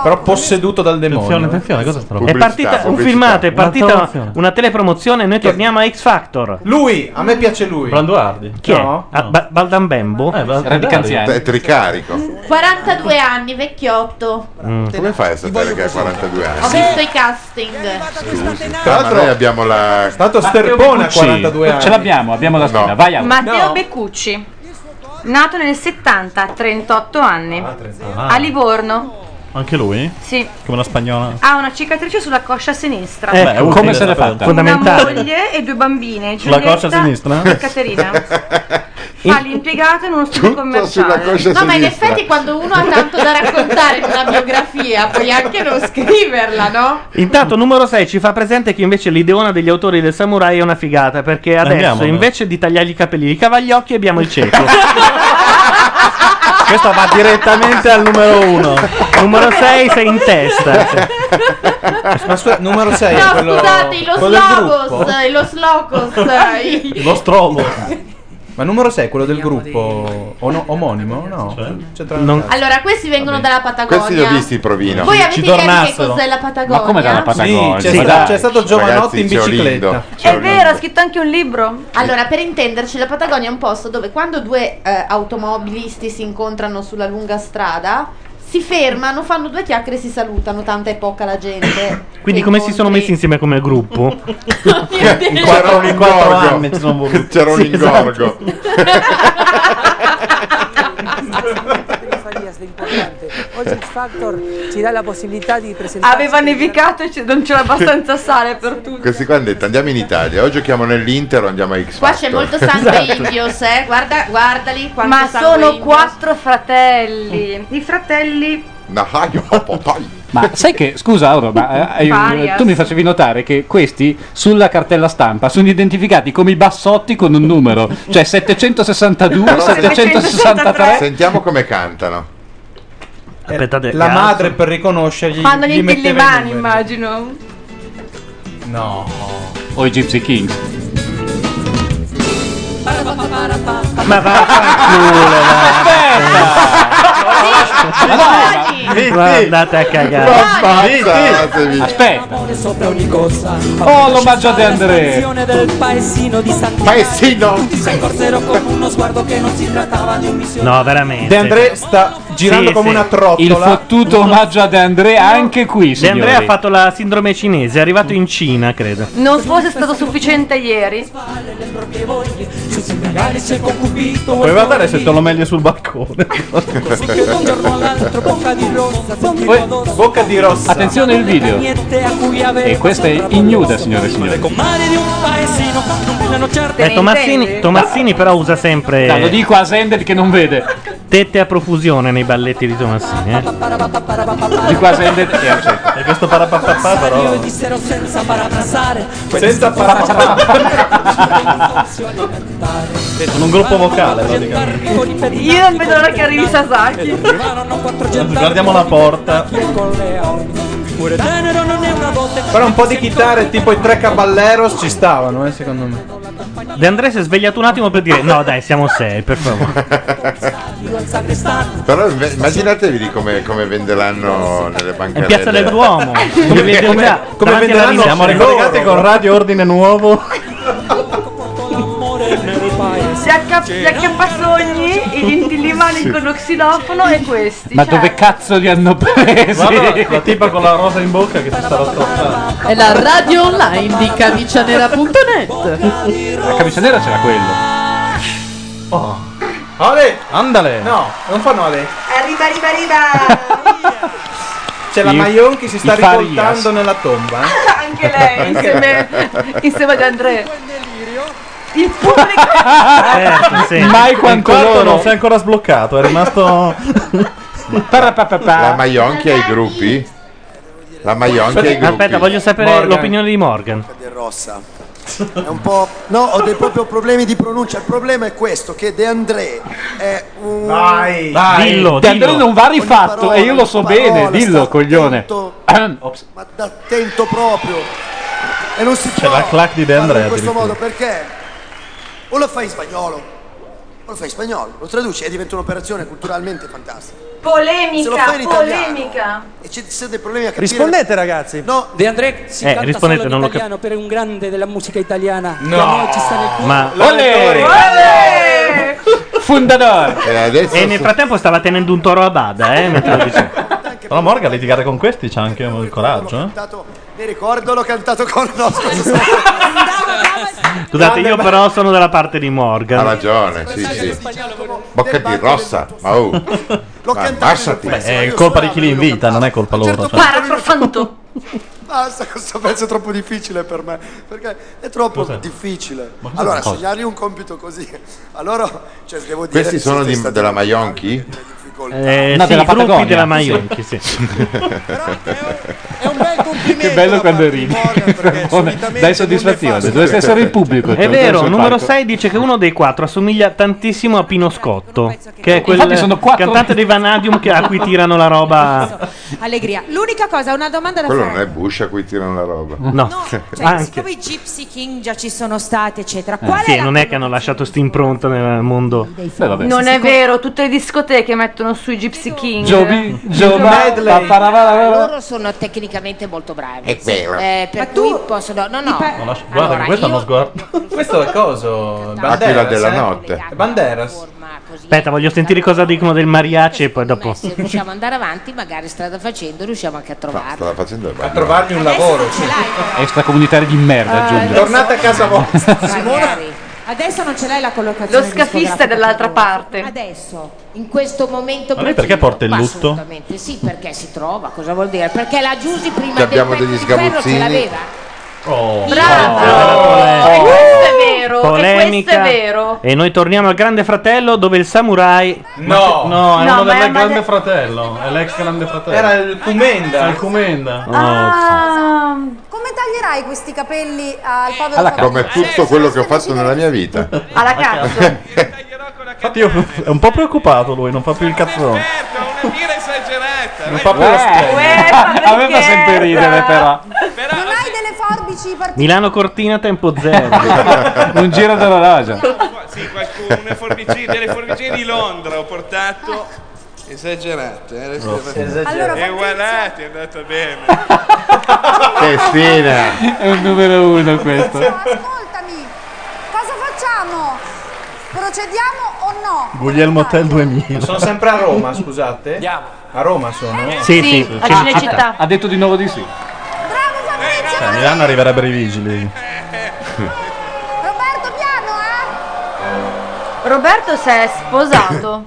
[SPEAKER 10] Però posseduto dal demonio. eh.
[SPEAKER 1] Attenzione,
[SPEAKER 6] attenzione, cosa sta
[SPEAKER 1] è partita un filmato, è partita una telepromozione e noi torniamo a X Factor.
[SPEAKER 10] Lui, a me piace lui.
[SPEAKER 6] Branduardi.
[SPEAKER 1] Chi
[SPEAKER 10] No,
[SPEAKER 1] è? Ah, Ba- Baldambembo? Eh,
[SPEAKER 8] È tricarico.
[SPEAKER 5] 42 anni, vecchiotto.
[SPEAKER 10] Mm.
[SPEAKER 8] Come fai a sapere che ha 42
[SPEAKER 5] Ho
[SPEAKER 8] anni?
[SPEAKER 5] visto i casting.
[SPEAKER 8] Tra l'altro noi abbiamo la.
[SPEAKER 10] Stato Sterpone a 42 anni.
[SPEAKER 17] Ce l'abbiamo, abbiamo la sfida. Vai, Aura.
[SPEAKER 15] Matteo Beccucci, nato nel 70, 38 anni,
[SPEAKER 6] Ah,
[SPEAKER 15] a Livorno,
[SPEAKER 6] Anche lui?
[SPEAKER 15] sì,
[SPEAKER 6] Come la spagnola?
[SPEAKER 15] ha una cicatrice sulla coscia sinistra.
[SPEAKER 6] Eh, Beh, è utile
[SPEAKER 17] come se l'è
[SPEAKER 6] saperlo.
[SPEAKER 15] Una
[SPEAKER 17] fatta?
[SPEAKER 6] fondamentale.
[SPEAKER 15] moglie e due bambine.
[SPEAKER 6] Sulla
[SPEAKER 15] Giulietta
[SPEAKER 6] coscia sinistra?
[SPEAKER 15] e Caterina. Fa l'impiegato in uno studio commerciale.
[SPEAKER 8] sulla coscia
[SPEAKER 5] Eh, No, ma in effetti quando uno ha tanto da raccontare in una biografia, puoi anche non scriverla, no?
[SPEAKER 1] Intanto numero 6 ci fa presente che invece l'ideona degli autori del samurai è una figata perché adesso
[SPEAKER 6] Andiamo,
[SPEAKER 1] invece di tagliargli i capelli di cavagliocchi abbiamo il cieco.
[SPEAKER 6] Questa va direttamente al numero 1.
[SPEAKER 1] numero 6 sei in testa.
[SPEAKER 10] Ma scusa, numero
[SPEAKER 8] Eh,
[SPEAKER 10] 6
[SPEAKER 5] no,
[SPEAKER 10] è quello
[SPEAKER 5] scusate, i Los
[SPEAKER 10] quello del
[SPEAKER 5] Logos,
[SPEAKER 10] gruppo?
[SPEAKER 5] i Los Locos. i-
[SPEAKER 10] Lo strobo. Ma numero 6 è quello del gruppo o no- omonimo? No. C'è tra-
[SPEAKER 5] Allora, questi vengono dalla Patagonia.
[SPEAKER 8] Questi li ho visti in provino.
[SPEAKER 5] Voi avete idea di che
[SPEAKER 10] tornassero.
[SPEAKER 5] cos'è la Patagonia?
[SPEAKER 10] Sì, c'è, sta- c'è stato Giovanotti in bicicletta.
[SPEAKER 15] È vero, ha scritto anche un libro.
[SPEAKER 5] Allora, per intenderci, la Patagonia è un posto dove quando due eh, automobilisti si incontrano sulla lunga strada
[SPEAKER 3] si fermano, fanno due chiacchiere e si salutano, tanta è poca la gente.
[SPEAKER 1] Quindi come si sono messi insieme come gruppo?
[SPEAKER 8] In quattro- in quattro anni ci sono voluti. C'era un
[SPEAKER 1] esatto.
[SPEAKER 8] ingorgo.
[SPEAKER 35] Oggi X Factor ci dà la possibilità di presentare.
[SPEAKER 15] Aveva nevicato e c- non c'era abbastanza sale per tutti.
[SPEAKER 8] Questi qua hanno detto andiamo in Italia, oggi giochiamo nell'Inter o andiamo a X
[SPEAKER 3] Qua
[SPEAKER 8] Factor. Esatto.
[SPEAKER 3] c'è molto sangue indios, eh. Guarda, guardali quanto
[SPEAKER 15] Ma
[SPEAKER 3] sangue
[SPEAKER 15] sono
[SPEAKER 3] indios.
[SPEAKER 15] quattro fratelli. I fratelli
[SPEAKER 8] No, ah, io ho potato.
[SPEAKER 17] Ma sai che, scusa Auro, ma eh,
[SPEAKER 15] Varias.
[SPEAKER 17] tu mi facevi notare che questi sulla cartella stampa sono identificati come i bassotti con un numero, cioè 762, 763.
[SPEAKER 8] Sentiamo come cantano.
[SPEAKER 10] Aspettate, la madre per riconoscergli
[SPEAKER 15] fanno gli
[SPEAKER 10] gli metteva i
[SPEAKER 15] mani,
[SPEAKER 10] numeri.
[SPEAKER 15] immagino.
[SPEAKER 10] No.
[SPEAKER 17] O i Gypsy Kings.
[SPEAKER 1] Ma vaffanculo,
[SPEAKER 17] Vitti.
[SPEAKER 1] Aspetta! Ma andate a cagare.
[SPEAKER 17] Aspetta.
[SPEAKER 35] Sopra ogni cosa.
[SPEAKER 17] Oh, l'omaggio a De André.
[SPEAKER 35] Stazione del paesino di Sant'Anna.
[SPEAKER 8] Paesino.
[SPEAKER 35] Tutti si accorsero con uno sguardo che non si trattava di un missionario.
[SPEAKER 1] No, veramente.
[SPEAKER 35] De André
[SPEAKER 10] Eh, sta
[SPEAKER 35] girando come una trottola.
[SPEAKER 17] Il fottuto omaggio a De André anche qui,
[SPEAKER 1] De
[SPEAKER 17] signori.
[SPEAKER 1] Andrea ha fatto la sindrome cinese, è arrivato in Cina, credo.
[SPEAKER 15] Non fosse stato sufficiente ieri.
[SPEAKER 6] Puoi guardare se te lo meglio sul balcone.
[SPEAKER 35] Poi,
[SPEAKER 10] bocca di rossa.
[SPEAKER 17] Attenzione il video. E questa è ignuda, signore e signori.
[SPEAKER 35] certo
[SPEAKER 1] Eh, Tomazzini, Tomazzini però usa sempre.
[SPEAKER 17] Dai, lo dico a Sender che non vede.
[SPEAKER 1] Tette a profusione nei balletti di Tomazzini. Eh.
[SPEAKER 17] Di qua Sender è assente.
[SPEAKER 1] E questo parapappapà però.
[SPEAKER 35] dissero senza parafrasare.
[SPEAKER 6] Senza
[SPEAKER 35] parafrasare.
[SPEAKER 6] Sono un gruppo vocale praticamente.
[SPEAKER 15] Io non vedo l'ora che arrivi Sasaki.
[SPEAKER 6] Guardiamo la porta.
[SPEAKER 10] Però un po' di chitarre tipo i tre caballeros ci stavano, eh, secondo me.
[SPEAKER 1] De Andrea si è svegliato un attimo per dire: No, dai, siamo sei, per favore.
[SPEAKER 8] Però inve- immaginatevi di come, come venderanno nelle banche.
[SPEAKER 1] In piazza del Duomo. Come venderanno-
[SPEAKER 6] Come
[SPEAKER 1] davanti alla
[SPEAKER 6] vedranno,
[SPEAKER 1] Linea.
[SPEAKER 6] siamo ricollegati con Radio Ordine Nuovo.
[SPEAKER 15] Gli, acca- gli acchiappasogni, i gentillimani con lo xilofono e questi.
[SPEAKER 17] Ma
[SPEAKER 15] cioè.
[SPEAKER 17] dove cazzo li hanno presi?
[SPEAKER 6] Guarda la tipa con la rosa in bocca che si stava strozzando.
[SPEAKER 5] È la radio online di camicionera.net.
[SPEAKER 17] La camicia nera c'era quello.
[SPEAKER 10] Oh. Ale! Andale! No, non fanno Ale.
[SPEAKER 36] Arriva, arriva, arriva!
[SPEAKER 10] C'è la
[SPEAKER 17] I-
[SPEAKER 10] Maion che si sta
[SPEAKER 17] i Farias.
[SPEAKER 10] rivoltando nella tomba. eh.
[SPEAKER 15] Anche lei, insieme, insieme ad Andrea. Eh. Il pubblico.
[SPEAKER 1] eh,
[SPEAKER 6] Mai
[SPEAKER 17] quanto loro.
[SPEAKER 6] non si è ancora sbloccato, è rimasto.
[SPEAKER 8] La Maionchi ai gruppi? La Maionchi ai gruppi.
[SPEAKER 1] Aspetta, voglio sapere l'opinione di Morgan.
[SPEAKER 14] De Rossa. È un po'. No, ho dei proprio problemi di pronuncia. Il problema è questo: che De André è un.
[SPEAKER 10] Vai,
[SPEAKER 17] Dillo, De André non va rifatto
[SPEAKER 14] parola,
[SPEAKER 17] e io lo so
[SPEAKER 14] ogni parola,
[SPEAKER 17] bene,
[SPEAKER 14] sta
[SPEAKER 17] dillo coglione.
[SPEAKER 14] attento.
[SPEAKER 17] Ops.
[SPEAKER 14] Ma da attento proprio. E non si
[SPEAKER 6] C'è
[SPEAKER 14] può
[SPEAKER 6] la clac di De
[SPEAKER 14] farlo
[SPEAKER 6] André
[SPEAKER 14] in questo
[SPEAKER 6] addirittura.
[SPEAKER 14] modo perché o lo fai in spagnolo, o lo fai in spagnolo, lo traduci e diventa un'operazione culturalmente fantastica. Se lo fai in
[SPEAKER 5] Polemica,
[SPEAKER 14] italiano.
[SPEAKER 5] polemica.
[SPEAKER 14] E ci sono dei problemi a capire.
[SPEAKER 13] Rispondete ragazzi.
[SPEAKER 14] No,
[SPEAKER 35] De André si
[SPEAKER 1] Eh,
[SPEAKER 35] canta
[SPEAKER 1] rispondete,
[SPEAKER 35] solo in
[SPEAKER 1] non lo
[SPEAKER 35] italiano per un grande della musica italiana.
[SPEAKER 1] No.
[SPEAKER 35] Che a noi ci sta nel cuore.
[SPEAKER 1] Ma
[SPEAKER 35] Olè!
[SPEAKER 17] Fundador!
[SPEAKER 8] E,
[SPEAKER 1] nel frattempo stava tenendo un toro a bada, eh. mentre lo dicevo.
[SPEAKER 6] Però Morgan litigare con questi c'ha anche il coraggio. Eh?
[SPEAKER 14] Mi ricordo l'ho cantato con il nostro
[SPEAKER 1] Scusate, io però sono dalla parte di Morgan.
[SPEAKER 8] Ha ragione, sì, sì. Bocca di rossa. Ma oh. Ma ammazzati.
[SPEAKER 6] Beh, Eh, è colpa di chi li invita, non è colpa loro.
[SPEAKER 14] certo
[SPEAKER 6] cioè.
[SPEAKER 15] Paraprofanto.
[SPEAKER 14] Basta, questo pezzo è troppo difficile per me, perché è troppo difficile.
[SPEAKER 6] cos'è
[SPEAKER 14] Allora,
[SPEAKER 6] cosa?
[SPEAKER 14] segnargli un compito così. Allora, cioè, devo dire
[SPEAKER 8] Questi sono di- della Maionchi?
[SPEAKER 1] Eh, sì, i gruppi della Maionchi, sì.
[SPEAKER 8] è un bel
[SPEAKER 17] Che bello quando ridi. Dai soddisfazione, dovreste essere il pubblico.
[SPEAKER 1] È
[SPEAKER 17] cioè,
[SPEAKER 1] vero,
[SPEAKER 17] sul
[SPEAKER 1] numero
[SPEAKER 17] palco.
[SPEAKER 1] 6 dice che uno dei quattro assomiglia tantissimo a Pino Scotto, che è quel
[SPEAKER 17] Infatti sono quattro-
[SPEAKER 1] cantante dei Vanadium che- a cui tirano la roba.
[SPEAKER 7] cioè.
[SPEAKER 18] Allegria. L'unica cosa, una domanda da
[SPEAKER 8] Quello
[SPEAKER 18] fare.
[SPEAKER 8] non è Bush a cui tirano la roba.
[SPEAKER 1] No,
[SPEAKER 18] Cioè,
[SPEAKER 1] anche.
[SPEAKER 18] siccome i Gypsy King già ci sono stati, eccetera,
[SPEAKER 1] Eh,
[SPEAKER 18] qual è
[SPEAKER 1] Sì,
[SPEAKER 18] la
[SPEAKER 1] non è che hanno lasciato st'impronta nel mondo.
[SPEAKER 15] Non è vero, tutte le discoteche mettono sui Gypsy King.
[SPEAKER 1] Joby- Joba-
[SPEAKER 15] Medley.
[SPEAKER 18] loro sono tecnicamente molto bravi.
[SPEAKER 10] È vero.
[SPEAKER 18] Eh, per cui possono. No, no.
[SPEAKER 10] Non lascio- Guarda, che questo è uno sguardo. Questo è coso.
[SPEAKER 8] Aquila
[SPEAKER 10] Banderas,
[SPEAKER 8] della
[SPEAKER 10] eh?
[SPEAKER 8] notte.
[SPEAKER 10] Banderas.
[SPEAKER 18] così.
[SPEAKER 1] Aspetta, voglio sentire cosa dicono del mariachi e poi dopo.
[SPEAKER 18] Se riusciamo ad andare avanti, magari strada facendo riusciamo anche a trovarlo.
[SPEAKER 8] Stava facendo il
[SPEAKER 18] A
[SPEAKER 8] bagno.
[SPEAKER 18] trovarmi un lavoro. Ce l'hai.
[SPEAKER 17] Extracomunitari di merda, Giulia.
[SPEAKER 18] Tornate a casa vostra.
[SPEAKER 17] Simona.
[SPEAKER 18] Adesso non ce l'hai la collocazione.
[SPEAKER 15] Lo scafista
[SPEAKER 18] discografica
[SPEAKER 15] dall'altra
[SPEAKER 18] per voi.
[SPEAKER 15] parte.
[SPEAKER 18] Adesso, in questo momento.
[SPEAKER 6] Ma lei perché
[SPEAKER 18] preciso,
[SPEAKER 6] porta il
[SPEAKER 18] ma
[SPEAKER 6] lutto?
[SPEAKER 18] Assolutamente sì, perché si trova. Cosa vuol dire? Perché la Giusy prima del
[SPEAKER 8] Abbiamo
[SPEAKER 18] petto
[SPEAKER 8] degli
[SPEAKER 18] di ferro ce
[SPEAKER 8] sgabuzzini.
[SPEAKER 18] l'aveva.
[SPEAKER 6] Oh.
[SPEAKER 15] Bravo! E questo è vero, e questo è
[SPEAKER 1] Eh. Polemica.
[SPEAKER 15] vero.
[SPEAKER 1] E noi torniamo al Grande Fratello dove il samurai.
[SPEAKER 6] No, no, è
[SPEAKER 1] No,
[SPEAKER 6] uno
[SPEAKER 1] ma è
[SPEAKER 6] dell'ex
[SPEAKER 1] una
[SPEAKER 6] grande
[SPEAKER 1] de-
[SPEAKER 6] fratello. È l'ex grande fratello.
[SPEAKER 10] Era il Cumenda.
[SPEAKER 6] Era il Cumenda.
[SPEAKER 9] Ah, come taglierai questi capelli al povero
[SPEAKER 8] Alla
[SPEAKER 9] Fabrizio?
[SPEAKER 8] come tutto quello che ho fatto nella mia vita.
[SPEAKER 9] Alla cazzo.
[SPEAKER 6] Infatti, io, è un po' preoccupato lui, non fa più il cazzone. Non fa più
[SPEAKER 1] Eh.
[SPEAKER 6] la
[SPEAKER 9] Uè,
[SPEAKER 7] Eh,
[SPEAKER 6] stella. Aveva sempre ridere, però.
[SPEAKER 9] Non hai delle forbici particolari?
[SPEAKER 1] Milano Cortina tempo zero.
[SPEAKER 17] Un giro della Raja.
[SPEAKER 7] Sì, qualcuno, una forbici- delle forbici di Londra ho portato.
[SPEAKER 10] Ah.
[SPEAKER 7] Esagerate, eh, adesso-
[SPEAKER 17] Sì, esagerate. Allora,
[SPEAKER 7] e guardate, è andata bene.
[SPEAKER 17] Eh, Testina. È un numero uno questo.
[SPEAKER 9] Ascoltami, cosa facciamo? Procediamo o no?
[SPEAKER 6] Guglielmo Hotel 2000.
[SPEAKER 10] Sono sempre a Roma, scusate. Andiamo. A Roma sono?
[SPEAKER 6] Sì, sì, sì. a Cinecittà.
[SPEAKER 10] Ha detto di nuovo di sì.
[SPEAKER 6] Cioè, a Milano arriverebbero i vigili.
[SPEAKER 5] Roberto si è sposato.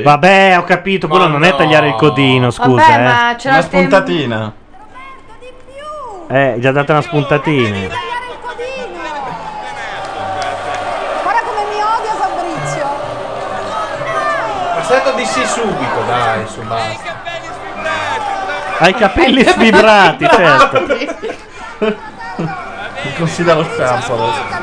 [SPEAKER 1] Vabbè, ho capito, quello non è tagliare il codino, scusa.
[SPEAKER 5] Vabbè,
[SPEAKER 1] eh.
[SPEAKER 5] ma c'era Una il tempo- spuntatina.
[SPEAKER 1] Eh, gli ha dato una spuntatina.
[SPEAKER 9] Guarda come mi odia Fabrizio.
[SPEAKER 10] Ah, Ma stato di sì subito, dai, su basta.
[SPEAKER 1] Ha i capelli sfibrati, certo.
[SPEAKER 6] Mi considera lo campo adesso.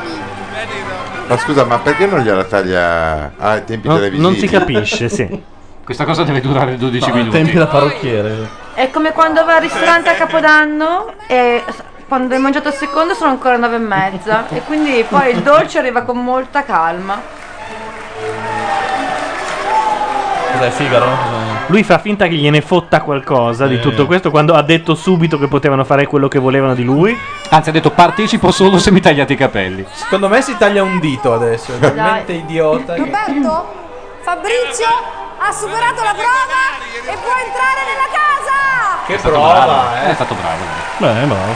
[SPEAKER 8] Ma scusa, ma perché non gliela taglia ai tempi
[SPEAKER 1] Non-
[SPEAKER 8] televisivi?
[SPEAKER 1] non si capisce, sì.
[SPEAKER 17] Questa cosa deve durare 12
[SPEAKER 6] No,
[SPEAKER 17] minuti.
[SPEAKER 6] tempi da parrucchiere.
[SPEAKER 15] È come quando va al ristorante a Capodanno e s- quando hai mangiato il secondo sono ancora nove e mezza e quindi poi il dolce arriva con molta calma.
[SPEAKER 6] Cos'è, Figaro? Cos'è?
[SPEAKER 1] Lui fa finta che gliene fotta qualcosa di tutto questo quando ha detto subito che potevano fare quello che volevano di lui.
[SPEAKER 17] Anzi, ha detto partecipo solo se mi tagliate i capelli.
[SPEAKER 10] Secondo me si taglia un dito adesso, è talmente idiota che...
[SPEAKER 9] Roberto, Fabrizio ha superato la prova e può entrare nella casa.
[SPEAKER 10] Che
[SPEAKER 17] stato
[SPEAKER 1] prova,
[SPEAKER 17] bravo,
[SPEAKER 1] eh.
[SPEAKER 17] È stato bravo.
[SPEAKER 6] Beh, bravo.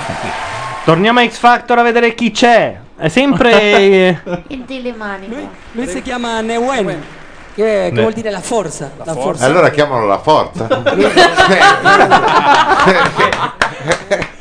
[SPEAKER 1] Torniamo a X Factor a vedere chi c'è. È sempre eh,
[SPEAKER 3] Il dilemanico.
[SPEAKER 35] Lui si chiama Newen, che, che
[SPEAKER 8] Ne-
[SPEAKER 35] vuol dire la forza. La forza.
[SPEAKER 8] Allora chiamano la forza.
[SPEAKER 35] Ah.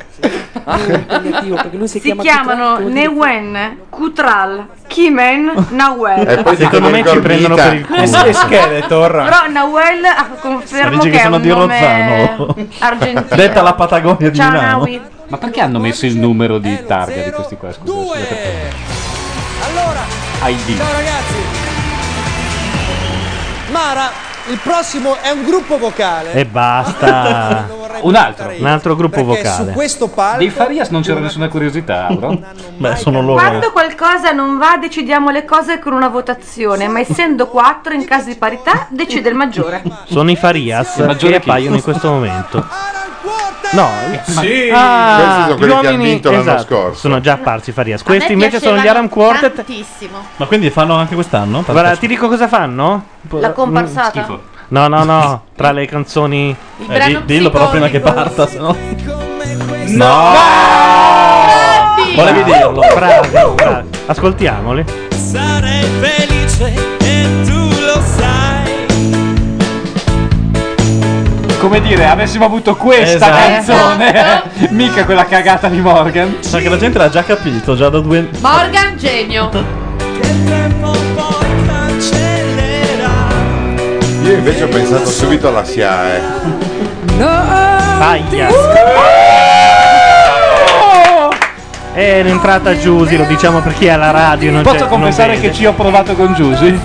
[SPEAKER 35] Impegnativo, perché lui si,
[SPEAKER 15] Si
[SPEAKER 35] chiama
[SPEAKER 15] chiamano
[SPEAKER 35] Kutran, che vuol
[SPEAKER 15] Newen, Kutral, Kimen,
[SPEAKER 6] E
[SPEAKER 15] Nawel.
[SPEAKER 6] poi-
[SPEAKER 1] Secondo me ci
[SPEAKER 6] Gormita.
[SPEAKER 1] prendono per il
[SPEAKER 6] E
[SPEAKER 1] culo.
[SPEAKER 6] s- e Skeletor.
[SPEAKER 15] Però Nawel ah, confermo che,
[SPEAKER 6] dice che
[SPEAKER 15] è
[SPEAKER 6] sono
[SPEAKER 15] un
[SPEAKER 6] di
[SPEAKER 15] nome
[SPEAKER 6] Rozzano.
[SPEAKER 15] argentino.
[SPEAKER 6] Detta la Patagonia di
[SPEAKER 15] Ciao,
[SPEAKER 6] Milano.
[SPEAKER 15] Nawi.
[SPEAKER 17] Ma perché hanno messo il numero di targa di questi qua? Scusa,
[SPEAKER 35] Allora,
[SPEAKER 17] ID.
[SPEAKER 35] ciao ragazzi. Mara, il prossimo è un gruppo vocale.
[SPEAKER 1] E basta.
[SPEAKER 17] Un altro.
[SPEAKER 1] Un altro gruppo vocale.
[SPEAKER 35] Questo palco
[SPEAKER 17] Dei Farias non c'era nessuna curiosità, bro.
[SPEAKER 1] Beh, sono
[SPEAKER 15] Quando qualcosa non va decidiamo le cose con una votazione, ma essendo quattro in caso di parità decide il maggiore.
[SPEAKER 1] Sono i Farias
[SPEAKER 17] Il maggiore
[SPEAKER 1] che
[SPEAKER 17] chi?
[SPEAKER 1] appaiono in questo momento. No,
[SPEAKER 8] Sì.
[SPEAKER 1] ah,
[SPEAKER 8] Questi sono
[SPEAKER 1] gli
[SPEAKER 8] quelli che hanno
[SPEAKER 1] uomini-
[SPEAKER 8] vinto l'anno
[SPEAKER 1] esatto,
[SPEAKER 8] scorso.
[SPEAKER 1] Sono già apparsi i Farias.
[SPEAKER 5] A
[SPEAKER 1] Questi
[SPEAKER 5] me
[SPEAKER 1] invece sono gli
[SPEAKER 5] piacevano
[SPEAKER 1] Aram Quartet.
[SPEAKER 5] Tantissimo.
[SPEAKER 6] Ma quindi fanno anche quest'anno?
[SPEAKER 1] Guarda, ti dico cosa fanno?
[SPEAKER 5] La comparsata.
[SPEAKER 6] Schifo.
[SPEAKER 1] No, no, no, tra le canzoni. Eh,
[SPEAKER 5] Il brano
[SPEAKER 6] dillo però prima che parta, sennò. No!
[SPEAKER 1] Volevi dirlo. Bravi, bravi. Ascoltiamoli.
[SPEAKER 41] Sarei felice e tu lo sai.
[SPEAKER 17] Come dire, avessimo avuto questa
[SPEAKER 6] Esatto.
[SPEAKER 17] canzone, mica quella cagata di Morgan.
[SPEAKER 6] Sa che la gente l'ha già capito, già da due.
[SPEAKER 5] Morgan genio.
[SPEAKER 8] Io invece ho pensato subito alla SIAE.
[SPEAKER 1] Aia. È l'entrata Giusy, lo diciamo per chi è alla radio. Non
[SPEAKER 17] Posso
[SPEAKER 1] c'è-
[SPEAKER 17] confessare
[SPEAKER 1] non
[SPEAKER 17] che
[SPEAKER 1] vede.
[SPEAKER 17] ci ho provato con Giusy?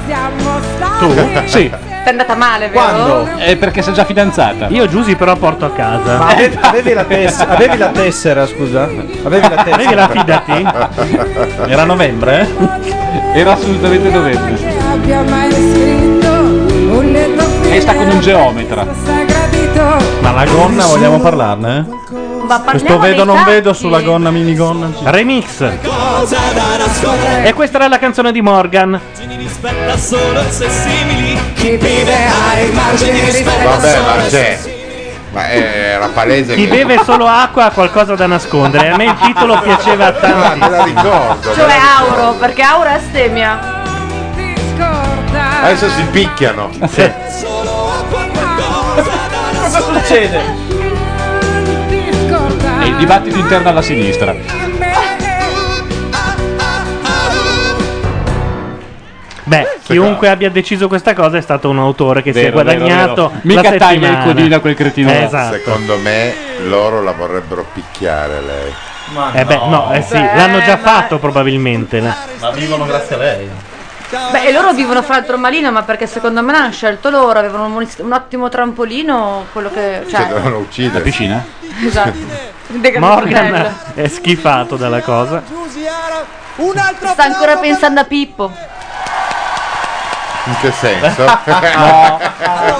[SPEAKER 17] Tu? Sì.
[SPEAKER 15] È andata male, vero?
[SPEAKER 17] È perché sei già fidanzata. Esatto.
[SPEAKER 1] Io Giusy però porto a casa.
[SPEAKER 10] Ma avevi, avevi la tessera, avevi la tessera, scusa. Avevi la tessera.
[SPEAKER 1] Avevi la fidati?
[SPEAKER 6] Era novembre, eh?
[SPEAKER 17] Era assolutamente novembre.
[SPEAKER 48] abbia mai scritto un letto
[SPEAKER 17] E sta con un geometra.
[SPEAKER 48] gradito
[SPEAKER 6] Ma la gonna vogliamo parlarne?
[SPEAKER 15] Ma
[SPEAKER 6] Questo
[SPEAKER 48] parliamo
[SPEAKER 6] vedo
[SPEAKER 48] dei
[SPEAKER 6] non vedo
[SPEAKER 48] tacchi.
[SPEAKER 6] sulla gonna minigonna.
[SPEAKER 1] Remix. E questa era la canzone di Morgan.
[SPEAKER 7] mi rispetta solo se simili. Chi
[SPEAKER 9] vive ai margini rispetta
[SPEAKER 8] Vabbè, ma c'è. Ma eh, era palese
[SPEAKER 1] Chi
[SPEAKER 8] che-
[SPEAKER 1] beve solo acqua ha qualcosa da nascondere. A me il titolo piaceva tanto.
[SPEAKER 8] Ah, Me la ricordo. me la
[SPEAKER 15] Cioè
[SPEAKER 8] ricordo.
[SPEAKER 15] Auro, perché Auro è astemia.
[SPEAKER 8] Adesso si picchiano.
[SPEAKER 17] Cosa succede? E il dibattito interno alla sinistra.
[SPEAKER 1] Beh, chiunque abbia deciso questa cosa è stato un autore che si è
[SPEAKER 17] Vero, vero,
[SPEAKER 1] guadagnato.
[SPEAKER 17] vero.
[SPEAKER 1] la
[SPEAKER 17] Mica taglia il
[SPEAKER 1] settimana.
[SPEAKER 17] codino a quel cretino là.
[SPEAKER 1] Eh, Esatto.
[SPEAKER 8] Secondo me loro la vorrebbero picchiare lei.
[SPEAKER 1] Eh beh, no, eh sì,
[SPEAKER 15] Beh,
[SPEAKER 1] l'hanno già
[SPEAKER 15] ma-
[SPEAKER 1] fatto probabilmente. no?
[SPEAKER 6] Ma vivono grazie a lei.
[SPEAKER 15] Beh, e loro vivono fra il malino, ma perché secondo me l'hanno scelto loro, avevano un, un ottimo trampolino, quello che...
[SPEAKER 8] Cioè,
[SPEAKER 15] Cioè,
[SPEAKER 8] dovevano uccidere. La
[SPEAKER 17] piscina?
[SPEAKER 15] esatto. Dega-
[SPEAKER 1] Morgan è schifato dalla cosa.
[SPEAKER 9] Un altro
[SPEAKER 15] Sta ancora pensando a Pippo.
[SPEAKER 8] In che senso?
[SPEAKER 17] No,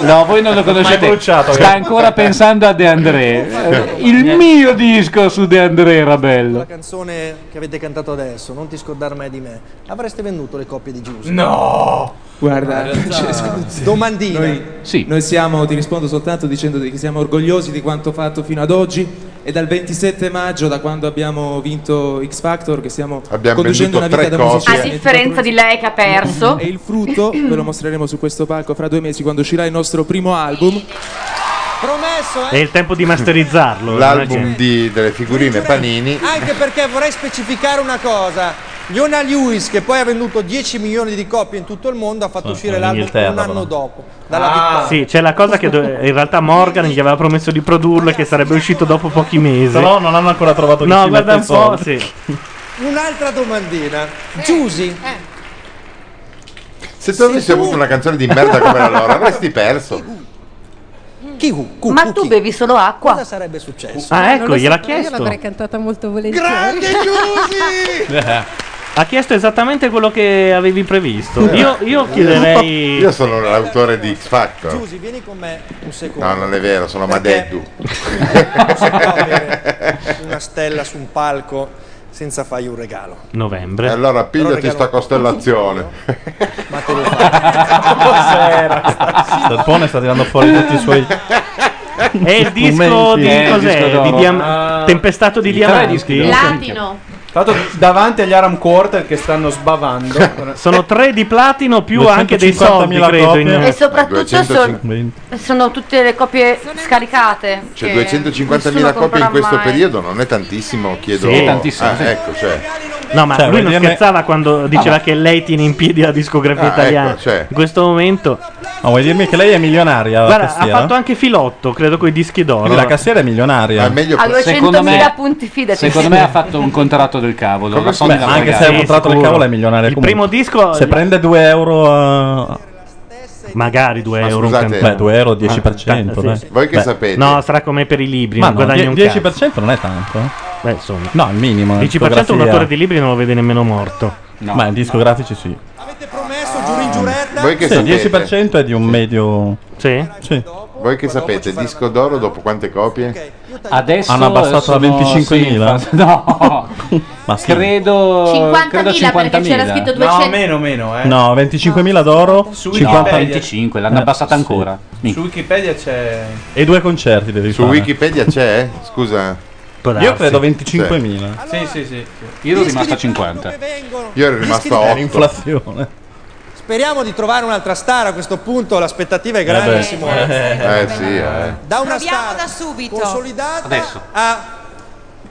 [SPEAKER 17] no, voi non lo conoscete.
[SPEAKER 8] bruciato,
[SPEAKER 17] Sta
[SPEAKER 8] ragazzi.
[SPEAKER 17] ancora pensando a De André. Eh, Il mio disco su De André era bello.
[SPEAKER 13] La canzone che avete cantato adesso, Non ti scordar mai di me, avreste venduto le coppie di Giuse?
[SPEAKER 10] Guarda,
[SPEAKER 13] In realtà-
[SPEAKER 10] cioè, scusi.
[SPEAKER 13] Domandina.
[SPEAKER 10] Noi, noi siamo, ti rispondo soltanto dicendoti che siamo orgogliosi di quanto fatto fino ad oggi e dal 27 maggio, da quando abbiamo vinto X Factor, che stiamo
[SPEAKER 8] Abbiamo
[SPEAKER 10] conducendo una
[SPEAKER 8] venduto
[SPEAKER 10] vita
[SPEAKER 8] tre
[SPEAKER 10] da musicisti.
[SPEAKER 15] A differenza di lei che ha perso.
[SPEAKER 10] E il frutto ve lo mostreremo su questo palco fra due mesi quando uscirà il nostro primo album.
[SPEAKER 13] Promesso, eh?
[SPEAKER 1] È il tempo di masterizzarlo. eh,
[SPEAKER 8] L'album di- delle figurine Panini.
[SPEAKER 13] Anche perché vorrei specificare una cosa. Leona Lewis, che poi ha venduto 10 milioni di copie in tutto il mondo, ha fatto uscire
[SPEAKER 1] in
[SPEAKER 13] l'album
[SPEAKER 1] Inghilterra,
[SPEAKER 13] un anno
[SPEAKER 1] però. Ah,
[SPEAKER 13] dopo. Dalla vittoria.
[SPEAKER 1] Sì, c'è la cosa che do- in realtà Morgan gli aveva promesso di produrlo e che sarebbe uscito dopo pochi mesi.
[SPEAKER 6] Però non hanno ancora trovato chi
[SPEAKER 1] No,
[SPEAKER 6] ci mette
[SPEAKER 1] guarda
[SPEAKER 6] il
[SPEAKER 1] un po',
[SPEAKER 6] soldo.
[SPEAKER 1] sì.
[SPEAKER 13] Un'altra domandina. Giusy,
[SPEAKER 8] Se tu avessi avuto una canzone di merda come la loro, avresti perso.
[SPEAKER 15] Ma tu bevi solo acqua. Cosa
[SPEAKER 13] sarebbe successo?
[SPEAKER 1] Ah, ecco, gliel'ha chiesto.
[SPEAKER 15] cantata molto
[SPEAKER 9] volentieri.
[SPEAKER 13] Grande Giusy!
[SPEAKER 1] Ha chiesto esattamente quello che avevi previsto. Io, io chiederei.
[SPEAKER 8] Io sono l'autore di X Factor.
[SPEAKER 13] Giusy, vieni con me un secondo.
[SPEAKER 8] No, non è vero, sono
[SPEAKER 13] Perché
[SPEAKER 8] Madeddu.
[SPEAKER 13] Non si può avere una stella su un palco senza fargli un regalo.
[SPEAKER 1] Novembre.
[SPEAKER 8] Allora
[SPEAKER 13] Però
[SPEAKER 8] pigliati
[SPEAKER 13] regalo-
[SPEAKER 8] sta costellazione.
[SPEAKER 13] Ma te lo faccio.
[SPEAKER 17] Ah.
[SPEAKER 6] Serpone sta tirando fuori tutti i suoi.
[SPEAKER 1] cioè. È il disco
[SPEAKER 6] Momenti.
[SPEAKER 1] di
[SPEAKER 6] Eh, il
[SPEAKER 1] cos'è?
[SPEAKER 6] disco
[SPEAKER 1] Di
[SPEAKER 6] d'oro.
[SPEAKER 1] diam-
[SPEAKER 6] Ah.
[SPEAKER 1] Tempestato di
[SPEAKER 6] I
[SPEAKER 2] tre
[SPEAKER 1] diamanti.
[SPEAKER 2] dischi d'oro. Platino. Tra l'altro davanti agli Aram Quarter che stanno sbavando.
[SPEAKER 1] Sono tre di platino più anche dei soldi,
[SPEAKER 2] 250.000
[SPEAKER 1] credo. in-
[SPEAKER 2] copie.
[SPEAKER 15] E soprattutto sono, sono tutte le copie scaricate.
[SPEAKER 8] Cioè
[SPEAKER 15] che
[SPEAKER 8] 250.000
[SPEAKER 15] nessuno
[SPEAKER 8] copie in
[SPEAKER 15] comprerà
[SPEAKER 8] questo
[SPEAKER 15] mai.
[SPEAKER 8] periodo non è tantissimo, chiedo.
[SPEAKER 1] Sì, è tantissimo,
[SPEAKER 8] Ah,
[SPEAKER 1] sì.
[SPEAKER 8] ecco, cioè.
[SPEAKER 1] No, ma
[SPEAKER 8] Cioè,
[SPEAKER 1] lui
[SPEAKER 8] vuol
[SPEAKER 1] non
[SPEAKER 8] dirne-
[SPEAKER 1] scherzava quando diceva che lei tiene in piedi la discografia
[SPEAKER 6] Ah, ecco,
[SPEAKER 1] italiana.
[SPEAKER 6] cioè.
[SPEAKER 1] In questo momento.
[SPEAKER 6] Ma vuoi dirmi che lei è milionaria? la
[SPEAKER 1] Guarda, ha
[SPEAKER 6] tastiera?
[SPEAKER 1] fatto anche filotto, credo, con i dischi d'oro.
[SPEAKER 6] Quindi la cassiera è milionaria.
[SPEAKER 15] A 200.000 punti fidati.
[SPEAKER 17] Secondo me ha fatto un contratto del cavolo.
[SPEAKER 6] Come
[SPEAKER 17] la Sony
[SPEAKER 6] beh,
[SPEAKER 17] l'ha
[SPEAKER 6] anche
[SPEAKER 17] pagato.
[SPEAKER 6] se è un contratto del cavolo è milionaria.
[SPEAKER 1] Il
[SPEAKER 6] comunque.
[SPEAKER 1] primo disco-
[SPEAKER 6] Se prende 2 euro. eh, a-
[SPEAKER 1] Magari 2
[SPEAKER 6] Ma
[SPEAKER 1] euro. un
[SPEAKER 6] scusate-
[SPEAKER 1] cantante.
[SPEAKER 6] Beh, 2 euro, 10%,
[SPEAKER 1] Ah, sì,
[SPEAKER 6] dai.
[SPEAKER 1] sì.
[SPEAKER 6] Voi che sapete?
[SPEAKER 1] No, sarà come per i libri.
[SPEAKER 6] Ma
[SPEAKER 1] non
[SPEAKER 6] no,
[SPEAKER 1] guadagni
[SPEAKER 6] die-
[SPEAKER 1] un
[SPEAKER 6] 10% non è tanto. eh.
[SPEAKER 1] Beh, insomma.
[SPEAKER 6] No, il minimo.
[SPEAKER 1] 10% un autore
[SPEAKER 6] autore
[SPEAKER 1] di libri non lo vede nemmeno morto.
[SPEAKER 6] Ma in discografici sì.
[SPEAKER 8] Voi che
[SPEAKER 6] Sì,
[SPEAKER 8] sapete?
[SPEAKER 6] 10% è di un medio.
[SPEAKER 1] Sì?
[SPEAKER 6] Sì.
[SPEAKER 8] Voi che sapete, il disco d'oro dopo quante copie?
[SPEAKER 17] Adesso
[SPEAKER 6] Hanno abbassato
[SPEAKER 17] sono-
[SPEAKER 6] a 25.000?
[SPEAKER 17] sì, infatti- no,
[SPEAKER 6] Ma sì.
[SPEAKER 17] credo
[SPEAKER 15] 50.000
[SPEAKER 17] credo
[SPEAKER 15] perché c'era scritto 200.
[SPEAKER 2] No, meno, meno, eh.
[SPEAKER 6] No, 25.000 d'oro,
[SPEAKER 2] Su
[SPEAKER 6] 50
[SPEAKER 2] Wikipedia.
[SPEAKER 17] 25, l'hanno abbassata ancora.
[SPEAKER 2] Su Wikipedia c'è.
[SPEAKER 6] E due concerti devi
[SPEAKER 8] Su
[SPEAKER 6] fare.
[SPEAKER 8] Wikipedia c'è? Scusa.
[SPEAKER 6] Io credo 25.000.
[SPEAKER 2] Sì, sì, sì.
[SPEAKER 17] Io ero rimasto a 50.
[SPEAKER 8] Io ero rimasto a 8.
[SPEAKER 6] Inflazione.
[SPEAKER 13] Speriamo di trovare un'altra star a questo punto, l'aspettativa è
[SPEAKER 8] beh.
[SPEAKER 13] grande, Simone.
[SPEAKER 8] Eh, sì, eh.
[SPEAKER 13] Da una star da subito. consolidata
[SPEAKER 8] Adesso.
[SPEAKER 13] a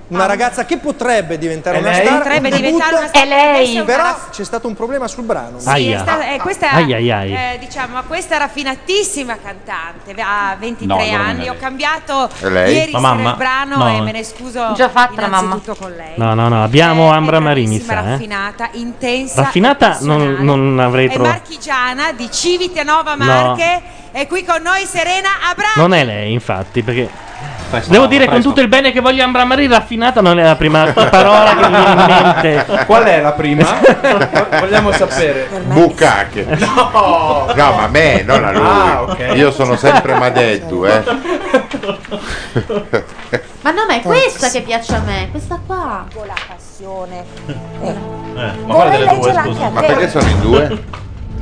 [SPEAKER 13] una ragazza che potrebbe diventare
[SPEAKER 10] Eh,
[SPEAKER 8] È
[SPEAKER 13] una
[SPEAKER 8] lei?
[SPEAKER 13] star.
[SPEAKER 18] Potrebbe
[SPEAKER 13] un debutto,
[SPEAKER 18] diventare una star.
[SPEAKER 13] È lei.
[SPEAKER 18] Adesso è una
[SPEAKER 13] Però
[SPEAKER 18] ragazza-
[SPEAKER 13] c'è stato un problema sul brano.
[SPEAKER 18] Sì, è stata- eh, questa,
[SPEAKER 13] Ai, ai, ai.
[SPEAKER 18] eh, diciamo, questa raffinatissima cantante ha 23
[SPEAKER 13] No, allora non è
[SPEAKER 18] anni. Ho
[SPEAKER 13] lei.
[SPEAKER 18] cambiato
[SPEAKER 1] È lei?
[SPEAKER 18] ieri
[SPEAKER 1] La
[SPEAKER 18] sera
[SPEAKER 1] mamma?
[SPEAKER 18] il brano
[SPEAKER 1] No.
[SPEAKER 18] e me ne scuso
[SPEAKER 15] Già fatta la mamma.
[SPEAKER 18] innanzitutto con lei.
[SPEAKER 1] No, no, no. Abbiamo Ambra Marini, mi
[SPEAKER 18] Bravissima,
[SPEAKER 1] sa. Eh.
[SPEAKER 18] raffinata, intensa.
[SPEAKER 1] Raffinata non, non avrei
[SPEAKER 18] È
[SPEAKER 1] trovato.
[SPEAKER 18] marchigiana di Civitanova
[SPEAKER 1] No.
[SPEAKER 18] Marche. E qui con noi Serena Abramo.
[SPEAKER 1] Non è lei, infatti, perché. Devo dire con
[SPEAKER 2] presto.
[SPEAKER 1] tutto il bene che voglio Ambra Marini, raffinata non è la prima parola che mi viene in mente.
[SPEAKER 2] Qual è la prima? Vogliamo sapere.
[SPEAKER 8] Boh, Bucacche.
[SPEAKER 2] No!
[SPEAKER 8] No, ma a me, non a lui.
[SPEAKER 2] Ah, ok.
[SPEAKER 8] Io sono sempre Madeddu, eh.
[SPEAKER 15] Ma no,
[SPEAKER 18] Ecco.
[SPEAKER 15] ma è questa che piace a me, questa qua.
[SPEAKER 18] Con la Ecco passione.
[SPEAKER 5] Eh.
[SPEAKER 1] Eh,
[SPEAKER 6] ma guarda le due, scusa.
[SPEAKER 8] Ma perché sono in due?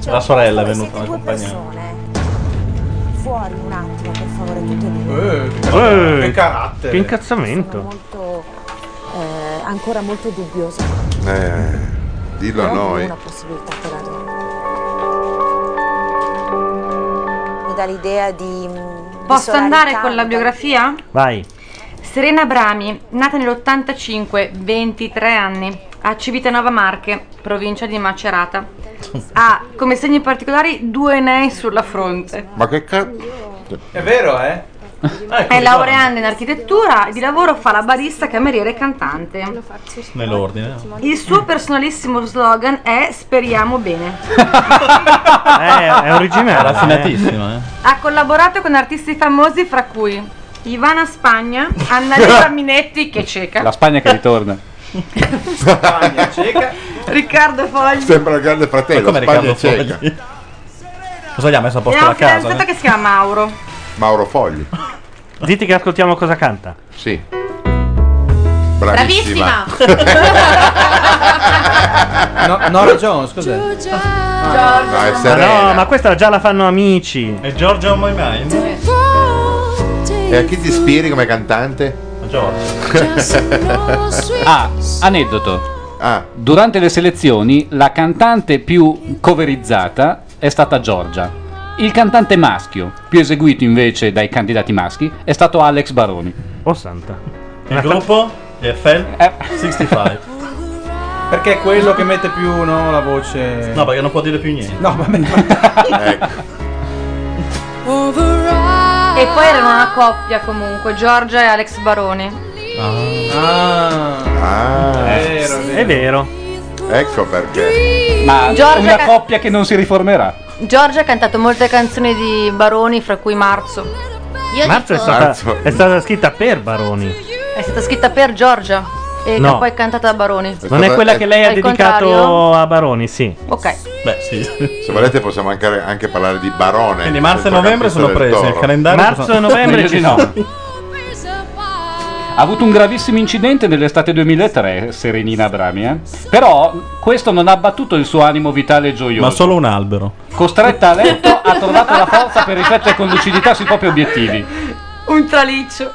[SPEAKER 6] La sorella è venuta ad accompagnare.
[SPEAKER 18] Fuori un attimo, per favore, tutte e due.
[SPEAKER 6] Eh, che car-
[SPEAKER 1] Eh,
[SPEAKER 6] che carattere.
[SPEAKER 1] Che incazzamento.
[SPEAKER 18] Molto, eh, ancora molto dubbiosa.
[SPEAKER 8] Eh, dillo a
[SPEAKER 18] Però
[SPEAKER 8] noi.
[SPEAKER 18] Una possibilità te la do.
[SPEAKER 1] Eh.
[SPEAKER 18] Mi dà l'idea di. mm,
[SPEAKER 15] Posso
[SPEAKER 18] di
[SPEAKER 15] andare
[SPEAKER 18] solarità,
[SPEAKER 15] con la
[SPEAKER 18] mi dà-
[SPEAKER 15] biografia?
[SPEAKER 1] Vai.
[SPEAKER 15] Serena Brami, nata nell'85, 23 anni, a Civitanova Marche, provincia di Macerata. Ha come segni particolari due nei sulla fronte.
[SPEAKER 8] Ma che cazzo?
[SPEAKER 10] È vero, eh?
[SPEAKER 15] È laureanda in architettura, di lavoro fa la barista, cameriera e cantante.
[SPEAKER 10] eh.
[SPEAKER 6] Nell'ordine.
[SPEAKER 15] Il suo personalissimo slogan è Speriamo bene.
[SPEAKER 1] Ah, è originale.
[SPEAKER 6] È raffinatissima, eh.
[SPEAKER 15] Ha collaborato con artisti famosi fra cui Ivana Spagna, Annalisa Minetti che è cieca,
[SPEAKER 17] La Spagna che ritorna.
[SPEAKER 15] Riccardo Fogli
[SPEAKER 8] Sembra il grande fratello,
[SPEAKER 6] Ma come
[SPEAKER 8] Spagna
[SPEAKER 6] Riccardo
[SPEAKER 8] e cieca.
[SPEAKER 6] Cosa gli ha messo a
[SPEAKER 15] e
[SPEAKER 6] posto
[SPEAKER 15] ha
[SPEAKER 6] la
[SPEAKER 15] un
[SPEAKER 6] casa?
[SPEAKER 15] fidanzato che si chiama Mauro.
[SPEAKER 8] Mauro Fogli.
[SPEAKER 1] Zitti che ascoltiamo cosa canta.
[SPEAKER 8] Sì.
[SPEAKER 3] Bravissima!
[SPEAKER 10] No, Nora Jones, cos'è?
[SPEAKER 8] Ah, è
[SPEAKER 1] Ma
[SPEAKER 8] Serena.
[SPEAKER 1] no, ma questa già la fanno amici.
[SPEAKER 6] E Giorgio My Mind?
[SPEAKER 8] E a chi ti ispiri come cantante?
[SPEAKER 17] Giorgio. Ah, aneddoto. Durante le selezioni la cantante più coverizzata è stata Giorgia. Il cantante maschio, più eseguito invece dai candidati maschi, è stato Alex Baroni.
[SPEAKER 1] Oh santa.
[SPEAKER 6] Il
[SPEAKER 17] Ecco.
[SPEAKER 6] gruppo? Gli
[SPEAKER 17] Eh.
[SPEAKER 6] FL? 65.
[SPEAKER 10] Perché è quello che mette più no, la voce.
[SPEAKER 6] No, perché non può dire più niente.
[SPEAKER 10] No, vabbè.
[SPEAKER 8] Eh.
[SPEAKER 15] E poi erano una coppia comunque, Giorgia e Alex Baroni.
[SPEAKER 8] Ah,
[SPEAKER 17] Vero,
[SPEAKER 1] è vero.
[SPEAKER 8] Ecco perché.
[SPEAKER 17] Ma
[SPEAKER 15] Giorgia
[SPEAKER 17] una
[SPEAKER 15] Ca-
[SPEAKER 17] coppia che non si riformerà.
[SPEAKER 15] Giorgia ha cantato molte canzoni di Baroni, fra cui Marzo. Io
[SPEAKER 1] Marzo è stata, è stata scritta per Baroni.
[SPEAKER 15] È stata scritta per Giorgia e
[SPEAKER 1] No.
[SPEAKER 15] poi cantata da Baroni.
[SPEAKER 1] Non è quella che lei ha
[SPEAKER 15] Al
[SPEAKER 1] dedicato
[SPEAKER 15] contrario?
[SPEAKER 1] a Baroni, sì.
[SPEAKER 15] Ok.
[SPEAKER 8] Eh,
[SPEAKER 6] Beh, sì.
[SPEAKER 8] Se volete possiamo anche, anche parlare di Barone.
[SPEAKER 6] Quindi marzo e
[SPEAKER 8] il
[SPEAKER 6] novembre sono
[SPEAKER 8] centrocampista
[SPEAKER 6] presi,
[SPEAKER 8] del
[SPEAKER 6] il
[SPEAKER 8] Toro.
[SPEAKER 6] calendario Marzo cosa- e novembre
[SPEAKER 17] Meglio
[SPEAKER 6] ci
[SPEAKER 17] di
[SPEAKER 6] sono.
[SPEAKER 17] Ha avuto un gravissimo incidente nell'estate 2003, Serenina Brami, eh. Però questo non ha abbattuto il suo animo vitale e gioioso.
[SPEAKER 6] Ma solo un albero.
[SPEAKER 17] Costretta a letto, ha trovato la forza per riflettere con lucidità sui propri obiettivi.
[SPEAKER 15] Un traliccio.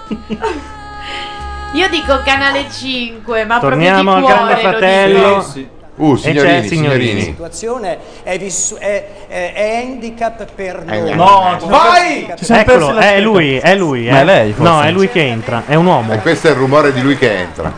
[SPEAKER 3] Io dico canale 5, ma
[SPEAKER 1] Torniamo al
[SPEAKER 3] proprio di
[SPEAKER 1] Grande
[SPEAKER 3] cuore lo
[SPEAKER 1] Fratello.
[SPEAKER 3] dico.
[SPEAKER 8] Uh,
[SPEAKER 1] E c'è
[SPEAKER 8] signorini, signorini.
[SPEAKER 1] Signorini.
[SPEAKER 48] La situazione è, vissu- è, è- è handicap
[SPEAKER 8] Eh,
[SPEAKER 48] per noi.
[SPEAKER 6] No,
[SPEAKER 48] vai!
[SPEAKER 1] Eh, Eccolo, è lui, è lui.
[SPEAKER 8] Ma
[SPEAKER 1] eh.
[SPEAKER 8] è lei, forse.
[SPEAKER 1] No, è lui che entra, è un uomo.
[SPEAKER 8] E questo è il rumore di lui che entra.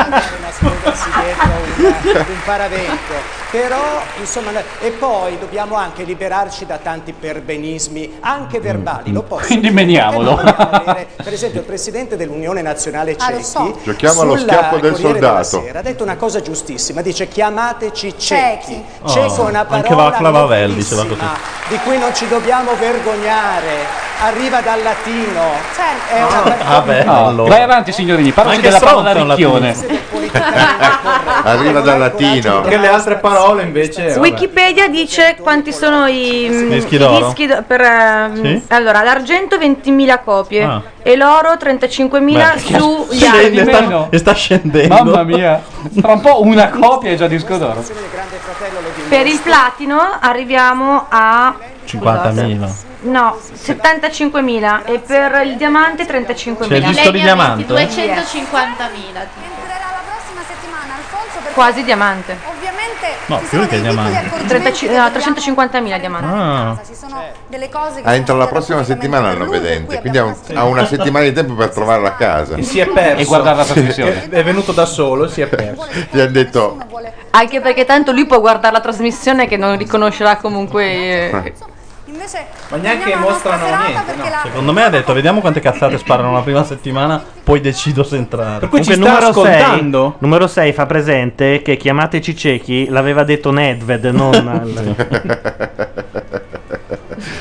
[SPEAKER 48] nascondersi dietro un, un paravento. Però, insomma, no- e poi dobbiamo anche liberarci da tanti perbenismi, anche verbali. Lo posso
[SPEAKER 17] Quindi meniamolo.
[SPEAKER 48] dire. Per esempio, il presidente dell'Unione Nazionale
[SPEAKER 8] Ah, lo
[SPEAKER 48] Cechi,
[SPEAKER 8] so. Giochiamo allo
[SPEAKER 48] sulla
[SPEAKER 8] schiaffo del
[SPEAKER 48] Corriere della
[SPEAKER 8] soldato.
[SPEAKER 48] Sera, ha detto una cosa giustissima: dice chiamateci
[SPEAKER 8] Cechi.
[SPEAKER 48] ciechi.
[SPEAKER 6] Oh,
[SPEAKER 48] Cieco è una
[SPEAKER 6] anche
[SPEAKER 48] parola
[SPEAKER 6] Vaclav Havel
[SPEAKER 48] nobilissima,
[SPEAKER 6] diceva così.
[SPEAKER 48] di cui non ci dobbiamo vergognare. Arriva dal latino.
[SPEAKER 49] Certo.
[SPEAKER 48] È una
[SPEAKER 6] Vabbè, Ah, allora.
[SPEAKER 17] Vai avanti, signorini, parlaci
[SPEAKER 6] Anche
[SPEAKER 17] della parola
[SPEAKER 6] Stronzo è un
[SPEAKER 17] ricchione.
[SPEAKER 8] Arriva dal latino.
[SPEAKER 10] Perché le altre parole invece. vabbè.
[SPEAKER 15] Wikipedia dice quanti sono i mm,
[SPEAKER 10] Dischi d'oro?
[SPEAKER 15] dischi do- per, ehm,
[SPEAKER 10] Sì?
[SPEAKER 15] Allora, l'argento 20.000 copie
[SPEAKER 6] Ah.
[SPEAKER 15] e l'oro 35.000
[SPEAKER 6] Beh,
[SPEAKER 15] sugli
[SPEAKER 6] scende,
[SPEAKER 15] anni.
[SPEAKER 6] sta-
[SPEAKER 15] Meno.
[SPEAKER 6] E sta scendendo.
[SPEAKER 17] Mamma mia, tra un po' una copia è già disco d'oro.
[SPEAKER 15] Per il platino arriviamo a
[SPEAKER 6] 50.000.
[SPEAKER 15] no, 75.000 e per il diamante 35.000.
[SPEAKER 6] C'è il disco di
[SPEAKER 15] Millennium
[SPEAKER 6] diamante?
[SPEAKER 15] 250.000. Quasi diamante.
[SPEAKER 9] Ovviamente
[SPEAKER 6] No,
[SPEAKER 9] ci
[SPEAKER 6] più
[SPEAKER 9] sono
[SPEAKER 6] che
[SPEAKER 9] dei piccoli
[SPEAKER 6] diamante.
[SPEAKER 9] accorgimenti
[SPEAKER 15] 35
[SPEAKER 9] che
[SPEAKER 15] no,
[SPEAKER 9] dobbiamo
[SPEAKER 15] 350.000 diamanti.
[SPEAKER 8] Ah.
[SPEAKER 9] Ci sono delle cose che
[SPEAKER 8] Ah, entro la
[SPEAKER 9] sono
[SPEAKER 8] prossima settimana il novedente, quindi ha, un- ha una settimana di tempo per trovare la casa.
[SPEAKER 10] E si è perso.
[SPEAKER 17] E guardare la trasmissione.
[SPEAKER 10] È, è venuto da solo, si è perso.
[SPEAKER 8] Gli hanno detto
[SPEAKER 15] Anche perché tanto lui può guardare la trasmissione che non riconoscerà comunque eh,
[SPEAKER 9] Invece
[SPEAKER 10] Ma neanche
[SPEAKER 9] torniamo alla nostra
[SPEAKER 10] mostrano
[SPEAKER 9] serata
[SPEAKER 10] niente,
[SPEAKER 9] perché
[SPEAKER 10] no.
[SPEAKER 9] la-
[SPEAKER 6] Secondo me ha detto, vediamo quante cazzate sparano la prima settimana, poi decido se entrare. Per
[SPEAKER 10] cui ci sta
[SPEAKER 1] numero
[SPEAKER 10] ascoltando?
[SPEAKER 1] 6, numero 6 fa presente che chiamateci ciechi l'aveva detto Nedved, non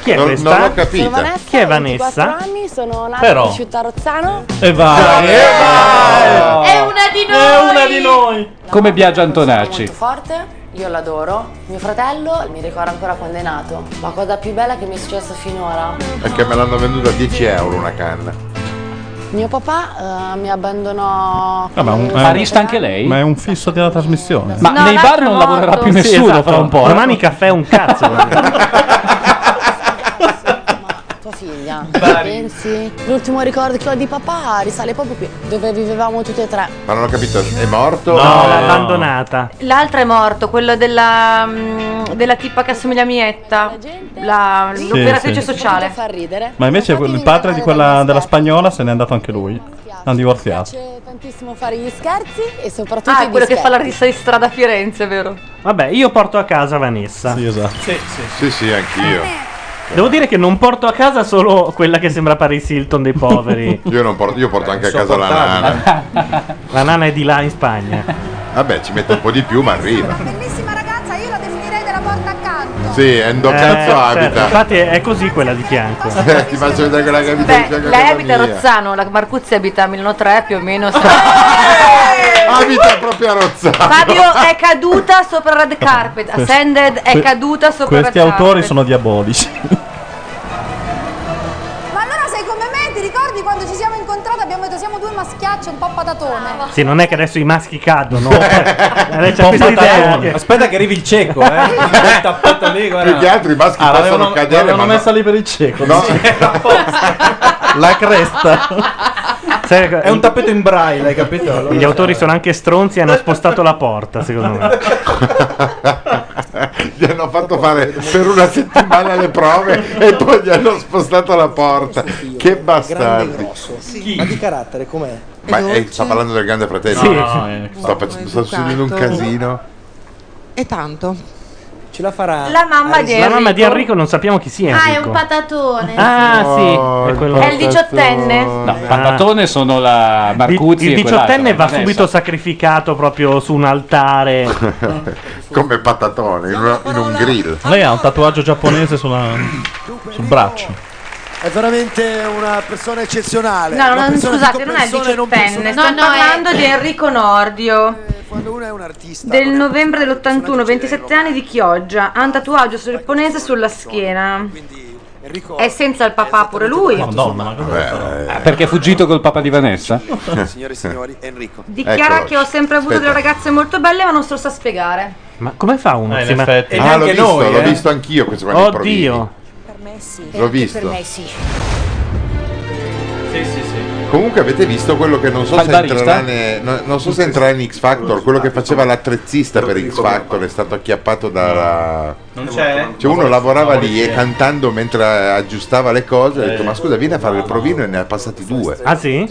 [SPEAKER 1] Chi è
[SPEAKER 8] Non-
[SPEAKER 1] questa?
[SPEAKER 8] non l'ho capita.
[SPEAKER 47] Sono Vanessa,
[SPEAKER 1] Chi è
[SPEAKER 47] 24
[SPEAKER 1] Vanessa?
[SPEAKER 47] anni, sono nata
[SPEAKER 1] Però.
[SPEAKER 47] a Città Rozzano.
[SPEAKER 6] E vai, e vai!
[SPEAKER 47] È una di noi!
[SPEAKER 6] È una di noi!
[SPEAKER 17] Eh, Come Biagio
[SPEAKER 47] Molto
[SPEAKER 17] Antonacci.
[SPEAKER 47] forte, io l'adoro. Mio fratello mi ricorda ancora quando è nato. Ma cosa più bella che mi è successa finora?
[SPEAKER 8] perché me l'hanno venduta a 10 euro una canna.
[SPEAKER 50] Mio papà eh, mi abbandonò.
[SPEAKER 6] Ah, ma un-
[SPEAKER 50] eh,
[SPEAKER 6] è un-
[SPEAKER 17] Barista anche lei?
[SPEAKER 6] Ma è un fisso della trasmissione.
[SPEAKER 17] Ma No, nei bar non l'altro lavorerà modo. più nessuno
[SPEAKER 1] esatto.
[SPEAKER 17] fra un po', eh?
[SPEAKER 1] Domani caffè un cazzo.
[SPEAKER 50] tua figlia. Pensi? L'ultimo ricordo che ho di papà risale proprio qui, dove vivevamo tutti e tre.
[SPEAKER 8] Ma non ho capito, è morto?
[SPEAKER 1] No, l'ha abbandonata.
[SPEAKER 15] L'altro è morto, quello della, mm, della tipa che assomiglia a Mietta, la-
[SPEAKER 6] Sì,
[SPEAKER 15] l'operatrice
[SPEAKER 6] sì.
[SPEAKER 15] sociale.
[SPEAKER 50] Fa ridere.
[SPEAKER 6] Ma invece quel- il padre di quella della spagnola se n'è andato anche lui. Hanno divorziato.
[SPEAKER 50] Tantissimo fare gli scherzi e soprattutto.
[SPEAKER 15] Ah,
[SPEAKER 50] i
[SPEAKER 15] è quello che fa
[SPEAKER 50] dischetti.
[SPEAKER 15] l'artista di strada a Firenze, vero?
[SPEAKER 1] Vabbè, io porto a casa Vanessa.
[SPEAKER 6] Sì, esatto.
[SPEAKER 1] Sì,
[SPEAKER 8] sì. anch'io.
[SPEAKER 1] Devo dire che non porto a casa solo quella che sembra Paris Hilton dei poveri.
[SPEAKER 8] Io, non porto, io porto anche a casa la nana.
[SPEAKER 1] La nana è di là in Spagna.
[SPEAKER 8] Vabbè, ci mette un po' di più, ma arriva.
[SPEAKER 9] Bellissima ragazza, io la definirei della porta accanto.
[SPEAKER 8] Sì, è un do cazzo
[SPEAKER 1] certo,
[SPEAKER 8] abita.
[SPEAKER 1] Infatti è così quella di fianco.
[SPEAKER 8] Eh, Ti faccio vedere quella che abita
[SPEAKER 15] Beh,
[SPEAKER 8] in fianco a
[SPEAKER 15] Eh, lei
[SPEAKER 8] casa
[SPEAKER 15] abita a
[SPEAKER 8] mia.
[SPEAKER 15] Rozzano, la Marcuzzi abita a Milano 3 più o meno.
[SPEAKER 8] Abita proprio a Rozzano.
[SPEAKER 15] Fabio ecco, è caduta sopra red carpet. Ascended è
[SPEAKER 6] Que-
[SPEAKER 15] caduta sopra red
[SPEAKER 6] Questi
[SPEAKER 15] carpet.
[SPEAKER 6] autori sono diabolici.
[SPEAKER 9] Ma allora sei come me, ti ricordi quando ci siamo incontrati abbiamo detto siamo due maschiacce un po' patatone.
[SPEAKER 1] Sì, non è che adesso i maschi cadono. Eh, Lei c'ha
[SPEAKER 7] Un po'
[SPEAKER 1] questa idea.
[SPEAKER 7] patatone. Aspetta che arrivi il cieco, eh. Tappata lì, guarda.
[SPEAKER 8] Più che altro i maschi
[SPEAKER 7] Ah,
[SPEAKER 8] possono
[SPEAKER 7] l'avevano-
[SPEAKER 8] cadere, ma
[SPEAKER 7] l'avevano
[SPEAKER 8] no.
[SPEAKER 7] messa lì per il cieco.
[SPEAKER 8] No.
[SPEAKER 7] La cresta.
[SPEAKER 1] È
[SPEAKER 7] un tappeto in braille, hai capito? Allora-
[SPEAKER 1] Gli autori sono anche stronzi e hanno spostato la porta, secondo me.
[SPEAKER 8] gli hanno fatto fare per una settimana le prove e poi gli hanno spostato la porta. Che bastardi.
[SPEAKER 13] Ma di carattere com'è?
[SPEAKER 8] Ma eh, sta parlando del grande fratello.
[SPEAKER 13] Sì. No, no,
[SPEAKER 8] sta, fac- sta succedendo un casino.
[SPEAKER 13] E tanto. Ce la farà.
[SPEAKER 5] La mamma di
[SPEAKER 1] La mamma di Enrico non sappiamo chi sia.
[SPEAKER 5] Ah, è
[SPEAKER 1] Enrico.
[SPEAKER 5] un patatone.
[SPEAKER 1] Ah,
[SPEAKER 17] Oh,
[SPEAKER 1] sì. È, quello-
[SPEAKER 5] È il diciottenne?
[SPEAKER 17] No, patatone sono la
[SPEAKER 1] Di-
[SPEAKER 17] Marcuzzi.
[SPEAKER 1] il
[SPEAKER 17] e quell'altra,
[SPEAKER 1] diciottenne va
[SPEAKER 17] Vanessa.
[SPEAKER 1] subito sacrificato proprio su un altare.
[SPEAKER 8] Come patatone in, una- in un grill.
[SPEAKER 6] Lei ha un tatuaggio giapponese sulla- sul braccio.
[SPEAKER 14] È veramente una persona eccezionale.
[SPEAKER 49] No,
[SPEAKER 14] Una
[SPEAKER 49] non,
[SPEAKER 14] persona-
[SPEAKER 49] scusate,
[SPEAKER 14] dico
[SPEAKER 49] non è il
[SPEAKER 14] persone, non
[SPEAKER 49] diciottenne,
[SPEAKER 14] persone.
[SPEAKER 49] sto parlando di Enrico Nordio. Del novembre dell'81, 27 anni di Chioggia, ha un tatuaggio sul giapponese sulla schiena. È senza il papà pure lui.
[SPEAKER 17] Ah, perché è fuggito col papà di Vanessa?
[SPEAKER 14] eh. Signore e signori, Enrico.
[SPEAKER 49] Dichiara
[SPEAKER 17] Ecco.
[SPEAKER 49] che ho sempre avuto
[SPEAKER 17] Aspetta.
[SPEAKER 49] delle ragazze molto belle, ma non so sa spiegare.
[SPEAKER 1] Ma come fa uno?
[SPEAKER 8] Eh, in
[SPEAKER 1] Sì, ma-
[SPEAKER 8] effetti.
[SPEAKER 1] e
[SPEAKER 8] Ah,
[SPEAKER 1] neanche
[SPEAKER 8] l'ho visto, l'ho
[SPEAKER 1] eh.
[SPEAKER 8] visto anch'io questo qua nei provini.
[SPEAKER 1] Oddio.
[SPEAKER 8] L'ho visto.
[SPEAKER 7] Sì, sì, sì.
[SPEAKER 8] Comunque avete visto quello che non so,
[SPEAKER 7] Fa
[SPEAKER 8] se
[SPEAKER 7] il barista?
[SPEAKER 8] entrerà, ne- no- non so se entrerà in X Factor, quello che faceva l'attrezzista per X Factor è stato acchiappato dalla...
[SPEAKER 7] Non c'è?
[SPEAKER 8] Cioè uno lavorava lì e cantando mentre aggiustava le cose ha detto ma scusa vieni a fare il provino e ne ha passati due.
[SPEAKER 1] Eh. Ah sì?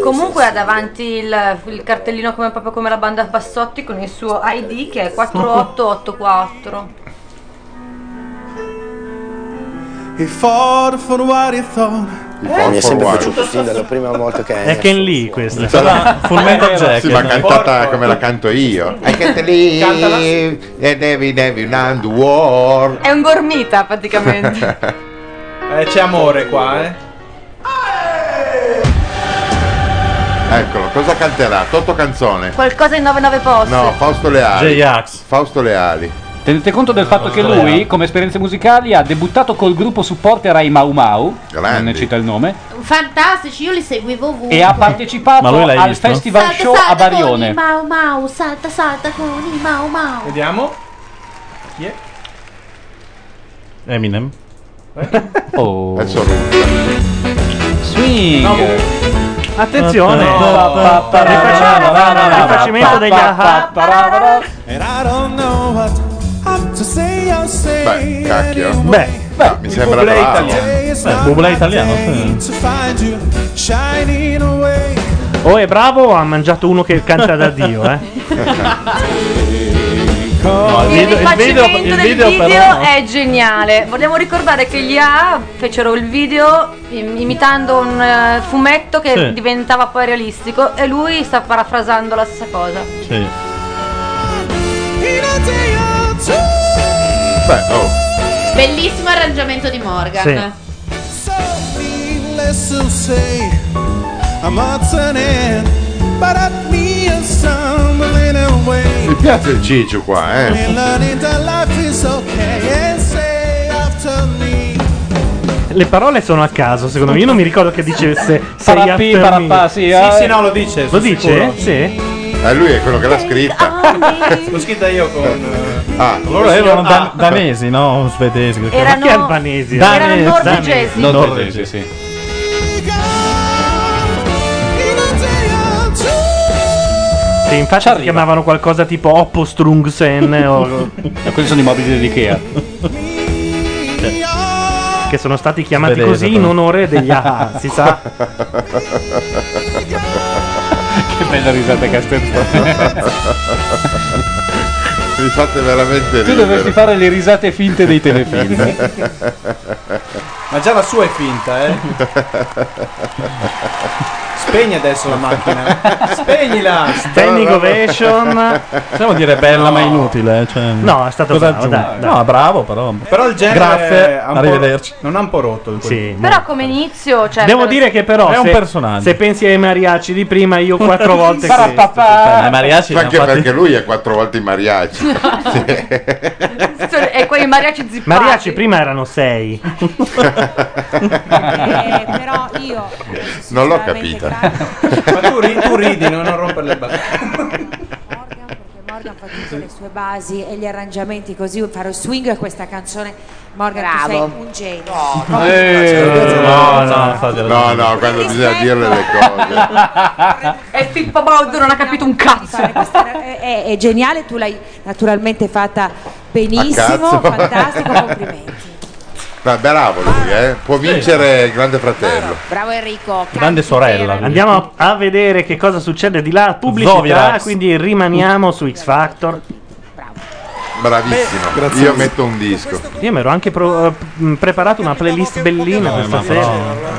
[SPEAKER 15] Comunque ha davanti il, il cartellino come, proprio come la banda Bassotti con il suo ID che è 4884.
[SPEAKER 10] He fought for what he thought.
[SPEAKER 13] Eh, Mi è sempre piaciuto fin dalla prima volta che
[SPEAKER 1] È Ken Lee questa.
[SPEAKER 8] Full Eh, Sì, ma cantata come la canto io. I can't live, eh, devi, devi, and war.
[SPEAKER 15] È un gormita praticamente.
[SPEAKER 7] Eh, c'è amore qua, eh.
[SPEAKER 8] Eccolo, cosa canterà? Toto Canzone.
[SPEAKER 15] Qualcosa in 99 posti.
[SPEAKER 8] No, Fausto Leali. Fausto Leali.
[SPEAKER 17] Tenete conto del fatto che lui, come esperienze musicali, ha debuttato col gruppo supporter ai Mau Mau, non ne cita il nome,
[SPEAKER 5] Fantastici, io li seguivo ovunque.
[SPEAKER 17] e ha partecipato
[SPEAKER 7] Ma lui l'hai
[SPEAKER 17] al
[SPEAKER 7] visto?
[SPEAKER 17] Festival
[SPEAKER 5] Salta,
[SPEAKER 17] Show
[SPEAKER 5] salta
[SPEAKER 17] a
[SPEAKER 5] con i
[SPEAKER 17] Barione.
[SPEAKER 5] Mau Mau, salta, salta con i Mau Mau.
[SPEAKER 7] Vediamo. Chi è?
[SPEAKER 6] Eminem.
[SPEAKER 10] Eh?
[SPEAKER 17] Oh.
[SPEAKER 8] Adesso
[SPEAKER 17] Swing.
[SPEAKER 1] Attenzione. Rifacimento degli aha.
[SPEAKER 10] And I don't know what I'm to say or say.
[SPEAKER 8] Beh, cacchio.
[SPEAKER 6] Beh,
[SPEAKER 8] mi sembra
[SPEAKER 6] Bublé
[SPEAKER 8] bravo.
[SPEAKER 6] italiano. Eh, Bublé italiano. sì.
[SPEAKER 10] To find you shining away.
[SPEAKER 1] Oh, è bravo, ha mangiato uno che canta da Dio, eh. No,
[SPEAKER 15] il, rifacimento del video, è geniale. Vogliamo ricordare che gli A fecero il video im- imitando un eh, fumetto che
[SPEAKER 6] Sì.
[SPEAKER 15] diventava poi realistico e lui sta parafrasando la stessa cosa.
[SPEAKER 6] Sì.
[SPEAKER 8] Beh, oh.
[SPEAKER 5] Bellissimo arrangiamento di Morgan.
[SPEAKER 10] Needless to say, I'm alternate, but at me I'm stumbling away.
[SPEAKER 8] Mi piace il ciccio qua,
[SPEAKER 10] And
[SPEAKER 8] eh.
[SPEAKER 10] learning that life is okay and say after me.
[SPEAKER 1] Le parole sono a caso, secondo me. Io non mi ricordo che dicesse
[SPEAKER 17] parapì, parapà, sì, eh.
[SPEAKER 6] sì, no, lo dice.
[SPEAKER 1] Lo
[SPEAKER 6] sono
[SPEAKER 1] dice?
[SPEAKER 6] sicuro.
[SPEAKER 1] Sì.
[SPEAKER 8] Eh, lui è quello che l'ha scritta.
[SPEAKER 6] L'ho scritta io con.
[SPEAKER 10] eh,
[SPEAKER 8] Ah,
[SPEAKER 6] Loro erano
[SPEAKER 8] da
[SPEAKER 6] dan- danesi, no? Svedesi. perché-
[SPEAKER 1] Erano- Ma che albanesi?
[SPEAKER 6] Danesi,
[SPEAKER 1] erano
[SPEAKER 6] danesi.
[SPEAKER 1] norvegesi.
[SPEAKER 17] Norvegesi, sì.
[SPEAKER 1] Sì, infatti si chiamavano qualcosa tipo Oppo Strungsen o...
[SPEAKER 17] Quelli sono i mobili dell'Ikea.
[SPEAKER 6] Cioè,
[SPEAKER 1] che sono stati chiamati
[SPEAKER 17] Svedese,
[SPEAKER 1] così in
[SPEAKER 7] esatto.
[SPEAKER 17] però.
[SPEAKER 1] onore degli AA, si sa.
[SPEAKER 17] Che bella risata che ha scherzato.
[SPEAKER 8] Mi fate veramente
[SPEAKER 17] Tu dovresti
[SPEAKER 8] ridere.
[SPEAKER 17] fare le risate finte dei telefilm.
[SPEAKER 10] Ma già la sua è finta, eh. Spegni adesso la macchina. Spegnila.
[SPEAKER 1] Standing ovation.
[SPEAKER 6] Possiamo dire bella ma inutile. eh, Cioè,
[SPEAKER 1] No, è stato
[SPEAKER 6] cosa
[SPEAKER 1] bravo,
[SPEAKER 6] aggiunge?
[SPEAKER 1] dai, dai.
[SPEAKER 6] No, bravo, però.
[SPEAKER 10] Però il genere
[SPEAKER 6] Grazie,
[SPEAKER 10] ha un po'-
[SPEAKER 6] arrivederci.
[SPEAKER 10] Non ha un po' rotto il
[SPEAKER 1] Sì.
[SPEAKER 5] Però come inizio, cioè,
[SPEAKER 1] Devo
[SPEAKER 5] per-
[SPEAKER 1] dire che però
[SPEAKER 6] È un
[SPEAKER 1] se,
[SPEAKER 6] personaggio.
[SPEAKER 1] se pensi ai mariachi di prima io quattro volte
[SPEAKER 6] Sarà
[SPEAKER 1] questo.
[SPEAKER 17] Ah.
[SPEAKER 8] Ma anche perché lui è quattro volte in mariaci.
[SPEAKER 5] e quei mariachi zippati.
[SPEAKER 1] Mariachi prima erano sei.
[SPEAKER 8] però
[SPEAKER 9] io
[SPEAKER 8] non l'ho capita.
[SPEAKER 10] Ma tu, ri- tu ridi, no? non rompere le balle.
[SPEAKER 36] Morgan fa tutte le sue basi e gli arrangiamenti così farò swing e questa canzone Morgan tu sei
[SPEAKER 8] Bravo.
[SPEAKER 36] un genio
[SPEAKER 8] Eh,
[SPEAKER 6] No, no, infatti,
[SPEAKER 8] No, no, quando bisogna dirle le cose.
[SPEAKER 36] e Pippo Baudo non ha capito un cazzo è, è- è geniale tu l'hai naturalmente fatta
[SPEAKER 8] A
[SPEAKER 36] benissimo
[SPEAKER 8] cazzo.
[SPEAKER 36] fantastico complimenti
[SPEAKER 8] Ma bravo lui, eh. Può vincere il Grande Fratello.
[SPEAKER 36] bravo Enrico
[SPEAKER 1] Grande sorella. Andiamo a vedere che cosa succede di là. Pubblicità,
[SPEAKER 8] Zovirax.
[SPEAKER 1] quindi rimaniamo su X Factor.
[SPEAKER 8] Bravissimo.
[SPEAKER 1] Grazie.
[SPEAKER 8] Io metto un disco.
[SPEAKER 1] Io mi ero anche pro- mh, preparato una playlist bellina
[SPEAKER 8] Eh,
[SPEAKER 6] Eh,
[SPEAKER 1] questa sera.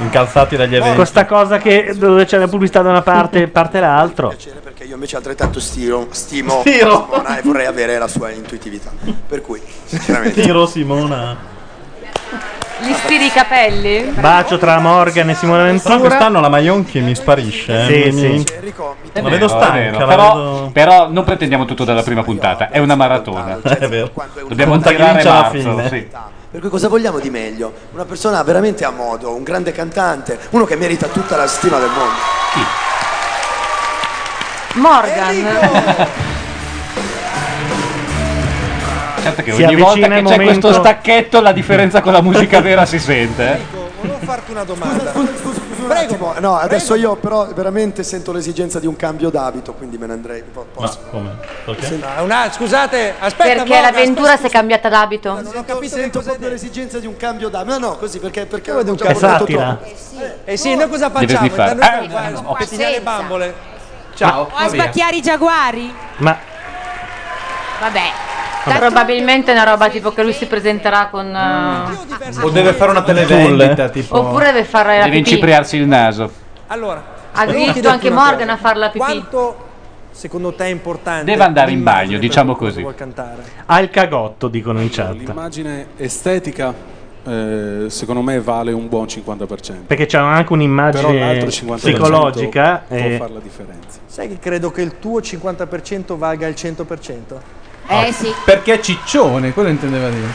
[SPEAKER 6] Incalzati dagli eventi.
[SPEAKER 1] Con sta cosa che dove c'è la pubblicità da una parte e parte l'altro.
[SPEAKER 14] Perché io invece altrettanto stiro, stimo
[SPEAKER 1] Stiro.
[SPEAKER 14] Simona e vorrei avere la sua intuitività. Per cui, sinceramente.
[SPEAKER 6] Tiro Simona.
[SPEAKER 5] Gli stiri i capelli?
[SPEAKER 1] Bacio tra Morgan e Simone
[SPEAKER 6] Però
[SPEAKER 1] Ventura.
[SPEAKER 6] quest'anno la Maionchi mi sparisce. eh, mi- mi- La vedo
[SPEAKER 17] vero, Eh, è
[SPEAKER 6] stanca.
[SPEAKER 17] vero.
[SPEAKER 6] la
[SPEAKER 17] Però, però non pretendiamo tutto dalla prima puntata, è una maratona.
[SPEAKER 6] È vero.
[SPEAKER 17] Dobbiamo
[SPEAKER 6] Conta chi
[SPEAKER 17] tirare
[SPEAKER 6] vince alla
[SPEAKER 17] marzo,
[SPEAKER 6] fine.
[SPEAKER 17] sì.
[SPEAKER 14] Per cui cosa vogliamo di meglio? Una persona veramente a modo, un grande cantante, uno che merita tutta la stima del mondo.
[SPEAKER 5] Morgan.
[SPEAKER 17] Certo che
[SPEAKER 1] Si
[SPEAKER 17] ogni volta
[SPEAKER 1] avvicina
[SPEAKER 17] che
[SPEAKER 1] il
[SPEAKER 17] c'è
[SPEAKER 1] momento-
[SPEAKER 17] questo stacchettino la differenza con la musica vera si sente. eh.
[SPEAKER 14] Volevo farti una domanda. Prego. No, adesso io però veramente sento l'esigenza di un cambio d'abito, quindi me ne andrei. Po- posso?
[SPEAKER 6] come?
[SPEAKER 13] Ah, una- scusate, aspetta.
[SPEAKER 3] Perché
[SPEAKER 13] Morgan,
[SPEAKER 3] l'avventura si è cambiata d'abito?
[SPEAKER 14] Non ho capito sento proprio l'esigenza di un cambio d'abito. No, no, così perché perché
[SPEAKER 13] Come di un
[SPEAKER 14] ho già
[SPEAKER 13] cambio
[SPEAKER 14] portato
[SPEAKER 13] d'abito?
[SPEAKER 14] troppo.
[SPEAKER 13] Eh sì, noi cosa
[SPEAKER 17] Deve
[SPEAKER 13] facciamo?
[SPEAKER 17] sniffare.
[SPEAKER 13] Da noi
[SPEAKER 17] Eh,
[SPEAKER 13] fare-
[SPEAKER 17] no.
[SPEAKER 13] pettinare le bambole.
[SPEAKER 15] Ah,
[SPEAKER 17] Ciao.
[SPEAKER 36] o a sbacchiare i giaguari
[SPEAKER 1] Ma
[SPEAKER 5] Vabbè. Probabilmente è una roba tipo che lui si presenterà con. eh,
[SPEAKER 10] O deve fare una televendita, tipo.
[SPEAKER 5] Oppure deve fare la
[SPEAKER 17] Deve
[SPEAKER 5] pipì.
[SPEAKER 17] incipriarsi il naso.
[SPEAKER 13] Allora,
[SPEAKER 5] Ha
[SPEAKER 13] devo
[SPEAKER 5] diritto
[SPEAKER 13] chiederti
[SPEAKER 5] anche
[SPEAKER 13] una
[SPEAKER 5] Morgan
[SPEAKER 13] cosa.
[SPEAKER 5] a fare la pipì.
[SPEAKER 13] Quanto secondo te è importante?
[SPEAKER 17] Deve andare in
[SPEAKER 13] l'immagine
[SPEAKER 17] bagno,
[SPEAKER 13] per
[SPEAKER 17] diciamo
[SPEAKER 13] qualcuno
[SPEAKER 17] così.
[SPEAKER 13] che vuol cantare?
[SPEAKER 1] Ha il cagotto, dicono in chat.
[SPEAKER 43] L'immagine estetica, eh, secondo me, vale un buon 50%.
[SPEAKER 1] Perché c'è anche
[SPEAKER 43] Però
[SPEAKER 1] un'immagine
[SPEAKER 43] l'altro 50%
[SPEAKER 1] psicologica. eh.
[SPEAKER 43] può
[SPEAKER 1] e-
[SPEAKER 13] Eh,
[SPEAKER 43] far la differenza.
[SPEAKER 13] Sai che credo che il tuo 50% valga il 100%? Eh,
[SPEAKER 10] Ah, Perché è ciccione, quello intendeva dire.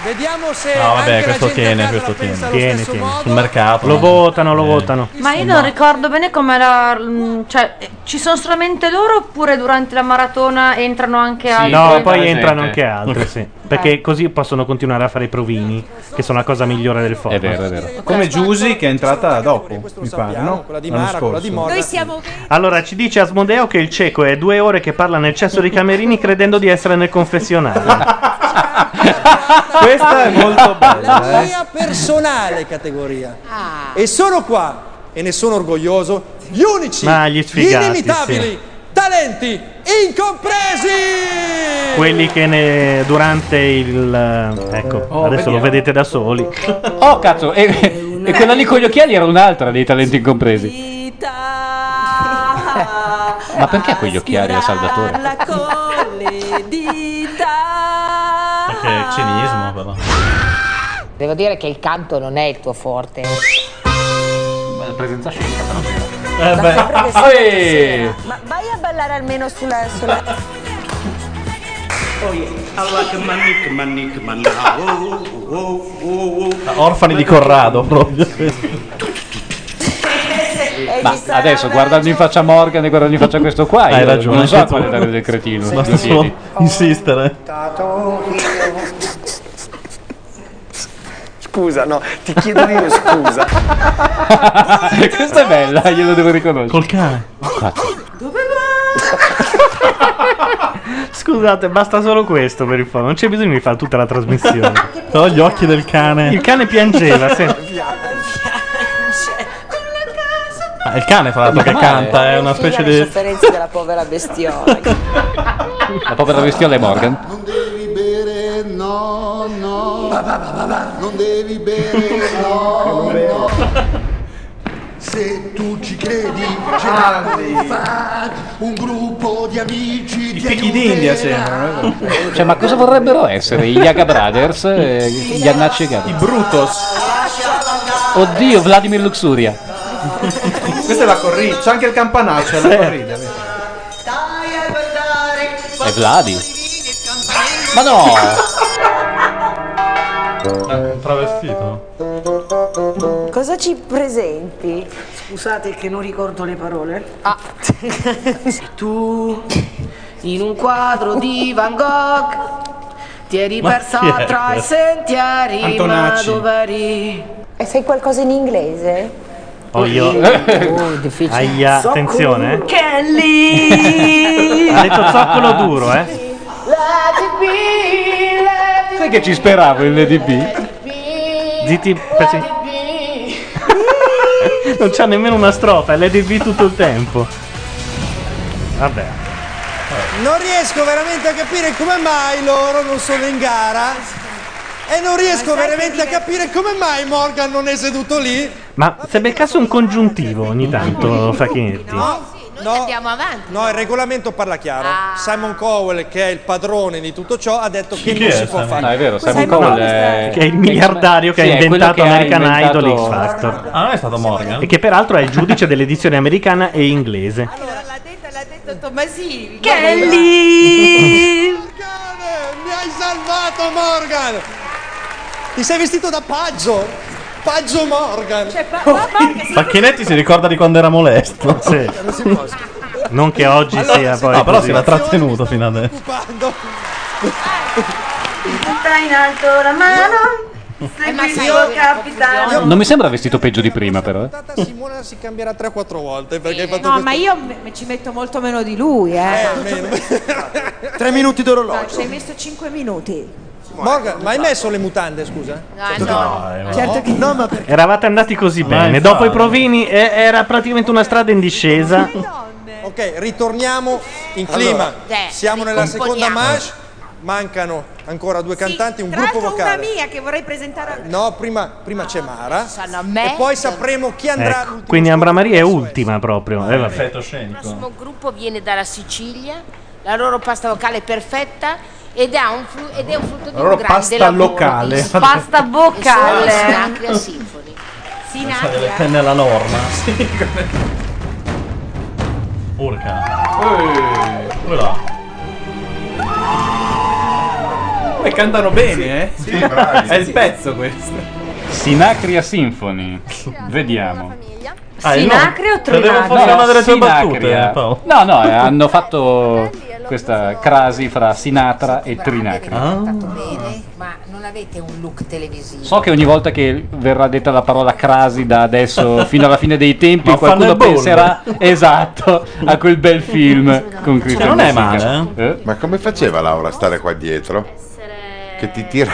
[SPEAKER 13] Vediamo se
[SPEAKER 6] No, vabbè,
[SPEAKER 13] anche la gente
[SPEAKER 6] questo
[SPEAKER 13] a
[SPEAKER 6] tiene,
[SPEAKER 13] casa
[SPEAKER 6] questo
[SPEAKER 13] la pensa
[SPEAKER 6] tiene.
[SPEAKER 13] allo
[SPEAKER 6] Tiene,
[SPEAKER 13] stesso
[SPEAKER 6] tiene.
[SPEAKER 13] modo.
[SPEAKER 6] Sul mercato.
[SPEAKER 1] Lo votano, lo votano.
[SPEAKER 5] Ma io non ricordo bene come era. mm, Cioè, eh, ci sono solamente loro oppure durante la maratona entrano anche altri?
[SPEAKER 1] no,
[SPEAKER 5] Poi
[SPEAKER 1] poi entrano
[SPEAKER 17] gente.
[SPEAKER 1] anche altri, sì.
[SPEAKER 6] Eh.
[SPEAKER 1] Perché così possono continuare a fare i provini, che sono la cosa migliore del format. È
[SPEAKER 17] vero, è vero.
[SPEAKER 6] eh,
[SPEAKER 10] Come Giusy che è entrata dopo, mi pare, no? L'anno scorso.
[SPEAKER 36] noi siamo
[SPEAKER 1] Allora, ci dice Asmodeo che il cieco è due ore che parla nel cesso di Camerini credendo di essere nel
[SPEAKER 6] Eh.
[SPEAKER 1] confessionario.
[SPEAKER 10] Questa è molto
[SPEAKER 13] La
[SPEAKER 10] bella, eh.
[SPEAKER 13] mia personale categoria. E sono qua, e ne sono orgoglioso, gli unici,
[SPEAKER 1] Ma gli sfigati,
[SPEAKER 13] inimitabili,
[SPEAKER 1] sì.
[SPEAKER 13] talenti incompresi!
[SPEAKER 1] Quelli che ne, durante il... eh, Ecco,
[SPEAKER 6] Oh,
[SPEAKER 1] adesso lo
[SPEAKER 17] vediamo.
[SPEAKER 1] vedete da soli.
[SPEAKER 17] Oh cazzo, e, e quella lì con gli occhiali era un'altra dei talenti incompresi. Ma perché quegli occhiali a Salvatore?
[SPEAKER 6] Perché è cinismo, però.
[SPEAKER 18] Devo dire che il canto non è il tuo forte.
[SPEAKER 17] presenza scenica
[SPEAKER 1] Eh,
[SPEAKER 18] Ma
[SPEAKER 17] però.
[SPEAKER 18] sempre le solite
[SPEAKER 17] Eh,
[SPEAKER 18] sera. Ma vai a ballare almeno sulla. sulla...
[SPEAKER 6] Orfani di Corrado, proprio.
[SPEAKER 17] Ma adesso guardando in faccia Morgan e guardando in faccia questo qua,
[SPEAKER 6] Hai
[SPEAKER 17] io
[SPEAKER 6] ragione,
[SPEAKER 17] non so
[SPEAKER 6] anche tu.
[SPEAKER 17] quale dare del cretino.
[SPEAKER 6] Basta
[SPEAKER 17] ti
[SPEAKER 6] solo
[SPEAKER 17] chiedi.
[SPEAKER 6] insistere.
[SPEAKER 31] Scusa, no, ti chiedo io scusa.
[SPEAKER 17] Questa Eh, è bella, glielo devo riconoscere. Col cane.
[SPEAKER 1] Scusate, basta solo questo per il fondo. Non c'è bisogno di fare tutta la trasmissione.
[SPEAKER 6] Però gli occhi del cane.
[SPEAKER 1] Il cane piangeva, sì.
[SPEAKER 6] Ah, il cane, fra
[SPEAKER 18] Eh,
[SPEAKER 6] l'altro, che
[SPEAKER 17] Normale.
[SPEAKER 6] canta, è una specie
[SPEAKER 30] le
[SPEAKER 6] di.
[SPEAKER 30] sofferenze della povera bestiola.
[SPEAKER 17] La povera bestiola è Morgan.
[SPEAKER 6] Eh,
[SPEAKER 41] No, no, non devi bere, no, no. Se tu ci credi,
[SPEAKER 31] Anzi.
[SPEAKER 41] fa un gruppo di amici di
[SPEAKER 10] Picchi d'India sembrano. eh,
[SPEAKER 17] Cioè, ma cosa vorrebbero essere? I Yaga Brothers? eh, Gli Annacci e I Brutos. Oddio, Vladimir Luxuria.
[SPEAKER 10] Questa è la corrida, c'è anche il campanaccio, è la corrida. vedi.
[SPEAKER 17] È Vladi. Ma no!
[SPEAKER 6] Eh, Travestito.
[SPEAKER 30] Cosa ci presenti? Scusate che non ricordo le parole. Ah. tu in un quadro di Van Gogh ti eri
[SPEAKER 18] Ma
[SPEAKER 30] persa
[SPEAKER 18] chi è
[SPEAKER 30] tra i
[SPEAKER 18] questo?
[SPEAKER 30] sentieri,
[SPEAKER 18] Antonacci.
[SPEAKER 30] ma dove eri? E sai qualcosa in inglese?
[SPEAKER 1] Oh, io.
[SPEAKER 30] Oh,
[SPEAKER 1] Aia,
[SPEAKER 30] Zoccolo
[SPEAKER 1] attenzione. eh.
[SPEAKER 30] Kelly!
[SPEAKER 1] Ha detto zoccolo duro, eh.
[SPEAKER 17] Sai che ci speravo in Lady B?
[SPEAKER 1] Zitti, pezzi- non c'ha nemmeno una strofa, è l'EDV tutto il tempo. Vabbè.
[SPEAKER 13] Non riesco veramente a capire come mai loro non sono in gara e non riesco veramente a capire come mai Morgan non è seduto lì.
[SPEAKER 1] Ma se beccasse un congiuntivo ogni tanto, Facchinetti.
[SPEAKER 13] No, andiamo avanti. No, il regolamento parla chiaro.
[SPEAKER 36] Ah.
[SPEAKER 13] Simon Cowell, che è il padrone di tutto ciò, ha detto che
[SPEAKER 1] Chi
[SPEAKER 13] non
[SPEAKER 1] è
[SPEAKER 13] si può
[SPEAKER 1] Simon?
[SPEAKER 13] fare.
[SPEAKER 17] No, Ah, è vero, Simon
[SPEAKER 13] Simon
[SPEAKER 17] Cowell
[SPEAKER 13] Cowell
[SPEAKER 17] è...
[SPEAKER 1] Che è il miliardario che
[SPEAKER 17] Sì,
[SPEAKER 1] ha
[SPEAKER 17] è quello
[SPEAKER 1] inventato
[SPEAKER 17] che ha
[SPEAKER 1] American
[SPEAKER 17] inventato-
[SPEAKER 1] Idol X Factor.
[SPEAKER 6] Ah, non è stato Morgan.
[SPEAKER 1] E che peraltro è il giudice dell'edizione americana e inglese.
[SPEAKER 30] Tomasini.
[SPEAKER 13] Kelly! Mi hai salvato Morgan! Ti sei vestito da Paggio! Paggio Morgan!
[SPEAKER 36] Cioè,
[SPEAKER 6] Facchinetti si ricorda di quando era molesto.
[SPEAKER 1] Sì. Non che oggi sia poi.
[SPEAKER 6] No, però
[SPEAKER 1] così.
[SPEAKER 6] si era trattenuto fino adesso.
[SPEAKER 15] Tutta in alto la mano.
[SPEAKER 31] Eh,
[SPEAKER 15] Segui il tuo capitano.
[SPEAKER 17] Non mi sembra vestito peggio di prima, però. eh.
[SPEAKER 13] Simona si cambierà 3-4 volte perché hai fatto
[SPEAKER 36] Eh, No,
[SPEAKER 13] questo-
[SPEAKER 36] ma io me- ci metto molto meno di lui, eh.
[SPEAKER 13] Tre minuti
[SPEAKER 36] No,
[SPEAKER 13] d'orologio.
[SPEAKER 36] ci hai messo 5 minuti.
[SPEAKER 13] Morgan, ma hai messo le mutande, scusa?
[SPEAKER 36] No, no. no. Certo che
[SPEAKER 13] no, ma
[SPEAKER 1] Eravate andati così bene.
[SPEAKER 13] infatti.
[SPEAKER 1] Dopo i provini eh, era praticamente una strada in discesa.
[SPEAKER 13] Ok, ritorniamo in clima.
[SPEAKER 1] Allora.
[SPEAKER 13] Siamo nella seconda
[SPEAKER 36] ricomponiamo.
[SPEAKER 13] manche. Mancano ancora due cantanti, un
[SPEAKER 36] Tra
[SPEAKER 13] gruppo
[SPEAKER 36] l'altro una
[SPEAKER 13] vocale.
[SPEAKER 36] mia che vorrei presentare a
[SPEAKER 13] No, prima, prima c'è Mara.
[SPEAKER 36] me.
[SPEAKER 13] E poi sapremo chi andrà.
[SPEAKER 1] Ecco, quindi Ambra Maria è ultima proprio. Eh, vabbè.
[SPEAKER 18] Il prossimo gruppo viene dalla Sicilia, la loro pasta vocale è perfetta ed, ha un fru- ed è un frutto di
[SPEAKER 10] La loro
[SPEAKER 18] un grande
[SPEAKER 10] pasta
[SPEAKER 18] lavoro
[SPEAKER 10] locale.
[SPEAKER 18] di spa-
[SPEAKER 5] Pasta
[SPEAKER 18] e sono
[SPEAKER 5] boccale.
[SPEAKER 18] Sinacria Symphony.
[SPEAKER 6] Le
[SPEAKER 18] Sinacria.
[SPEAKER 6] tenne alla norma. Urca. Come là?
[SPEAKER 10] E cantano bene, eh?
[SPEAKER 17] Sì, bravi.
[SPEAKER 10] È il pezzo questo.
[SPEAKER 17] Sinacria Symphony. Vediamo.
[SPEAKER 5] Sinacria o
[SPEAKER 17] Credevo
[SPEAKER 5] Trinacria?
[SPEAKER 17] fosse
[SPEAKER 6] una delle tue
[SPEAKER 17] Sinacria.
[SPEAKER 6] battute, Paolo.
[SPEAKER 17] No, no, eh, hanno fatto questa crasi fra Sinatra e Trinacria.
[SPEAKER 18] bene, ma non avete un look televisivo.
[SPEAKER 17] So che ogni volta che verrà detta la parola crasi da adesso fino alla fine dei tempi,
[SPEAKER 6] Ma fanno
[SPEAKER 17] qualcuno
[SPEAKER 6] il bolle.
[SPEAKER 17] penserà esatto a quel bel film con Christian
[SPEAKER 8] non è
[SPEAKER 17] Bale.
[SPEAKER 8] male, Cioè, eh. Ma come faceva Laura a stare qua dietro? Che ti tira.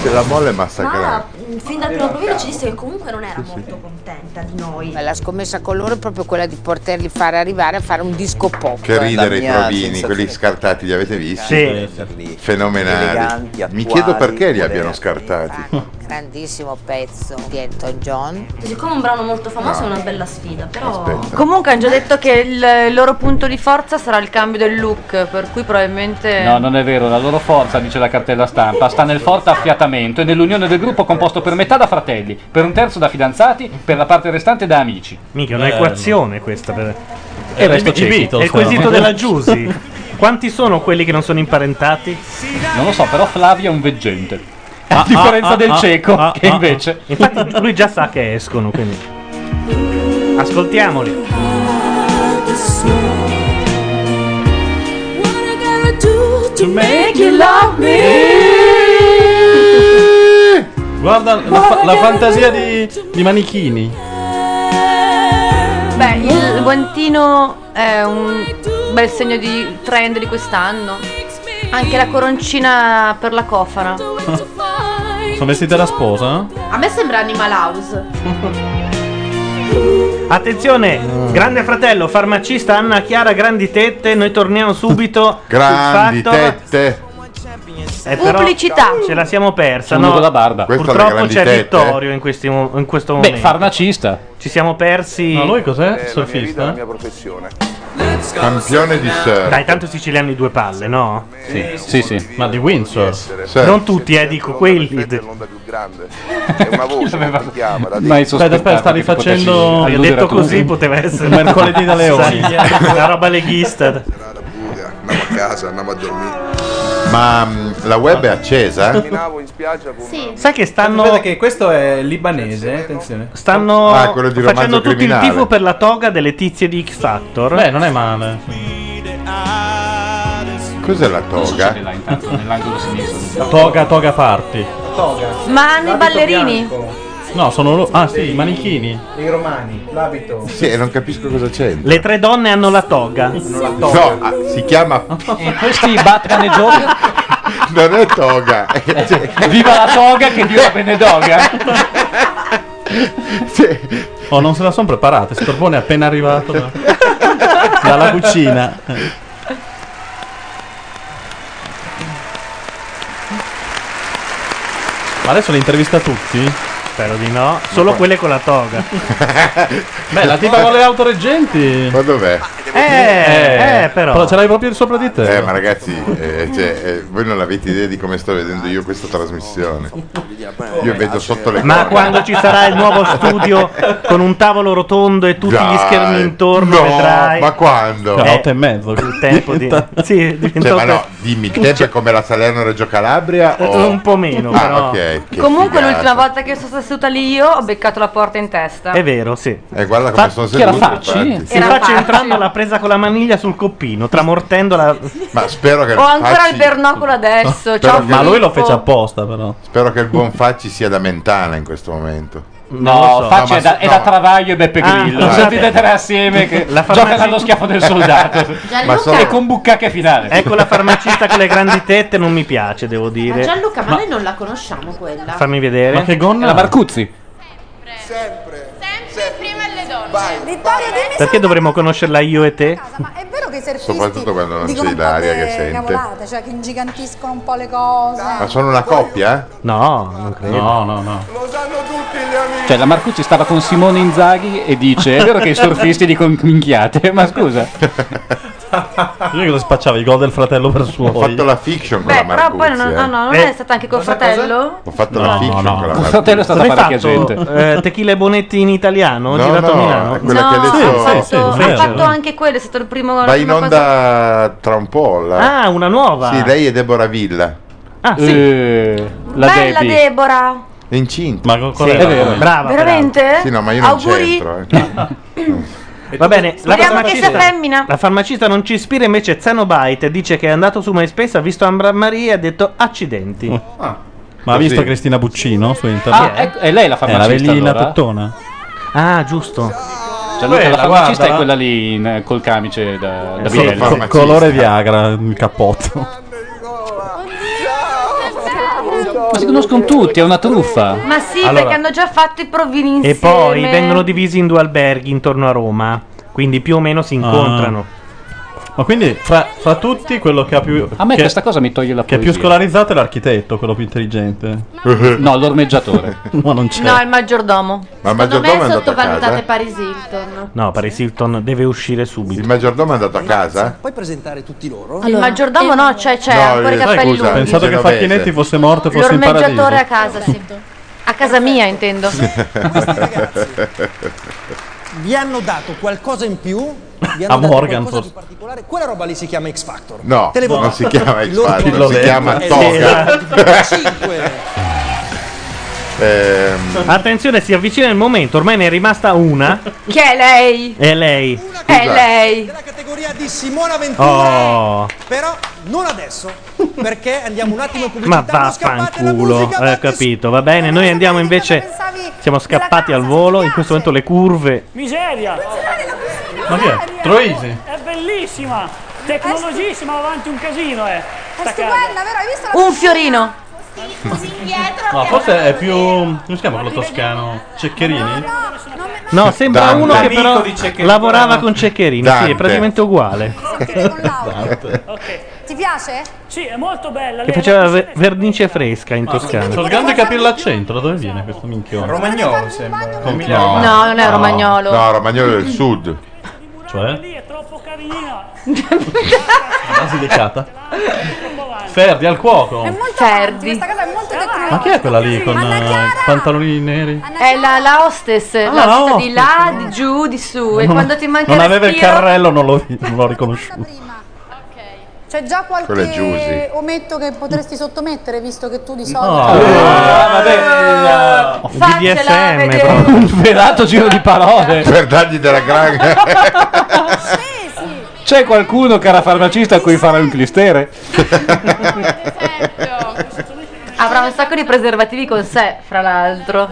[SPEAKER 8] Se la molle è massacrata.
[SPEAKER 46] Ma mh, fin dal primo provino ci disse che comunque non era molto contenta di noi.
[SPEAKER 18] La scommessa con loro è proprio quella di poterli fare arrivare a fare un disco pop.
[SPEAKER 8] Che ridere i
[SPEAKER 18] La mia
[SPEAKER 8] provini,
[SPEAKER 18] sensazione-
[SPEAKER 8] quelli scartati li avete visti?
[SPEAKER 18] ah, Sì.
[SPEAKER 8] Fenomenali.
[SPEAKER 18] Eleganti,
[SPEAKER 8] Mi
[SPEAKER 18] attuali,
[SPEAKER 8] chiedo perché li
[SPEAKER 18] moderni.
[SPEAKER 8] abbiano scartati.
[SPEAKER 18] Grandissimo pezzo di Elton John.
[SPEAKER 46] Siccome è un brano molto famoso è una bella sfida, però...
[SPEAKER 5] Comunque hanno già detto che il loro punto di forza sarà il cambio del look, per cui
[SPEAKER 15] Eh.
[SPEAKER 5] probabilmente...
[SPEAKER 17] No, non è vero, la loro forza, dice la cartella stampa, sta nel forte affiatamento e nell'unione del gruppo composto per metà da fratelli, per un terzo da fidanzati, per la parte restante da amici.
[SPEAKER 1] Mica, è un'equazione questa. Per...
[SPEAKER 17] Eh, resto
[SPEAKER 1] I- i
[SPEAKER 17] cieco.
[SPEAKER 1] Beatles, È il quesito
[SPEAKER 17] però.
[SPEAKER 1] della Giusy. Quanti sono quelli che non sono imparentati?
[SPEAKER 17] Non lo so, però Flavio è un
[SPEAKER 1] Ah,
[SPEAKER 17] veggente. A differenza del cieco, che invece...
[SPEAKER 1] Infatti lui già sa che escono, quindi. Ascoltiamoli.
[SPEAKER 7] To make you love
[SPEAKER 6] Guarda la, fa- la fantasia di, di manichini.
[SPEAKER 15] Beh, il guantino è un bel segno di trend di quest'anno. Anche la coroncina per la cofana.
[SPEAKER 6] Sono vestiti da sposa?
[SPEAKER 5] A me sembra Animal House.
[SPEAKER 1] Attenzione,
[SPEAKER 8] Mm.
[SPEAKER 1] grande fratello, farmacista Anna Chiara, grandi tette. Noi torniamo subito.
[SPEAKER 8] Grandi
[SPEAKER 1] sul fatto.
[SPEAKER 8] tette.
[SPEAKER 1] Eh, però
[SPEAKER 15] Pubblicità.
[SPEAKER 1] Ce la siamo persa.
[SPEAKER 17] Sono
[SPEAKER 1] No,
[SPEAKER 17] con la barba. Questa è la
[SPEAKER 1] Purtroppo
[SPEAKER 17] grandi
[SPEAKER 1] c'è
[SPEAKER 17] tette.
[SPEAKER 1] Vittorio in, questi mo- in questo
[SPEAKER 17] Beh,
[SPEAKER 1] momento.
[SPEAKER 17] farmacista.
[SPEAKER 1] Ci siamo persi.
[SPEAKER 6] No, lui cos'è?
[SPEAKER 8] Surfista? Eh, La mia professione. Campione di surf.
[SPEAKER 1] Dai, tanto i siciliani di due palle, no?
[SPEAKER 8] Sì,
[SPEAKER 17] sì, sì.
[SPEAKER 6] Ma di Windsor?
[SPEAKER 8] Certo.
[SPEAKER 1] Non tutti, eh, dico quelli.
[SPEAKER 8] L'onda più grande. È una voce che ti chiama. da
[SPEAKER 1] Ma hai
[SPEAKER 8] dentro.
[SPEAKER 6] Aspetta, aspetta, stavi facendo.
[SPEAKER 1] Hai detto così, poteva essere.
[SPEAKER 6] Mercoledì da Leoni.
[SPEAKER 1] Una roba leghista.
[SPEAKER 8] Andiamo a casa, andiamo a dormire. Ma mh, la web è accesa?
[SPEAKER 13] Camminavo in spiaggia con
[SPEAKER 5] Sì.
[SPEAKER 1] Sai che stanno.
[SPEAKER 10] Guarda che questo è libanese, eh, attenzione.
[SPEAKER 1] Stanno
[SPEAKER 8] Ah, quello di
[SPEAKER 1] facendo
[SPEAKER 8] romanzo
[SPEAKER 1] tutti
[SPEAKER 8] criminale.
[SPEAKER 1] il tifo per la toga delle tizie di X Factor.
[SPEAKER 6] Beh, non è male.
[SPEAKER 8] Cos'è la toga?
[SPEAKER 17] nell'angolo sinistro.
[SPEAKER 6] Toga, toga party.
[SPEAKER 15] Ma hanno i ballerini.
[SPEAKER 6] No, sono loro. Ah, sì, i manichini.
[SPEAKER 10] I romani, l'abito.
[SPEAKER 8] Sì, e Eh, non capisco cosa c'entra.
[SPEAKER 1] Le tre donne hanno la toga.
[SPEAKER 10] la
[SPEAKER 8] No, ah, si chiama.
[SPEAKER 17] E questi Batman e Joker?
[SPEAKER 8] Non è toga.
[SPEAKER 17] Viva la toga che Dio la benedoga.
[SPEAKER 6] Oh, non se la sono preparata. Storbone è appena arrivato da- dalla cucina. Ma adesso li intervista tutti?
[SPEAKER 1] Spero di no. Solo quelle con la toga.
[SPEAKER 6] Beh, la tipa con le autoreggenti.
[SPEAKER 8] Ma dov'è?
[SPEAKER 1] Eh, eh, però.
[SPEAKER 6] ce l'hai proprio sopra di te.
[SPEAKER 8] Eh, ma ragazzi, eh, cioè, eh, voi non avete idea di come sto vedendo io questa trasmissione. Io vedo sotto le
[SPEAKER 1] Ma
[SPEAKER 8] corna.
[SPEAKER 1] quando ci sarà il nuovo studio con un tavolo rotondo e tutti gli
[SPEAKER 8] Dai,
[SPEAKER 1] schermi intorno,
[SPEAKER 8] no,
[SPEAKER 1] vedrai. Eh,
[SPEAKER 8] ma quando?
[SPEAKER 6] No, otto e mezzo.
[SPEAKER 1] Il tempo di. Sì, diventa
[SPEAKER 8] Cioè, ma no, dimmi, il tempo è come la Salerno-Reggio Calabria? O...
[SPEAKER 1] Un po' meno,
[SPEAKER 8] Ah,
[SPEAKER 1] però.
[SPEAKER 8] ok. che
[SPEAKER 15] Comunque
[SPEAKER 8] figata.
[SPEAKER 15] l'ultima volta che sono seduta lì io ho beccato la porta in testa.
[SPEAKER 17] Ah.
[SPEAKER 1] È vero, sì.
[SPEAKER 8] E Eh, guarda come sono seduto. infatti.
[SPEAKER 1] Si faccia entrando l'ha presa con la maniglia sul coppino, Ah. tramortendola.
[SPEAKER 8] Ma spero che
[SPEAKER 15] Ho ancora il bernocolo adesso.
[SPEAKER 8] Spero
[SPEAKER 15] Ciao
[SPEAKER 8] che- Ma lui lo
[SPEAKER 15] Filippo.
[SPEAKER 8] fece apposta.
[SPEAKER 6] Posta, però.
[SPEAKER 8] Spero che il buon Facci sia da Mentana in questo momento.
[SPEAKER 17] No, Facci
[SPEAKER 8] ma
[SPEAKER 17] è, da,
[SPEAKER 8] se-
[SPEAKER 17] è da Travaglio e Beppe
[SPEAKER 8] Ah,
[SPEAKER 17] Grillo.
[SPEAKER 8] scusate.
[SPEAKER 17] Sentite tre assieme che
[SPEAKER 8] La
[SPEAKER 17] giocano
[SPEAKER 8] farmacia-
[SPEAKER 17] allo schiaffo del soldato.
[SPEAKER 5] Gianluca- Ma sono-
[SPEAKER 17] E con bucacche finale.
[SPEAKER 1] Ecco la farmacista con le grandi tette, non mi piace, devo
[SPEAKER 5] Ma
[SPEAKER 1] dire.
[SPEAKER 5] Gianluca, ma,
[SPEAKER 1] Ma-
[SPEAKER 5] noi non la conosciamo quella.
[SPEAKER 1] Fammi vedere.
[SPEAKER 17] Ma che gonna? È la Marcuzzi.
[SPEAKER 9] prima le donne. Vittorio, dimmi se
[SPEAKER 1] Perché dovremmo conoscerla io e te?
[SPEAKER 9] è vero che i surfisti
[SPEAKER 8] Soprattutto quando non c'è
[SPEAKER 9] dicono un po'
[SPEAKER 8] Ilaria
[SPEAKER 9] delle
[SPEAKER 8] che sente.
[SPEAKER 9] cavolate, cioè che ingigantiscono un po' le cose.
[SPEAKER 8] Ma sono una coppia? eh?
[SPEAKER 1] No, non credo.
[SPEAKER 17] No, no, no.
[SPEAKER 9] Lo sanno tutti gli amici.
[SPEAKER 17] Cioè, la Marcucci stava con Simone Inzaghi e dice: È vero che i surfisti dicono minchiate, ma scusa.
[SPEAKER 6] Io che lo spacciavo il gol del fratello per suo.
[SPEAKER 8] Ho fatto la fiction con
[SPEAKER 15] Beh,
[SPEAKER 8] la
[SPEAKER 15] però poi
[SPEAKER 8] Marcuzzi.
[SPEAKER 15] non, no,
[SPEAKER 8] eh.
[SPEAKER 15] no, non è stata anche col fratello?
[SPEAKER 8] Ho fatto la
[SPEAKER 6] No,
[SPEAKER 8] fiction
[SPEAKER 6] no,
[SPEAKER 8] con la
[SPEAKER 6] col
[SPEAKER 8] Marcuzzi.
[SPEAKER 17] fratello è stata
[SPEAKER 1] Avrei
[SPEAKER 17] parecchia
[SPEAKER 1] fatto,
[SPEAKER 17] gente.
[SPEAKER 1] eh, Tequila e Bonetti in italiano?
[SPEAKER 8] No,
[SPEAKER 1] girato a
[SPEAKER 8] no,
[SPEAKER 1] Milano?
[SPEAKER 8] è quella
[SPEAKER 15] no,
[SPEAKER 8] che
[SPEAKER 15] ha
[SPEAKER 8] adesso-
[SPEAKER 15] fatto,
[SPEAKER 8] Sì, sì,
[SPEAKER 15] ha
[SPEAKER 8] sì, vero.
[SPEAKER 15] fatto anche quello, è stato il primo la
[SPEAKER 8] Va in
[SPEAKER 15] prima Eh, cosa-
[SPEAKER 8] onda tra un po'. La...
[SPEAKER 15] Ah, una nuova.
[SPEAKER 8] Sì, lei è Deborah Villa.
[SPEAKER 1] Ah,
[SPEAKER 15] sì. Bella Debora.
[SPEAKER 8] È incinta. Ma
[SPEAKER 1] Sì, è vero. Brava,
[SPEAKER 15] Veramente?
[SPEAKER 8] Sì, no, ma io non
[SPEAKER 15] Auguri.
[SPEAKER 8] c'entro. eh.
[SPEAKER 1] Va bene, la
[SPEAKER 15] Speriamo che sia
[SPEAKER 1] farmacista,
[SPEAKER 15] femmina.
[SPEAKER 1] la farmacista non ci ispira, invece Zenobite dice che è andato su MySpace, ha visto Ambra Maria e ha detto accidenti.
[SPEAKER 8] Ah.
[SPEAKER 6] Ma ha
[SPEAKER 1] Così.
[SPEAKER 6] visto Cristina Buccino su internet?
[SPEAKER 1] Ah, ecco, è lei la
[SPEAKER 6] È
[SPEAKER 1] farmacista,
[SPEAKER 6] la velina
[SPEAKER 1] allora?
[SPEAKER 6] tuttona.
[SPEAKER 1] Ah, giusto.
[SPEAKER 17] Cioè, lui
[SPEAKER 6] Quella,
[SPEAKER 17] la farmacista
[SPEAKER 6] guarda.
[SPEAKER 17] è quella lì in- col camice da, da
[SPEAKER 6] Sì,
[SPEAKER 17] Biello.
[SPEAKER 6] co- colore Viagra, il cappotto.
[SPEAKER 17] Ma si conoscono tutti, è una truffa.
[SPEAKER 15] Ma sì,
[SPEAKER 1] Allora-
[SPEAKER 15] perché hanno già fatto i provini insieme.
[SPEAKER 1] E poi vengono divisi in due alberghi intorno a Roma, quindi più o meno si incontrano.
[SPEAKER 6] Ah. Ma quindi fra, fra tutti quello che ha più.
[SPEAKER 17] A me
[SPEAKER 6] che-
[SPEAKER 17] questa cosa mi toglie la
[SPEAKER 6] Che è più
[SPEAKER 17] poesia.
[SPEAKER 6] scolarizzato è l'architetto, quello più intelligente.
[SPEAKER 17] No, l'ormeggiatore.
[SPEAKER 6] Ma non c'è.
[SPEAKER 15] No, è il
[SPEAKER 8] Ma
[SPEAKER 15] maggiordomo.
[SPEAKER 8] il
[SPEAKER 5] Secondo me
[SPEAKER 8] maggiordomo
[SPEAKER 5] è
[SPEAKER 8] è andato a
[SPEAKER 5] sottovalutate
[SPEAKER 8] casa? eh.
[SPEAKER 5] Paris Hilton.
[SPEAKER 1] No, Paris Hilton deve uscire subito.
[SPEAKER 8] Il maggiordomo è andato a casa?
[SPEAKER 13] Puoi presentare tutti loro?
[SPEAKER 15] il maggiordomo no, c'è, c'è
[SPEAKER 8] No,
[SPEAKER 15] ancora i
[SPEAKER 8] eh,
[SPEAKER 15] capelli
[SPEAKER 8] scusa,
[SPEAKER 15] lunghi.
[SPEAKER 6] Pensavo che
[SPEAKER 8] Genovese.
[SPEAKER 6] Facchinetti fosse morto e fosse in paradiso.
[SPEAKER 15] L'ormeggiatore a casa, sì. A casa mia, intendo.
[SPEAKER 13] Vi hanno dato qualcosa in più? Vi hanno
[SPEAKER 6] A
[SPEAKER 13] dato
[SPEAKER 6] Morgan
[SPEAKER 13] qualcosa di
[SPEAKER 6] forse.
[SPEAKER 13] particolare? Quella roba lì si chiama X Factor.
[SPEAKER 8] No,
[SPEAKER 13] Te le
[SPEAKER 8] non
[SPEAKER 13] votate.
[SPEAKER 8] si chiama
[SPEAKER 13] Loro
[SPEAKER 8] X-Factor, si
[SPEAKER 13] pillolette.
[SPEAKER 8] chiama
[SPEAKER 13] Eh,
[SPEAKER 8] Toga.
[SPEAKER 13] esatto. Cinque.
[SPEAKER 8] Ehm,
[SPEAKER 1] Attenzione, si avvicina il momento, ormai ne è rimasta una.
[SPEAKER 15] Chi è lei?
[SPEAKER 1] È lei.
[SPEAKER 15] È
[SPEAKER 8] Esatto.
[SPEAKER 15] lei.
[SPEAKER 13] categoria di Simona
[SPEAKER 1] Oh,
[SPEAKER 13] Però non adesso, perché andiamo un attimo in
[SPEAKER 1] ma
[SPEAKER 13] pubblicità. non scappate la
[SPEAKER 1] vaffanculo.
[SPEAKER 13] musica,
[SPEAKER 1] Ho capito, va bene. Noi andiamo invece. Siamo scappati al volo. In questo momento le curve.
[SPEAKER 7] Miseria!
[SPEAKER 1] Ma chi è? Troisi?
[SPEAKER 7] È bellissima! Tecnologissima, avanti un casino, eh! Sta casa.
[SPEAKER 9] vero? Hai visto la
[SPEAKER 15] Un fiorino.
[SPEAKER 6] No, forse è più. come si chiama quello toscano? Ceccherini?
[SPEAKER 1] No, sembra
[SPEAKER 6] Dante.
[SPEAKER 1] uno che
[SPEAKER 6] Amico
[SPEAKER 1] però
[SPEAKER 6] di Ceccherini.
[SPEAKER 1] lavorava con Ceccherini. Sì,
[SPEAKER 6] Dante.
[SPEAKER 1] è praticamente uguale.
[SPEAKER 9] Ti piace?
[SPEAKER 7] Sì, è molto bella.
[SPEAKER 1] Che
[SPEAKER 7] lei-
[SPEAKER 1] faceva ver- vernice fresca in
[SPEAKER 6] Ma c'ho il
[SPEAKER 1] Toscana.
[SPEAKER 6] grande capello al centro, da dove viene questo minchione?
[SPEAKER 10] Romagnolo,
[SPEAKER 6] sembra.
[SPEAKER 15] No, non è romagnolo.
[SPEAKER 8] No, romagnolo del sud.
[SPEAKER 6] Cioè?
[SPEAKER 7] È troppo carina.
[SPEAKER 6] Basilicata. Ferdi al cuoco.
[SPEAKER 15] Ferdi.
[SPEAKER 9] Questa cosa è molto tecnologica.
[SPEAKER 6] Ma chi è quella lì con eh, i pantaloni neri?
[SPEAKER 15] È la, la hostess,
[SPEAKER 6] la
[SPEAKER 15] la hostess di
[SPEAKER 6] hostess.
[SPEAKER 15] là, di giù, di su. E
[SPEAKER 6] Non-
[SPEAKER 15] quando ti manca
[SPEAKER 6] Non aveva il
[SPEAKER 15] respiro-
[SPEAKER 6] carrello, non l'ho, non l'ho riconosciuto.
[SPEAKER 9] C'è già
[SPEAKER 6] Quello è
[SPEAKER 9] qualche
[SPEAKER 6] Giusy.
[SPEAKER 9] ometto che potresti sottomettere, visto che tu di solito...
[SPEAKER 6] No.
[SPEAKER 7] Eh,
[SPEAKER 8] vabbè,
[SPEAKER 17] Un velato giro di parole.
[SPEAKER 8] Per dargli della gran.
[SPEAKER 17] C'è qualcuno, cara farmacista, a cui fare un clistere?
[SPEAKER 15] Avrà un sacco di preservativi con sé, fra l'altro.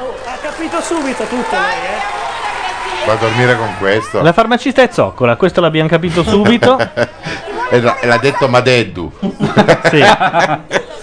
[SPEAKER 7] Oh, ha capito subito tutto lei, eh!
[SPEAKER 8] Va a dormire con questo.
[SPEAKER 1] La farmacista è zoccola, questo l'abbiamo capito subito.
[SPEAKER 8] e, l'ha, e Eh, l'ha detto Madeddu.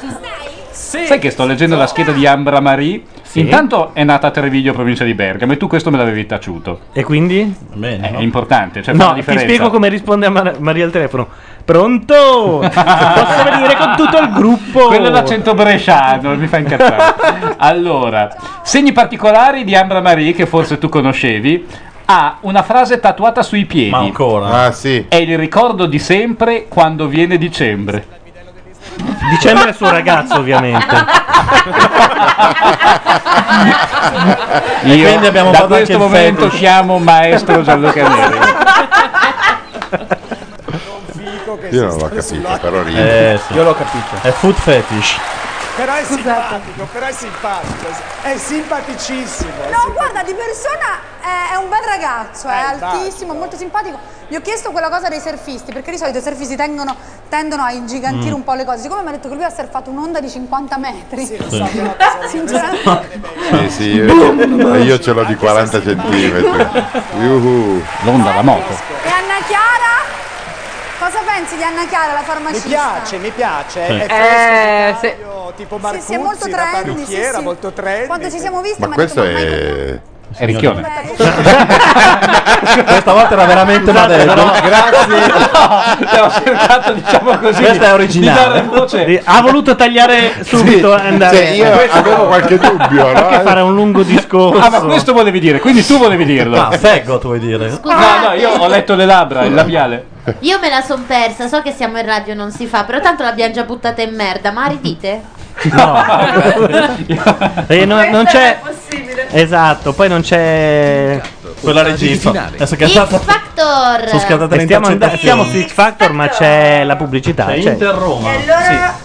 [SPEAKER 31] Eh,
[SPEAKER 17] Sai che sto leggendo la scheda di Ambra Marie? Intanto è nata a Treviglio, provincia di Bergamo, e tu questo me l'avevi taciuto.
[SPEAKER 1] E quindi?
[SPEAKER 17] è importante, cioè fa la
[SPEAKER 1] No, ti
[SPEAKER 17] differenza.
[SPEAKER 1] spiego come risponde a Mar- Maria al telefono. Pronto? Posso venire con tutto il gruppo?
[SPEAKER 17] Quello è l'accento bresciano, ah, mi fa incazzare. Allora, segni particolari di Ambra Marie, che forse tu conoscevi, ha una frase tatuata sui piedi. Ma
[SPEAKER 8] ancora? Ah, sì.
[SPEAKER 17] È il ricordo di sempre quando viene dicembre.
[SPEAKER 1] Dicembre è suo ragazzo, ovviamente.
[SPEAKER 17] Io,
[SPEAKER 1] E quindi abbiamo
[SPEAKER 17] da
[SPEAKER 1] fatto anche
[SPEAKER 17] questo
[SPEAKER 1] il
[SPEAKER 17] momento
[SPEAKER 1] fetish.
[SPEAKER 17] chiamo maestro Gianluca Neri.
[SPEAKER 8] Io non l'ho capito, però rido.
[SPEAKER 6] Eh, sì. Io l'ho capito. È food fetish.
[SPEAKER 14] Però è simpatico, però è simpatico, è simpaticissimo. è
[SPEAKER 9] No, guarda, di persona eh, è, è un bel ragazzo, è altissimo, molto simpatico. Gli ho chiesto quella cosa dei surfisti, perché di solito i surfisti tengono- tendono a ingigantire
[SPEAKER 51] Mm.
[SPEAKER 9] un po' le cose. Siccome mi ha detto che lui ha surfato un'onda di 50 metri,
[SPEAKER 8] Sì.
[SPEAKER 9] sinceramente.
[SPEAKER 8] Sì, sì, io, io ce l'ho di 40 centimetri. Yuhu.
[SPEAKER 17] L'onda, la moto.
[SPEAKER 9] E Anna Chiara? Cosa pensi di Anna Chiara, la farmacista? Mi piace,
[SPEAKER 14] mi piace.
[SPEAKER 8] Sì.
[SPEAKER 14] È
[SPEAKER 15] Eh,
[SPEAKER 14] fresco, tipo Marcuzzi,
[SPEAKER 9] sì, è molto
[SPEAKER 14] da
[SPEAKER 9] trendy,
[SPEAKER 14] parrucchiera,
[SPEAKER 9] sì, sì.
[SPEAKER 14] molto trendy.
[SPEAKER 9] Quando ci siamo visti,
[SPEAKER 8] Ma
[SPEAKER 9] mi ha
[SPEAKER 8] questo
[SPEAKER 9] detto, "Ma
[SPEAKER 8] è.
[SPEAKER 17] È ricchione.
[SPEAKER 6] Questa volta era veramente Madeddu.
[SPEAKER 17] Ho cercato, diciamo così.
[SPEAKER 1] Questa è
[SPEAKER 17] di dare
[SPEAKER 1] originale. Eh, Ha voluto tagliare subito
[SPEAKER 17] Sì.
[SPEAKER 1] e andare.
[SPEAKER 17] Sì, io
[SPEAKER 1] Questo-
[SPEAKER 17] avevo qualche dubbio, no?
[SPEAKER 1] Perché fare un lungo discorso.
[SPEAKER 17] Ah, ma questo volevi dire, quindi tu volevi dirlo.
[SPEAKER 6] Ah, feggo, tu vuoi dire?
[SPEAKER 17] No, no, Ah, io ho letto le labbra, il labiale.
[SPEAKER 5] Io me la son persa, so che siamo in radio non si fa, però tanto l'abbiamo già buttata in merda, ma ridite?
[SPEAKER 1] Eh, no- non c'è. Esatto, poi non c'è.
[SPEAKER 6] Quella regista. È
[SPEAKER 5] X Factor!
[SPEAKER 1] Sono scattata le Stiamo, and- siamo su X Factor, ma c'è la pubblicità.
[SPEAKER 6] C'è
[SPEAKER 1] cioè.
[SPEAKER 6] Inter Roma. Inter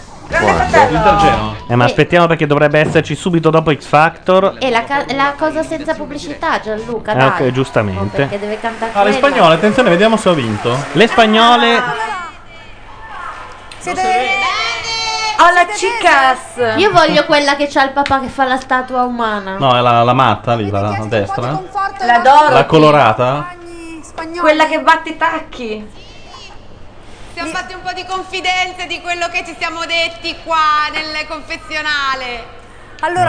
[SPEAKER 6] Genoa.
[SPEAKER 1] Eh, ma aspettiamo perché dovrebbe esserci subito dopo X Factor.
[SPEAKER 5] E la, ca- la cosa senza pubblicità, Gianluca,
[SPEAKER 1] Eh,
[SPEAKER 5] dai.
[SPEAKER 1] ok, giustamente.
[SPEAKER 5] Perché deve cantare
[SPEAKER 6] Ah, le
[SPEAKER 5] quella.
[SPEAKER 6] spagnole, attenzione, vediamo se ho vinto.
[SPEAKER 1] Le spagnole.
[SPEAKER 5] Ho la chicas! Io voglio quella che c'ha il papà che fa la statua umana.
[SPEAKER 6] No, è la, la matta lì, la a destra.
[SPEAKER 15] La Doro.
[SPEAKER 6] La colorata.
[SPEAKER 15] Quella che batte i tacchi.
[SPEAKER 52] Siamo fatti un po' di confidenze di quello che ci siamo detti qua nel confezionale.
[SPEAKER 9] Allora,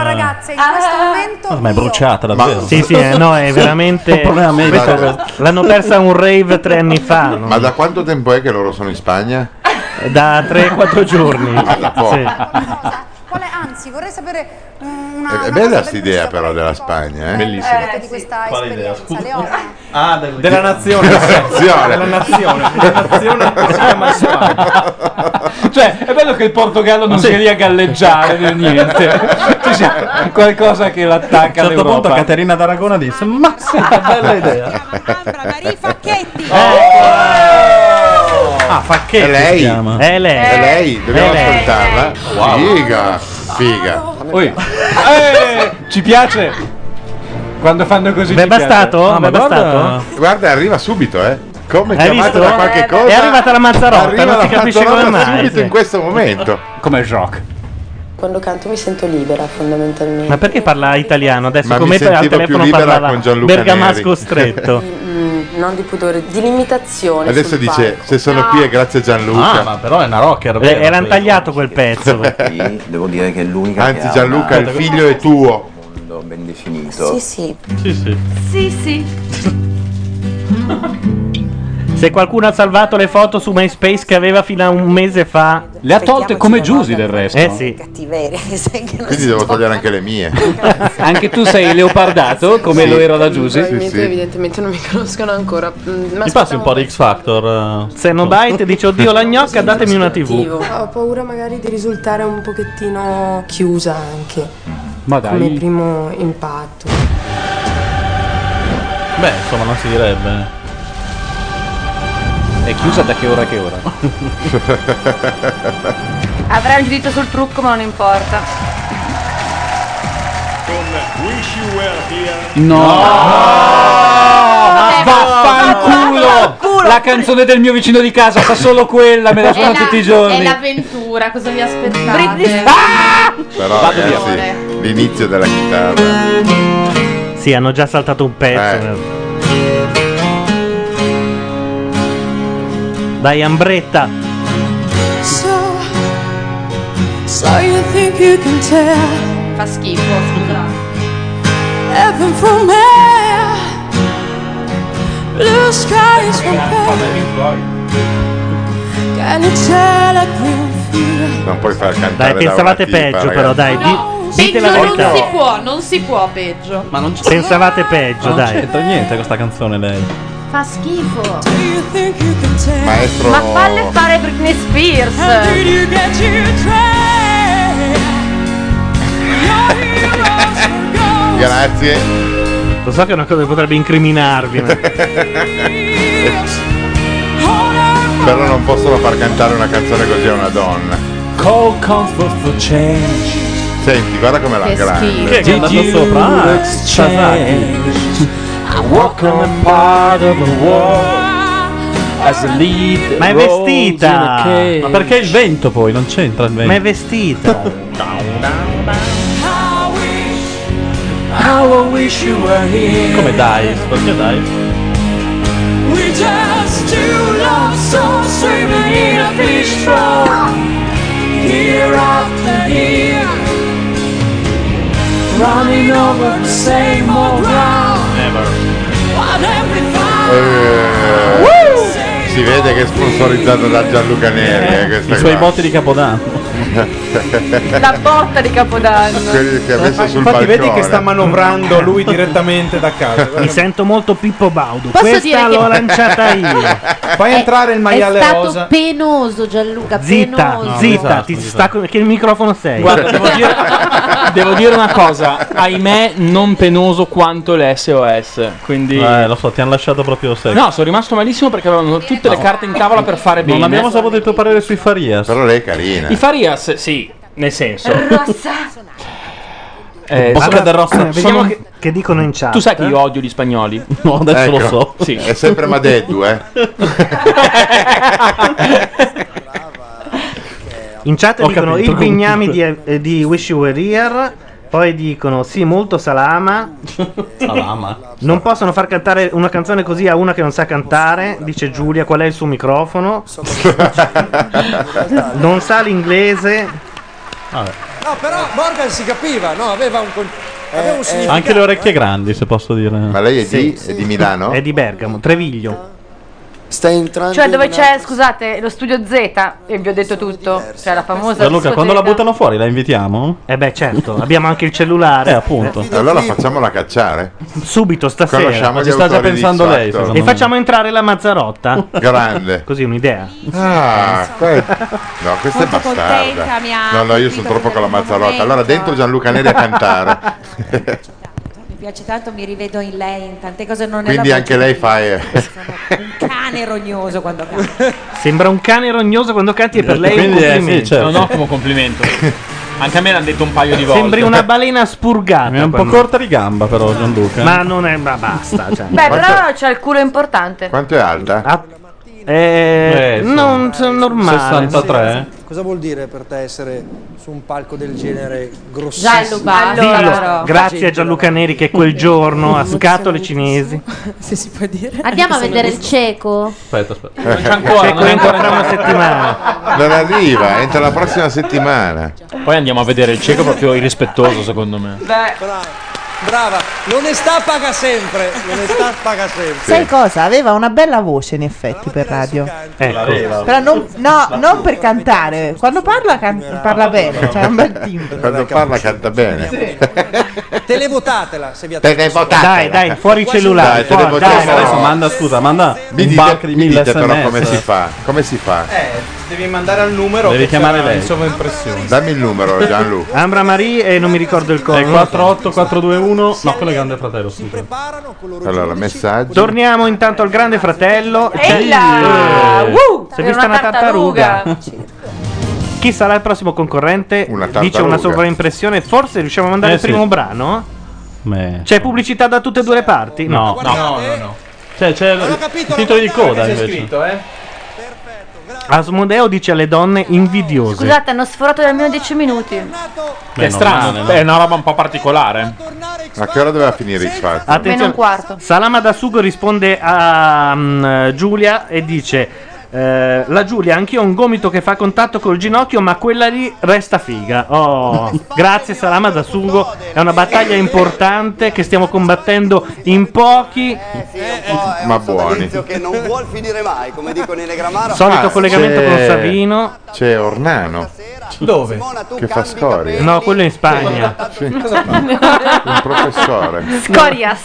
[SPEAKER 8] Ah.
[SPEAKER 6] Eh.
[SPEAKER 9] ragazze, in questo momento
[SPEAKER 6] Ah, ma è bruciata davvero.
[SPEAKER 1] Sì, sì, eh, no, è veramente.
[SPEAKER 6] Un problema medico.
[SPEAKER 1] Questo- L'hanno persa a un rave tre anni fa. no?
[SPEAKER 8] Ma da quanto tempo è che loro sono in Spagna?
[SPEAKER 1] Da 3-4 giorni.
[SPEAKER 8] Ah, da poco.
[SPEAKER 1] Sì.
[SPEAKER 9] qual è? Anzi, vorrei sapere mm,
[SPEAKER 8] È,
[SPEAKER 9] una,
[SPEAKER 8] è
[SPEAKER 9] una
[SPEAKER 8] bella
[SPEAKER 9] cosa
[SPEAKER 8] sta idea però della Spagna, eh?
[SPEAKER 9] bellissima di questa
[SPEAKER 6] Quale idea?
[SPEAKER 9] esperienza, Leona.
[SPEAKER 6] Ah,
[SPEAKER 10] Della nazione. Della nazione. Della nazione che si chiama
[SPEAKER 17] Cioè, è bello che il Portogallo non sia lì a galleggiare né niente. Ci sia qualcosa che l'attacca
[SPEAKER 6] A un certo punto
[SPEAKER 17] l'Europa.
[SPEAKER 6] Caterina d'Aragona disse: Ma che bella idea! Ah, Facchetti
[SPEAKER 8] Oh! È lei.
[SPEAKER 6] si chiama.
[SPEAKER 1] È lei.
[SPEAKER 8] È lei, dobbiamo
[SPEAKER 1] È lei.
[SPEAKER 8] ascoltarla.
[SPEAKER 1] Wow.
[SPEAKER 8] Figa, figa.
[SPEAKER 14] mi
[SPEAKER 17] Ui.
[SPEAKER 14] piace.
[SPEAKER 17] Eh, ci piace. Quando fanno così
[SPEAKER 1] Beh,
[SPEAKER 17] ci piace.
[SPEAKER 1] bastato?
[SPEAKER 17] Ah, ma
[SPEAKER 1] Beh, bastato?
[SPEAKER 8] Guarda, arriva subito, eh. Come
[SPEAKER 17] Hai
[SPEAKER 8] chiamata
[SPEAKER 17] visto?
[SPEAKER 5] Ah,
[SPEAKER 8] da qualche
[SPEAKER 17] Eh, beh.
[SPEAKER 8] cosa?
[SPEAKER 17] È arrivata la Mazzarotta,
[SPEAKER 8] arriva
[SPEAKER 17] non
[SPEAKER 8] la
[SPEAKER 17] si capisce come
[SPEAKER 8] Mazzarotta
[SPEAKER 17] mai,
[SPEAKER 8] subito
[SPEAKER 17] sì.
[SPEAKER 8] in questo momento.
[SPEAKER 17] Come rock.
[SPEAKER 31] Quando canto mi sento libera fondamentalmente.
[SPEAKER 1] Ma perché parla italiano adesso?
[SPEAKER 8] Ma mi
[SPEAKER 1] come al
[SPEAKER 8] sentivo più
[SPEAKER 1] telefono
[SPEAKER 8] libera
[SPEAKER 1] parlava
[SPEAKER 8] con Gianluca
[SPEAKER 1] Bergamasco
[SPEAKER 8] Neri.
[SPEAKER 1] stretto.
[SPEAKER 31] Mm, non di pudore, di limitazione.
[SPEAKER 8] Adesso
[SPEAKER 31] sul
[SPEAKER 8] dice,
[SPEAKER 31] palco.
[SPEAKER 8] se sono qui è grazie a Gianluca.
[SPEAKER 31] Ah, ma
[SPEAKER 8] però è una rocker.
[SPEAKER 1] Eh, era intagliato quel pezzo.
[SPEAKER 43] Devo dire che è l'unica
[SPEAKER 8] Anzi,
[SPEAKER 43] che ha
[SPEAKER 8] Gianluca,
[SPEAKER 43] una-
[SPEAKER 8] il figlio è tuo.
[SPEAKER 43] un mondo ben definito.
[SPEAKER 31] Sì, sì.
[SPEAKER 17] Sì, sì.
[SPEAKER 31] Sì, sì.
[SPEAKER 1] Se qualcuno ha salvato le foto su MySpace che aveva fino a un mese fa.
[SPEAKER 17] Le ha tolte come Giusy del resto.
[SPEAKER 1] Eh sì.
[SPEAKER 31] Cattiveria, che sai che non
[SPEAKER 8] Quindi
[SPEAKER 31] si
[SPEAKER 8] devo
[SPEAKER 31] tocca.
[SPEAKER 8] togliere anche le mie.
[SPEAKER 17] Anche tu sei leopardato come
[SPEAKER 8] Sì.
[SPEAKER 17] lo ero da Giusy.
[SPEAKER 31] Probabilmente, evidentemente non mi conoscono ancora. Mm, Ma
[SPEAKER 17] di X Factor.
[SPEAKER 1] Se non bite dice oddio la gnocca, datemi una TV.
[SPEAKER 31] Ho paura magari di risultare un pochettino chiusa anche
[SPEAKER 1] Ma
[SPEAKER 31] come primo impatto.
[SPEAKER 17] Beh, insomma, non si direbbe. È chiusa da che ora a che ora?
[SPEAKER 15] Avrai un giudizio sul trucco, ma non importa.
[SPEAKER 41] Wish you were here.
[SPEAKER 17] No! Ma vaffanculo! La canzone del mio vicino di casa fa solo quella, me la suona tutti i
[SPEAKER 5] È
[SPEAKER 17] giorni.
[SPEAKER 5] l'avventura, cosa vi aspettate?
[SPEAKER 8] Però
[SPEAKER 17] Vado
[SPEAKER 8] ragazzi, l'inizio della chitarra.
[SPEAKER 1] Sì, hanno già saltato un pezzo.
[SPEAKER 2] Eh.
[SPEAKER 1] eh. Dai, Ambretta.
[SPEAKER 7] So, so you think you can tell
[SPEAKER 5] Fa schifo, scusa.
[SPEAKER 7] heaven from hell, blue skies from pale. Can you tell I can feel?
[SPEAKER 8] Non puoi far cantare
[SPEAKER 1] Dai,
[SPEAKER 8] da
[SPEAKER 1] pensavate
[SPEAKER 8] una tipa,
[SPEAKER 1] peggio,
[SPEAKER 8] ragazzi.
[SPEAKER 1] però, dai. di- dite la
[SPEAKER 5] Peggio non
[SPEAKER 1] verità.
[SPEAKER 5] si può, non si può peggio.
[SPEAKER 1] Ma non Pensavate peggio,
[SPEAKER 6] non
[SPEAKER 1] dai.
[SPEAKER 6] c'entra niente questa canzone lei.
[SPEAKER 5] Fa schifo.
[SPEAKER 6] Maestro-
[SPEAKER 40] Ma falle fare Britney
[SPEAKER 7] How did
[SPEAKER 40] Spears.
[SPEAKER 7] you get your train?
[SPEAKER 8] Grazie.
[SPEAKER 1] Lo so che è una cosa che potrebbe incriminarvi. ma-
[SPEAKER 8] Però non possono far cantare una canzone così a una donna.
[SPEAKER 6] Call comfort for change.
[SPEAKER 8] Senti, guarda come la
[SPEAKER 6] Che schifo.
[SPEAKER 8] grande.
[SPEAKER 6] Che è andato sopra? Ah, Sasaki. Walk on a part of the world. As a lead
[SPEAKER 1] Ma è
[SPEAKER 6] rolls
[SPEAKER 1] vestita!
[SPEAKER 6] in a cage.
[SPEAKER 1] Ma
[SPEAKER 6] Ma
[SPEAKER 1] perché
[SPEAKER 6] perché il vento poi? Non c'entra il vento.
[SPEAKER 1] Ma è vestita.
[SPEAKER 6] How I wish you were here. Ah. Come dai? Perché dai?
[SPEAKER 7] We just two love souls swimming in a fish bowl. Year after year, running over the same old ground. What have we found?
[SPEAKER 8] Eh, si vede che è sponsorizzato da Gianluca Neri. Eh, questa
[SPEAKER 6] I suoi
[SPEAKER 8] qua.
[SPEAKER 6] botti di Capodanno.
[SPEAKER 40] La botta di Capodanno.
[SPEAKER 8] Quelli che ha messo sul
[SPEAKER 10] Eh, Infatti, vedi che
[SPEAKER 8] balcone.
[SPEAKER 10] sta manovrando lui direttamente da casa.
[SPEAKER 1] Mi sento molto Pippo Baudo.
[SPEAKER 5] Posso dire
[SPEAKER 1] Questa
[SPEAKER 5] che-
[SPEAKER 1] l'ho lanciata io.
[SPEAKER 2] Eh,
[SPEAKER 10] Fai entrare il maiale
[SPEAKER 5] è stato
[SPEAKER 10] rosa.
[SPEAKER 5] penoso Gianluca,
[SPEAKER 1] Zitta,
[SPEAKER 5] penoso.
[SPEAKER 1] zitta, ti stacco. Che microfono sei?
[SPEAKER 2] Esatto, Guarda, devo dire, Ah, devo dire una cosa, ahimè non penoso quanto l'SOS, quindi...
[SPEAKER 6] Eh, lo so, ti hanno lasciato proprio secco.
[SPEAKER 2] No, sono rimasto malissimo perché avevano tutte le carte in tavola per fare bene.
[SPEAKER 6] Non abbiamo saputo il tuo parere sui Farias.
[SPEAKER 8] Però lei è carina.
[SPEAKER 2] I Farias, sì, nel senso. Eh,
[SPEAKER 1] Bocca
[SPEAKER 2] sono-
[SPEAKER 1] del rosso.
[SPEAKER 2] sono-
[SPEAKER 1] Vediamo che... dicono in chat.
[SPEAKER 2] Tu sai che io odio gli spagnoli? Ecco.
[SPEAKER 6] No,
[SPEAKER 8] adesso lo so.
[SPEAKER 2] Sì.
[SPEAKER 8] È sempre Madeddu, eh.
[SPEAKER 1] In chat
[SPEAKER 2] Ho
[SPEAKER 1] dicono
[SPEAKER 2] capito,
[SPEAKER 1] il
[SPEAKER 2] comunque.
[SPEAKER 1] bignami di, eh, di Wish You Were Here. Poi dicono sì, molto salama.
[SPEAKER 6] Salama.
[SPEAKER 1] Non possono far cantare una canzone così a una che non sa cantare. Dice Giulia, qual è il suo microfono? Non sa l'inglese.
[SPEAKER 14] No, però Morgan si capiva, no? Aveva un, con-
[SPEAKER 8] Eh,
[SPEAKER 14] aveva un significato.
[SPEAKER 6] Anche le orecchie grandi, se posso dire. Ma
[SPEAKER 8] lei
[SPEAKER 6] è
[SPEAKER 8] di- è di Milano?
[SPEAKER 1] È di Bergamo, Treviglio.
[SPEAKER 14] Sta entrando.
[SPEAKER 40] Cioè dove c'è, scusate, lo studio Z e vi ho detto tutto. Cioè la famosa
[SPEAKER 6] Gianluca, quando la
[SPEAKER 40] discoteca.
[SPEAKER 6] buttano fuori la invitiamo?
[SPEAKER 1] Eh beh, certo, abbiamo anche il cellulare.
[SPEAKER 6] Eh, appunto.
[SPEAKER 8] Allora facciamola cacciare.
[SPEAKER 1] Subito stasera.
[SPEAKER 8] Conosciamo gli Ci sta già autori di pensando X lei, Factor. secondo
[SPEAKER 1] E
[SPEAKER 8] me.
[SPEAKER 1] facciamo entrare la Mazzarotta.
[SPEAKER 8] Grande.
[SPEAKER 1] Così un'idea.
[SPEAKER 8] Ah, que- no, questa
[SPEAKER 1] Molto
[SPEAKER 8] è
[SPEAKER 1] contenta,
[SPEAKER 8] bastarda.
[SPEAKER 1] mi ha
[SPEAKER 8] No, no, io
[SPEAKER 1] colpito
[SPEAKER 8] sono troppo con la mazzarotta.
[SPEAKER 36] momento.
[SPEAKER 8] Allora, dentro Gianluca Neri a cantare.
[SPEAKER 36] Mi piace tanto, mi rivedo in lei, in tante cose non è la
[SPEAKER 8] Quindi
[SPEAKER 36] voce
[SPEAKER 8] anche lei fa. eh.
[SPEAKER 36] di un cane rognoso quando canta.
[SPEAKER 1] Sembra un cane rognoso quando canti e per lei è un
[SPEAKER 6] Quindi, eh, sì,
[SPEAKER 1] complimento.
[SPEAKER 6] certo. Non
[SPEAKER 2] Ottimo complimento. Anche a me l'hanno detto un paio di volte.
[SPEAKER 1] Sembri una balena spurgata.
[SPEAKER 6] È un po' corta di gamba, però, Gianluca.
[SPEAKER 1] Ma non è. Ma basta. Cioè.
[SPEAKER 15] Beh, però c'è il culo importante.
[SPEAKER 8] Quanto è alta?
[SPEAKER 1] Eh, non sono normale.
[SPEAKER 13] Cosa vuol dire per te essere su un palco del genere grossissimo?
[SPEAKER 15] Giallo, basta.
[SPEAKER 1] Dillo.
[SPEAKER 13] eh.
[SPEAKER 15] Allora.
[SPEAKER 1] Grazie a Gianluca Neri che quel giorno a scatole cinesi.
[SPEAKER 7] Se si può dire.
[SPEAKER 53] Andiamo a
[SPEAKER 7] Sono
[SPEAKER 53] vedere il
[SPEAKER 7] distra-
[SPEAKER 53] cieco.
[SPEAKER 6] Aspetta, aspetta.
[SPEAKER 8] Non c'è
[SPEAKER 2] ancora, non è ancora
[SPEAKER 1] una settimana.
[SPEAKER 8] Non arriva, entra la prossima settimana.
[SPEAKER 2] Poi andiamo a vedere il cieco proprio irrispettoso, secondo me.
[SPEAKER 13] Brava, brava. L'onestà paga sempre. L'onestà paga sempre.
[SPEAKER 5] Sai cosa? Aveva una bella voce in effetti per radio.
[SPEAKER 2] Ecco.
[SPEAKER 8] L'aveva.
[SPEAKER 5] Però non, no, non per cantare. Quando parla, can- parla bene. Cioè un bel
[SPEAKER 8] Quando parla canta bene.
[SPEAKER 13] Televotatela se vi
[SPEAKER 8] Te ne votate.
[SPEAKER 13] Dai, dai, fuori i cellulari.
[SPEAKER 8] Dai, te ne
[SPEAKER 13] Fuori,
[SPEAKER 8] votate.
[SPEAKER 13] dai,
[SPEAKER 6] Adesso manda, scusa, manda
[SPEAKER 8] Mi
[SPEAKER 6] un
[SPEAKER 8] dite-
[SPEAKER 6] pack di
[SPEAKER 8] mi
[SPEAKER 6] 1000
[SPEAKER 8] dite però
[SPEAKER 6] SMS.
[SPEAKER 8] come si fa. Come si fa?
[SPEAKER 10] Eh, devi mandare al numero.
[SPEAKER 8] Devi
[SPEAKER 10] che
[SPEAKER 8] chiamare
[SPEAKER 10] sarà
[SPEAKER 8] lei.
[SPEAKER 10] in sovraimpressione.
[SPEAKER 8] Dammi il numero, Oh, Gianluca.
[SPEAKER 1] Ambra Marie e non mi ricordo il
[SPEAKER 6] È
[SPEAKER 1] codice.
[SPEAKER 6] 48421. No, quello è Grande Fratello. scusa.
[SPEAKER 8] Allora, messaggio.
[SPEAKER 1] Torniamo intanto al Grande Fratello. C'è-
[SPEAKER 8] là!
[SPEAKER 1] Eh.
[SPEAKER 8] Woo!
[SPEAKER 1] Si è
[SPEAKER 8] Era
[SPEAKER 1] vista
[SPEAKER 8] una
[SPEAKER 1] una tartaruga. Chi sarà il prossimo concorrente? Dice
[SPEAKER 8] tartaruga.
[SPEAKER 1] una sovraimpressione. Forse riusciamo a mandare
[SPEAKER 6] Eh,
[SPEAKER 1] il primo
[SPEAKER 6] sì.
[SPEAKER 1] brano? C'è pubblicità da tutte e due le parti?
[SPEAKER 6] No, no, no, no. Cioè, c'è il titolo di coda invece.
[SPEAKER 10] eh?
[SPEAKER 1] Asmodeo dice alle donne invidiose.
[SPEAKER 15] Scusate, hanno sforato da almeno 10 minuti.
[SPEAKER 1] Che
[SPEAKER 2] è strano, è una roba un po' particolare.
[SPEAKER 8] A che ora doveva finire X Factor?
[SPEAKER 15] Meno un
[SPEAKER 1] Attenzione.
[SPEAKER 15] quarto.
[SPEAKER 1] Salama da Sugo risponde a mm, Giulia e dice: eh, La Giulia, anch'io ho un gomito che fa contatto col ginocchio, ma quella lì resta figa. Oh, grazie, Salama da Sugo. È una battaglia importante che stiamo combattendo in pochi.
[SPEAKER 8] Ma buoni.
[SPEAKER 14] Tizio che non vuol finire mai, come dicono i Negramaro.
[SPEAKER 1] Solito collegamento
[SPEAKER 8] c'è-
[SPEAKER 1] con Savino.
[SPEAKER 8] C'è Ornano.
[SPEAKER 1] Dove?
[SPEAKER 8] Che fa scorie.
[SPEAKER 1] No, quello è in Spagna.
[SPEAKER 8] Sì. Un professore.
[SPEAKER 15] Scorias.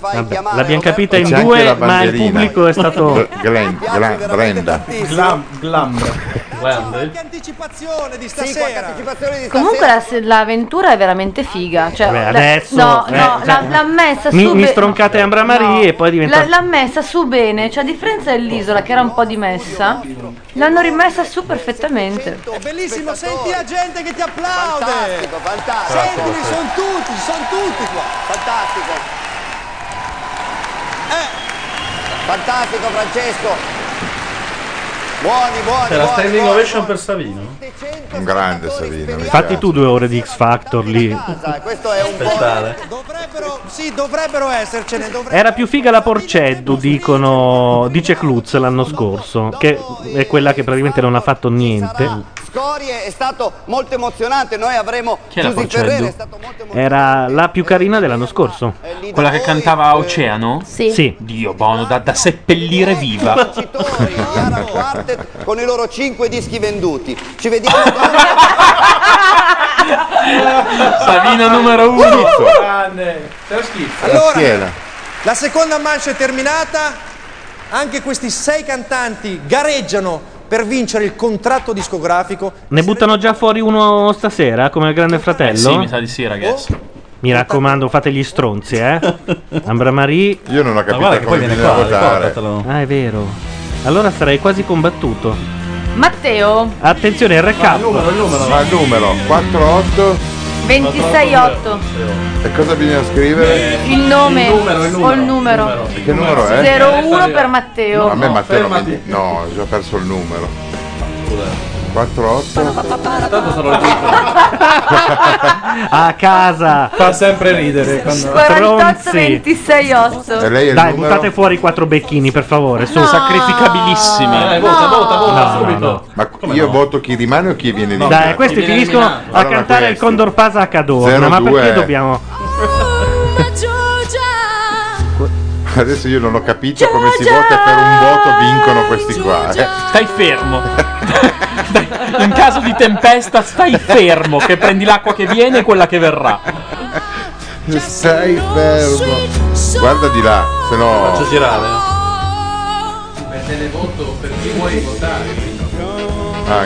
[SPEAKER 8] Vabbè,
[SPEAKER 1] l'abbiamo capita in due, ma il pubblico è stato-
[SPEAKER 8] Glen, Glen, Brenda.
[SPEAKER 10] Glam, glam.
[SPEAKER 13] Anticipazione di
[SPEAKER 14] qualche
[SPEAKER 13] stasera.
[SPEAKER 14] anticipazione di
[SPEAKER 15] Comunque la, se- l'avventura è veramente figa. Cioè,
[SPEAKER 1] Vabbè,
[SPEAKER 15] la-
[SPEAKER 1] adesso,
[SPEAKER 15] no,
[SPEAKER 1] eh,
[SPEAKER 15] no,
[SPEAKER 1] cioè,
[SPEAKER 15] l'ha, l'ha messa
[SPEAKER 1] Mi,
[SPEAKER 15] su
[SPEAKER 1] mi
[SPEAKER 15] be-
[SPEAKER 1] stroncate Ambra Marie e poi diventa.
[SPEAKER 15] l'ha, l'ha messa su bene. Cioè, a differenza dell'isola, che era un po' dimessa, l'hanno rimessa su perfettamente.
[SPEAKER 13] È bellissimo, senti la gente che ti applaude. Fantastico, fantastico. Sentili,
[SPEAKER 14] Grazie.
[SPEAKER 13] sono tutti, sono tutti qua.
[SPEAKER 14] Fantastico.
[SPEAKER 13] Eh.
[SPEAKER 14] Fantastico Francesco. Buoni, buoni.
[SPEAKER 6] C'è la
[SPEAKER 14] buoni,
[SPEAKER 6] standing
[SPEAKER 14] buoni.
[SPEAKER 6] ovation per Savino.
[SPEAKER 8] Un grande Savino. mi
[SPEAKER 1] Fatti tu due ore di X Factor lì.
[SPEAKER 14] Questo è un
[SPEAKER 13] Dovrebbero, sì, dovrebbero essercene, dovrebbero.
[SPEAKER 1] Era più figa la Porceddu, dicono, dice Cluz l'anno scorso, che è quella che praticamente non ha fatto niente.
[SPEAKER 14] Scorie è stato molto emozionante, noi avremo Giuseppe Ferrere, è stato
[SPEAKER 1] Era la più carina dell'anno scorso.
[SPEAKER 2] Quella che cantava Oceano?
[SPEAKER 14] Sì. Sì.
[SPEAKER 2] Dio buono, da, da seppellire viva.
[SPEAKER 14] Quartet con i loro 5 dischi venduti. Ci vediamo
[SPEAKER 2] Savino numero uno.
[SPEAKER 13] Grande.
[SPEAKER 6] schifo.
[SPEAKER 13] Uh-huh. Allora, La seconda mancia è terminata. Anche questi sei cantanti gareggiano per vincere il contratto discografico.
[SPEAKER 1] Ne buttano già fuori uno stasera, come il Grande Fratello?
[SPEAKER 2] Eh sì, mi sa di sì, ragazzi.
[SPEAKER 1] Mi raccomando, fate gli stronzi, eh. Ambra Marie.
[SPEAKER 8] Io non ho capito guarda che come poi viene bisogna qua, votare. ricordatelo.
[SPEAKER 1] Ah, è vero. Allora sarei quasi combattuto.
[SPEAKER 15] Matteo,
[SPEAKER 1] Attenzione, il recap.
[SPEAKER 8] Ma il numero 48
[SPEAKER 15] 26-8.
[SPEAKER 8] e cosa bisogna scrivere?
[SPEAKER 15] Il nome
[SPEAKER 8] Il numero, il
[SPEAKER 15] o il numero.
[SPEAKER 8] Che numero è?
[SPEAKER 15] 01 per Matteo.
[SPEAKER 8] No, a me Matteo non mi... No, ho già perso il numero. 48
[SPEAKER 6] Tanto sono le titolo.
[SPEAKER 1] A casa.
[SPEAKER 10] Fa sempre ridere. quando-
[SPEAKER 15] 48
[SPEAKER 1] Stronzi.
[SPEAKER 15] 26 8
[SPEAKER 1] Dai, buttate fuori i quattro becchini, per favore. Sono
[SPEAKER 15] No.
[SPEAKER 1] sacrificabilissimi.
[SPEAKER 15] Eh, vota, vota, vota,
[SPEAKER 8] subito. Ma io voto chi rimane o chi viene eliminato?
[SPEAKER 1] Dai, eh, questi finiscono a cantare il Condor Pasa a Cadorna. Ma
[SPEAKER 8] 02.
[SPEAKER 1] perché dobbiamo.
[SPEAKER 8] Adesso io non ho capito come si vota e per un voto vincono questi qua. eh.
[SPEAKER 2] Stai fermo. In caso di tempesta, stai fermo. Che prendi l'acqua che viene e quella che verrà.
[SPEAKER 8] Stai fermo. Guarda di là, se no.
[SPEAKER 6] Faccio girare.
[SPEAKER 8] Ah,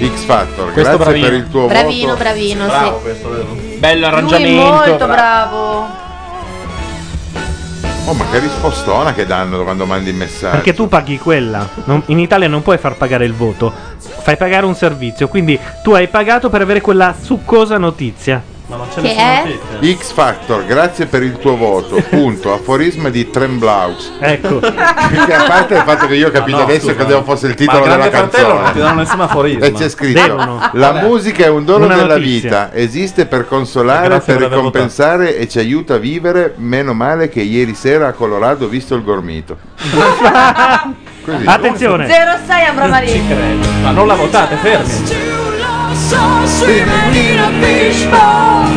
[SPEAKER 8] X Factor, grazie
[SPEAKER 2] Questo bravino.
[SPEAKER 8] per il tuo
[SPEAKER 53] Bravino,
[SPEAKER 8] voto.
[SPEAKER 53] bravino,
[SPEAKER 8] Bravo
[SPEAKER 53] sì.
[SPEAKER 2] Bello
[SPEAKER 15] Lui
[SPEAKER 2] arrangiamento.
[SPEAKER 15] molto bravo.
[SPEAKER 8] Oh, ma che rispostona che danno quando mandi il messaggio.
[SPEAKER 1] Perché tu paghi quella. Non- in Italia non puoi far pagare il voto. fai pagare un servizio, quindi tu hai pagato per avere quella succosa notizia.
[SPEAKER 6] Ma non
[SPEAKER 3] c'è Che nessuna è?
[SPEAKER 8] X Factor, grazie per il tuo voto. Punto. Aforisma di Tremblaus.
[SPEAKER 1] Ecco.
[SPEAKER 8] Perché a parte il fatto che io ho capito
[SPEAKER 6] Ma no,
[SPEAKER 8] adesso
[SPEAKER 6] scusa.
[SPEAKER 8] cosa fosse il titolo
[SPEAKER 6] Ma Grande
[SPEAKER 8] della
[SPEAKER 6] Fratello
[SPEAKER 8] canzone.
[SPEAKER 6] non ti danno nessun aforisma.
[SPEAKER 8] E c'è scritto:
[SPEAKER 6] Devono.
[SPEAKER 8] La
[SPEAKER 6] Vabbè.
[SPEAKER 8] musica è un dono
[SPEAKER 6] Una
[SPEAKER 8] della
[SPEAKER 6] notizia.
[SPEAKER 8] vita, esiste per consolare,
[SPEAKER 6] Grazie
[SPEAKER 8] per
[SPEAKER 6] per aver
[SPEAKER 8] ricompensare e ci aiuta a vivere. Meno male che ieri sera a Colorado ho visto il gormito. Così.
[SPEAKER 1] Attenzione.
[SPEAKER 40] 06 Ambra Marini.
[SPEAKER 6] credo. Ma non la votate, fermi.
[SPEAKER 7] So swimming in a beach ball.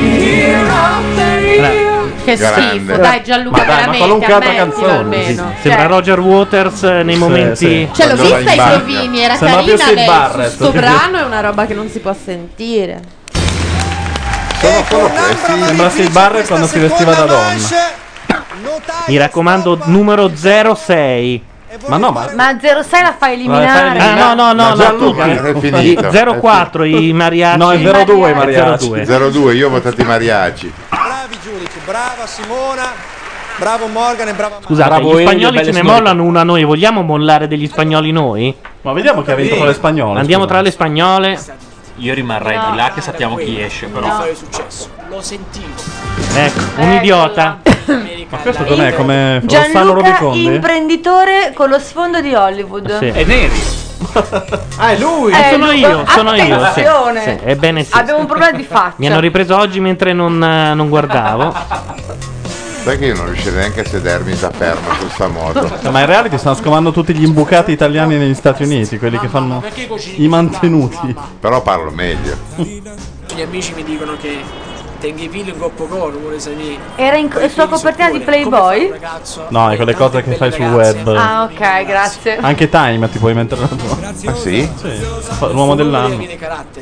[SPEAKER 7] Here out there.
[SPEAKER 5] Che
[SPEAKER 1] Grande.
[SPEAKER 5] schifo, dai Gianluca,
[SPEAKER 1] Ma dai, ma
[SPEAKER 5] veramente.
[SPEAKER 1] qualunque altra
[SPEAKER 5] ammettilo
[SPEAKER 1] canzone,
[SPEAKER 5] almeno.
[SPEAKER 7] Cioè,
[SPEAKER 1] Sembra Roger Waters eh, nei momenti.
[SPEAKER 6] sì.
[SPEAKER 5] Cioè, l'ho vista ai provini, era
[SPEAKER 1] Sembra più
[SPEAKER 5] carina.
[SPEAKER 1] Sid
[SPEAKER 5] Lei,
[SPEAKER 1] Barrett.
[SPEAKER 5] Sto brano è una roba che non si può sentire.
[SPEAKER 8] Sono solo
[SPEAKER 6] Sembra Sid Barrett quando si vestiva da donna.
[SPEAKER 1] Mi raccomando, numero 06.
[SPEAKER 6] Ma no, ma
[SPEAKER 40] Ma 06 la fai
[SPEAKER 1] Ah,
[SPEAKER 40] eliminare.
[SPEAKER 1] no, no, no,
[SPEAKER 6] Ma
[SPEAKER 1] no,
[SPEAKER 6] Gianluca, è
[SPEAKER 1] tutti.
[SPEAKER 6] finito,
[SPEAKER 1] I
[SPEAKER 6] è
[SPEAKER 8] Eh
[SPEAKER 1] 04 i mariachi.
[SPEAKER 6] No, è 02 i mariachi.
[SPEAKER 8] 02. 02, io ho votato i mariaci.
[SPEAKER 13] Brava Simona, bravo Morgan e brava
[SPEAKER 1] Scusate,
[SPEAKER 6] Bravo
[SPEAKER 1] gli
[SPEAKER 6] Elio,
[SPEAKER 1] spagnoli
[SPEAKER 6] belle
[SPEAKER 1] ce ne
[SPEAKER 6] signore.
[SPEAKER 1] mollano una noi. Vogliamo mollare degli spagnoli noi?
[SPEAKER 6] Ma vediamo chi ha vinto con le spagnole.
[SPEAKER 1] Andiamo tra le spagnole.
[SPEAKER 47] Io rimarrei di là che sappiamo chi esce però.
[SPEAKER 7] successo? Lo sentivo.
[SPEAKER 1] Ecco,
[SPEAKER 15] Eh,
[SPEAKER 1] un idiota.
[SPEAKER 40] Eh,
[SPEAKER 6] Ma questo com'è? Come Rossano
[SPEAKER 40] Gianluca,
[SPEAKER 6] Robicondi?
[SPEAKER 40] imprenditore con lo sfondo di Hollywood.
[SPEAKER 1] Sì.
[SPEAKER 6] Ah, è lui!
[SPEAKER 40] Eh,
[SPEAKER 1] sono
[SPEAKER 40] Luca,
[SPEAKER 1] io, sono io. Sì,
[SPEAKER 40] attenzione.
[SPEAKER 1] sì, ebbene sì.
[SPEAKER 40] Abbiamo un problema di faccia.
[SPEAKER 1] Mi hanno ripreso oggi mentre non, eh, non guardavo.
[SPEAKER 8] Sai che io non riuscirei neanche a sedermi da fermo su sta moto.
[SPEAKER 6] No, ma in reality stanno scovando tutti gli imbucati italiani negli Stati Uniti, quelli che fanno i mantenuti.
[SPEAKER 8] Però parlo meglio.
[SPEAKER 7] Gli amici mi dicono che tengo filo in coppo coro, vuole sapere.
[SPEAKER 40] Era in co- sulla copertina di Playboy?
[SPEAKER 6] No, è quelle cose che fai sul web.
[SPEAKER 40] Ah, ok, grazie.
[SPEAKER 6] Anche Time ti puoi mettere la tua.
[SPEAKER 8] Ah sì?
[SPEAKER 6] Fa- L'uomo dell'anno.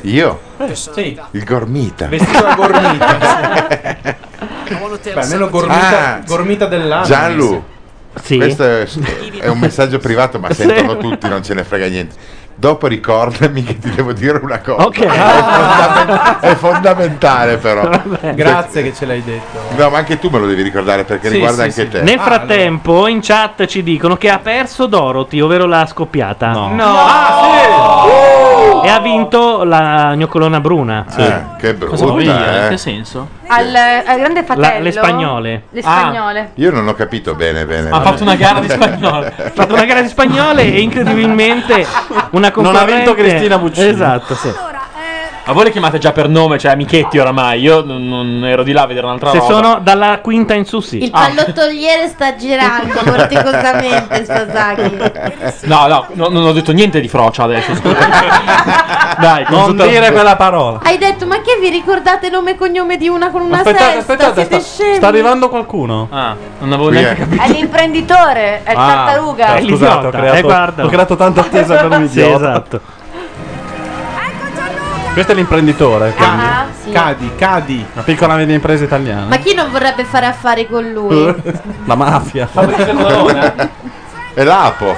[SPEAKER 8] Io?
[SPEAKER 6] sì.
[SPEAKER 8] Il gormita.
[SPEAKER 6] Vestito da
[SPEAKER 8] gormita.
[SPEAKER 10] Beh, almeno gormita,
[SPEAKER 8] Ah.
[SPEAKER 10] gormita dell'anno.
[SPEAKER 8] Gianlu,
[SPEAKER 1] Sì?
[SPEAKER 8] questo è, è un messaggio privato, ma sentono tutti, non ce ne frega niente. Dopo ricordami che ti devo dire una cosa. È, fondamen- è fondamentale, però.
[SPEAKER 10] Grazie che ce l'hai detto.
[SPEAKER 8] No, ma anche tu me lo devi ricordare perché
[SPEAKER 1] Sì,
[SPEAKER 8] riguarda anche
[SPEAKER 1] sì, sì. Ah,
[SPEAKER 8] te.
[SPEAKER 6] Ah,
[SPEAKER 1] Nel frattempo, in chat ci dicono che ha perso Dorothy, ovvero la scoppiata. No. Ah,
[SPEAKER 47] Oh!
[SPEAKER 1] E ha vinto la gnocolona bruna.
[SPEAKER 8] Eh, che eh.
[SPEAKER 1] Cosa vuol dire? In che senso?
[SPEAKER 40] Al, al grande fratello.
[SPEAKER 1] le spagnole.
[SPEAKER 40] Le spagnole.
[SPEAKER 8] Io non ho capito bene, bene.
[SPEAKER 1] Ha fatto una gara di
[SPEAKER 8] spagnolo.
[SPEAKER 1] Ha fatto una gara di spagnole e incredibilmente
[SPEAKER 8] Non
[SPEAKER 1] una concorrente
[SPEAKER 8] ha vinto Cristina
[SPEAKER 47] Buccini.
[SPEAKER 1] Esatto, sì.
[SPEAKER 40] eh,
[SPEAKER 47] Ma voi le chiamate già per nome, cioè amichetti oramai. Io non, non ero di là a vedere un'altra
[SPEAKER 1] Se
[SPEAKER 47] roba.
[SPEAKER 1] sono dalla quinta in su sì.
[SPEAKER 3] Il
[SPEAKER 2] Ah.
[SPEAKER 5] Ah.
[SPEAKER 3] pallottoliere sta girando vorticosamente, Sasaki.
[SPEAKER 8] Eh,
[SPEAKER 47] No, no, no, non ho detto niente di frocia adesso. scusa. Dai, con
[SPEAKER 6] Non
[SPEAKER 47] tutta-
[SPEAKER 6] dire quella parola.
[SPEAKER 5] Hai detto, ma che vi ricordate nome e cognome di una con una
[SPEAKER 6] Aspettate,
[SPEAKER 5] sesta?
[SPEAKER 6] aspettate,
[SPEAKER 5] Siete
[SPEAKER 6] sta,
[SPEAKER 5] scemi?
[SPEAKER 6] sta arrivando qualcuno. Ah,
[SPEAKER 47] non avevo
[SPEAKER 6] neanche capito.
[SPEAKER 40] È l'imprenditore, è il tartaruga.
[SPEAKER 6] Ah, scusate, ho
[SPEAKER 1] l'idiota, eh,
[SPEAKER 6] creato,
[SPEAKER 1] guarda.
[SPEAKER 6] ho creato tanta attesa per un
[SPEAKER 1] Sì,
[SPEAKER 6] idiota.
[SPEAKER 1] esatto.
[SPEAKER 6] Questo è l'imprenditore. quindi.
[SPEAKER 3] Ecco, Ah, sì.
[SPEAKER 6] Cadi, cadi. Una piccola media impresa italiana.
[SPEAKER 3] Ma chi non vorrebbe fare affari con lui?
[SPEAKER 6] La mafia.
[SPEAKER 8] è l'apo.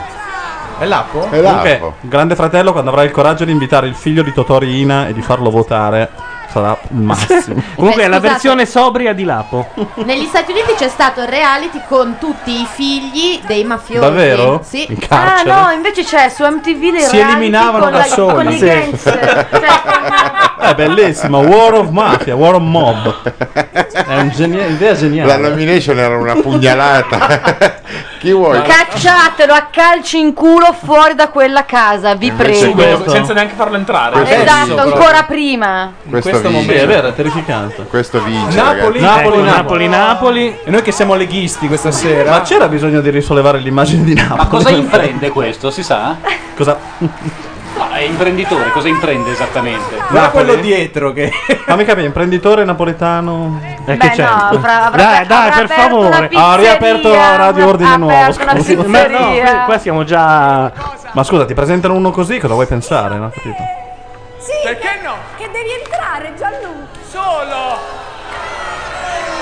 [SPEAKER 6] È l'apo?
[SPEAKER 8] È l'apo.
[SPEAKER 6] Comunque, grande fratello, quando avrà il coraggio di invitare il figlio di Totorina e di farlo votare, sarà il massimo.
[SPEAKER 1] Comunque è la
[SPEAKER 3] Beh, scusate.
[SPEAKER 1] versione sobria di Lapo.
[SPEAKER 5] Negli Stati Uniti c'è stato il reality con tutti i figli dei mafiosi.
[SPEAKER 6] Davvero?
[SPEAKER 5] Sì.
[SPEAKER 6] In
[SPEAKER 40] Ah
[SPEAKER 6] carcere.
[SPEAKER 40] no, invece c'è su MTV dei
[SPEAKER 6] Si
[SPEAKER 40] reality
[SPEAKER 6] eliminavano
[SPEAKER 40] con
[SPEAKER 6] da
[SPEAKER 40] la-
[SPEAKER 6] soli.
[SPEAKER 40] Con i
[SPEAKER 6] Sì.
[SPEAKER 40] gangster. cioè.
[SPEAKER 6] È Eh, bellissimo. War of Mafia, War of Mob. È un'idea
[SPEAKER 8] La
[SPEAKER 6] geniale.
[SPEAKER 8] nomination era una pugnalata. Chi vuoi?
[SPEAKER 40] Cacciatelo a calci in culo fuori da quella casa, vi
[SPEAKER 8] Invece
[SPEAKER 40] prego.
[SPEAKER 8] questo-
[SPEAKER 47] Senza neanche farlo entrare.
[SPEAKER 6] eh,
[SPEAKER 8] questo-
[SPEAKER 40] Esatto,
[SPEAKER 8] Questo-
[SPEAKER 40] ancora prima.
[SPEAKER 8] Questo vince.
[SPEAKER 6] questo momento- Sì, è vero, è terrificante.
[SPEAKER 8] Questo vince. ragazzi.
[SPEAKER 6] Napoli, Napoli,
[SPEAKER 1] Ecco, Napoli, Napoli.
[SPEAKER 6] E noi che siamo leghisti questa sera. Ma c'era bisogno di risollevare l'immagine di Napoli.
[SPEAKER 47] Ma cosa imprende questo? Si sa?
[SPEAKER 6] Cosa?
[SPEAKER 47] No, è imprenditore, cosa imprende esattamente?
[SPEAKER 6] Era quello dietro che. Ma mica bene, imprenditore napoletano. Eh,
[SPEAKER 1] E
[SPEAKER 40] Eh, Beh, no, avrà- avrà-
[SPEAKER 1] Dai, dai,
[SPEAKER 40] avrà
[SPEAKER 1] per
[SPEAKER 40] aperto una
[SPEAKER 1] favore.
[SPEAKER 40] pizzeria,
[SPEAKER 6] Ha riaperto Radio Ordine Nuovo.
[SPEAKER 40] aperto una
[SPEAKER 6] scusa.
[SPEAKER 1] Ma no,
[SPEAKER 40] pizzeria.
[SPEAKER 1] qui- qua siamo già.
[SPEAKER 6] Ma scusa, ti presentano uno così, cosa vuoi pensare? Non ho capito.
[SPEAKER 7] Sì, perché no? Che devi entrare, Gianluca. Solo.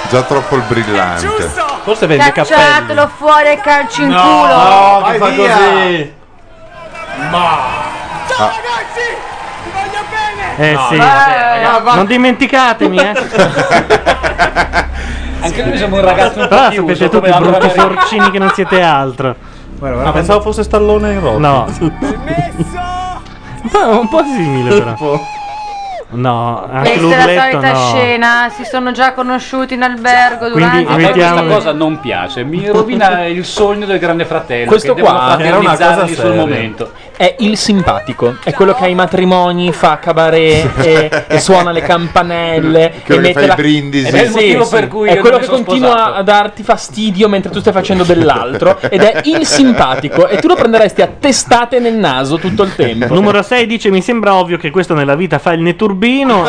[SPEAKER 8] Già troppo il brillante.
[SPEAKER 6] Forse
[SPEAKER 40] Cacciatelo fuori a calci in culo.
[SPEAKER 6] che fa così.
[SPEAKER 7] Ma.
[SPEAKER 8] Ah.
[SPEAKER 1] Eh
[SPEAKER 47] No,
[SPEAKER 1] sì.
[SPEAKER 47] vabbè, ragazzi.
[SPEAKER 1] non dimenticatemi, eh.
[SPEAKER 47] Anche lui sembra un ragazzo un po'
[SPEAKER 1] Ah,
[SPEAKER 47] chiuso, come
[SPEAKER 1] sapete tutti,
[SPEAKER 47] Laura
[SPEAKER 1] brutti
[SPEAKER 47] Marini.
[SPEAKER 1] sorcini che non siete altro.
[SPEAKER 6] Ah, pensavo fosse Stallone in roba.
[SPEAKER 1] No. Un po', un po' simile,
[SPEAKER 7] Un
[SPEAKER 1] però. No, anche
[SPEAKER 40] Questa è la
[SPEAKER 1] l'urletto
[SPEAKER 40] solita
[SPEAKER 1] no.
[SPEAKER 40] scena, si sono già conosciuti in albergo
[SPEAKER 17] Quindi
[SPEAKER 40] durante
[SPEAKER 17] a me Ah, questa
[SPEAKER 1] mettiamo-
[SPEAKER 17] cosa non piace, mi rovina il sogno del grande fratello.
[SPEAKER 2] Questo
[SPEAKER 17] che
[SPEAKER 2] qua
[SPEAKER 17] devono
[SPEAKER 2] era una cosa
[SPEAKER 17] fraternizzarli sul
[SPEAKER 2] seria.
[SPEAKER 17] momento.
[SPEAKER 2] È il simpatico, è quello che ai matrimoni fa cabaret e, e suona le campanelle
[SPEAKER 8] Quello
[SPEAKER 2] e
[SPEAKER 8] che
[SPEAKER 2] mette
[SPEAKER 8] fa i
[SPEAKER 2] la-
[SPEAKER 8] brindisi.
[SPEAKER 2] Eh,
[SPEAKER 8] Ed è il
[SPEAKER 2] sì,
[SPEAKER 8] motivo
[SPEAKER 2] sì.
[SPEAKER 8] per cui
[SPEAKER 2] è
[SPEAKER 8] io
[SPEAKER 2] quello
[SPEAKER 8] non
[SPEAKER 2] che
[SPEAKER 8] mi sono
[SPEAKER 2] continua
[SPEAKER 8] sposato.
[SPEAKER 2] a darti fastidio mentre tu stai facendo dell'altro ed è il simpatico e tu lo prenderesti a testate nel naso tutto il tempo.
[SPEAKER 1] Numero 6 dice: Mi sembra ovvio che questo nella vita fa il neturbino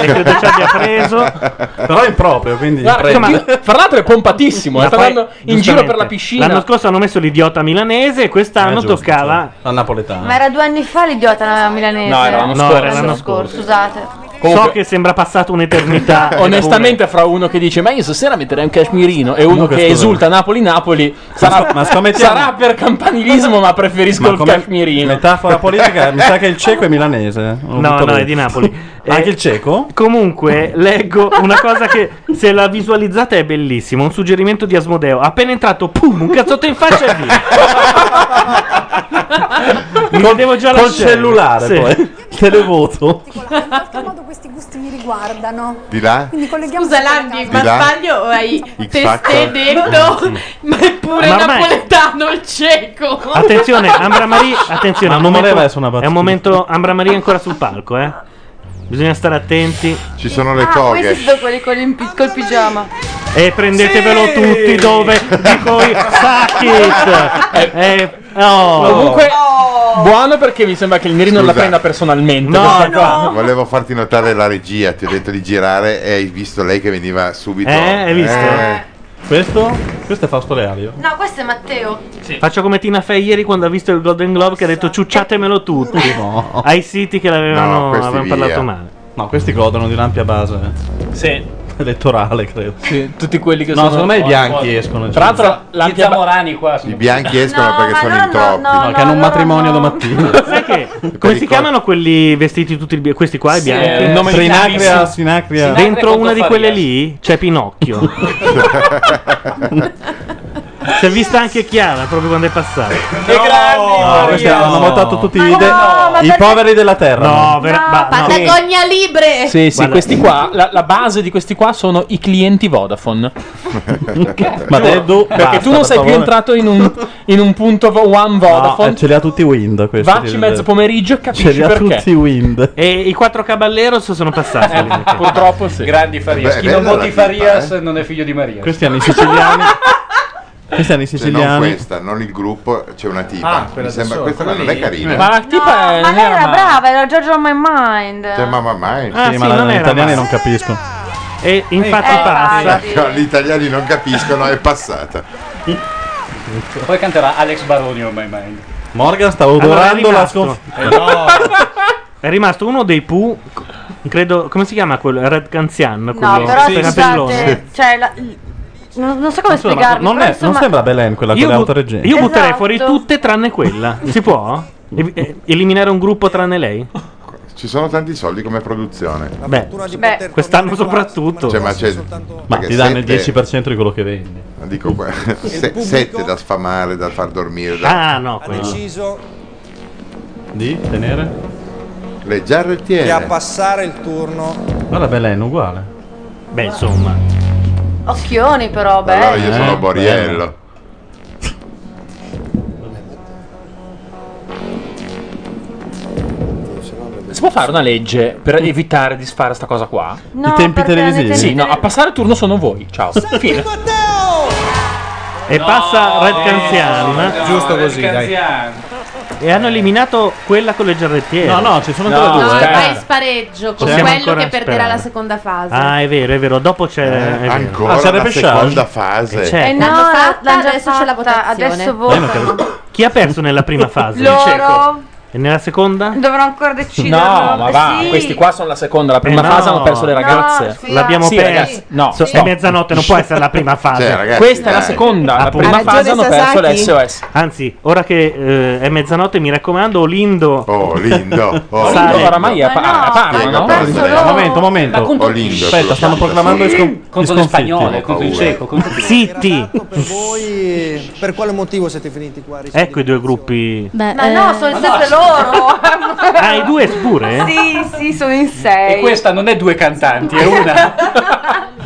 [SPEAKER 1] e credo ci abbia preso.
[SPEAKER 6] Però è improprio, quindi.
[SPEAKER 1] Guarda,
[SPEAKER 6] prende.
[SPEAKER 1] insomma,
[SPEAKER 2] Fra l'altro è pompatissimo,
[SPEAKER 1] Ma
[SPEAKER 2] eh, sta
[SPEAKER 1] poi,
[SPEAKER 2] andando in giro
[SPEAKER 1] giustamente,
[SPEAKER 2] per la piscina.
[SPEAKER 1] L'anno scorso hanno messo l'idiota milanese e quest'anno
[SPEAKER 2] Eh, giusto,
[SPEAKER 1] toccava.
[SPEAKER 6] La napoletana.
[SPEAKER 40] Ma era due anni fa l'idiota milanese.
[SPEAKER 1] No, era l'anno No, scorso. era l'anno scorso.
[SPEAKER 40] Scusate.
[SPEAKER 1] so che sembra passata un'eternità.
[SPEAKER 2] Onestamente, fra uno che dice: Ma io stasera metterei un cashmirino e uno
[SPEAKER 1] Comunque,
[SPEAKER 2] che
[SPEAKER 1] scusa.
[SPEAKER 2] esulta Napoli-Napoli, sarà,
[SPEAKER 6] ma sto mettendo-
[SPEAKER 2] sarà per campanilismo, ma preferisco
[SPEAKER 6] Ma
[SPEAKER 2] il
[SPEAKER 6] come
[SPEAKER 2] cashmirino.
[SPEAKER 6] Metafora politica, mi sa che il cieco è milanese. eh,
[SPEAKER 1] No, no, è di Napoli. Eh,
[SPEAKER 6] Anche il cieco?
[SPEAKER 1] Comunque, leggo una cosa che se la visualizzate è bellissima. Un suggerimento di Asmodeo. Appena entrato, pum, un cazzotto in faccia e via. Mi vedevo già la
[SPEAKER 6] Col
[SPEAKER 1] scena.
[SPEAKER 6] cellulare
[SPEAKER 1] Sì.
[SPEAKER 6] poi. Televoto.
[SPEAKER 35] In qualche modo questi gusti mi riguardano.
[SPEAKER 8] Di là?
[SPEAKER 35] Quindi colleghiamo
[SPEAKER 5] Scusa Landi,
[SPEAKER 8] Di
[SPEAKER 5] ma
[SPEAKER 8] là?
[SPEAKER 5] sbaglio o hai
[SPEAKER 8] X
[SPEAKER 5] testé
[SPEAKER 8] Factor.
[SPEAKER 5] detto ma è pure
[SPEAKER 1] Ma ormai-
[SPEAKER 5] napoletano il cieco.
[SPEAKER 1] Attenzione, Ambra Marie, attenzione,
[SPEAKER 6] Ma
[SPEAKER 1] è un
[SPEAKER 6] non
[SPEAKER 1] momento-
[SPEAKER 6] voleva essere una
[SPEAKER 1] è un momento Ambra Marie è ancora sul palco, eh. Bisogna stare attenti.
[SPEAKER 8] Ci sono
[SPEAKER 40] ah, questi sono quelli con
[SPEAKER 5] Ah,
[SPEAKER 40] il, col pigiama.
[SPEAKER 1] E prendetevelo
[SPEAKER 40] Sì!
[SPEAKER 1] tutti dove dico io. Fuck it! Eh, oh.
[SPEAKER 2] Comunque, buono perché mi sembra che il mirino la
[SPEAKER 8] Scusa.
[SPEAKER 2] prenda personalmente.
[SPEAKER 8] No,
[SPEAKER 2] questa qua.
[SPEAKER 8] Volevo farti notare la regia, ti ho detto di girare e hai visto lei che veniva subito. Eh.
[SPEAKER 1] Eh, hai visto?
[SPEAKER 6] Questo? Questo è Fausto Leario.
[SPEAKER 40] No, questo è Matteo.
[SPEAKER 1] Faccio come Tina Fey ieri quando ha visto il Golden Globe che ha detto ciucciatemelo tutti. Ai siti che l'avevano
[SPEAKER 6] No, questi
[SPEAKER 1] avevano
[SPEAKER 6] via.
[SPEAKER 1] parlato male.
[SPEAKER 6] No, questi godono di un'ampia base.
[SPEAKER 2] Sì.
[SPEAKER 6] Elettorale, credo.
[SPEAKER 2] Sì, tutti quelli che
[SPEAKER 6] no,
[SPEAKER 2] sono-
[SPEAKER 6] secondo me i
[SPEAKER 2] fuori,
[SPEAKER 6] bianchi
[SPEAKER 2] fuori.
[SPEAKER 6] escono. cioè,
[SPEAKER 2] Tra l'altro, l'ampia ba-
[SPEAKER 8] I bianchi escono
[SPEAKER 2] No,
[SPEAKER 8] perché
[SPEAKER 2] ma
[SPEAKER 8] sono
[SPEAKER 2] no,
[SPEAKER 8] in troppi.
[SPEAKER 40] no,
[SPEAKER 6] che hanno un matrimonio domattina.
[SPEAKER 1] Sai che Come si chiamano quelli vestiti tutti il bi- questi qua i
[SPEAKER 6] Sì,
[SPEAKER 1] bianchi?
[SPEAKER 6] eh, il nome di Sinacria, Sinacria. Sinacria. Sinacria
[SPEAKER 1] Dentro
[SPEAKER 6] contro
[SPEAKER 1] una di
[SPEAKER 6] Farias.
[SPEAKER 1] quelle lì c'è Pinocchio. si è vista anche Chiara proprio quando è passata.
[SPEAKER 2] Che grandi!
[SPEAKER 6] No, questi hanno votato tutti i, de-
[SPEAKER 5] ma
[SPEAKER 6] i
[SPEAKER 5] perché-
[SPEAKER 6] poveri della terra.
[SPEAKER 1] No, eh,
[SPEAKER 5] Patagonia Libre.
[SPEAKER 2] Sì, sì,
[SPEAKER 6] Guarda.
[SPEAKER 2] questi qua, la, la base di questi qua sono i clienti Vodafone.
[SPEAKER 6] Ma te,
[SPEAKER 2] Giuro,
[SPEAKER 6] Du,
[SPEAKER 2] perché
[SPEAKER 6] basta,
[SPEAKER 2] tu non
[SPEAKER 6] per
[SPEAKER 2] sei più
[SPEAKER 6] favore.
[SPEAKER 2] entrato in un, in un punto vo- One
[SPEAKER 6] No,
[SPEAKER 2] Vodafone.
[SPEAKER 6] eh, ce li ha tutti Wind questi.
[SPEAKER 2] Vacci mezzo pomeriggio e capisci
[SPEAKER 6] Ce li ha
[SPEAKER 2] perché.
[SPEAKER 6] tutti Wind.
[SPEAKER 1] E i quattro caballeros sono passati.
[SPEAKER 2] Purtroppo sì.
[SPEAKER 17] Grandi Farias.
[SPEAKER 6] Beh,
[SPEAKER 17] Chi
[SPEAKER 6] bella
[SPEAKER 17] non
[SPEAKER 6] la
[SPEAKER 17] voti
[SPEAKER 6] tipa,
[SPEAKER 17] Farias non è figlio di Maria.
[SPEAKER 6] Questi hanno i siciliani. questi hanno i
[SPEAKER 8] Se Cioè, non
[SPEAKER 6] siciliani.
[SPEAKER 8] questa, non il gruppo, c'è una tipa.
[SPEAKER 6] Ah, quella
[SPEAKER 8] Mi sembra,
[SPEAKER 6] adesso,
[SPEAKER 8] questa qua
[SPEAKER 6] quella
[SPEAKER 8] non è
[SPEAKER 6] lì.
[SPEAKER 8] carina.
[SPEAKER 6] Ma
[SPEAKER 2] la tipa
[SPEAKER 40] Ma lei era brava, era Giorgio on my mind.
[SPEAKER 8] Cioè, mamma mai.
[SPEAKER 6] Ah, Sì, ma gli italiani non capiscono.
[SPEAKER 1] E
[SPEAKER 40] infatti Eh, passa. sì.
[SPEAKER 8] No, gli italiani non capiscono, è passata.
[SPEAKER 17] Poi canterà Alex Baroni on my mind. Eh,
[SPEAKER 6] Morgan stavo
[SPEAKER 1] Allora, è
[SPEAKER 6] odorando la
[SPEAKER 1] rimasto.
[SPEAKER 6] sconfitta.
[SPEAKER 1] È rimasto uno dei Pooh, credo, come si chiama quello? Red Canzian, quello
[SPEAKER 40] No, però
[SPEAKER 1] per
[SPEAKER 40] scusate, cioè, la- non, non so come spiegarvi.
[SPEAKER 1] non
[SPEAKER 40] però,
[SPEAKER 1] è-
[SPEAKER 40] insomma,
[SPEAKER 1] non sembra-
[SPEAKER 6] Belen, quella con
[SPEAKER 1] Io,
[SPEAKER 6] le
[SPEAKER 1] bu-
[SPEAKER 6] autoreggenti.
[SPEAKER 1] io butterei
[SPEAKER 40] Esatto.
[SPEAKER 1] fuori tutte tranne quella. Si può? E- e- eliminare un gruppo tranne lei?
[SPEAKER 8] Ci sono tanti soldi come produzione.
[SPEAKER 1] Beh,
[SPEAKER 40] Beh.
[SPEAKER 1] quest'anno soprattutto.
[SPEAKER 8] Cioè, ma c'è-
[SPEAKER 6] Ma
[SPEAKER 8] perché
[SPEAKER 6] ti danno il
[SPEAKER 8] sette-
[SPEAKER 6] 10% di quello che vendi.
[SPEAKER 8] Dico qua. se-
[SPEAKER 6] pubblico?
[SPEAKER 8] sette da sfamare, da far dormire. Da...
[SPEAKER 1] Ah, no,
[SPEAKER 8] Ha
[SPEAKER 1] quello.
[SPEAKER 6] Di tenere?
[SPEAKER 8] Le già
[SPEAKER 13] E a
[SPEAKER 8] tiene.
[SPEAKER 13] passare il turno.
[SPEAKER 6] Guarda Belen, uguale.
[SPEAKER 1] Beh, insomma.
[SPEAKER 40] Occhioni però, beh.
[SPEAKER 8] Allora io sono
[SPEAKER 6] Eh,
[SPEAKER 8] Boriello.
[SPEAKER 2] Si può fare una legge per evitare di fare sta cosa qua?
[SPEAKER 40] No, I tempi perché televisivi? nei tempi
[SPEAKER 2] Sì, no, a passare il turno sono voi. Ciao. Fine.
[SPEAKER 1] E passa Red Canzian.
[SPEAKER 2] Eh, Giusto così, dai.
[SPEAKER 1] E hanno eliminato quella con le giarrettiere.
[SPEAKER 6] No, no, ci sono ancora
[SPEAKER 5] No, ormai è spareggio con
[SPEAKER 1] Possiamo
[SPEAKER 5] quello
[SPEAKER 1] ancora
[SPEAKER 5] che perderà
[SPEAKER 1] sperare.
[SPEAKER 5] la seconda fase.
[SPEAKER 1] Ah, è vero, è vero. Dopo c'è. Eh, è vero.
[SPEAKER 8] ancora Ah, c'è la Repechage? seconda fase.
[SPEAKER 1] Eh, certo.
[SPEAKER 40] Eh
[SPEAKER 5] L'hanno
[SPEAKER 40] no,
[SPEAKER 5] fatta,
[SPEAKER 40] l'hanno già
[SPEAKER 5] adesso c'è
[SPEAKER 40] fatta,
[SPEAKER 5] la votazione.
[SPEAKER 40] Adesso
[SPEAKER 1] Io non
[SPEAKER 40] votano.
[SPEAKER 1] capisco. Chi ha perso nella prima fase?
[SPEAKER 40] Loro
[SPEAKER 1] E nella seconda?
[SPEAKER 40] dovrò ancora decidere.
[SPEAKER 2] No, ma va,
[SPEAKER 40] Sì.
[SPEAKER 2] questi qua sono la seconda, la prima
[SPEAKER 1] Eh,
[SPEAKER 2] fase
[SPEAKER 1] no.
[SPEAKER 2] hanno perso le
[SPEAKER 1] No,
[SPEAKER 2] ragazze.
[SPEAKER 1] sì, L'abbiamo
[SPEAKER 2] Sì,
[SPEAKER 1] persa.
[SPEAKER 2] ragazzi, No,
[SPEAKER 1] So-
[SPEAKER 2] stop.
[SPEAKER 1] è mezzanotte, non può essere la prima fase.
[SPEAKER 2] Cioè, ragazzi, Questa è la dai. seconda, la
[SPEAKER 1] Appunto.
[SPEAKER 2] prima Ha fase ragione hanno perso Sasaki. le SOS.
[SPEAKER 1] Anzi, ora che eh, è mezzanotte, mi raccomando, Lindo.
[SPEAKER 8] Oh, Lindo.
[SPEAKER 2] Oh, Lindo oramai è a, pa- a Parma, no?
[SPEAKER 6] Momento, momento.
[SPEAKER 2] Ma contro chi?
[SPEAKER 6] Olindo, Aspetta, stanno proclamando il scom-
[SPEAKER 2] Contro
[SPEAKER 6] gli
[SPEAKER 2] lo
[SPEAKER 6] sconfitti.
[SPEAKER 2] spagnolo, contro il cieco, contro chi?
[SPEAKER 1] Zitti!
[SPEAKER 13] Per voi, per quale motivo siete finiti qua?
[SPEAKER 1] Ecco i due gruppi.
[SPEAKER 5] eh,
[SPEAKER 40] Ma no, sono sempre loro
[SPEAKER 54] loro.
[SPEAKER 17] Ah, i due
[SPEAKER 15] eh?
[SPEAKER 17] pure?
[SPEAKER 54] Sì, sì, sono in sei.
[SPEAKER 17] E questa non è due cantanti, è una.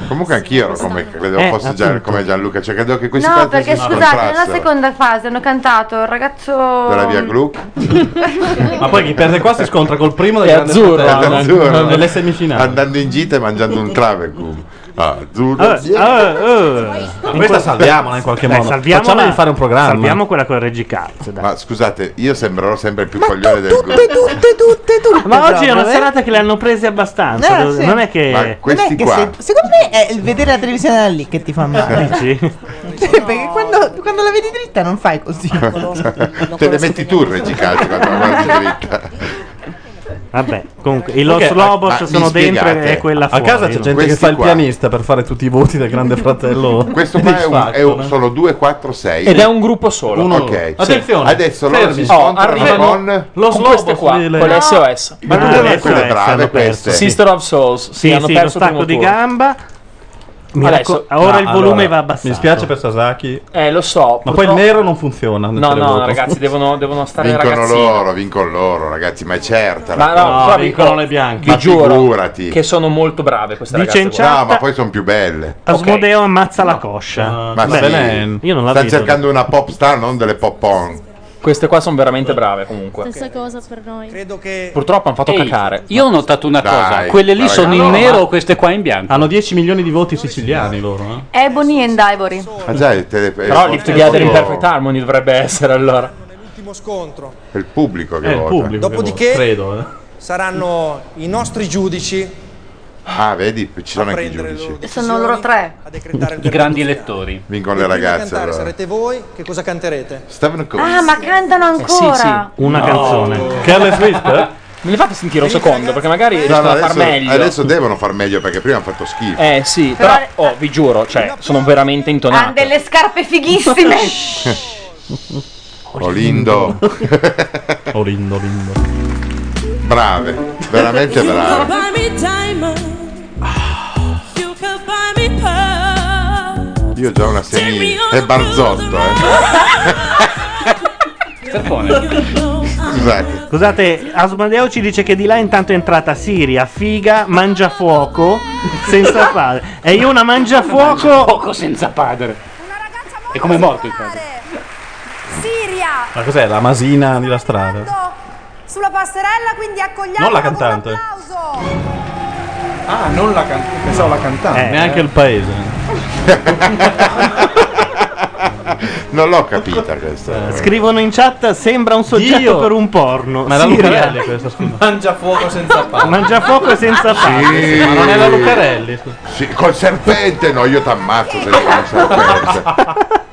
[SPEAKER 8] Comunque anch'io ero come, credevo
[SPEAKER 17] Eh,
[SPEAKER 8] fosse Gian- come Gianluca, cioè credo che questi
[SPEAKER 15] No,
[SPEAKER 8] quattro
[SPEAKER 15] perché
[SPEAKER 8] si
[SPEAKER 15] scusate, nella
[SPEAKER 8] scontrassero.
[SPEAKER 15] seconda fase hanno cantato il ragazzo.
[SPEAKER 8] della via Gluck
[SPEAKER 6] Ma poi chi perde qua si scontra col primo del
[SPEAKER 8] È
[SPEAKER 6] Grande
[SPEAKER 8] azzurro,
[SPEAKER 6] Fratello,
[SPEAKER 8] è azzurro.
[SPEAKER 6] nelle semifinali.
[SPEAKER 8] andando in gita e mangiando un clavecum azzurro
[SPEAKER 1] Ah, ah, ah.
[SPEAKER 6] Ma questa salviamola in qualche modo. Facciamola di fare un programma.
[SPEAKER 1] Salviamo quella con Reggie Cazzo.
[SPEAKER 8] ma scusate io sembrerò sempre il più coglione del gruppo
[SPEAKER 1] Ma oggi è una
[SPEAKER 5] proprio, eh?
[SPEAKER 1] serata che le hanno prese abbastanza.
[SPEAKER 5] Eh,
[SPEAKER 1] devo-
[SPEAKER 5] sì.
[SPEAKER 1] Non è che.
[SPEAKER 8] Ma questi
[SPEAKER 5] che
[SPEAKER 1] qua.
[SPEAKER 5] se- secondo me è il vedere la televisione da lì che ti fa male.
[SPEAKER 1] Dici?
[SPEAKER 5] Sì, perché quando, quando la vedi dritta non fai così.
[SPEAKER 8] Cioè, te le metti tu il reggicalcio quando la guardi dritta
[SPEAKER 1] Vabbè, comunque, i Los Lobos sono dentro e quella
[SPEAKER 6] A
[SPEAKER 1] fuori.
[SPEAKER 6] casa c'è gente che fa il pianista per fare tutti i voti del Grande Fratello.
[SPEAKER 8] questo qua è un, è un- sono 2, 4, 6
[SPEAKER 6] Ed è un
[SPEAKER 8] gruppo solo ok
[SPEAKER 6] Attenzione.
[SPEAKER 8] adesso loro
[SPEAKER 6] Fermi.
[SPEAKER 8] si
[SPEAKER 6] Oh,
[SPEAKER 8] scontrano
[SPEAKER 6] arrivano
[SPEAKER 8] con
[SPEAKER 6] lo
[SPEAKER 2] con
[SPEAKER 6] slobo
[SPEAKER 2] queste qua,
[SPEAKER 6] sulle-
[SPEAKER 2] con
[SPEAKER 6] No.
[SPEAKER 2] le SOS.
[SPEAKER 8] Ma non Ah, erano le quelle SOS, brave hanno perso. queste?
[SPEAKER 2] Sister of Souls.
[SPEAKER 1] Sì,
[SPEAKER 2] hanno
[SPEAKER 1] sì, lo
[SPEAKER 2] perso il primo
[SPEAKER 1] stacco di
[SPEAKER 2] turno.
[SPEAKER 1] gamba. Mi
[SPEAKER 2] Adesso-
[SPEAKER 1] racco- ora
[SPEAKER 2] no,
[SPEAKER 1] il volume
[SPEAKER 2] allora,
[SPEAKER 1] va abbassato.
[SPEAKER 6] Ah, Mi spiace per Sasaki.
[SPEAKER 2] Eh, lo so.
[SPEAKER 6] Ma poi il
[SPEAKER 2] purtroppo-
[SPEAKER 6] nero non funziona. nel
[SPEAKER 2] No, no,
[SPEAKER 6] televoto.
[SPEAKER 2] ragazzi, devono, devono stare i
[SPEAKER 8] vincono
[SPEAKER 2] ragazzini.
[SPEAKER 8] loro vincono loro ragazzi ma è certa
[SPEAKER 2] Ma no, No, però vincono vinco- le bianche. vi
[SPEAKER 8] ma
[SPEAKER 2] giuro
[SPEAKER 8] figurati
[SPEAKER 2] Che sono molto brave queste
[SPEAKER 1] Dice in
[SPEAKER 2] ragazze. guarda.
[SPEAKER 8] no ma poi sono più belle
[SPEAKER 1] Asmodeo ammazza la coscia.
[SPEAKER 2] Ah,
[SPEAKER 8] ma
[SPEAKER 1] Beh,
[SPEAKER 8] sì,
[SPEAKER 1] Io non la
[SPEAKER 8] stanno
[SPEAKER 1] vedo.
[SPEAKER 8] cercando una pop star non delle pop on
[SPEAKER 2] Queste qua sono veramente brave comunque.
[SPEAKER 55] Stessa cosa per noi. Credo che
[SPEAKER 2] Purtroppo hanno fatto
[SPEAKER 17] Ehi,
[SPEAKER 2] cacare.
[SPEAKER 17] Io ho notato una
[SPEAKER 2] Dai,
[SPEAKER 17] cosa, quelle lì
[SPEAKER 2] dai,
[SPEAKER 17] sono
[SPEAKER 2] no,
[SPEAKER 17] in
[SPEAKER 2] ma-
[SPEAKER 17] nero, queste qua in bianco.
[SPEAKER 6] Hanno 10 milioni di voti siciliani loro. eh.
[SPEAKER 15] Ebony and Ivory.
[SPEAKER 8] ma già il tele-
[SPEAKER 2] Però
[SPEAKER 8] il
[SPEAKER 2] Lift
[SPEAKER 8] pubblico-
[SPEAKER 2] Together in Perfect Harmony dovrebbe essere allora.
[SPEAKER 13] L'ultimo scontro.
[SPEAKER 8] è il pubblico che
[SPEAKER 13] È il
[SPEAKER 8] vota
[SPEAKER 13] pubblico che Dopodiché- vota, credo,
[SPEAKER 8] eh.
[SPEAKER 13] Saranno i nostri giudici
[SPEAKER 8] ah vedi ci sono anche i giudici
[SPEAKER 15] Sono loro tre.
[SPEAKER 13] a decretare il
[SPEAKER 17] I
[SPEAKER 13] verdetto.
[SPEAKER 17] grandi elettori.
[SPEAKER 8] Vincono le
[SPEAKER 13] Quindi a
[SPEAKER 8] ragazze
[SPEAKER 13] cantare
[SPEAKER 8] allora.
[SPEAKER 13] sarete voi, che cosa canterete?
[SPEAKER 8] Stavano co-
[SPEAKER 15] Ah, ma cantano
[SPEAKER 1] Eh,
[SPEAKER 15] ancora.
[SPEAKER 1] Una
[SPEAKER 8] canzone.
[SPEAKER 6] Careless Whisper?
[SPEAKER 2] Me li fate sentire un secondo perché magari
[SPEAKER 8] No,
[SPEAKER 2] riescono
[SPEAKER 8] no,
[SPEAKER 2] a far meglio.
[SPEAKER 8] adesso, adesso devono far meglio perché prima hanno fatto schifo
[SPEAKER 2] Eh sì, però, oh, vi giuro, cioè, sono veramente
[SPEAKER 15] Ha
[SPEAKER 2] intonato.
[SPEAKER 15] delle scarpe fighissime.
[SPEAKER 13] Ah,
[SPEAKER 8] Olindo
[SPEAKER 6] Olindo Olindo
[SPEAKER 8] brave veramente
[SPEAKER 7] You
[SPEAKER 8] brave
[SPEAKER 7] could buy me diamonds. You could buy me pearls.
[SPEAKER 8] io ho già una semi è Barzotto eh scusate
[SPEAKER 1] Scusate, Asmodeo ci dice che di là intanto è entrata Siria, figa, mangiafuoco, senza padre. E io una mangiafuoco. Mangiafuoco
[SPEAKER 17] senza padre. E come è morto il padre?
[SPEAKER 9] Siria,
[SPEAKER 6] Ma cos'è? La masina di la strada?
[SPEAKER 9] sulla passerella, quindi accogliamo
[SPEAKER 6] Non la cantante.
[SPEAKER 10] Ah, non la cantante. Pensavo la
[SPEAKER 1] Eh.
[SPEAKER 10] cantante.
[SPEAKER 6] Eh,
[SPEAKER 10] eh.
[SPEAKER 6] Neanche il paese.
[SPEAKER 8] non l'ho capita questa
[SPEAKER 1] Scrivono in chat: sembra un soggetto
[SPEAKER 8] Dio.
[SPEAKER 1] per un porno.
[SPEAKER 8] Ma era Lucarelli
[SPEAKER 6] questa, scusa.
[SPEAKER 10] Mangia fuoco senza pane.
[SPEAKER 1] Mangiafuoco e senza
[SPEAKER 8] Sì.
[SPEAKER 1] padre.
[SPEAKER 8] Sì, col serpente no io t'ammazzo se non il serpente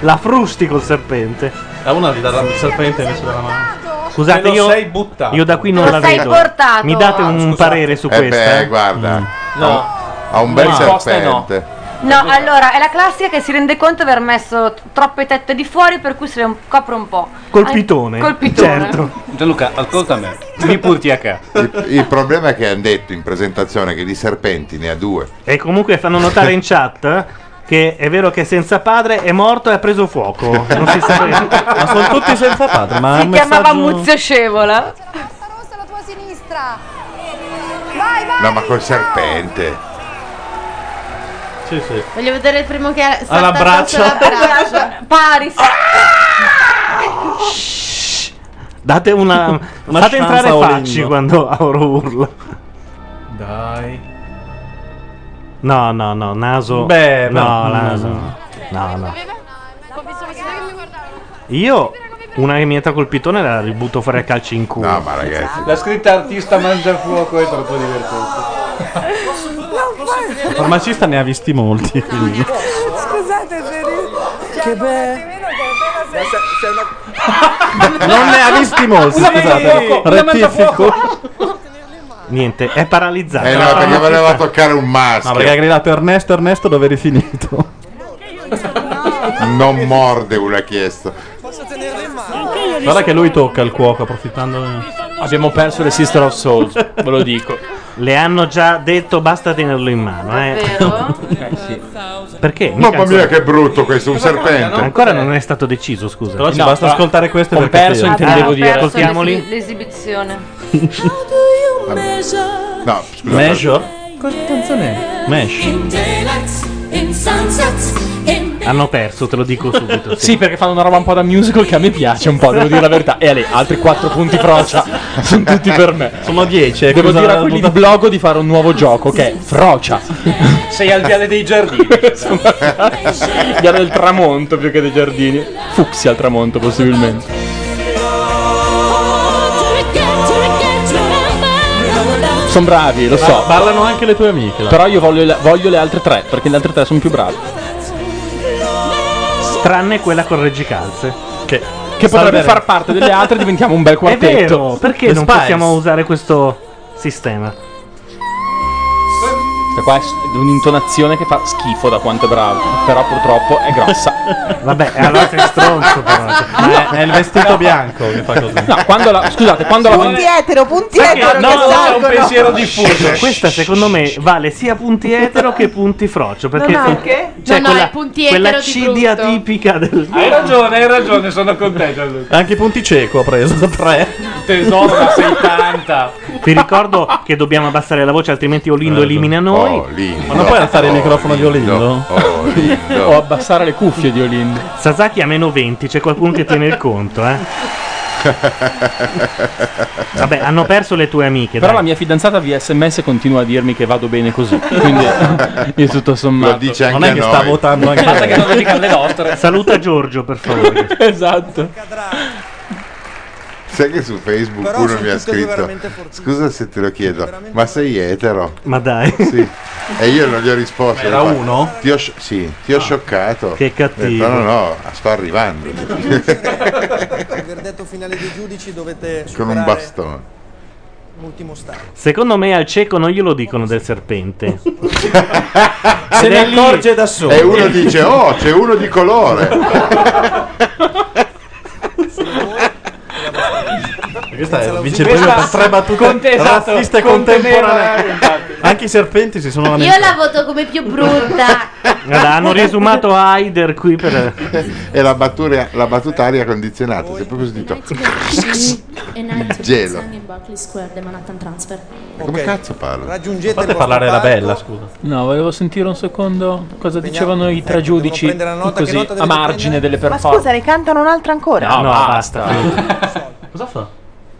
[SPEAKER 1] La frusti col serpente.
[SPEAKER 6] La una gli dà la- il serpente invece della mano.
[SPEAKER 1] Scusate,
[SPEAKER 6] Te lo
[SPEAKER 1] io,
[SPEAKER 6] sei buttato.
[SPEAKER 1] io da qui non
[SPEAKER 6] Te lo
[SPEAKER 1] la
[SPEAKER 6] sei
[SPEAKER 1] vedo.
[SPEAKER 6] portato. Ah,
[SPEAKER 1] Mi date un
[SPEAKER 6] Scusate.
[SPEAKER 1] parere su
[SPEAKER 8] Eh
[SPEAKER 1] questa? Mm.
[SPEAKER 8] beh, guarda.
[SPEAKER 1] No.
[SPEAKER 8] ha un bel
[SPEAKER 1] No.
[SPEAKER 8] serpente
[SPEAKER 15] No, allora, è la classica che si rende conto di aver messo t- troppe tette di fuori, per cui se le un- copre un po'.
[SPEAKER 1] Col
[SPEAKER 15] An-
[SPEAKER 1] pitone.
[SPEAKER 15] Col pitone.
[SPEAKER 17] Certo. Gianluca, ascolta me. Mi punti a casa.
[SPEAKER 8] Il, il problema è che hanno detto in presentazione che di serpenti ne ha due
[SPEAKER 1] E comunque fanno notare in chat che è vero che è senza padre, è morto e ha preso fuoco. Non si sapeva. ma
[SPEAKER 6] sono tutti senza padre. Ma
[SPEAKER 15] Si chiamava Muzio Scevola.
[SPEAKER 8] no ma col serpente
[SPEAKER 6] sì sì
[SPEAKER 56] Voglio vedere il primo che ha
[SPEAKER 8] Alla
[SPEAKER 56] saltato
[SPEAKER 8] braccia.
[SPEAKER 56] sulla braccia.
[SPEAKER 15] Paris.
[SPEAKER 1] Date una.
[SPEAKER 6] Una chance
[SPEAKER 1] fate entrare
[SPEAKER 6] a Olindo.
[SPEAKER 1] facci quando Auro urla.
[SPEAKER 10] Dai.
[SPEAKER 1] No, no, no, naso.
[SPEAKER 10] Beh,
[SPEAKER 1] no,
[SPEAKER 10] no,
[SPEAKER 1] naso.
[SPEAKER 10] no.
[SPEAKER 1] No, no. Io una che mi entra col pitone la ributto fuori a calci in culo. No,
[SPEAKER 8] ma ragazzi.
[SPEAKER 10] La scritta artista mangia fuoco è troppo divertente.
[SPEAKER 6] Il farmacista ne ha visti molti. Quindi.
[SPEAKER 7] Scusate se Che bello.
[SPEAKER 6] Non ne ha visti molti.
[SPEAKER 7] Una
[SPEAKER 6] Scusate.
[SPEAKER 1] mangiafuoco, una
[SPEAKER 6] Rettifico.
[SPEAKER 1] Niente, è paralizzata.
[SPEAKER 8] eh no perché voleva toccare un
[SPEAKER 6] No, perché ha
[SPEAKER 8] maschio
[SPEAKER 6] gridato Ernesto, Ernesto, dove eri finito?
[SPEAKER 8] non morde una chiesta
[SPEAKER 6] Guarda che lui tocca il cuoco approfittando.
[SPEAKER 2] Abbiamo perso le Sister of Souls, ve lo dico.
[SPEAKER 1] Le hanno già detto basta tenerlo in mano, eh.
[SPEAKER 2] Eh sì.
[SPEAKER 1] Perché?
[SPEAKER 8] Mamma
[SPEAKER 1] Mica-
[SPEAKER 8] mia, che brutto questo, un serpente.
[SPEAKER 1] Ancora non è stato deciso, scusa.
[SPEAKER 8] Però ci No, basta però- ascoltare questo e
[SPEAKER 1] Ho
[SPEAKER 8] per capire.
[SPEAKER 1] perso,
[SPEAKER 8] Ah,
[SPEAKER 1] intendevo
[SPEAKER 8] ho
[SPEAKER 1] dire.
[SPEAKER 8] perso.
[SPEAKER 1] Ascoltiamoli.
[SPEAKER 15] L'esib- L'esibizione.
[SPEAKER 8] No, scusa.
[SPEAKER 10] Cosa canzone
[SPEAKER 1] è? Mesh. Hanno perso, te lo dico subito.
[SPEAKER 2] Sì. perché fanno una roba un po' da musical che a me piace un po', devo dire la verità. E Ale, altri 4 punti Frocia sono tutti per me.
[SPEAKER 10] Sono 10.
[SPEAKER 2] Devo
[SPEAKER 10] cosa-
[SPEAKER 2] dire a quelli di blog di fare un nuovo gioco che è Frocia.
[SPEAKER 1] Sei al viale dei giardini.
[SPEAKER 2] Diario del tramonto più che dei giardini. Fuxi al tramonto possibilmente. Sono bravi, lo so.
[SPEAKER 6] Parlano anche le tue amiche. là.
[SPEAKER 2] Però io voglio le, voglio le altre tre, perché le altre tre sono più brave.
[SPEAKER 1] Tranne quella con Reggicalze.
[SPEAKER 2] Che, che potrebbe far parte delle altre e diventiamo un bel quartetto.
[SPEAKER 1] È vero, perché
[SPEAKER 2] The
[SPEAKER 1] non
[SPEAKER 2] Spice.
[SPEAKER 1] possiamo usare questo sistema?
[SPEAKER 2] Questa qua è s- un'intonazione che fa schifo da quanto è bravo. Però purtroppo è grossa.
[SPEAKER 1] Vabbè, allora sei stronzo però.
[SPEAKER 2] Ma è, il
[SPEAKER 1] Ah.
[SPEAKER 2] vestito bianco che fa così. No, quando la, scusate, quando la
[SPEAKER 5] punti etero, punti etero. che salgono.
[SPEAKER 1] Questa secondo me vale sia punti etero che punti frocio. Perché
[SPEAKER 5] No, no, perché?
[SPEAKER 1] Cioè,
[SPEAKER 5] No, no,
[SPEAKER 1] quella,
[SPEAKER 5] è punti
[SPEAKER 1] quella
[SPEAKER 5] etero di
[SPEAKER 1] cidia
[SPEAKER 5] brutto.
[SPEAKER 1] tipica del.
[SPEAKER 17] Hai ragione, hai ragione, sono contento. Luca.
[SPEAKER 1] Anche i punti cieco ho preso. 3.
[SPEAKER 17] Tesoro da 70.
[SPEAKER 1] Vi ricordo che dobbiamo abbassare la voce, altrimenti
[SPEAKER 8] Eh,
[SPEAKER 1] Olindo elimina noi.
[SPEAKER 6] Ma non puoi alzare il microfono di Olindo?
[SPEAKER 1] o abbassare le cuffie di Olindo. Sasaki a meno 20, c'è qualcuno che tiene il conto, eh. Vabbè, hanno perso le tue amiche.
[SPEAKER 2] Però
[SPEAKER 1] dai.
[SPEAKER 2] la mia fidanzata via sms continua a dirmi che vado bene così. Quindi io tutto sommato.
[SPEAKER 8] Lo dice anche a noi.
[SPEAKER 2] Basta che non dica alle nostre.
[SPEAKER 1] Saluta Giorgio, per favore.
[SPEAKER 2] esatto.
[SPEAKER 8] Sai che su Facebook
[SPEAKER 13] Però
[SPEAKER 8] uno
[SPEAKER 13] sono
[SPEAKER 8] mi ha
[SPEAKER 13] tutte e due
[SPEAKER 8] scritto:
[SPEAKER 13] veramente fortissime.
[SPEAKER 8] Scusa se te lo chiedo, ma sei etero?
[SPEAKER 1] Ma dai.
[SPEAKER 8] Sì. E io non gli ho risposto.
[SPEAKER 6] Ma era
[SPEAKER 8] ho fatto,
[SPEAKER 6] uno?
[SPEAKER 8] Ti ho, sci- sì, ti ho scioccato.
[SPEAKER 1] Ah. Che cattivo.
[SPEAKER 8] No, no, no, sto arrivando.
[SPEAKER 13] Il verdetto finale dei giudici dovete
[SPEAKER 8] Con un
[SPEAKER 13] superare
[SPEAKER 8] bastone.
[SPEAKER 13] un ultimo stadio.
[SPEAKER 1] Secondo me al cieco non glielo dicono del serpente.
[SPEAKER 8] Se ne accorge
[SPEAKER 1] da
[SPEAKER 8] E uno dice: Oh, c'è uno di colore.
[SPEAKER 6] Questa è vince
[SPEAKER 10] Questa-
[SPEAKER 6] il premio per tre battute
[SPEAKER 10] Esatto. Conte- esatto,
[SPEAKER 6] razziste
[SPEAKER 10] conteneva- eh,
[SPEAKER 6] contemporanee. Anche i serpenti si sono
[SPEAKER 57] Io la voto come più brutta.
[SPEAKER 1] Guarda, hanno riesumato Haider qui per...
[SPEAKER 8] e la battuta, la battuta aria condizionata. Sei proprio sentito. Gelo. Come cazzo parlo?
[SPEAKER 13] Raggiungete
[SPEAKER 8] Fate parlare la bella,
[SPEAKER 6] scusa.
[SPEAKER 2] No, volevo sentire un secondo cosa dicevano i tre giudici
[SPEAKER 13] eh, prendere la nota, che
[SPEAKER 2] così
[SPEAKER 13] nota
[SPEAKER 2] a
[SPEAKER 13] deve
[SPEAKER 2] margine delle
[SPEAKER 5] Ma
[SPEAKER 2] performance.
[SPEAKER 5] scusa, ne cantano un'altra ancora?
[SPEAKER 2] No, basta.
[SPEAKER 6] Cosa fa?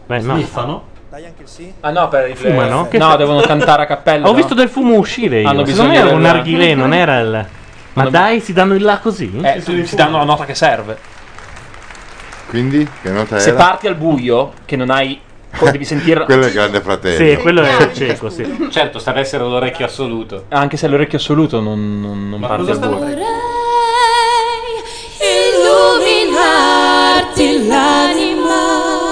[SPEAKER 1] Beh, no.
[SPEAKER 6] Sniffano?
[SPEAKER 2] Ah no, per il
[SPEAKER 1] Fumano? Che
[SPEAKER 2] No,
[SPEAKER 1] fa-
[SPEAKER 2] devono cantare a cappella.
[SPEAKER 1] Ho
[SPEAKER 2] no?
[SPEAKER 1] visto del fumo uscire io.
[SPEAKER 2] Hanno
[SPEAKER 1] Secondo
[SPEAKER 2] bisogno
[SPEAKER 1] me era
[SPEAKER 2] del-
[SPEAKER 1] un arghilè, non era il... Ma
[SPEAKER 2] Hanno-
[SPEAKER 1] dai, si danno il là così?
[SPEAKER 2] Eh, ti danno la nota che serve.
[SPEAKER 8] Quindi, che nota
[SPEAKER 2] Se
[SPEAKER 8] era?
[SPEAKER 2] parti al buio, che non hai. come devi sentire.
[SPEAKER 8] Quello è il grande fratello.
[SPEAKER 1] Sì, quello è il cieco, sì.
[SPEAKER 2] Certo, sta ad essere l'orecchio assoluto. Anche se l'orecchio assoluto non, non, non parte al buio.
[SPEAKER 7] Illuminarti l'anima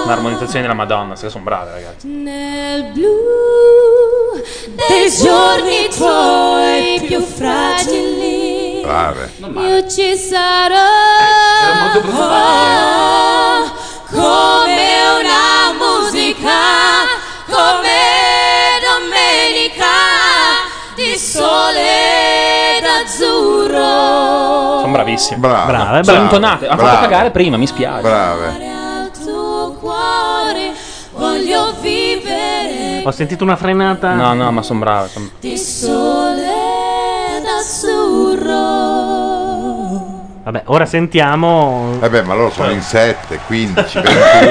[SPEAKER 2] Un'armonizzazione della Madonna, se sono brave, ragazzi.
[SPEAKER 7] nel blu dei giorni tuoi più fragili. Io ci sarò Oh, come una musica, come domenica di sole ed azzurro.
[SPEAKER 2] Sono bravissime.
[SPEAKER 8] Brave,
[SPEAKER 2] brave. Sono
[SPEAKER 1] brave.
[SPEAKER 2] intonate. Ha fatto
[SPEAKER 1] Brave.
[SPEAKER 2] cagare prima, mi spiace.
[SPEAKER 8] Brave.
[SPEAKER 7] tuo cuore voglio vivere
[SPEAKER 1] Ho sentito una frenata.
[SPEAKER 2] No, no, ma sono brave. son-
[SPEAKER 7] di sole ed azzurro.
[SPEAKER 1] Vabbè, ora sentiamo...
[SPEAKER 8] Vabbè, ma loro sono in 7, 15,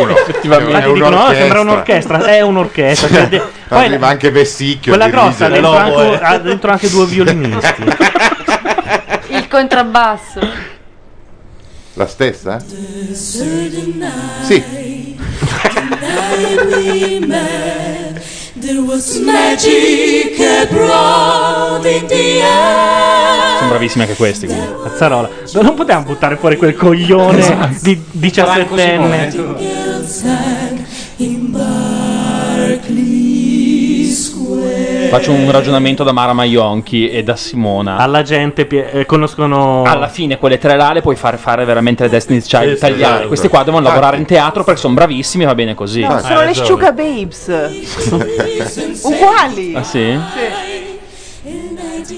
[SPEAKER 8] 21.
[SPEAKER 1] Infatti dicono, "Oh, sembra un'orchestra, è un'orchestra. Cioè, de- poi
[SPEAKER 8] Arriva anche Vessicchio.
[SPEAKER 1] quella
[SPEAKER 8] dirige
[SPEAKER 1] grossa ha
[SPEAKER 8] le
[SPEAKER 1] dentro,
[SPEAKER 8] lobo,
[SPEAKER 1] anche,
[SPEAKER 8] eh.
[SPEAKER 1] ha dentro anche due violinisti.
[SPEAKER 15] Il contrabbasso.
[SPEAKER 8] La stessa?
[SPEAKER 7] Sì. There was magic abroad in the air.
[SPEAKER 2] Sono bravissime anche questi. Comunque.
[SPEAKER 1] Cazzarola. No, Non potevamo buttare fuori quel coglione di
[SPEAKER 2] Franco Simone.
[SPEAKER 1] 17enne.
[SPEAKER 7] Sang in Barclays Square.
[SPEAKER 2] Faccio un ragionamento da Mara Maionchi e da Simona.
[SPEAKER 1] Alla gente pie- eh, conoscono.
[SPEAKER 2] Alla fine quelle tre là le puoi fare fare veramente le Destiny's Child
[SPEAKER 1] Sì, sì,
[SPEAKER 2] italiane.
[SPEAKER 1] esatto.
[SPEAKER 2] Questi qua devono lavorare in teatro perché sono bravissimi, va bene così. Eh,
[SPEAKER 5] No, sono le Sciuga Babes. Uguali.
[SPEAKER 2] Ah sì?
[SPEAKER 5] Sì.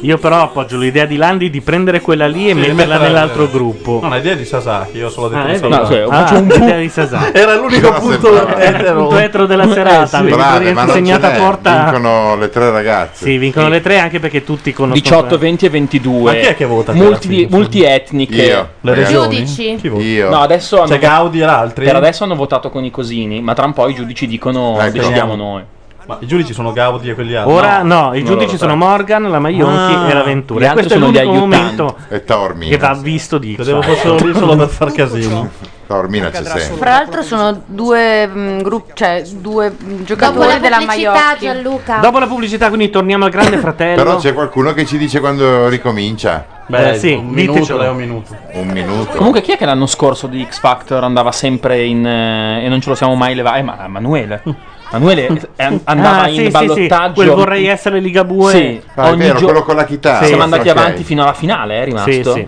[SPEAKER 1] Io però appoggio l'idea di Landi di prendere quella lì e
[SPEAKER 6] Sì,
[SPEAKER 1] metterla
[SPEAKER 6] mettere-
[SPEAKER 1] nell'altro gruppo.
[SPEAKER 6] No, l'idea di Sasaki, io solo detto
[SPEAKER 1] Ah,
[SPEAKER 6] di
[SPEAKER 1] è vero.
[SPEAKER 6] Sasaki.
[SPEAKER 1] No, cioè, faccio un pu- di Sasaki.
[SPEAKER 6] Era l'unico
[SPEAKER 1] No,
[SPEAKER 6] punto
[SPEAKER 1] sembrava-
[SPEAKER 6] etero.
[SPEAKER 1] Punto etero della serata, vedi,
[SPEAKER 8] Eh, Brave,
[SPEAKER 1] Dorian
[SPEAKER 8] ma non
[SPEAKER 1] segnata
[SPEAKER 8] ce n'è.
[SPEAKER 1] porta-
[SPEAKER 8] Vincono le tre ragazze.
[SPEAKER 1] Sì, vincono le tre anche perché tutti conoscono
[SPEAKER 2] 18, 20 e 22.
[SPEAKER 8] Ma chi è che vota per la
[SPEAKER 2] Multi,
[SPEAKER 8] fiducia?
[SPEAKER 2] multietniche.
[SPEAKER 8] Io. Le regioni?
[SPEAKER 2] Giudici.
[SPEAKER 8] Chi vota? Io.
[SPEAKER 2] No, adesso hanno
[SPEAKER 8] C'è
[SPEAKER 2] Gaudi e altri. Per adesso hanno votato con i cosini, ma tra un po' i giudici dicono
[SPEAKER 6] Ecco.
[SPEAKER 2] decidiamo noi.
[SPEAKER 6] Ma i giudici sono Gaudi e quegli altri.
[SPEAKER 1] Ora no, i giudici
[SPEAKER 6] loro,
[SPEAKER 1] sono Morgan, la Maionchi
[SPEAKER 6] Ah,
[SPEAKER 1] e la
[SPEAKER 6] gli
[SPEAKER 1] Ventura. E
[SPEAKER 6] altri
[SPEAKER 1] questo è
[SPEAKER 6] sono gli
[SPEAKER 1] l'unico
[SPEAKER 6] aiutanti.
[SPEAKER 1] momento
[SPEAKER 8] E Tormina.
[SPEAKER 1] che va visto di
[SPEAKER 6] Credevo fossero lì solo per far casino.
[SPEAKER 8] Tormina c'è sempre.
[SPEAKER 15] Fra l'altro sono due mh, gruppi, cioè due mh, giocatori della
[SPEAKER 58] pubblicità,
[SPEAKER 15] Maiocchi.
[SPEAKER 58] Gianluca.
[SPEAKER 1] Dopo la pubblicità, quindi torniamo al Grande Fratello.
[SPEAKER 8] Però c'è qualcuno che ci dice quando ricomincia.
[SPEAKER 1] Beh, Eh, sì, un minuto, ditecelo. dai, un
[SPEAKER 6] minuto.
[SPEAKER 8] Un minuto.
[SPEAKER 2] Comunque, chi è che l'anno scorso di X Factor andava sempre in. eh, e non ce lo siamo mai levati? Eh, ma Manuele. Manuele eh, andava
[SPEAKER 1] Mm. Ah,
[SPEAKER 2] in
[SPEAKER 1] sì, sì, sì,
[SPEAKER 2] ballottaggio.
[SPEAKER 1] quel vorrei essere Ligabue.
[SPEAKER 2] Sì,
[SPEAKER 8] Ah, è
[SPEAKER 2] ogni
[SPEAKER 8] vero,
[SPEAKER 2] gio-
[SPEAKER 8] quello con la chitarra.
[SPEAKER 2] Siamo
[SPEAKER 8] Sì,
[SPEAKER 2] andati
[SPEAKER 8] ok.
[SPEAKER 2] avanti fino alla finale, è rimasto.
[SPEAKER 1] Sì, sì.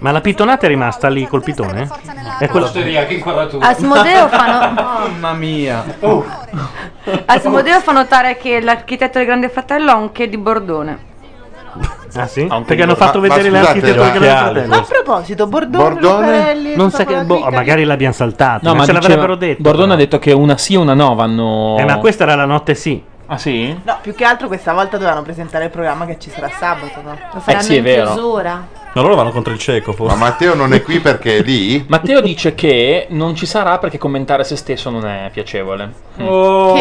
[SPEAKER 1] Ma la pittonata è rimasta lì col pitone? È quello.
[SPEAKER 2] che inquadratura.
[SPEAKER 15] Asmodeo fa, no-
[SPEAKER 10] Mamma mia.
[SPEAKER 8] Oh.
[SPEAKER 10] Uh,
[SPEAKER 15] Asmodeo fa notare che l'architetto del Grande Fratello ha un che di Bordone.
[SPEAKER 1] Ah, sì? Perché hanno fatto
[SPEAKER 8] Ma- ma
[SPEAKER 1] vedere le
[SPEAKER 8] scusate,
[SPEAKER 1] architetture
[SPEAKER 8] ma-
[SPEAKER 1] che avevano
[SPEAKER 8] chiaro,
[SPEAKER 1] fratello.
[SPEAKER 5] Ma a proposito, Bordone,
[SPEAKER 8] Bordone?
[SPEAKER 5] Lucarelli,
[SPEAKER 1] Non sa che.
[SPEAKER 5] Stefano
[SPEAKER 1] Boh,
[SPEAKER 5] Ricca-
[SPEAKER 1] magari l'abbiamo saltato.
[SPEAKER 2] No,
[SPEAKER 1] ma,
[SPEAKER 2] ma
[SPEAKER 1] ce
[SPEAKER 2] diceva-
[SPEAKER 1] l'avrebbero detto.
[SPEAKER 2] Bordone ha detto che una sì e una no vanno.
[SPEAKER 1] Eh, ma questa era la notte sì.
[SPEAKER 2] Ah, sì?
[SPEAKER 5] No, più che altro questa volta dovevano presentare il programma che ci sarà sabato, no? Lo
[SPEAKER 2] faranno sì, è in vero.
[SPEAKER 5] chiusura.
[SPEAKER 6] No, loro vanno contro il cieco, forse.
[SPEAKER 8] Ma Matteo non è qui perché è lì.
[SPEAKER 2] Matteo dice che non ci sarà perché commentare se stesso non è piacevole. Mm.
[SPEAKER 8] Oh.
[SPEAKER 59] Che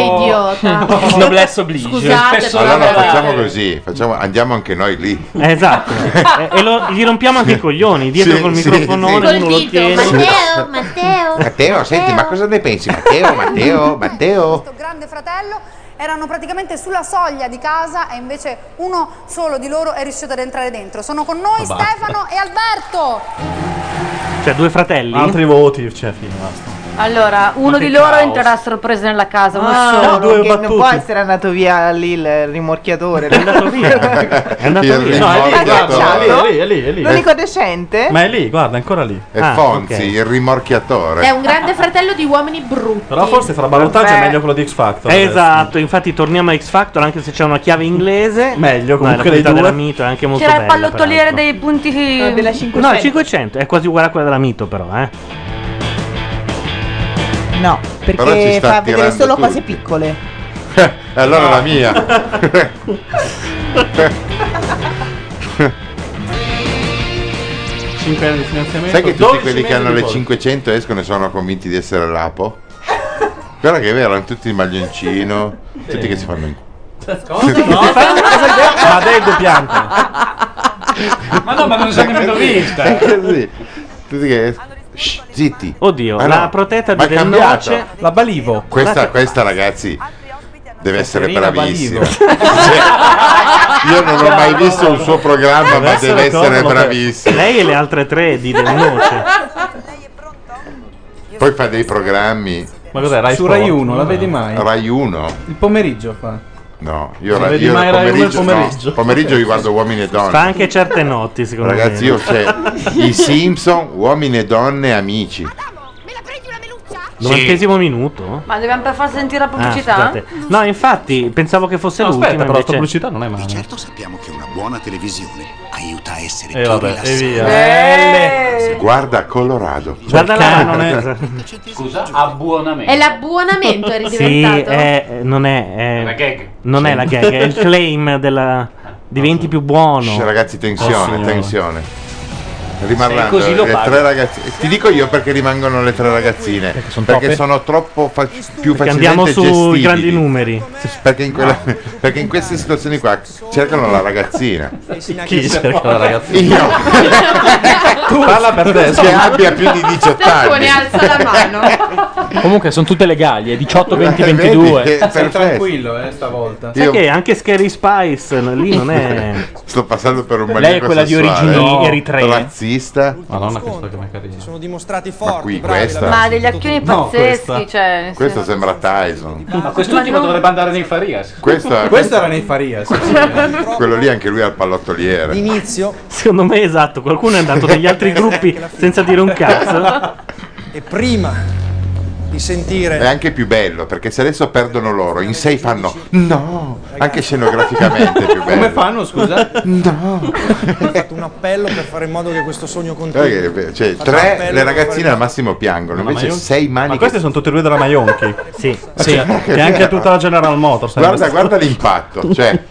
[SPEAKER 59] idiota.
[SPEAKER 2] Noblesse oblige.
[SPEAKER 59] Scusate,
[SPEAKER 2] Spesso
[SPEAKER 59] però,
[SPEAKER 8] Allora
[SPEAKER 59] veramente.
[SPEAKER 2] eh.
[SPEAKER 8] facciamo così, facciamo- andiamo anche noi lì.
[SPEAKER 1] Esatto. Eh, e lo- gli rompiamo anche i coglioni. Dietro
[SPEAKER 8] Sì,
[SPEAKER 1] col
[SPEAKER 8] sì,
[SPEAKER 1] microfonone
[SPEAKER 8] sì.
[SPEAKER 1] uno
[SPEAKER 8] Col
[SPEAKER 1] lo
[SPEAKER 8] dito,
[SPEAKER 1] tiene. Cioè,
[SPEAKER 8] Matteo,
[SPEAKER 9] Matteo, Matteo.
[SPEAKER 8] Matteo, senti, ma cosa ne pensi? Matteo, Matteo, Matteo.
[SPEAKER 9] Questo grande fratello erano praticamente sulla soglia di casa e invece uno solo di loro è riuscito ad entrare dentro. Sono con noi
[SPEAKER 1] Ma basta.
[SPEAKER 9] Stefano e Alberto.
[SPEAKER 1] Cioè, due fratelli.
[SPEAKER 6] Altri voti, cioè, fine, basta.
[SPEAKER 8] Ah,
[SPEAKER 15] Allora, uno
[SPEAKER 6] che
[SPEAKER 15] di loro
[SPEAKER 6] caos.
[SPEAKER 15] entrerà a sorpresa nella casa, uno
[SPEAKER 5] Ah,
[SPEAKER 15] solo.
[SPEAKER 5] no, perché non può essere andato via lì il rimorchiatore. È andato via.
[SPEAKER 8] È andato via.
[SPEAKER 6] No, è
[SPEAKER 8] È
[SPEAKER 6] lì, guarda, è lì,
[SPEAKER 8] cacciato.
[SPEAKER 6] è lì, è lì, è lì.
[SPEAKER 5] L'unico decente?
[SPEAKER 6] Ma è lì, guarda, è ancora lì. Ah,
[SPEAKER 8] È Fonzi, il rimorchiatore.
[SPEAKER 59] È un grande fratello di uomini brutti.
[SPEAKER 6] fra ballottaggio è meglio quello di X Factor.
[SPEAKER 1] Esatto, infatti torniamo a X Factor anche se c'è una chiave inglese. Meglio
[SPEAKER 6] comunque
[SPEAKER 1] la
[SPEAKER 6] dei
[SPEAKER 1] puntata
[SPEAKER 6] due.
[SPEAKER 1] della Mito è anche molto
[SPEAKER 15] C'era il
[SPEAKER 1] bella.
[SPEAKER 15] pallottoliere
[SPEAKER 1] peraltro.
[SPEAKER 15] dei punti della 500.
[SPEAKER 1] No, 500 è quasi uguale a quella della Mito però, eh.
[SPEAKER 5] No,
[SPEAKER 1] Però ci
[SPEAKER 5] perché
[SPEAKER 1] sta
[SPEAKER 5] fa vedere
[SPEAKER 1] attirando
[SPEAKER 5] solo
[SPEAKER 1] tutti.
[SPEAKER 5] cose piccole.
[SPEAKER 8] Allora la mia.
[SPEAKER 10] Cinque anni di finanziamento.
[SPEAKER 8] Sai che Ecco, tutti
[SPEAKER 10] 12
[SPEAKER 8] quelli che
[SPEAKER 10] mesi
[SPEAKER 8] hanno
[SPEAKER 10] di
[SPEAKER 8] le
[SPEAKER 10] volo.
[SPEAKER 8] 500 escono e sono convinti di essere l'apo? Guarda che è vero, hanno tutti il maglioncino, tutti che si fanno in
[SPEAKER 7] Tutti che si fanno
[SPEAKER 6] Ma dei due piante.
[SPEAKER 7] Ma no, ma non
[SPEAKER 8] È così, È così. Tutti che... Shh, zitti.
[SPEAKER 1] Oddio,
[SPEAKER 8] Ma
[SPEAKER 1] la
[SPEAKER 8] no,
[SPEAKER 1] protetta
[SPEAKER 8] ma
[SPEAKER 1] di
[SPEAKER 8] è cambiato.
[SPEAKER 1] Del la balivo.
[SPEAKER 8] Questa, questa ragazzi deve essere
[SPEAKER 1] Caterina
[SPEAKER 8] bravissima. Cioè, io non ho mai visto un suo programma, ma deve essere bravissima.
[SPEAKER 1] Lei e le altre tre di Del Noce.
[SPEAKER 8] Poi fa dei programmi.
[SPEAKER 6] Ma cos'è, Rai
[SPEAKER 10] Su Rai uno, la vedi mai?
[SPEAKER 8] Rai 1?
[SPEAKER 10] Il pomeriggio fa.
[SPEAKER 8] No, io,
[SPEAKER 10] Non
[SPEAKER 8] Rai-
[SPEAKER 10] vedi
[SPEAKER 8] io
[SPEAKER 10] mai Rai uno il
[SPEAKER 8] pomeriggio, no,
[SPEAKER 10] pomeriggio?
[SPEAKER 8] pomeriggio vi guardo uomini e donne.
[SPEAKER 1] Fa anche certe notti, secondo
[SPEAKER 8] Ragazzi,
[SPEAKER 1] me.
[SPEAKER 8] io c'è i Simpson, uomini e donne, amici.
[SPEAKER 1] Novantesimo minuto?
[SPEAKER 15] Ma dobbiamo per far sentire la
[SPEAKER 1] Ah,
[SPEAKER 15] pubblicità?
[SPEAKER 1] scusate. no, infatti, pensavo che fosse
[SPEAKER 6] No,
[SPEAKER 1] l'ultima.
[SPEAKER 6] aspetta, però, sta
[SPEAKER 1] invece-
[SPEAKER 6] pubblicità non è male.
[SPEAKER 17] Certo sappiamo che una buona televisione aiuta a essere
[SPEAKER 1] Eh,
[SPEAKER 6] E
[SPEAKER 17] più
[SPEAKER 6] Eh, vabbè,
[SPEAKER 17] rilassati.
[SPEAKER 6] e via.
[SPEAKER 8] Guarda Colorado.
[SPEAKER 1] Guarda là, non è-
[SPEAKER 2] Scusa, abbonamento.
[SPEAKER 59] È l'abbonamento, eri
[SPEAKER 1] Sì,
[SPEAKER 59] diventato.
[SPEAKER 1] è- non è, è-
[SPEAKER 2] La gag.
[SPEAKER 1] Non è la gag, è il claim della diventi più buono.
[SPEAKER 8] Shh, ragazzi, tensione, tensione. Rimarranno
[SPEAKER 1] Se è così lo
[SPEAKER 8] le
[SPEAKER 1] pago.
[SPEAKER 8] tre ragazzine. Ti dico io perché rimangono le tre ragazzine. Perché sono,
[SPEAKER 1] troppe?
[SPEAKER 8] troppo fa- più facilmente
[SPEAKER 1] Perché andiamo sui
[SPEAKER 8] gestibili. Eh,
[SPEAKER 1] grandi numeri.
[SPEAKER 8] Perché in, quella- perché in queste situazioni qua cercano la ragazzina.
[SPEAKER 6] Chi cerca la ragazzina?
[SPEAKER 8] Io.
[SPEAKER 6] Parla per te.
[SPEAKER 8] Che abbia più di 18 anni.
[SPEAKER 59] alza la mano.
[SPEAKER 2] Comunque sono tutte legali, è 18, 20,
[SPEAKER 1] Vedi,
[SPEAKER 2] 22.
[SPEAKER 8] Eh, che-
[SPEAKER 10] Sei
[SPEAKER 8] perfetto.
[SPEAKER 10] tranquillo, eh, stavolta.
[SPEAKER 1] Sai che anche Scary Spice no, lì non è.
[SPEAKER 8] Sto passando per un
[SPEAKER 1] Lei
[SPEAKER 8] maniaco
[SPEAKER 1] è quella di
[SPEAKER 8] sessuale,
[SPEAKER 1] origini
[SPEAKER 8] eh?
[SPEAKER 1] eritree.
[SPEAKER 8] Razzista.
[SPEAKER 6] Madonna, questa che è carina.
[SPEAKER 13] Sono dimostrati
[SPEAKER 8] forti. Ma qui
[SPEAKER 13] bravi,
[SPEAKER 8] questa.
[SPEAKER 15] Ma ha degli acchioni
[SPEAKER 8] No,
[SPEAKER 15] pazzeschi,
[SPEAKER 8] questa.
[SPEAKER 15] cioè. nel
[SPEAKER 8] Questo
[SPEAKER 15] senso-
[SPEAKER 8] sembra Tyson.
[SPEAKER 15] Ma quest'ultimo Ma no. dovrebbe
[SPEAKER 2] andare nei Farias.
[SPEAKER 8] Questo,
[SPEAKER 10] Questo era nei Farias.
[SPEAKER 8] Quello lì anche lui al pallottoliere.
[SPEAKER 13] L'inizio
[SPEAKER 1] Secondo me esatto, qualcuno è andato negli altri gruppi senza dire un cazzo.
[SPEAKER 13] e prima di sentire
[SPEAKER 8] È anche più bello perché se adesso perdono loro, in sei fanno no, anche scenograficamente è più bello.
[SPEAKER 13] Come
[SPEAKER 6] fanno, scusa?
[SPEAKER 8] No.
[SPEAKER 13] fatto un appello per fare in modo che questo sogno continui.
[SPEAKER 8] Guarda che, cioè,
[SPEAKER 13] Faccio un
[SPEAKER 8] tre
[SPEAKER 13] appello
[SPEAKER 8] le
[SPEAKER 13] per
[SPEAKER 8] ragazzine
[SPEAKER 13] fare-
[SPEAKER 8] al massimo piangono,
[SPEAKER 6] Ma
[SPEAKER 8] invece
[SPEAKER 6] Maionchi-
[SPEAKER 8] sei mani
[SPEAKER 6] Ma
[SPEAKER 8] che- Ah,
[SPEAKER 6] queste sono tutte e due della Maionchi.
[SPEAKER 1] sì,
[SPEAKER 8] sì.
[SPEAKER 6] E anche tutta la General Motors.
[SPEAKER 8] Guarda, guarda l'impatto, cioè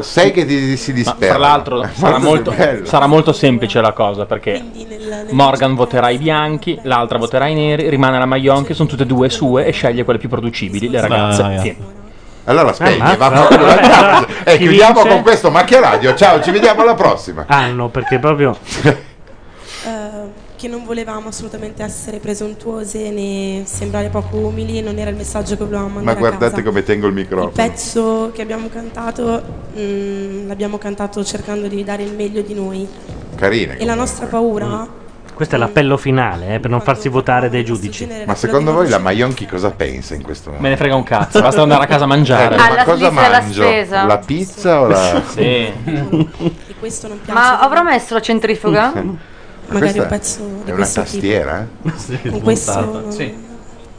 [SPEAKER 8] sei che ti- si dispera.
[SPEAKER 2] Tra l'altro sarà molto, sarà molto semplice la cosa perché Morgan voterà i bianchi, l'altra voterà i neri, rimane la Maionchi, sono tutte e due sue e sceglie quelle più producibili, le ragazze.
[SPEAKER 1] Ah,
[SPEAKER 8] Dai.
[SPEAKER 2] Sì.
[SPEAKER 8] Allora
[SPEAKER 1] Eh,
[SPEAKER 8] spegni,
[SPEAKER 2] Ah,
[SPEAKER 8] va
[SPEAKER 2] mazza.
[SPEAKER 8] proprio la causa. E
[SPEAKER 2] Chi
[SPEAKER 8] Eh, chiudiamo
[SPEAKER 2] vince?
[SPEAKER 8] con questo Macchia Radio. Ciao, ci vediamo alla prossima.
[SPEAKER 1] Ah no, perché proprio...
[SPEAKER 5] eh, che non volevamo assolutamente essere presuntuose né sembrare poco umili, non era il messaggio che volevamo
[SPEAKER 8] Ma
[SPEAKER 5] mandare a
[SPEAKER 8] guardate
[SPEAKER 5] casa.
[SPEAKER 8] come tengo il
[SPEAKER 5] Il
[SPEAKER 8] microfono.
[SPEAKER 5] pezzo che abbiamo cantato mm, l'abbiamo cantato cercando di dare il meglio di noi
[SPEAKER 8] Carine.
[SPEAKER 5] e la nostra paura
[SPEAKER 1] Questo è l'appello finale, eh, per non farsi votare dai giudici.
[SPEAKER 8] Ma secondo voi la Maionchi cosa pensa in questo momento?
[SPEAKER 2] Me ne frega un cazzo, basta andare a casa a mangiare.
[SPEAKER 8] Ecco,
[SPEAKER 15] Alla
[SPEAKER 8] ma cosa
[SPEAKER 15] svista e alla
[SPEAKER 8] mangio?
[SPEAKER 15] spesa.
[SPEAKER 8] La pizza o la...
[SPEAKER 2] Sì.
[SPEAKER 5] e questo non piace.
[SPEAKER 15] Ma avrò messo la centrifuga?
[SPEAKER 5] Magari
[SPEAKER 8] Questa
[SPEAKER 5] un pezzo di
[SPEAKER 8] È una
[SPEAKER 5] questo
[SPEAKER 1] eh?
[SPEAKER 8] tastiera?
[SPEAKER 5] con questo non,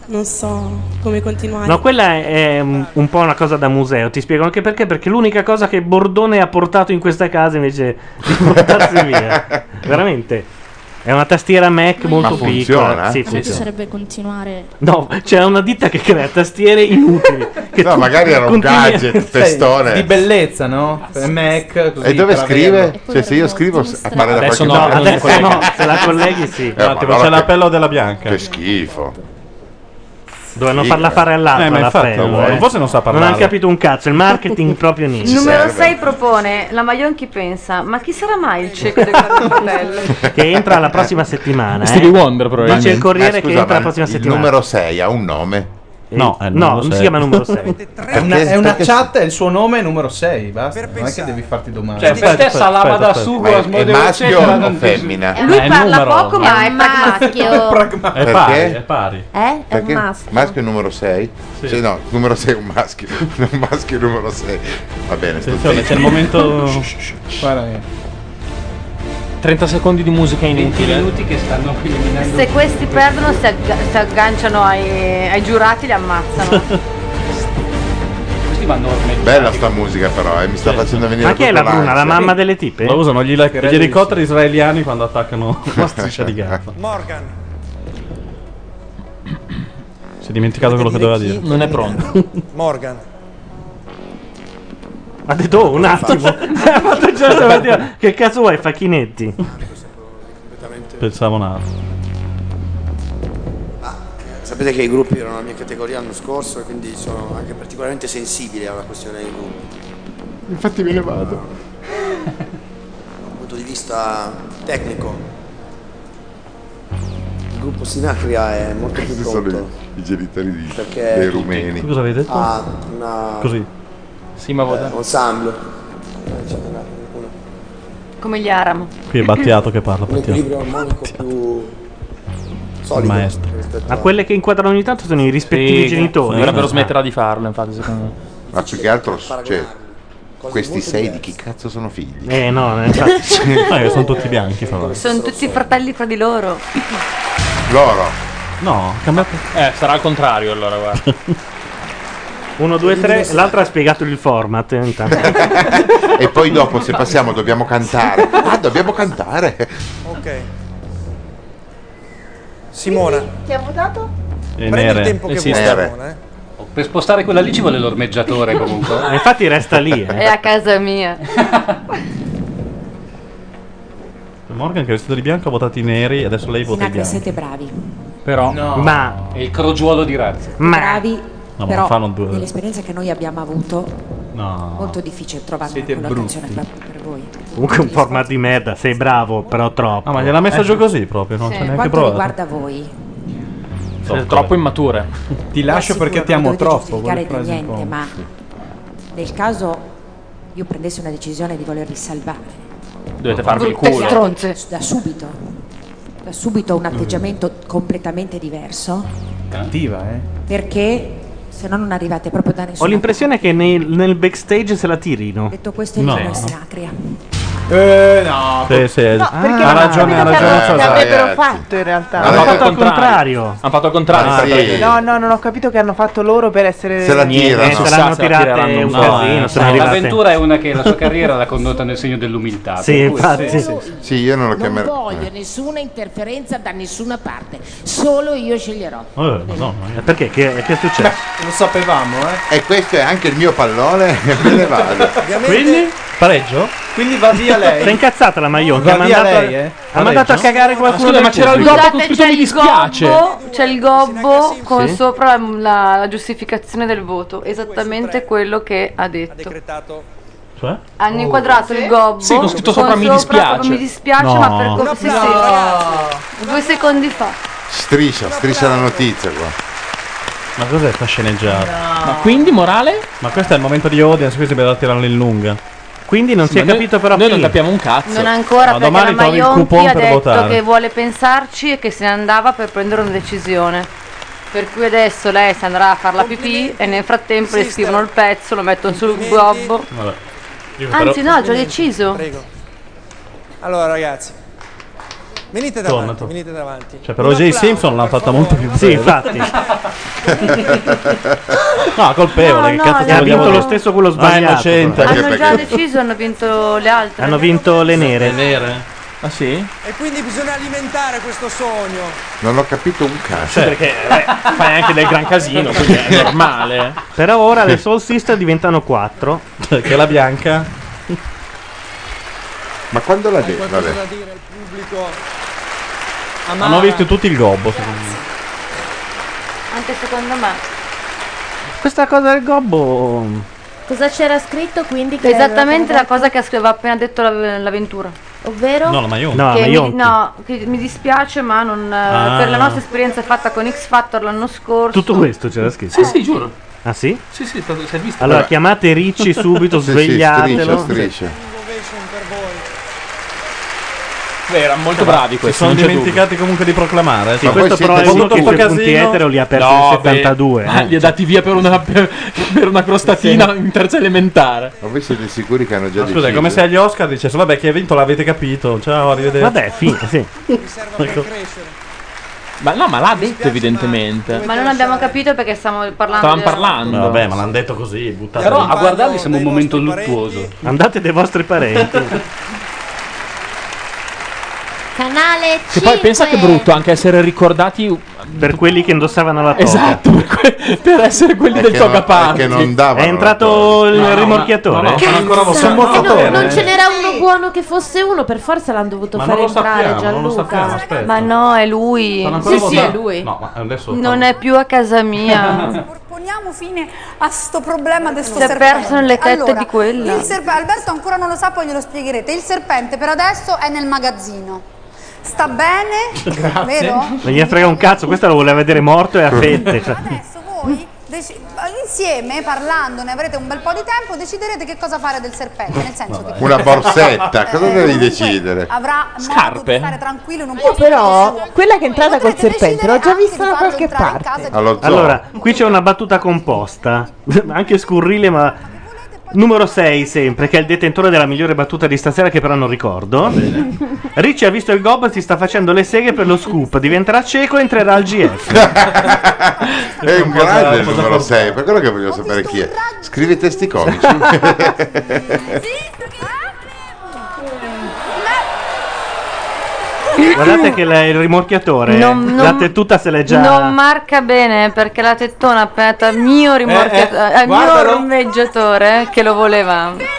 [SPEAKER 5] non so come continuare.
[SPEAKER 1] No, quella è è un un po' una cosa da museo, ti spiego anche perché, perché l'unica cosa che Bordone ha portato in questa casa invece di portarsi via. Veramente. È una tastiera Mac molto piccola. Sì,
[SPEAKER 7] Mi
[SPEAKER 1] funziona.
[SPEAKER 7] piacerebbe continuare.
[SPEAKER 1] No, c'è una ditta che crea tastiere inutili. Che
[SPEAKER 8] No, Ah,
[SPEAKER 1] tu
[SPEAKER 8] magari era un
[SPEAKER 1] continui a-
[SPEAKER 8] gadget, testone.
[SPEAKER 10] Di bellezza, no? Mac, così,
[SPEAKER 8] E dove
[SPEAKER 10] per
[SPEAKER 8] scrive?
[SPEAKER 10] averlo.
[SPEAKER 8] Cioè se io scrivo s- appare da
[SPEAKER 10] Adesso
[SPEAKER 8] qualche
[SPEAKER 10] no,
[SPEAKER 8] parte.
[SPEAKER 10] adesso no,
[SPEAKER 1] se la colleghi sì.
[SPEAKER 8] Eh,
[SPEAKER 1] Un attimo,
[SPEAKER 8] ma
[SPEAKER 1] c'è
[SPEAKER 8] allora
[SPEAKER 1] l'appello
[SPEAKER 8] che-
[SPEAKER 1] della Bianca.
[SPEAKER 8] Che schifo.
[SPEAKER 1] Dovevano
[SPEAKER 8] Sì,
[SPEAKER 1] farla
[SPEAKER 8] eh.
[SPEAKER 1] fare all'altro.
[SPEAKER 6] Eh, ma infatti,
[SPEAKER 1] l'appello, eh.
[SPEAKER 6] forse non sa parlare.
[SPEAKER 1] Non hanno capito un cazzo, il marketing proprio niente.
[SPEAKER 15] Numero 6 propone, la Maionchi pensa, ma chi sarà mai il cieco del grande fratello?
[SPEAKER 1] Che entra la prossima settimana. eh.
[SPEAKER 2] Stevie Wonder, probabilmente.
[SPEAKER 1] Dice il Corriere
[SPEAKER 8] Ma scusa,
[SPEAKER 1] che entra
[SPEAKER 8] ma
[SPEAKER 1] la prossima
[SPEAKER 8] il
[SPEAKER 1] settimana.
[SPEAKER 8] numero 6 ha un nome?
[SPEAKER 1] No, eh, no, non si chiama numero 6.
[SPEAKER 10] È una, è una chat, è il suo nome è numero 6, basta. Non è che devi farti domande.
[SPEAKER 8] Cioè, per te Salava da Sugo, Ma è- è Asmodeo, maschio eccetera, o non ti- femmina?
[SPEAKER 15] Eh, Lui
[SPEAKER 8] Ma è
[SPEAKER 15] parla
[SPEAKER 8] numero.
[SPEAKER 15] poco, ma è,
[SPEAKER 8] È
[SPEAKER 15] pragmatico.
[SPEAKER 8] Perché?
[SPEAKER 6] È pari, è pari.
[SPEAKER 15] Eh? È un
[SPEAKER 8] Perché?
[SPEAKER 15] maschio.
[SPEAKER 8] è un numero 6? Sì. no, numero 6 è un maschio. Un maschio è un numero 6. Va bene, sto
[SPEAKER 6] Attenzione,
[SPEAKER 8] zitto.
[SPEAKER 6] c'è il momento...
[SPEAKER 10] Guarda che-
[SPEAKER 2] 30 secondi di musica inutile. minuti che stanno
[SPEAKER 15] Se questi perdono si, agga- si agganciano ai, ai giurati li ammazzano.
[SPEAKER 2] Questi vanno
[SPEAKER 8] Bella sta musica però, eh, mi sta facendo venire
[SPEAKER 1] Ma chi è la
[SPEAKER 8] proprio
[SPEAKER 1] Bruna? La
[SPEAKER 8] l'ansia.
[SPEAKER 1] mamma delle tipe?
[SPEAKER 6] Lo usano gli, gli
[SPEAKER 1] Che
[SPEAKER 6] elicotteri israeliani quando attaccano la striscia di Gaza.
[SPEAKER 13] Morgan.
[SPEAKER 6] Si è dimenticato quello che doveva dire.
[SPEAKER 13] Non è pronto. Morgan.
[SPEAKER 1] Ha detto oh, un attimo. Ha fatto già la mattina. Che cazzo vuoi, facchinetti?
[SPEAKER 6] Pensavo un attimo.
[SPEAKER 14] Sapete che i gruppi erano la mia categoria l'anno scorso e quindi sono anche particolarmente sensibile alla questione dei gruppi.
[SPEAKER 8] Infatti me ne vado.
[SPEAKER 14] Dal punto di vista tecnico, il gruppo Sinacria è molto più
[SPEAKER 8] Questi sono
[SPEAKER 14] pronto
[SPEAKER 8] i, i genitori di-
[SPEAKER 14] perché
[SPEAKER 8] dei rumeni.
[SPEAKER 14] Cosa avete detto? Ah, una- Così.
[SPEAKER 2] Sì, ma
[SPEAKER 14] eh, ensemble, Eh,
[SPEAKER 15] Come gli Aram.
[SPEAKER 6] Qui è Battiato che parla,
[SPEAKER 14] un
[SPEAKER 6] Battiato.
[SPEAKER 14] equilibrio armonico più
[SPEAKER 6] Il
[SPEAKER 14] solido.
[SPEAKER 6] maestro.
[SPEAKER 14] rispetto
[SPEAKER 1] Ma quelle che inquadrano ogni tanto sono i rispettivi genitori.
[SPEAKER 2] Dovrebbero smetterà di farlo, infatti, secondo me.
[SPEAKER 8] Ma più che altro, cioè, questi sei di chi cazzo sono figli?
[SPEAKER 1] Eh no, infatti.
[SPEAKER 6] Ma che Ah, sono tutti bianchi, fra l'altro.
[SPEAKER 15] Sono tutti fratelli fra di loro.
[SPEAKER 8] Loro.
[SPEAKER 6] No, cambiato.
[SPEAKER 2] Eh, sarà al contrario allora, guarda.
[SPEAKER 1] 1, 2, 3. L'altra ha spiegato il format. eh, Intanto.
[SPEAKER 8] e poi dopo, se passiamo, dobbiamo cantare. Ah, dobbiamo cantare.
[SPEAKER 13] Ok. Simona.
[SPEAKER 60] Chi ha votato?
[SPEAKER 8] È nere.
[SPEAKER 13] tempo che
[SPEAKER 17] Esiste.
[SPEAKER 13] vuoi,
[SPEAKER 17] Nere.
[SPEAKER 13] Simona, eh.
[SPEAKER 17] Oh, Per spostare quella lì ci vuole l'ormeggiatore comunque.
[SPEAKER 1] Infatti resta lì.
[SPEAKER 15] È a casa mia.
[SPEAKER 6] Morgan che è vestito di bianco ha votato i neri, adesso lei vota i
[SPEAKER 18] Sinacri
[SPEAKER 6] bianchi.
[SPEAKER 18] siete bravi.
[SPEAKER 17] Però
[SPEAKER 1] Ma
[SPEAKER 17] è il crogiuolo di razza.
[SPEAKER 18] Bravi.
[SPEAKER 6] No, ma
[SPEAKER 18] però
[SPEAKER 6] non fanno due-
[SPEAKER 18] nell'esperienza che noi abbiamo avuto
[SPEAKER 6] No.
[SPEAKER 18] molto difficile trovare
[SPEAKER 6] Siete
[SPEAKER 18] una
[SPEAKER 6] brutti.
[SPEAKER 18] collocazione per, per voi.
[SPEAKER 1] Comunque è un format di merda. Sei bravo, però troppo. Eh.
[SPEAKER 6] Ah, ma gliel'ha messa giù così proprio, non
[SPEAKER 18] Sì.
[SPEAKER 6] c'è neanche
[SPEAKER 18] Quanto
[SPEAKER 6] prova.
[SPEAKER 18] riguarda voi,
[SPEAKER 2] Sono troppo immature.
[SPEAKER 6] Ti
[SPEAKER 18] vi assicuro, non dovete giustificare di niente, ma nel caso io prendessi una decisione di volervi salvare,
[SPEAKER 2] Dovete farvi il
[SPEAKER 18] Brutte
[SPEAKER 2] culo.
[SPEAKER 18] stronze. da subito, da subito un atteggiamento completamente diverso,
[SPEAKER 10] Cattiva, eh.
[SPEAKER 18] perché se no non arrivate proprio da
[SPEAKER 1] Ho
[SPEAKER 18] nessuna
[SPEAKER 1] l'impressione che nel, nel backstage se la tirino.
[SPEAKER 18] Detto questo, io
[SPEAKER 1] No.
[SPEAKER 18] sono sinacria.
[SPEAKER 10] Eh, no.
[SPEAKER 6] Sì, sì.
[SPEAKER 5] No,
[SPEAKER 1] Ah,
[SPEAKER 5] perché non
[SPEAKER 6] ha ragione, ha
[SPEAKER 5] capito che
[SPEAKER 6] ragione.
[SPEAKER 5] avre- che avrebbero
[SPEAKER 2] eh,
[SPEAKER 6] Ragazzi.
[SPEAKER 5] fatto in realtà.
[SPEAKER 2] Hanno fatto il
[SPEAKER 5] contrario.
[SPEAKER 2] contrario. Hanno fatto il contrario. Ah, sì.
[SPEAKER 5] No, no, non ho capito che hanno fatto loro per essere.
[SPEAKER 2] Se la tirano.
[SPEAKER 17] Eh,
[SPEAKER 2] Non
[SPEAKER 17] se
[SPEAKER 2] si
[SPEAKER 17] l'hanno
[SPEAKER 2] sa se la
[SPEAKER 17] tirata
[SPEAKER 2] tireranno
[SPEAKER 17] è un
[SPEAKER 2] o no,
[SPEAKER 17] casino.
[SPEAKER 2] eh.
[SPEAKER 17] sono
[SPEAKER 2] Sai,
[SPEAKER 17] arrivate. l'avventura è una che la sua carriera l'ha condotta nel segno dell'umiltà.
[SPEAKER 2] Sì,
[SPEAKER 17] per cui-
[SPEAKER 2] infatti.
[SPEAKER 17] Sì, sì, sì.
[SPEAKER 8] Sì, io non lo chiamerò. Eh.
[SPEAKER 18] voglio nessuna interferenza da nessuna parte, solo io sceglierò.
[SPEAKER 2] Perché? Che, che è successo?
[SPEAKER 8] Lo sapevamo, eh. E questo è anche il mio pallone e me ne vado.
[SPEAKER 2] Quindi? Pareggio?
[SPEAKER 10] Quindi va via lei.
[SPEAKER 2] Si è incazzata la Maionchi.
[SPEAKER 10] Va
[SPEAKER 2] ha
[SPEAKER 10] via
[SPEAKER 2] mandato,
[SPEAKER 10] lei, eh?
[SPEAKER 2] ha
[SPEAKER 10] Pareggio?
[SPEAKER 2] mandato a cagare
[SPEAKER 10] Ma
[SPEAKER 2] qualcuno.
[SPEAKER 10] scusa,
[SPEAKER 2] del
[SPEAKER 10] ma c'era il
[SPEAKER 2] pubblico.
[SPEAKER 10] dopo
[SPEAKER 15] Scusate,
[SPEAKER 2] scritto
[SPEAKER 15] c'è
[SPEAKER 2] mi
[SPEAKER 15] il,
[SPEAKER 2] dispiace.
[SPEAKER 15] gobbo, c'è il gobbo con
[SPEAKER 2] Sì.
[SPEAKER 15] sopra la, la giustificazione del voto, esattamente quello che ha detto.
[SPEAKER 6] Cioè?
[SPEAKER 15] Hanno inquadrato il gobbo
[SPEAKER 2] Sì, con scritto sopra mi dispiace.
[SPEAKER 15] proprio mi dispiace, ma per
[SPEAKER 8] No.
[SPEAKER 15] come si sente. Due secondi fa.
[SPEAKER 8] Striscia, striscia la notizia qua.
[SPEAKER 6] Ma cos'è sta sceneggiata?
[SPEAKER 2] Ma quindi, morale?
[SPEAKER 6] Ma questo è il momento di audience, questi per tirarlo in lunga.
[SPEAKER 2] Quindi non
[SPEAKER 6] si è capito
[SPEAKER 2] però
[SPEAKER 6] Noi non capiamo un cazzo.
[SPEAKER 15] Non ancora
[SPEAKER 6] Ma
[SPEAKER 15] perché la
[SPEAKER 6] domani trovi il
[SPEAKER 15] Maionchi
[SPEAKER 6] coupon
[SPEAKER 15] ha
[SPEAKER 6] per
[SPEAKER 15] detto
[SPEAKER 6] votare.
[SPEAKER 15] che vuole pensarci e che se ne andava per prendere una decisione. Per cui adesso lei si andrà a far la pipì e nel frattempo le scrivono il pezzo, lo mettono sul gobbo.
[SPEAKER 6] Vabbè. Io
[SPEAKER 15] Anzi no,
[SPEAKER 6] però-
[SPEAKER 15] ho già deciso.
[SPEAKER 13] Allora ragazzi, venite
[SPEAKER 6] Torna,
[SPEAKER 13] davanti,
[SPEAKER 6] torna.
[SPEAKER 13] venite davanti.
[SPEAKER 6] Cioè, però J. Simpson l'hanno fatta molto più
[SPEAKER 2] Sì,
[SPEAKER 6] breve.
[SPEAKER 2] infatti.
[SPEAKER 6] no, colpevole.
[SPEAKER 15] No,
[SPEAKER 6] che
[SPEAKER 15] no,
[SPEAKER 6] cazzo
[SPEAKER 15] le hanno-
[SPEAKER 6] ha
[SPEAKER 15] Ha vinto
[SPEAKER 2] lo stesso quello sbagliato.
[SPEAKER 15] Hanno già deciso, hanno vinto le altre.
[SPEAKER 2] Hanno vinto le nere. Le nere? Ah sì?
[SPEAKER 13] E quindi bisogna alimentare questo sogno.
[SPEAKER 8] Non ho capito un cazzo.
[SPEAKER 2] Sì, perché
[SPEAKER 8] Eh,
[SPEAKER 2] beh, fai anche del gran casino, quindi è normale.
[SPEAKER 1] Però ora le Soul Sister diventano quattro.
[SPEAKER 6] Che la bianca.
[SPEAKER 8] Ma quando la
[SPEAKER 13] Hai
[SPEAKER 8] detto?
[SPEAKER 13] qualcosa
[SPEAKER 8] Vabbè.
[SPEAKER 13] da dire il pubblico?
[SPEAKER 6] Hanno
[SPEAKER 13] Amara.
[SPEAKER 6] visto tutti il gobbo. secondo me.
[SPEAKER 15] Anche secondo me.
[SPEAKER 2] Questa cosa del gobbo.
[SPEAKER 15] Cosa c'era scritto quindi?
[SPEAKER 61] che
[SPEAKER 15] Esattamente
[SPEAKER 61] aveva
[SPEAKER 15] la cosa che aveva appena detto la- l'avventura. Ovvero?
[SPEAKER 2] No, la Maionchi. No, la
[SPEAKER 15] Che mi-
[SPEAKER 2] Maionchi.
[SPEAKER 15] no, che mi dispiace, ma non, eh,
[SPEAKER 2] Ah.
[SPEAKER 15] per la nostra esperienza fatta con X Factor l'anno scorso.
[SPEAKER 1] Tutto questo c'era scritto.
[SPEAKER 2] Sì, sì, giuro.
[SPEAKER 1] Ah sì?
[SPEAKER 2] Sì, sì, si è visto.
[SPEAKER 1] Allora chiamate Ricci subito,
[SPEAKER 2] Sì, sì,
[SPEAKER 1] svegliatelo.
[SPEAKER 2] striscia, Beh, erano molto bravi questi.
[SPEAKER 6] Si sono
[SPEAKER 2] non c'è
[SPEAKER 6] dimenticati comunque di proclamare.
[SPEAKER 2] Sì, questo però è uno che i suoi punti etero li ha persi nel 72, eh.
[SPEAKER 8] li
[SPEAKER 2] ha dati via per una, per, una crostatina in terza elementare.
[SPEAKER 8] Ma voi siete sicuri che hanno già
[SPEAKER 6] Ma
[SPEAKER 8] deciso?
[SPEAKER 6] scusa, è come se agli Oscar dicessero, vabbè, chi ha vinto l'avete capito. Ciao, arrivederci.
[SPEAKER 2] Vabbè, fin- sì.
[SPEAKER 6] Ecco.
[SPEAKER 2] Ma no, ma l'ha detto evidentemente.
[SPEAKER 15] Ma non abbiamo capito perché stiamo parlando.
[SPEAKER 2] Stavamo
[SPEAKER 15] di-
[SPEAKER 2] parlando.
[SPEAKER 6] Vabbè, ma l'hanno detto così, buttate
[SPEAKER 17] Però
[SPEAKER 6] lì.
[SPEAKER 17] a guardarli sembra un momento luttuoso.
[SPEAKER 1] Andate dai vostri parenti.
[SPEAKER 18] Canale 5.
[SPEAKER 2] Che poi pensa che è brutto anche essere ricordati
[SPEAKER 1] per quelli che indossavano la toga.
[SPEAKER 2] Esatto, per, que- per essere quelli
[SPEAKER 1] È
[SPEAKER 2] del
[SPEAKER 1] che non-
[SPEAKER 2] toga party.
[SPEAKER 1] è che non davano
[SPEAKER 2] È entrato
[SPEAKER 1] la toga.
[SPEAKER 2] il
[SPEAKER 1] No, no,
[SPEAKER 2] rimorchiatore.
[SPEAKER 1] no, no, sono ancora
[SPEAKER 2] Cazzo.
[SPEAKER 1] vostro-
[SPEAKER 2] No, no,
[SPEAKER 1] Eh,
[SPEAKER 18] Non
[SPEAKER 1] eh.
[SPEAKER 18] ce n'era uno buono che fosse uno, per forza l'hanno dovuto
[SPEAKER 6] Ma
[SPEAKER 18] fare
[SPEAKER 6] non lo
[SPEAKER 18] entrare
[SPEAKER 6] sappiamo, non lo sappiamo,
[SPEAKER 18] Gianluca.
[SPEAKER 6] aspetta.
[SPEAKER 15] Ma no, è lui.
[SPEAKER 6] Sono ancora votando. No, ma adesso...
[SPEAKER 15] Non è più a casa mia.
[SPEAKER 9] Poniamo fine a sto problema del sto
[SPEAKER 15] Si è
[SPEAKER 9] serpente.
[SPEAKER 15] perso nelle tette
[SPEAKER 9] Allora,
[SPEAKER 15] di quella.
[SPEAKER 9] il serpe- Alberto ancora non lo sa, poi glielo spiegherete. Il serpente per adesso è nel magazzino. Sta bene, vero?
[SPEAKER 1] Non gli frega un cazzo, questa lo voleva vedere morto e a fette. cioè.
[SPEAKER 9] Deci- insieme, parlando, ne avrete un bel po' di tempo, deciderete che cosa fare del serpente. Nel senso che
[SPEAKER 8] Una borsetta, cosa
[SPEAKER 9] Eh,
[SPEAKER 8] devi
[SPEAKER 9] comunque
[SPEAKER 8] decidere?
[SPEAKER 9] avrà modo
[SPEAKER 8] Scarpe?
[SPEAKER 9] di stare tranquillo in un
[SPEAKER 5] Io
[SPEAKER 9] posto
[SPEAKER 5] però, quella che è entrata col serpente, l'ho già vista da qualche
[SPEAKER 9] entrare in
[SPEAKER 5] parte.
[SPEAKER 9] casa di-
[SPEAKER 1] Allora, qui c'è una battuta composta, anche scurrile, ma numero 6 sempre, che è il detentore della migliore battuta di stasera che però non ricordo. Ricci ha visto il gob e si sta facendo le seghe per lo scoop, diventerà cieco e entrerà al GF.
[SPEAKER 8] È un grande il numero 6, per quello che voglio sapere chi è. Scrivi testi comici.
[SPEAKER 1] Guardate che la- il rimorchiatore,
[SPEAKER 15] Non- non-
[SPEAKER 1] la tettuta se l'è già...
[SPEAKER 15] Non marca bene perché la tettona aperta al mio rimorchiatore,
[SPEAKER 1] Eh, eh,
[SPEAKER 15] al mio
[SPEAKER 1] guardalo.
[SPEAKER 15] ormeggiatore che lo voleva.
[SPEAKER 62] Ho detto,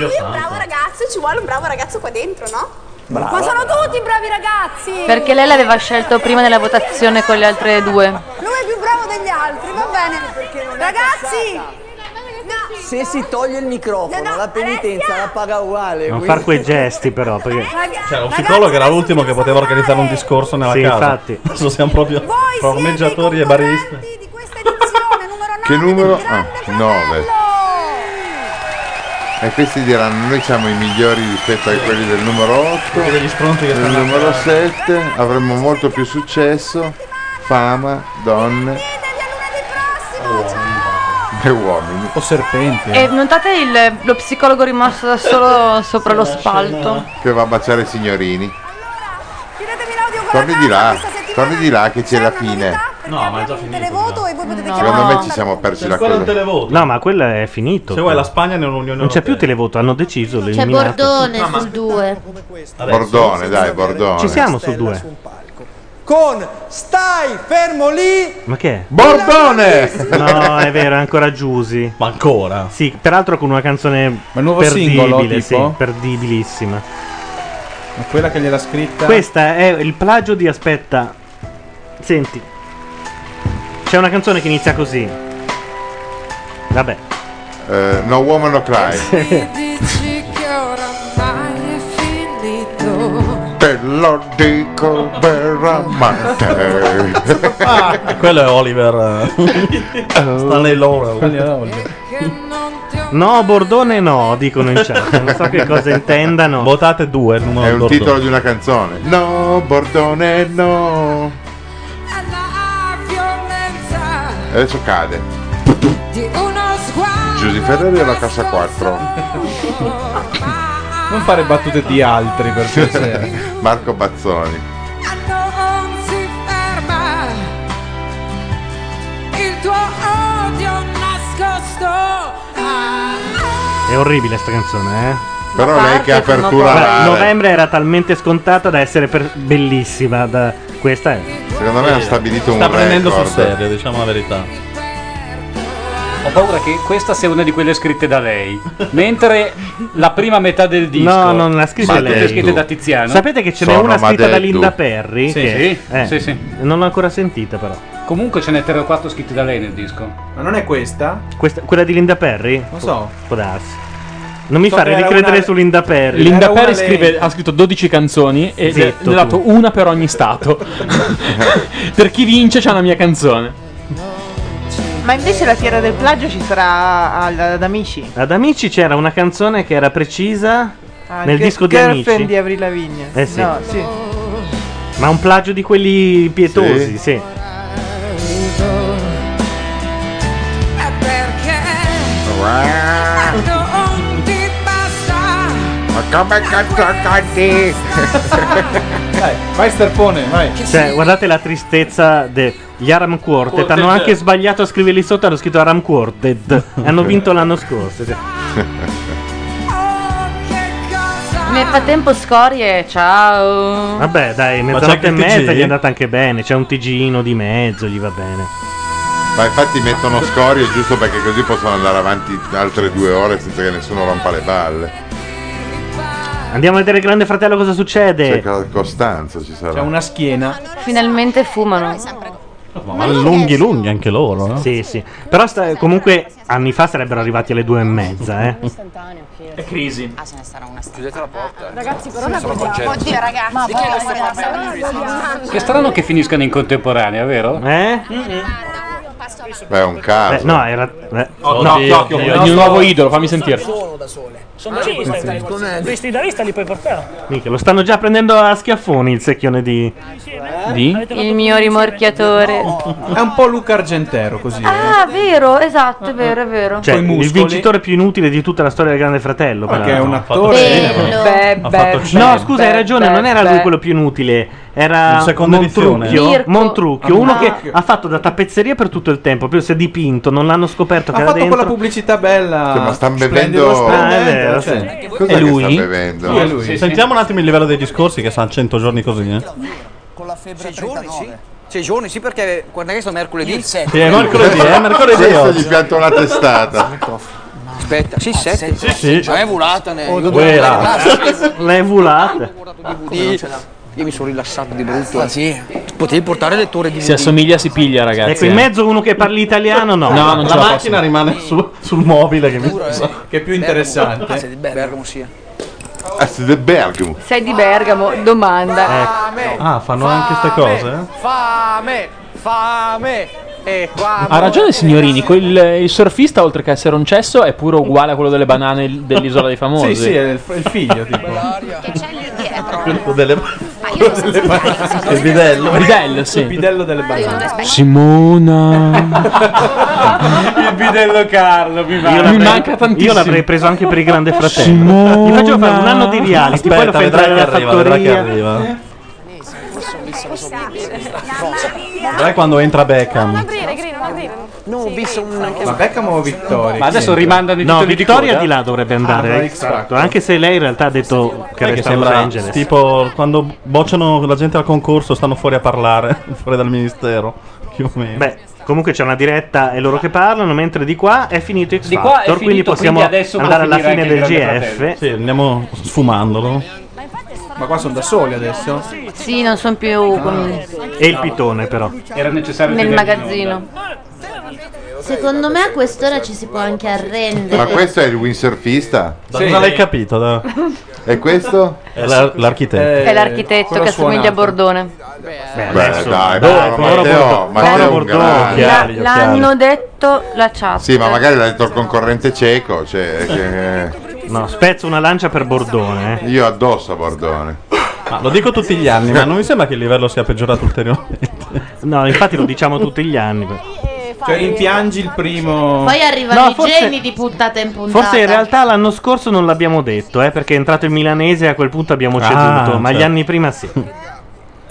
[SPEAKER 62] lui è un
[SPEAKER 15] santo.
[SPEAKER 62] bravo ragazzo, ci vuole un bravo ragazzo qua dentro, no?
[SPEAKER 15] Brava.
[SPEAKER 62] Ma sono tutti bravi ragazzi!
[SPEAKER 15] Perché lei l'aveva scelto prima della votazione con le altre due.
[SPEAKER 9] Lui è più bravo degli altri, va bene. Ragazzi,
[SPEAKER 7] Se si toglie il microfono, la penitenza la paga uguale.
[SPEAKER 1] Non
[SPEAKER 7] quindi-
[SPEAKER 1] far quei gesti però, perché...
[SPEAKER 6] Cioè, lo psicologo era l'ultimo che poteva organizzare un discorso nella
[SPEAKER 1] Sì,
[SPEAKER 6] casa.
[SPEAKER 1] infatti.
[SPEAKER 6] Adesso siamo proprio tra ormeggiatori e baristi.
[SPEAKER 8] che numero? Ah, 9. E questi diranno noi siamo i migliori rispetto a quelli del numero 8,
[SPEAKER 6] Quelli degli stronzi che
[SPEAKER 8] del
[SPEAKER 6] stanno a
[SPEAKER 8] numero
[SPEAKER 6] guardare.
[SPEAKER 8] 7, avremmo molto più successo, fama, donne. e uomini.
[SPEAKER 10] O serpenti.
[SPEAKER 6] eh.
[SPEAKER 15] E notate il- lo psicologo rimasto da solo sopra lo spalto.
[SPEAKER 8] Che va a baciare i signorini. Torni di là, torni di là che c'è la fine.
[SPEAKER 6] No, ma è già finito.
[SPEAKER 63] televoto e voi potete
[SPEAKER 8] Secondo
[SPEAKER 63] chiamare
[SPEAKER 8] me ci siamo persi la
[SPEAKER 6] ancora un
[SPEAKER 8] cosa.
[SPEAKER 6] televoto.
[SPEAKER 1] No, ma quella è finito.
[SPEAKER 6] Se vuoi,
[SPEAKER 1] però.
[SPEAKER 6] la Spagna non è un'unione
[SPEAKER 1] Non c'è più televoto, hanno deciso. l'hanno
[SPEAKER 64] C'è
[SPEAKER 1] eliminato.
[SPEAKER 64] Bordone sul 2.
[SPEAKER 8] Bordone, dai, Bordone.
[SPEAKER 1] Ci siamo sul 2.
[SPEAKER 65] Con stai fermo lì.
[SPEAKER 1] Ma che è?
[SPEAKER 8] Bordone!
[SPEAKER 1] No, è vero, è ancora Giusy.
[SPEAKER 6] Ma ancora?
[SPEAKER 1] Sì, peraltro con una canzone
[SPEAKER 10] nuovo
[SPEAKER 1] perdibile,
[SPEAKER 10] singolo, tipo?
[SPEAKER 1] sì, perdibilissima.
[SPEAKER 10] Ma quella che gliel'ha scritta.
[SPEAKER 1] Questa è il plagio di Aspetta. Senti. C'è una canzone che inizia così. Vabbè.
[SPEAKER 8] Eh, no woman no cry.
[SPEAKER 7] Dici che oramai è finito.
[SPEAKER 8] Te lo dico veramente.
[SPEAKER 6] Ah, Quello è Oliver. eh, Stanley Laurel.
[SPEAKER 1] No, Bordone no, dicono in chat. Non so che cosa intendano.
[SPEAKER 6] Votate due, non
[SPEAKER 8] È un titolo di una canzone. No, Bordone, no.
[SPEAKER 7] Violenza
[SPEAKER 8] Adesso cade.
[SPEAKER 7] di uno sguardo.
[SPEAKER 8] Giusy Ferreri alla cassa 4.
[SPEAKER 10] Non fare battute di altri per piacere.
[SPEAKER 8] Marco Bazzoni.
[SPEAKER 7] Non si ferma. Il tuo odio nascosto.
[SPEAKER 1] È orribile sta canzone, eh.
[SPEAKER 8] Però lei che apertura
[SPEAKER 1] Guarda,
[SPEAKER 8] rara.
[SPEAKER 1] Novembre era talmente scontata da essere per- bellissima. da- Questa è.
[SPEAKER 8] Secondo me ha stabilito un
[SPEAKER 6] Sta prendendo sul
[SPEAKER 8] record. Cioè,
[SPEAKER 6] serio, diciamo la verità.
[SPEAKER 17] Ho paura che questa sia una di quelle scritte da lei. Mentre la prima metà del Eh, disco.
[SPEAKER 1] No, non l'ha scritta
[SPEAKER 17] sono
[SPEAKER 1] lei.
[SPEAKER 17] tutte scritte da Tiziano.
[SPEAKER 1] Sapete che ce n'è una scritta da Linda Perry?
[SPEAKER 17] Sì,
[SPEAKER 1] che-
[SPEAKER 17] sì,
[SPEAKER 1] eh,
[SPEAKER 17] sì, sì.
[SPEAKER 1] Non l'ho ancora sentita, però.
[SPEAKER 17] Comunque ce n'è 3 o 4 scritte da lei nel disco.
[SPEAKER 10] Ma non è questa?
[SPEAKER 1] Questa- quella di Linda Perry?
[SPEAKER 10] Non so.
[SPEAKER 1] Può darsi. Non mi
[SPEAKER 17] So
[SPEAKER 1] fare
[SPEAKER 17] che era
[SPEAKER 1] ricredere
[SPEAKER 17] una-
[SPEAKER 1] su Linda Perry.
[SPEAKER 2] Linda Perry scrive, ha scritto 12 canzoni e ne-
[SPEAKER 1] Zitto
[SPEAKER 2] ne ha dato
[SPEAKER 1] tu.
[SPEAKER 2] una per ogni stato. per chi vince c'ha una mia canzone.
[SPEAKER 5] Ma invece la fiera del plagio ci sarà al- ad Amici.
[SPEAKER 1] Ad Amici c'era una canzone che era precisa
[SPEAKER 5] Ah,
[SPEAKER 1] nel
[SPEAKER 5] Girl-
[SPEAKER 1] disco di
[SPEAKER 5] Girlfriend
[SPEAKER 1] Amici.
[SPEAKER 5] di Avril Lavigne.
[SPEAKER 1] Eh sì.
[SPEAKER 5] No, sì.
[SPEAKER 1] Ma un plagio di quelli pietosi, sì.
[SPEAKER 7] È perché non ti basta.
[SPEAKER 8] Ma come cazzo canti?
[SPEAKER 10] Dai, vai Sterpone, vai.
[SPEAKER 1] Cioè, guardate la tristezza degli Aram Quartet. Hanno
[SPEAKER 10] Quartet.
[SPEAKER 1] anche sbagliato a scriverli sotto, hanno scritto Aram Quartet. Hanno vinto l'anno scorso. cioè.
[SPEAKER 15] Nel frattempo scorie, ciao.
[SPEAKER 6] Eh.
[SPEAKER 1] Vabbè, dai,
[SPEAKER 15] Ma
[SPEAKER 1] mezzanotte
[SPEAKER 15] c'è anche
[SPEAKER 1] e
[SPEAKER 15] il TG?
[SPEAKER 1] mezza gli è andata anche bene. C'è un TGino di mezzo, gli va bene.
[SPEAKER 8] Ma infatti mettono scorie giusto perché così possono andare avanti altre due ore senza che nessuno rompa le balle.
[SPEAKER 1] Andiamo a vedere il Grande Fratello cosa
[SPEAKER 8] C'è
[SPEAKER 1] succede.
[SPEAKER 8] Cal- Costanzo ci sarà.
[SPEAKER 10] schiena.
[SPEAKER 15] Finalmente fumano.
[SPEAKER 1] Ma lunghi lunghi anche loro, no? Sì, sì. Però sta- comunque anni fa sarebbero arrivati alle due e mezza, eh.
[SPEAKER 2] È crisi.
[SPEAKER 66] Ah, se ne sarà una
[SPEAKER 2] Chiudete la porta.
[SPEAKER 13] Ah,
[SPEAKER 66] Ragazzi,
[SPEAKER 2] però la Sono vediamo. concerti.
[SPEAKER 63] Oddio, ragazzi, ma poi
[SPEAKER 17] Che strano che finiscano in contemporanea, vero?
[SPEAKER 1] Eh?
[SPEAKER 8] Beh, è un caso.
[SPEAKER 1] no, era. eh.
[SPEAKER 17] Oh,
[SPEAKER 2] no,
[SPEAKER 17] Dio,
[SPEAKER 2] Tokyo,
[SPEAKER 17] Dio,
[SPEAKER 2] il
[SPEAKER 17] Dio.
[SPEAKER 2] nuovo idolo, fammi sentire.
[SPEAKER 13] Sono da sole. Sono
[SPEAKER 2] sì,
[SPEAKER 13] da
[SPEAKER 2] sì.
[SPEAKER 13] sole. Questi da vista li puoi portare.
[SPEAKER 1] Mica, lo stanno già prendendo a schiaffoni il secchione di. Di?
[SPEAKER 15] Il mio rimorchiatore.
[SPEAKER 10] È un po' Luca Argentero così. eh.
[SPEAKER 15] Ah, vero, esatto, è vero, è vero.
[SPEAKER 1] Cioè,
[SPEAKER 10] Coi
[SPEAKER 1] il
[SPEAKER 10] muscoli.
[SPEAKER 1] vincitore più inutile di tutta la storia del Grande Fratello.
[SPEAKER 10] Perché
[SPEAKER 1] peraltro.
[SPEAKER 10] è un attore. Bello.
[SPEAKER 15] Beh,
[SPEAKER 1] Ha
[SPEAKER 15] beh,
[SPEAKER 1] fatto
[SPEAKER 15] beh,
[SPEAKER 1] cinema. No, scusa, hai
[SPEAKER 15] beh,
[SPEAKER 1] ragione.
[SPEAKER 15] beh,
[SPEAKER 1] non era lui
[SPEAKER 15] beh.
[SPEAKER 1] quello più inutile. Era
[SPEAKER 6] Il secondo edizione.
[SPEAKER 1] Montrucchio,
[SPEAKER 6] Mirko.
[SPEAKER 1] Montrucchio
[SPEAKER 6] Ah,
[SPEAKER 1] uno che
[SPEAKER 6] Montrucchio.
[SPEAKER 1] ha fatto da tappezzeria per tutto il tempo. Poi si è dipinto, non l'hanno scoperto.
[SPEAKER 10] Ha
[SPEAKER 1] che
[SPEAKER 10] fatto
[SPEAKER 1] era dentro.
[SPEAKER 10] quella pubblicità bella.
[SPEAKER 8] Cioè, ma stanno
[SPEAKER 10] splendido,
[SPEAKER 8] bevendo-
[SPEAKER 10] splendente,
[SPEAKER 1] Ah, è vero,
[SPEAKER 10] cioè.
[SPEAKER 8] sì. Cos'è che sta bevendo?
[SPEAKER 10] Sì, è lui.
[SPEAKER 6] Sentiamo un attimo il livello dei discorsi che sono 100 giorni così, eh.
[SPEAKER 13] Con la febbre 39. Giorni, sì. Sei giorni, sì, perché guarda che sono mercoledì. Il 7.
[SPEAKER 6] Sì, è mercoledì, eh, mercoledì
[SPEAKER 8] Questo
[SPEAKER 6] oggi.
[SPEAKER 8] gli pianta una testata.
[SPEAKER 13] Aspetta, sì, 7.
[SPEAKER 8] Ah, Sì, sì.
[SPEAKER 13] Ma è volata, Ah, ne.
[SPEAKER 8] Oh,
[SPEAKER 13] Io-
[SPEAKER 8] Vera.
[SPEAKER 1] L'hai volata.
[SPEAKER 13] Io io mi sono rilassato di brutto. Ah, sì. Potevi portare lettore di
[SPEAKER 2] Si assomiglia, si piglia, ragazzi.
[SPEAKER 1] Ecco, in
[SPEAKER 2] eh.
[SPEAKER 1] mezzo uno che parli italiano, no.
[SPEAKER 2] No, non ce la posso.
[SPEAKER 6] rimane su- sul mobile che, mi-
[SPEAKER 10] che è più
[SPEAKER 13] Ah,
[SPEAKER 10] interessante.
[SPEAKER 13] sei di Bergamo, sì.
[SPEAKER 8] Ah, siete di Bergamo.
[SPEAKER 15] Sei di Bergamo, domanda.
[SPEAKER 6] Ah, fanno anche queste cose,
[SPEAKER 13] Fame, fame. E qua.
[SPEAKER 2] Ha ragione signorini, quel- il surfista oltre che essere un cesso è pure uguale a quello delle banane dell'isola dei famosi.
[SPEAKER 13] Ah,
[SPEAKER 10] Sì, sì, è il, il figlio tipo.
[SPEAKER 13] Che c'è lì dietro?
[SPEAKER 6] eh. Delle-
[SPEAKER 15] Ah,
[SPEAKER 2] Il bidello. bidello, sì.
[SPEAKER 7] bidello delle banane.
[SPEAKER 67] Simona.
[SPEAKER 7] Il bidello Carlo, mi va.
[SPEAKER 2] l'avrei- Io l'avrei preso anche per il grande fratello.
[SPEAKER 7] Simona.
[SPEAKER 2] Gli facevo fare un anno di reality, poi lo fai entrare nella
[SPEAKER 6] vedrai che
[SPEAKER 2] fattoria.
[SPEAKER 6] arriva. Vedrai quando entra Beckham.
[SPEAKER 68] Non ho visto un anche
[SPEAKER 7] Beckham o Vittoria?
[SPEAKER 2] Ma adesso rimandano i
[SPEAKER 1] No,
[SPEAKER 2] titoli di
[SPEAKER 1] Vittoria
[SPEAKER 2] coda?
[SPEAKER 1] di là dovrebbe
[SPEAKER 6] Ah,
[SPEAKER 1] andare.
[SPEAKER 6] no,
[SPEAKER 1] X Factor, anche se lei in realtà ha detto
[SPEAKER 6] Sai
[SPEAKER 1] che
[SPEAKER 6] che
[SPEAKER 1] resta a Los
[SPEAKER 6] sembra
[SPEAKER 1] Angeles.
[SPEAKER 6] tipo quando bocciano la gente al concorso stanno fuori a parlare, fuori dal ministero, più o meno.
[SPEAKER 1] Beh, comunque c'è una diretta e loro che parlano, mentre di qua è finito X
[SPEAKER 2] Di qua è
[SPEAKER 1] Factor,
[SPEAKER 2] finito,
[SPEAKER 1] quindi possiamo
[SPEAKER 2] quindi adesso può
[SPEAKER 1] andare alla
[SPEAKER 2] finire
[SPEAKER 1] fine del
[SPEAKER 2] anche il Grande
[SPEAKER 1] GF.
[SPEAKER 6] Sì, andiamo sfumandolo.
[SPEAKER 7] Ma qua sono da soli adesso?
[SPEAKER 15] Sì, non sono più con-
[SPEAKER 1] E il pitone però.
[SPEAKER 7] Era necessario
[SPEAKER 15] nel magazzino.
[SPEAKER 5] Secondo me a quest'ora ci si può anche arrendere.
[SPEAKER 8] Ma questo è il windsurfista?
[SPEAKER 6] Da cosa l'hai capito? Da-
[SPEAKER 8] E questo?
[SPEAKER 6] È la- l'architetto.
[SPEAKER 8] Eh,
[SPEAKER 15] È l'architetto che assomiglia a Bordone.
[SPEAKER 8] Beh,
[SPEAKER 6] adesso-
[SPEAKER 8] dai,
[SPEAKER 6] Dopo,
[SPEAKER 8] bravo,
[SPEAKER 6] povero
[SPEAKER 8] Matteo,
[SPEAKER 6] Bordo-
[SPEAKER 8] Matteo è
[SPEAKER 6] povero
[SPEAKER 8] un
[SPEAKER 6] Bordo-
[SPEAKER 8] grande.
[SPEAKER 15] La- l'hanno detto la chat.
[SPEAKER 8] Sì, ma magari l'ha detto il concorrente cieco. Cioè,
[SPEAKER 1] No, spezzo una lancia per Bordone.
[SPEAKER 6] eh.
[SPEAKER 8] Io addosso a Bordone.
[SPEAKER 6] Ma Ah, lo dico tutti gli anni, ma non mi sembra che il livello sia peggiorato ulteriormente.
[SPEAKER 1] No, infatti lo diciamo tutti gli anni.
[SPEAKER 7] Cioè, rimpiangi il primo.
[SPEAKER 5] Poi arrivano
[SPEAKER 1] No,
[SPEAKER 5] i
[SPEAKER 1] forse-
[SPEAKER 5] geni di puntata in puntata.
[SPEAKER 1] Forse in realtà l'anno scorso non l'abbiamo detto, eh, perché è entrato il milanese e a quel punto abbiamo ceduto,
[SPEAKER 6] Ah,
[SPEAKER 1] ma
[SPEAKER 6] certo.
[SPEAKER 1] gli anni prima sì.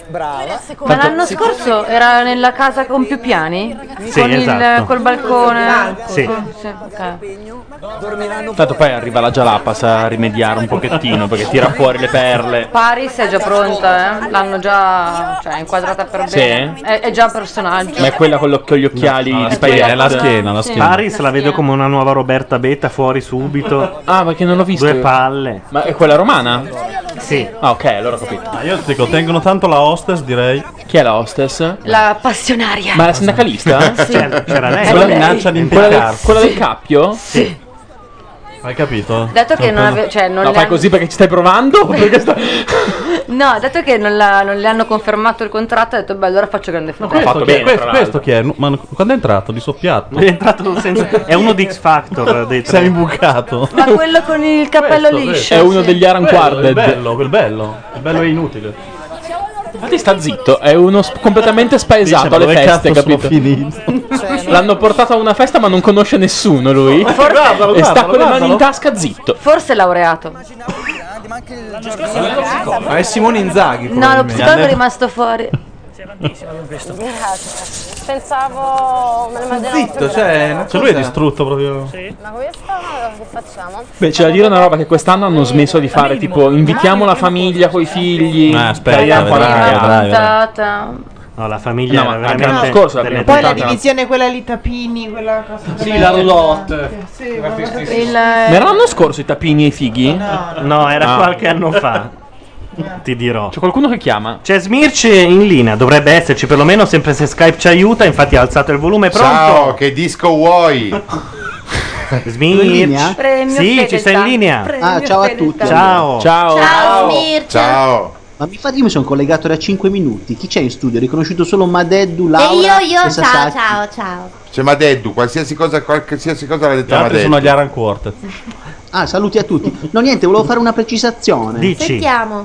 [SPEAKER 15] Ma l'anno scorso era nella casa con più piani?
[SPEAKER 1] Sì,
[SPEAKER 15] con il-
[SPEAKER 1] esatto.
[SPEAKER 15] col balcone?
[SPEAKER 2] Sì.
[SPEAKER 15] Con- sì, ok.
[SPEAKER 2] Tanto poi arriva la Jalapas a rimediare un pochettino perché tira fuori le perle.
[SPEAKER 15] Paris è già pronta, eh? l'hanno già cioè, inquadrata per
[SPEAKER 2] Sì?
[SPEAKER 15] bene. È, è già personaggio.
[SPEAKER 2] Ma è quella con, lo- con gli occhiali
[SPEAKER 1] No, no,
[SPEAKER 2] di
[SPEAKER 1] è quella-
[SPEAKER 2] Spaghetti.
[SPEAKER 1] è la
[SPEAKER 15] schiena, la Sì. schiena.
[SPEAKER 1] Paris la vedo come una nuova Roberta Betta fuori subito.
[SPEAKER 2] Ah, perché non l'ho vista.
[SPEAKER 1] Due palle.
[SPEAKER 2] Ma è quella romana?
[SPEAKER 1] Sì.
[SPEAKER 2] Ah, ok, allora ho capito.
[SPEAKER 6] Ma io ti dico, tengono tanto la hostess, direi.
[SPEAKER 2] Chi è la hostess?
[SPEAKER 15] La passionaria.
[SPEAKER 2] Ma la sindacalista? Cioè,
[SPEAKER 15] Sì. C'era- c'era lei.
[SPEAKER 6] Quella
[SPEAKER 15] Era lei.
[SPEAKER 6] minaccia di
[SPEAKER 2] Quella del-
[SPEAKER 6] impiccarsi.
[SPEAKER 2] quella del cappio?
[SPEAKER 1] Sì.
[SPEAKER 6] Hai capito?
[SPEAKER 15] Dato che non ave- cioè, non
[SPEAKER 2] la
[SPEAKER 15] le
[SPEAKER 2] fai
[SPEAKER 15] hanno-
[SPEAKER 2] così perché ci stai provando? Perché sta-
[SPEAKER 15] No, dato che non, la- non le hanno confermato il contratto, ho detto, beh, allora faccio grande fratello.
[SPEAKER 6] Questo, chi è?
[SPEAKER 2] bene,
[SPEAKER 6] questo,
[SPEAKER 2] tra
[SPEAKER 6] questo chi è? Nu- Ma quando è entrato? Di soppiatto?
[SPEAKER 1] È entrato senza- è uno di X Factor dei
[SPEAKER 6] Sei imbucato.
[SPEAKER 15] Ma quello con il cappello liscio. sì.
[SPEAKER 6] Quello,
[SPEAKER 2] Quartet.
[SPEAKER 6] Il bello, quel bello. Il bello è inutile.
[SPEAKER 2] Infatti sta zitto, è uno sp- completamente spaesato
[SPEAKER 6] Dice, ma
[SPEAKER 2] alle
[SPEAKER 6] dove
[SPEAKER 2] feste,
[SPEAKER 6] cazzo sono
[SPEAKER 2] capito?
[SPEAKER 15] Cioè,
[SPEAKER 6] finito?
[SPEAKER 2] L'hanno portato a una festa ma non conosce nessuno lui.
[SPEAKER 6] Eh,
[SPEAKER 15] Forse- Guardalo,
[SPEAKER 2] e sta
[SPEAKER 15] guardalo,
[SPEAKER 2] con le mani
[SPEAKER 15] guardalo.
[SPEAKER 2] in tasca zitto.
[SPEAKER 15] Forse è laureato.
[SPEAKER 10] Ah,
[SPEAKER 7] Ma è Simone Inzaghi.
[SPEAKER 15] No, lo
[SPEAKER 7] probabilmente.
[SPEAKER 15] psicologo è rimasto fuori.
[SPEAKER 69] Pensavo me ne mangerò
[SPEAKER 2] Zitto, cioè, una
[SPEAKER 6] Cioè lui è
[SPEAKER 2] cosa-
[SPEAKER 6] distrutto proprio.
[SPEAKER 69] Ma questa che facciamo?
[SPEAKER 2] Beh, c'è da dire una roba che quest'anno hanno smesso di fare, tipo invitiamo la famiglia coi figli.
[SPEAKER 6] Ah, aspetta,
[SPEAKER 2] tagliamo qua la
[SPEAKER 6] vedrai,
[SPEAKER 2] cagata.
[SPEAKER 6] vedrai,
[SPEAKER 15] Puntata.
[SPEAKER 1] No, la famiglia
[SPEAKER 2] No,
[SPEAKER 1] era
[SPEAKER 2] ma anche
[SPEAKER 1] veramente
[SPEAKER 2] l'anno scorso
[SPEAKER 1] delle-
[SPEAKER 2] l'abbiamo
[SPEAKER 17] Poi la
[SPEAKER 2] Puntata, no?
[SPEAKER 17] divisione quella lì Tapini, quella cosa
[SPEAKER 2] Sì, la roulotte.
[SPEAKER 17] Sì, guarda-
[SPEAKER 15] Il-
[SPEAKER 2] Ma era l'anno scorso i tapini e i fighi? Eh, No,
[SPEAKER 1] era qualche anno fa. Ti dirò. C'è
[SPEAKER 2] qualcuno che chiama?
[SPEAKER 1] C'è Smirci in linea, dovrebbe esserci perlomeno, sempre se Skype ci aiuta, infatti ha alzato il volume, pronto?
[SPEAKER 8] Ciao, che disco vuoi?
[SPEAKER 1] Smirci.
[SPEAKER 8] In linea?
[SPEAKER 1] Sì,
[SPEAKER 8] Premio
[SPEAKER 1] ci sta in
[SPEAKER 8] fedeltà.
[SPEAKER 1] linea.
[SPEAKER 8] Premio
[SPEAKER 10] Ah, ciao a tutti.
[SPEAKER 1] Ciao. Ciao. Ciao, Smirce.
[SPEAKER 8] Ciao.
[SPEAKER 10] Ma mi fa dire, io mi sono collegato da 5 minuti. Chi c'è in studio? Ho riconosciuto solo Madeddu,
[SPEAKER 5] E
[SPEAKER 10] Laura
[SPEAKER 5] io, io,
[SPEAKER 10] e
[SPEAKER 5] ciao,
[SPEAKER 10] Sasaki.
[SPEAKER 5] ciao, ciao.
[SPEAKER 8] C'è Madeddu, qualsiasi cosa, qualsiasi cosa l'ha
[SPEAKER 6] Gli
[SPEAKER 8] detto
[SPEAKER 6] altri
[SPEAKER 8] Madeddu.
[SPEAKER 6] sono gli Aran Quartet.
[SPEAKER 10] Ah, saluti a tutti. No, niente, volevo fare una precisazione.
[SPEAKER 5] Sentiamo.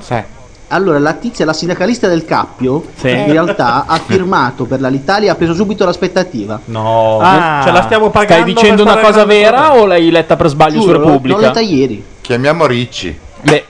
[SPEAKER 10] Allora, la tizia, la sindacalista del Cappio,
[SPEAKER 6] Sì.
[SPEAKER 10] in realtà ha firmato per l'Alitalia, ha preso subito l'aspettativa.
[SPEAKER 6] No,
[SPEAKER 2] Ah,
[SPEAKER 6] ce la stiamo pagando.
[SPEAKER 2] Stai dicendo
[SPEAKER 6] per
[SPEAKER 2] una
[SPEAKER 6] fare
[SPEAKER 2] cosa
[SPEAKER 6] grandi
[SPEAKER 2] vera o l'hai letta per sbaglio
[SPEAKER 6] Giuro,
[SPEAKER 2] su
[SPEAKER 6] l'ho- l'ho
[SPEAKER 2] Repubblica?
[SPEAKER 6] letta
[SPEAKER 10] ieri.
[SPEAKER 8] Chiamiamo Ricci.
[SPEAKER 2] Beh,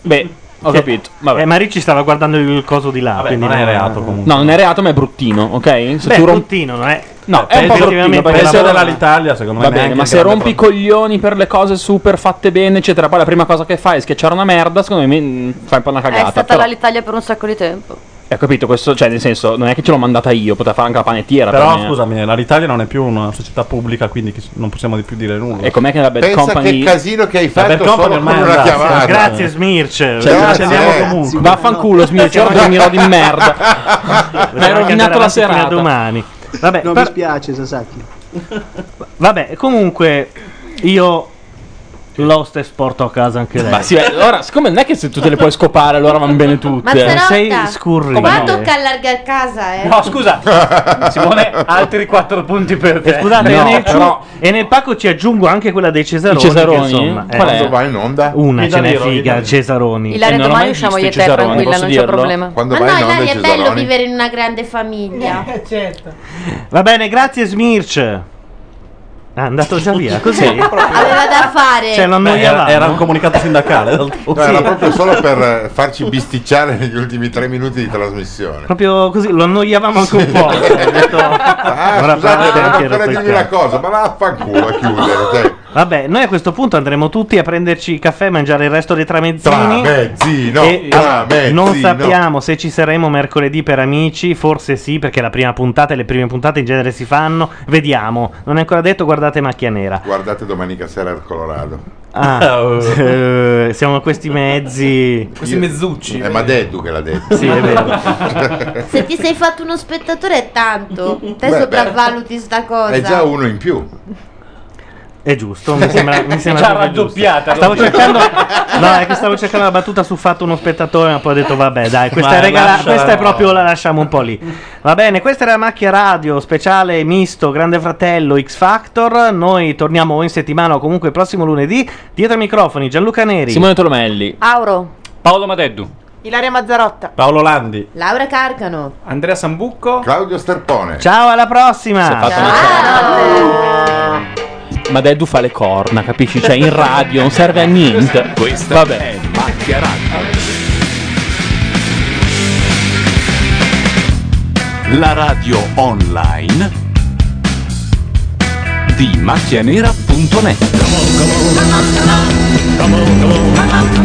[SPEAKER 2] beh, ho capito. Vabbè.
[SPEAKER 1] Eh, ma Ricci stava guardando il coso di là, quindi
[SPEAKER 2] non è
[SPEAKER 1] reato comunque.
[SPEAKER 2] No, non è reato, ma è bruttino, ok? Se
[SPEAKER 1] Beh,
[SPEAKER 2] tu romp-
[SPEAKER 1] bruttino, non è...
[SPEAKER 2] No, è un po' bruttino perché
[SPEAKER 6] peggio
[SPEAKER 2] lavora-
[SPEAKER 6] dell'Alitalia, secondo me.
[SPEAKER 2] Va bene,
[SPEAKER 6] neanche
[SPEAKER 2] ma
[SPEAKER 6] il
[SPEAKER 2] se
[SPEAKER 6] grande
[SPEAKER 2] rompi i
[SPEAKER 6] pro-
[SPEAKER 2] coglioni per le cose super fatte bene, eccetera, poi la prima cosa che fai è schiacciare una merda, secondo me mm, fai un po' una
[SPEAKER 15] È
[SPEAKER 2] cagata.
[SPEAKER 15] stata
[SPEAKER 2] Però,
[SPEAKER 15] l'Italia per un sacco di tempo.
[SPEAKER 2] eh, ho capito questo, cioè nel senso, non è che ce l'ho mandata io, poteva fare anche la panettiera. per
[SPEAKER 6] Però
[SPEAKER 2] me. eh.
[SPEAKER 6] scusami, l'Alitalia non è più una società pubblica, quindi chi- non possiamo di più dire nulla.
[SPEAKER 2] E com'è che la Bad
[SPEAKER 6] Pensa
[SPEAKER 2] Company
[SPEAKER 6] che casino
[SPEAKER 8] che hai
[SPEAKER 6] fatto solo con una chiamata.
[SPEAKER 1] Grazie Smirce.
[SPEAKER 2] Cioè, grazie. Vaffanculo,
[SPEAKER 1] Cioè,
[SPEAKER 2] Smirce, ora dormirò di merda. Mi hai rovinato la serata.
[SPEAKER 1] domani. Vabbè,
[SPEAKER 10] non
[SPEAKER 1] per-
[SPEAKER 10] mi spiace, Sasaki.
[SPEAKER 1] Vabbè, comunque io Lost e sporto a casa anche lei.
[SPEAKER 2] Ma sì, beh, allora, siccome non è che se tu te le puoi scopare, allora vanno bene tutte.
[SPEAKER 5] Mazzarotta,
[SPEAKER 2] sei scurrile.
[SPEAKER 5] Qua tocca allargare casa, eh.
[SPEAKER 1] No, scusa, Simone, altri 4 punti per te. scusate,
[SPEAKER 2] Eh, No,
[SPEAKER 1] e, nel
[SPEAKER 2] però-
[SPEAKER 1] e nel pacco ci aggiungo anche quella dei Cesaroni.
[SPEAKER 2] I Cesaroni?
[SPEAKER 1] che insomma, eh,
[SPEAKER 2] Quando va in onda?
[SPEAKER 1] Una ce n'è
[SPEAKER 2] Glielo dirò, glielo
[SPEAKER 1] figa,
[SPEAKER 2] dirò.
[SPEAKER 1] Cesaroni.
[SPEAKER 70] Ilaria, Eh, non ho domani mai
[SPEAKER 5] diciamo
[SPEAKER 70] usciamo visto io e te, i Cesaroni, tranquilla, posso non c'è dirlo? problema. Ah, Quando
[SPEAKER 5] Ma no, Ilaria, è bello vivere in una grande famiglia.
[SPEAKER 71] certo.
[SPEAKER 1] Va bene, grazie Smirch. Ah, è andato già via, così.
[SPEAKER 5] Aveva da fare.
[SPEAKER 1] Cioè, non
[SPEAKER 72] Beh, era,
[SPEAKER 1] annoiavamo.
[SPEAKER 72] era un comunicato sindacale.
[SPEAKER 8] No, era proprio solo per eh, farci bisticciare negli ultimi tre minuti di trasmissione.
[SPEAKER 1] Proprio così, lo annoiavamo anche un po'.
[SPEAKER 8] Ah,
[SPEAKER 1] Ora
[SPEAKER 8] scusate,
[SPEAKER 1] parte
[SPEAKER 8] devo
[SPEAKER 1] anche
[SPEAKER 8] ancora
[SPEAKER 1] rotto il
[SPEAKER 8] dirvi una
[SPEAKER 1] cazzo.
[SPEAKER 8] cosa, ma vaffanculo a chiudere. cioè, dai.
[SPEAKER 1] Vabbè, noi a questo punto andremo tutti a prenderci il caffè e mangiare il resto dei tramezzini.
[SPEAKER 8] Tramezzino,
[SPEAKER 1] E,
[SPEAKER 8] tramezzino.
[SPEAKER 1] Non sappiamo se ci saremo mercoledì per amici, forse sì, perché la prima puntata e le prime puntate in genere si fanno. Vediamo, non è ancora detto, guardate macchia nera.
[SPEAKER 8] Guardate domenica sera al Colorado.
[SPEAKER 1] Ah, eh, siamo questi mezzi.
[SPEAKER 8] Questi mezzucci. Eh, ma Deddu che l'ha detto.
[SPEAKER 1] Sì, è vero.
[SPEAKER 5] Se ti sei fatto uno spettatore è tanto. Te
[SPEAKER 8] Beh,
[SPEAKER 5] sopravvaluti sta cosa.
[SPEAKER 8] È già uno in più.
[SPEAKER 1] È giusto, mi sembra, mi sembra
[SPEAKER 2] Già
[SPEAKER 1] proprio giusto.
[SPEAKER 2] raddoppiata,
[SPEAKER 1] Stavo
[SPEAKER 2] proprio.
[SPEAKER 1] cercando, no, è che stavo cercando la battuta su fatto uno spettatore, ma poi ho detto vabbè, dai, questa,
[SPEAKER 2] Ma
[SPEAKER 1] è, regala-
[SPEAKER 2] lascia-
[SPEAKER 1] questa è proprio la lasciamo un po' lì. Va bene, questa era la macchia radio speciale misto Grande Fratello X Factor. Noi torniamo o in settimana o comunque il prossimo lunedì. Dietro ai microfoni Gianluca Neri,
[SPEAKER 2] Simone Tolomelli,
[SPEAKER 5] Auro.
[SPEAKER 2] Paolo Madeddu,
[SPEAKER 71] Ilaria Mazzarotta.
[SPEAKER 2] Paolo Landi,
[SPEAKER 5] Laura Carcano.
[SPEAKER 2] Andrea Sambucco,
[SPEAKER 8] Claudio Sterpone.
[SPEAKER 1] Ciao, alla prossima.
[SPEAKER 69] Ah.
[SPEAKER 2] Madeddu fa le corna, capisci? Cioè, in radio non serve a niente.
[SPEAKER 17] Questa
[SPEAKER 2] Vabbè.
[SPEAKER 17] è Macchia
[SPEAKER 69] Ah.
[SPEAKER 17] Radio. La radio online di macchianera.net.
[SPEAKER 73] Come on, come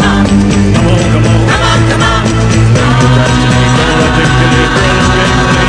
[SPEAKER 73] on.